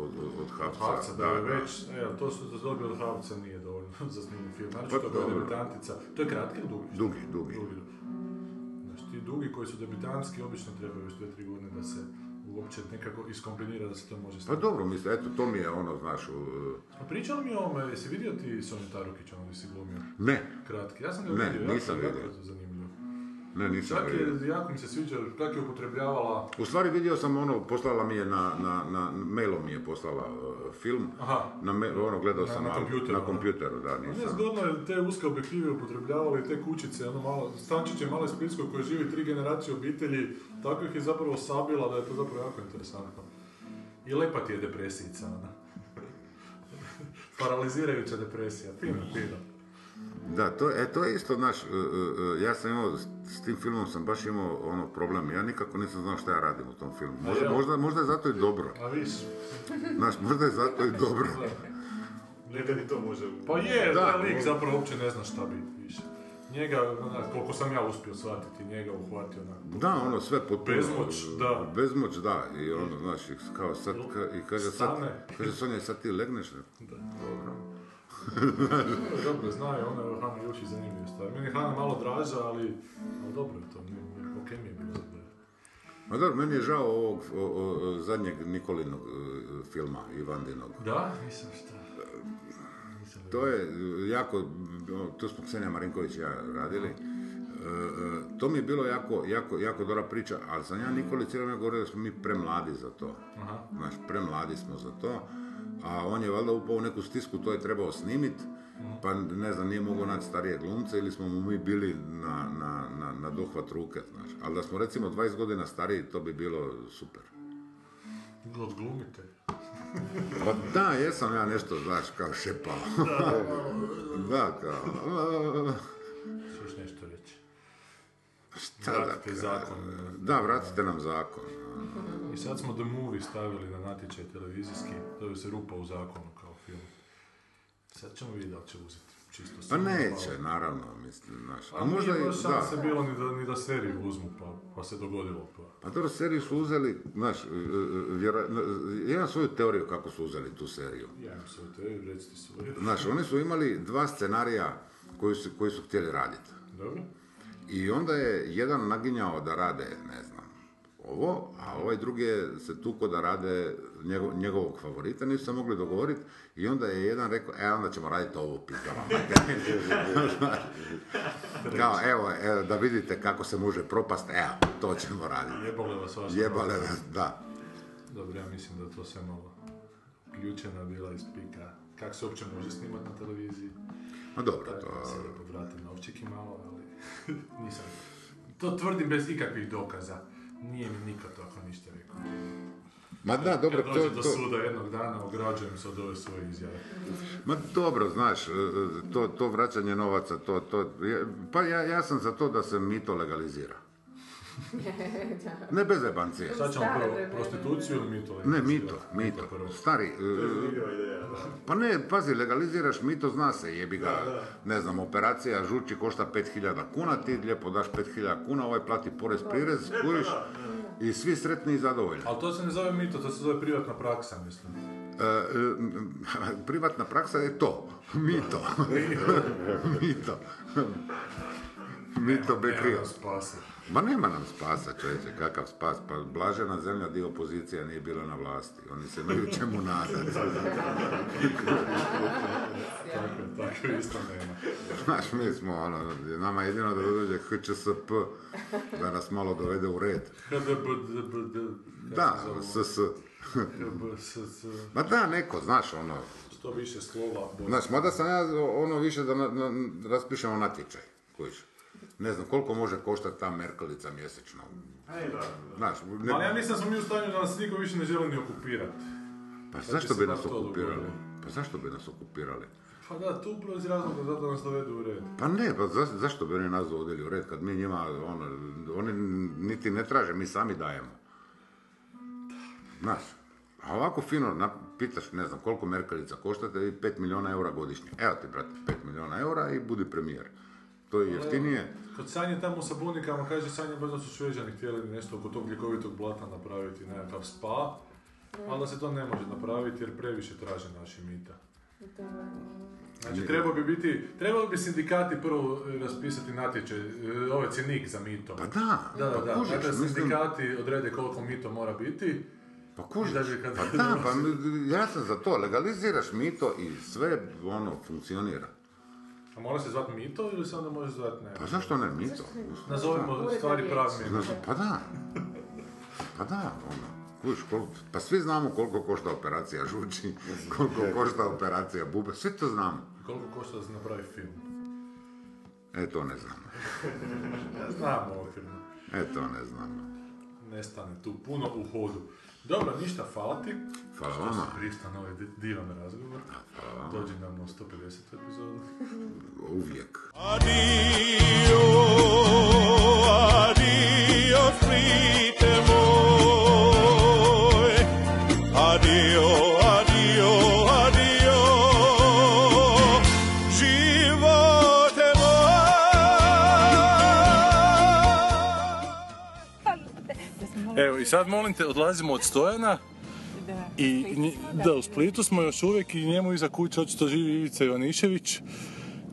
od, od, od Hapsa.
Havca, da, već, evo, to su da su dobili od Havca nije dovoljno za snimljen film, znači
Pa
to je
dobro.
debitantica, to je kratki ili dugi?
Dugi, dugi.
Znači ti dugi koji su debitanski obično trebaju još 2-3 godine da se uopće nekako iskomprimira da se to može
Pa
snimiti.
dobro, mislim, eto, to mi je ono, znaš, e,
A pričali mi o ovome, jesi vidio ti Sonja Tarukić, ono gdje si glumio?
Ne.
Kratki, ja sam ga
Ne,
vidio, jako-
nisam
jako
vidio.
je to zanimljivo.
ne, nisam
Čak
vidio.
je, jako mi se sviđa, kako je upotrebljavala
U stvari vidio sam ono, poslala mi je na, na, na mailom mi je poslala e, film.
Aha.
Na mail, ono, gledao
Na-
sam
na
malo,
kompjuteru,
na
da.
kompjuteru, da,
Pa Ne,
nisam.
zgodno je te uske objektive upotrebljavali, te kućice, ono malo, stančiće malo iz Pirskog koje živi tri generacije obitelji, tako ih je zapravo sabila da je to zapravo jako interesantno. I lepa ti je depresijica, ona. Paralizirajuća depresija, fino, fino.
Da, to, e, to je isto, znaš, e, e, e, ja sam imao, s- s tim filmom sam baš imao ono problem, ja nikako nisam znao šta ja radim u tom filmu.
A
Možda,
jel?
možda, možda je zato i dobro.
A viš?
Znaš, možda je zato i dobro.
Nekad i to može...
Pa je,
Da,
da, taj lik
mo-
zapravo uopće ne zna šta biti više. Njega, onak, koliko sam ja uspio shvatiti, njega uhvatio onako.
Da, ono sve potpuno. e,
Bezmoć, da.
Bezmoć, da. I ono, znaš, i kao sad, ka- i kaže sad,
Stane.
kaže Sonja, i sad ti legneš? Da. Dobro.
Pa Dobro, znaju, ona je Hana Jušić zanimljiva stvar. Meni je Hana malo draža, ali, ali dobro je to, nije, nije- okej mi je bilo za gledat.
Ma dobro, meni je žao ovog o, o, o, zadnjeg Nikolinog e, filma, Ivandinog.
Da, nisam šta.
To je e, jako, ono, tu smo Ksenija Marinković i ja radili. E, e, to mi je bilo jako, jako, jako dobra priča, ali sam ja Nikoli cijelo vrijeme govorio da smo mi premladi za to.
Aha.
Znaš, premladi smo za to, a on je valjda upao u neku stisku, to je trebao snimit pa ne znam, nije mogao naći starije glumce ili smo mu mi bili na, na, na, na dohvat ruke, znaš. Ali da smo recimo 20 godina stariji, to bi bilo super.
Odglumite.
Pa da, jesam ja nešto, znaš, kao šepao.
Da.
da, kao...
Češ nešto reći.
Šta da
Vratite zakon.
Da, vratite nam zakon.
I sad smo The Movie stavili na natječaj televizijski, zove se Rupa u zakonu kao film. Sad ćemo vidjeti da li će uzeti čisto
Pa
samo
neće,
malo.
naravno, mislim, znaš.
A
A možda i,
nije baš
da.
šanse bilo ni da, ni da seriju uzmu, pa, pa se dogodilo. Pa.
Pa dobro, seriju su uzeli, znaš, e, e, vjera- e, ja imam svoju teoriju kako su uzeli tu seriju.
Ja im se u tebi, recite svoje.
Znaš, oni su imali dva scenarija koji su, koji su htjeli raditi.
Dobro.
I onda je jedan naginjao da rade, ne znam, ovo, a ovaj drugi je se tuko da rade njego- njegovog favorita, nisu se mogli dogovoriti i onda je jedan rekao, e, onda ćemo raditi ovo pizdava. Kao, evo, evo, da vidite kako se može propast, evo, to ćemo raditi.
Jebale vas vaša
Jebale
propast.
vas, da.
Dobro, ja mislim da je to sve malo uključena bila iz pika. Kako se uopće može snimati na televiziji?
Ma dobro, Pa to...
Da se lijepo vrati novčeki malo, ali nisam. To tvrdim bez ikakvih dokaza. Nije mi niko to ako ništa rekao.
Ma da, dobro,
Kad
to,
dođem do
to,
suda jednog dana, ograđujem se od ove svoje izjave.
Ma dobro, znaš, e, e, to, to vraćanje novaca, to, to, je- pa ja, ja sam za to da se mito legalizira. Ne bez jebancije.
Sad ćemo prvo prostituciju ili mito?
Ne, mito, mito. Stari, e, pa ne, pazi, legaliziraš mito, zna se, jebi ga, ne znam, operacija žuči košta 5000 kuna, ti lijepo daš 5000 kuna, ovaj plati porez, prirez, kuriš, i svi sretni i zadovoljni.
Ali to se ne zove mito, to se zove privatna praksa, mislim.
E, e, m, privatna praksa je to. Mito. Mito. Mito Bekrija. Ma nema nam spasa, čovječe, kakav spas. Pa blažena zemlja dio opozicija nije bila na vlasti. Oni se imaju čemu nadati.
Tako, tako isto nema.
Znaš, mi smo, ono, nama jedino da dođe HČSP, da nas malo dovede u red.
HDBDBD.
Da, SS. Ma da, neko, znaš, ono,
Što više slova, bolje.
Znaš, mada sam ja ono više da na, na, raspišemo natječaj, kojiš. Ne znam, koliko može koštati ta Merkelica mjesečno?
Ej, E, da.
Znaš, ne-
Ali ja mislim da smo mi u stanju da nas niko više ne želi ni okupirati.
pa
Sad
zašto bi
se
nas
bar to
okupirali?
dogodilo.
Pa zašto bi nas okupirali?
Pa da, tu upravo iz razloga zato da nas dovedu u red.
Pa ne, pa za- zašto bi oni nas dovodili u red kad mi njima, ono, oni niti ne traže, mi sami dajemo. Znaš, a ovako fino, na, pitaš, ne znam, koliko Merkelica koštate i 5 milijuna eura godišnje. Evo ti, brate, 5 milijuna eura i budi premijer. To
Pa
je jeftinije.
Kod Sanje tamo u Sabunikama kaže Sanje baš da su Šveđani htjeli nešto oko tog ljekovitog blata napraviti nekakav spa, ali da se to ne može napraviti jer previše traže naši mita. Znači, trebao bi biti, trebali bi sindikati prvo e, raspisati natječaj, e, ovaj cjenik za mito. Pa
da,
da, da,
pa
da.
kužiš,
Dakle,
mislim-
sindikati odrede koliko mito mora biti.
Pa kužiš,
kad...
Pa da, pa mi- ja sam za to, legaliziraš mito i sve ono funkcionira.
A mora se zvati mito ili se onda može zvati ne?
Pa zašto ne mito?
Nazovimo stvari pravim imenom.
Znaš, Pa da, pa da, ono. Kužiš, koliko- pa svi znamo koliko košta operacija žuči, koliko košta operacija bube, sve to znamo.
Koliko košta da se napravi film?
E, to ne znamo.
Ja znam ovo film.
E, to ne znamo.
Nestane tu puno u hodu. Dobro, ništa, hvala ti.
Hvala
što
vama.
si pristao na ovaj di- divan razgovor. Dođi nam u 150. epizodu.
Uvijek.
Adiós, triste amor. Adiós, adiós, adiós. Život je
Evo i sad molim te, odlazimo od Stojana. I nje- da, u Splitu smo još uvijek i njemu iza kuće očito živi Ivica Ivanišević,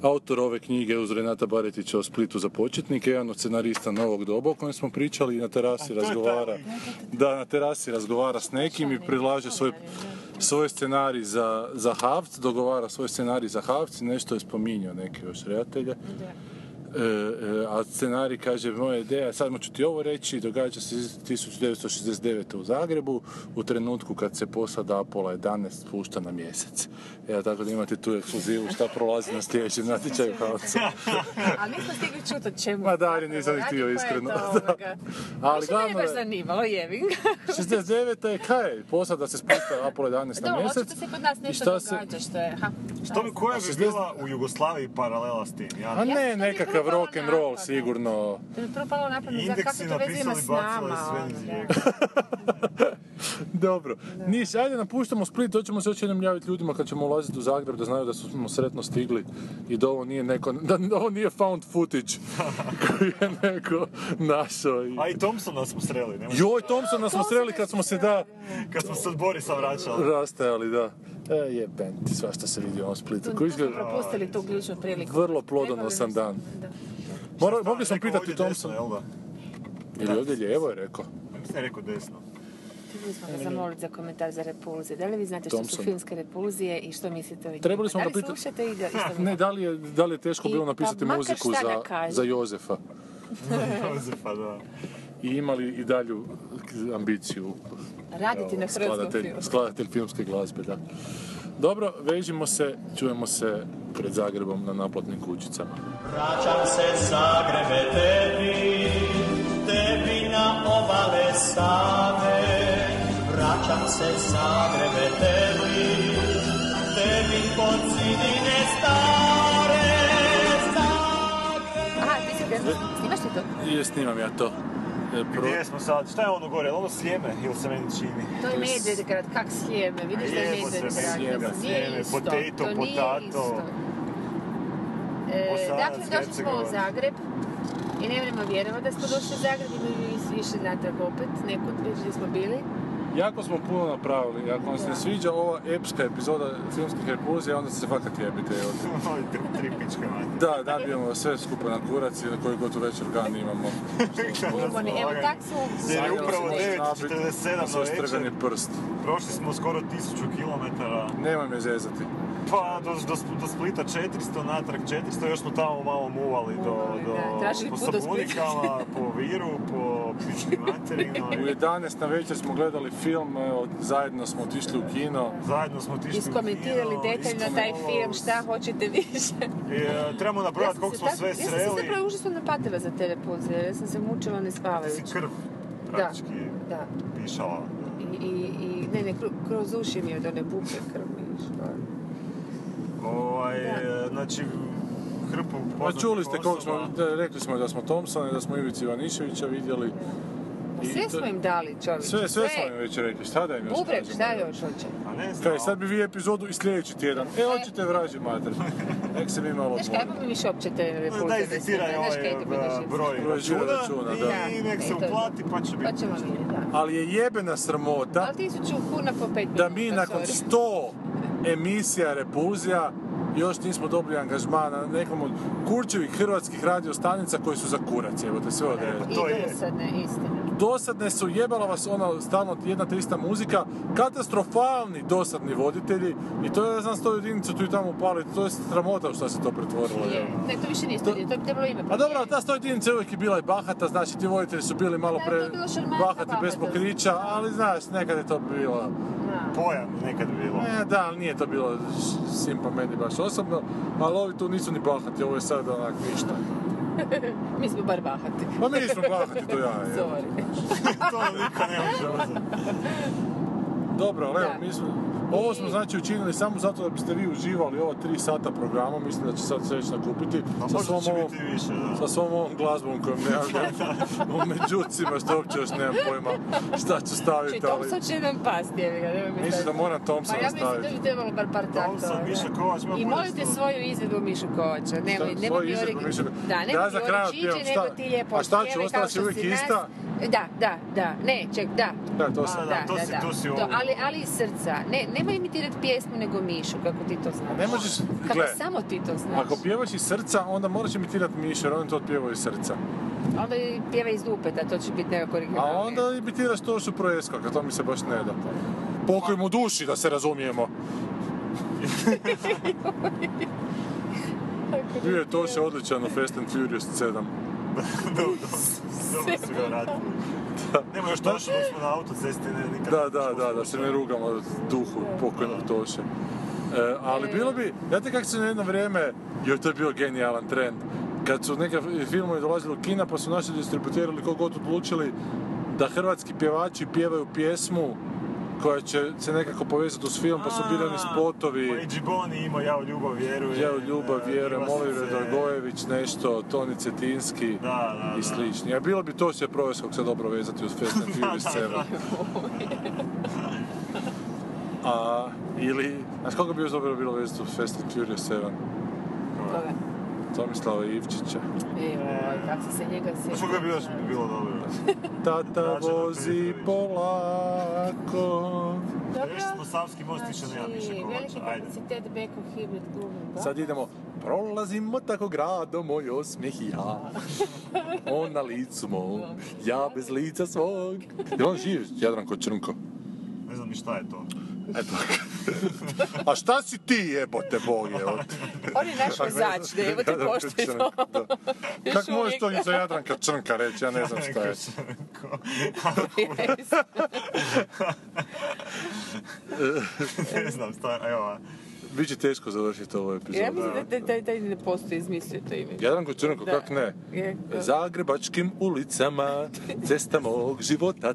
autor ove knjige uz Renata Baretića o Splitu za početnike, jedan od scenarista novog doba o kojem smo pričali i na terasi razgovara. Da, na terasi razgovara s nekim i predlaže svoj svoj scenarij za, za Havc, dogovara svoj scenarij za Havc i nešto je spominjao neke još redatelje. E, e, a scenarij kaže moja ideja, sad ću ti ovo reći, događa se 1969. u Zagrebu, u trenutku kad se posada Apola 11 spušta na mjesec. Evo tako da imate tu ekskluzivu šta prolazi na sljedećem natječaju Havca.
Ali nismo stigli čuti o čemu.
Ma dalje nisam ni
pa
htio iskreno. Da.
Ali glavno...
Ali glavno
baš
je,
zanimalo, jevim ga.
69. je kaj, posada se spušta Apollo 11 na
Dobro,
mjesec.
očito se kod nas
i
nešto
šta se-
događa što je... Ha,
Što bi, koja bi bila u Jugoslaviji paralela s tim? Ja
A ne, nekakav rock and roll
pa
sigurno.
To mi je prvo palo na pamet, za
Indeksi
kakve to veze ima
napisali,
s
bacili
nama.
sve
ono,
iz
da.
Dobro. Niš, ajde napuštamo Split, to ćemo se još jednom javiti ljudima kad ćemo ulaziti u Zagreb da znaju da smo sretno stigli i da ovo nije neko, da ovo nije found footage koji je neko našao. I...
A i Thompsona smo sreli, nemoj.
Joj, Thompsona smo sreli kad smo se da
Kad smo se od Borisa vraćali.
rastajali, da. E, jebem ti svašta se vidi u ovom Splitu.
Tu
Koji
smo
izgleda
propustili tu ključnu priliku.
vrlo plodonosan dan. Mora, mogli smo pitati Thompson. Ili ovdje lijevo je rekao.
Mislim da je Pa rekao desno.
Trebali smo ga zamoliti za komentar za repulzije. Da li vi znate što su
Thompson.
filmske repulzije i što mislite o njima?
Trebali smo
da
ga
li
pitati-
slušate i da, i što
Ne, da li je, da li je teško
I
bilo
pa
napisati
makar
muziku
šta da
za,
kaže.
za Jozefa?
Jozefa, pa da.
I imali i dalju ambiciju.
Raditi
evo,
na hrvatskom
skladatelj-
filmu.
Skladatelj filmske glazbe, da. Dobro, vežimo se, čujemo se pred Zagrebom na naplatnim kućicama.
Vraćam se Zagrebe tebi, tebi na obale Save. Vraćam se Zagrebe tebi, tebi pod zidine stare.
Aha, ti si desno. Snimaš ti to?
I snimam ja to. E, pro-
Gdje smo sad? Šta je ono gore? Je li Ono sjeme ili se meni čini?
To je Medvedgrad, kak sjeme, vidiš da je
Jebo se,
Medvedgrad.
sjeme,
Nije
sjeme,
isto,
potato,
to nije
potato.
isto. E,
Bosanac,
dakle, došli smo u
Hercegovac.
Zagreb i ne vremo vjerujemo da smo došli u Zagreb i mi više natrag opet, nekud već gdje smo bili.
Jako smo puno napravili. Ako vam se ne sviđa ova epska epizoda filmskih repulzija, onda se fakat jebite. evo. Da, nabijemo sve skupa na kurac ili koji god u večer gan imamo.
Idemo, ne, evo tak su...
Jer je
Sanjali
upravo
smo se
9.47
napiti,
na
sa strgani
večer.
prst.
Prošli smo skoro 1000 km.
Nemoj me zezati.
Pa, do, do, do Splita 400, natrag 400, još smo tamo malo muvali do, do,
da, tražili
po
put do Splita.
Sabunikama, po Viru, po Pički materinu.
U 11 na večer smo gledali film, evo, zajedno smo otišli u kino.
Zajedno smo otišli
Iskomentirali detaljno taj film, šta hoćete više.
E, trebamo nabrojati koliko smo sve
Ja sam se
sreli.
zapravo užasno napatila za te repulze, jer ja sam se mučila ne spavajući.
si krv
Da,
praktički
da.
pišala.
I, i, i ne, ne, kru- kroz uši mi je od one buke krvi. išla.
Ovaj, e, znači, hrpu
Pa
poznatih
čuli ste koliko smo,
osoba.
da, rekli smo da smo Thompsona i da smo Ivicu Ivaniševića vidjeli.
Pa
I
Sve
to-
smo im dali, čovječe.
Sve, sve smo im već rekli, šta da im još
Bubreg,
kažemo?
šta još hoće?
Kaj, E, sad bi vi epizodu i sljedeći tjedan. E, hoćete vraži mater. Nek se mi malo
Znaš kaj, pa mi više uopće te repulze.
Daj izdiktiraj
snimaju, znaš kaj
ovaj
ti budeš
e, broj
Broj računa, da.
i nek se
E, to je to.
uplati pa će
Pa
biti.
ćemo vidjeti, da.
Ali je jebena sramota
Ali tisuću kuna po pet
da mi
minuta,
nakon
E, sorry.
sto emisija Repulzija još nismo dobili angažman na nekom od kurčevih hrvatskih radiostanica koji su za kurac, evo te sve odredo.
I dosadne, istina.
Dosadne su, jebala vas ono stalno jedna te ista muzika, katastrofalni dosadni voditelji i to je, ne znam, sto jedinicu tu i tamo upaliti, to je stramota u što se to pretvorilo.
Je.
evo.
Ne, to više nije studija, to bi trebalo ime.
A dobro, ali ta sto jedinica je uvijek i bila i bahata, znači ti voditelji su bili malo
Da, to
pre
je bilo šarmantno
bahati bez
bahato.
pokrića, ali znaš, nekad je to bilo...
Pojam nekad bilo.
E, da, ali nije to bilo s- simpa meni baš osobno, ali ovi tu nisu ni bahati, ovo je sad onak ništa.
mi smo bar bahati.
Pa mi smo bahati, to ja, je.
Sorry.
to niko ne može uzeti.
Dobro, ali evo, mi smo, ovo smo znači učinili samo zato da biste vi uživali ova tri sata programa, mislim da će sad srećna kupiti.
A
sa
možda Pa
svom
će
ovom,
biti više, da.
sa svom ovom glazbom kojom nemam, u međucima što uopće još nemam pojma šta ću
Či
staviti, ali...
Thompson će nam pasti, jevi ga, nemoj mi
Mislim
sad-
da moram Thompsona
Pa ja mislim da
staviti.
bi trebalo bar par tako.
Thompson,
da.
Miša Kovač, ma
I
bolje
molite
sto.
svoju izvedbu Mišu Kovača, nemoj,
Šta,
nemoj
svoju
mi
izvedbu
origi-
Miše-
Da,
Ja
nemoj
za
mi
kraj
oriđiđe,
otpivam,
nego
šta-
ti lijepo
a šta će,
otpjevaj
ostala
kao
si
što
uvijek
si nas-
ista?
Da, da, da, ne, ček, da.
Da, to sam-
Da,
to
da,
si-
da.
to si ono-
To,
ovo.
ali, ali iz srca, ne, nemoj imitirat pjesmu nego Mišu, kako ti to znaš.
Ne možeš-
Kako
gle.
samo ti to znaš.
Ako pjevaš iz srca, onda moraš imitirati Miša, jer on to pjevao iz srca.
Onda i pjeva iz dupe, da to će biti nekako
A
originalno.
onda imitiraš to što projeska, kad to mi se baš ne da. Pokoj mu duši, da se razumijemo.
Bio je to se odličan u Fast and Furious 7.
dobro, dobro su ga vratili. Nema još točno dok smo na autocesti, ne, nikad
Da, da, da, da se ne rugamo duhu pokojnog Toše. E, ali bilo bi, znate kako se na jedno vrijeme, joj to je bio genijalan trend, kad su neke filmove dolazili u Kina pa su naši distributeri ili god odlučili da hrvatski pjevači pjevaju pjesmu koja će se nekako povezati uz film, pa su birani spotovi.
Pa i Džiboni imao Ja u ljubav vjerujem.
Ja u ljubav
e,
vjerujem, Oliver
Ivasice.
Dragojević, nešto, Toni Cetinski i slični. A bilo bi to sve provesti kako se dobro vezati uz Fast and Furious 7. A, ili, znaš koliko bi još dobro bilo vezati uz Fast and Furious 7?
Koga?
Tomislava Ivčića.
Joj, E, ovaj, kako sam se njega sjetila.
Što Pa ga bi još bilo dobro?
Tata vozi polako.
Još smo Savski most više nema više
znači, veliki
kolača, ajde.
kapacitet Beko Hibrid glumi,
Pa.
da?
Sad idemo, prolazimo tako grado, moj osmijeh i ja. On na licu mom, ja bez lica svog. Jel on živ, Jadranko Črnko?
Ne znam ni šta je to.
Eto. A šta si ti jebote bog je od...
On je naš vozač, da evo te poštuj to. Još
Kako možeš to
uvijek.
ni za Jadranka Črnka reći, ja ne znam šta je.
ne znam šta, evo. a.
Biće teško završiti ovo epizodu.
Ja mislim da taj, taj, taj ne postoji izmislio to ime.
Jadranko Crnko,
Da.
kak ne?
Je, da.
Zagrebačkim ulicama cesta mog života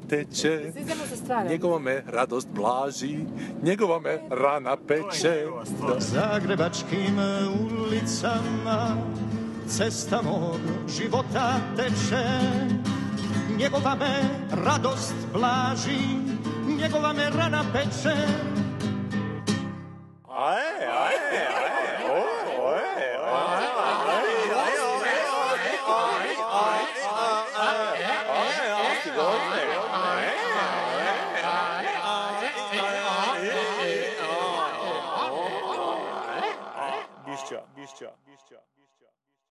Svi
teče.
znamo za stvaranje.
Njegova me radost blaži, njegova me rana peče.
pa
Zagrebačkim ulicama cesta mog života teče. Njegova me radost blaži, njegova me rana peče.
Aje, aje, aje, o, oje, aje, aje, aje, Bišća, bišća, bišća.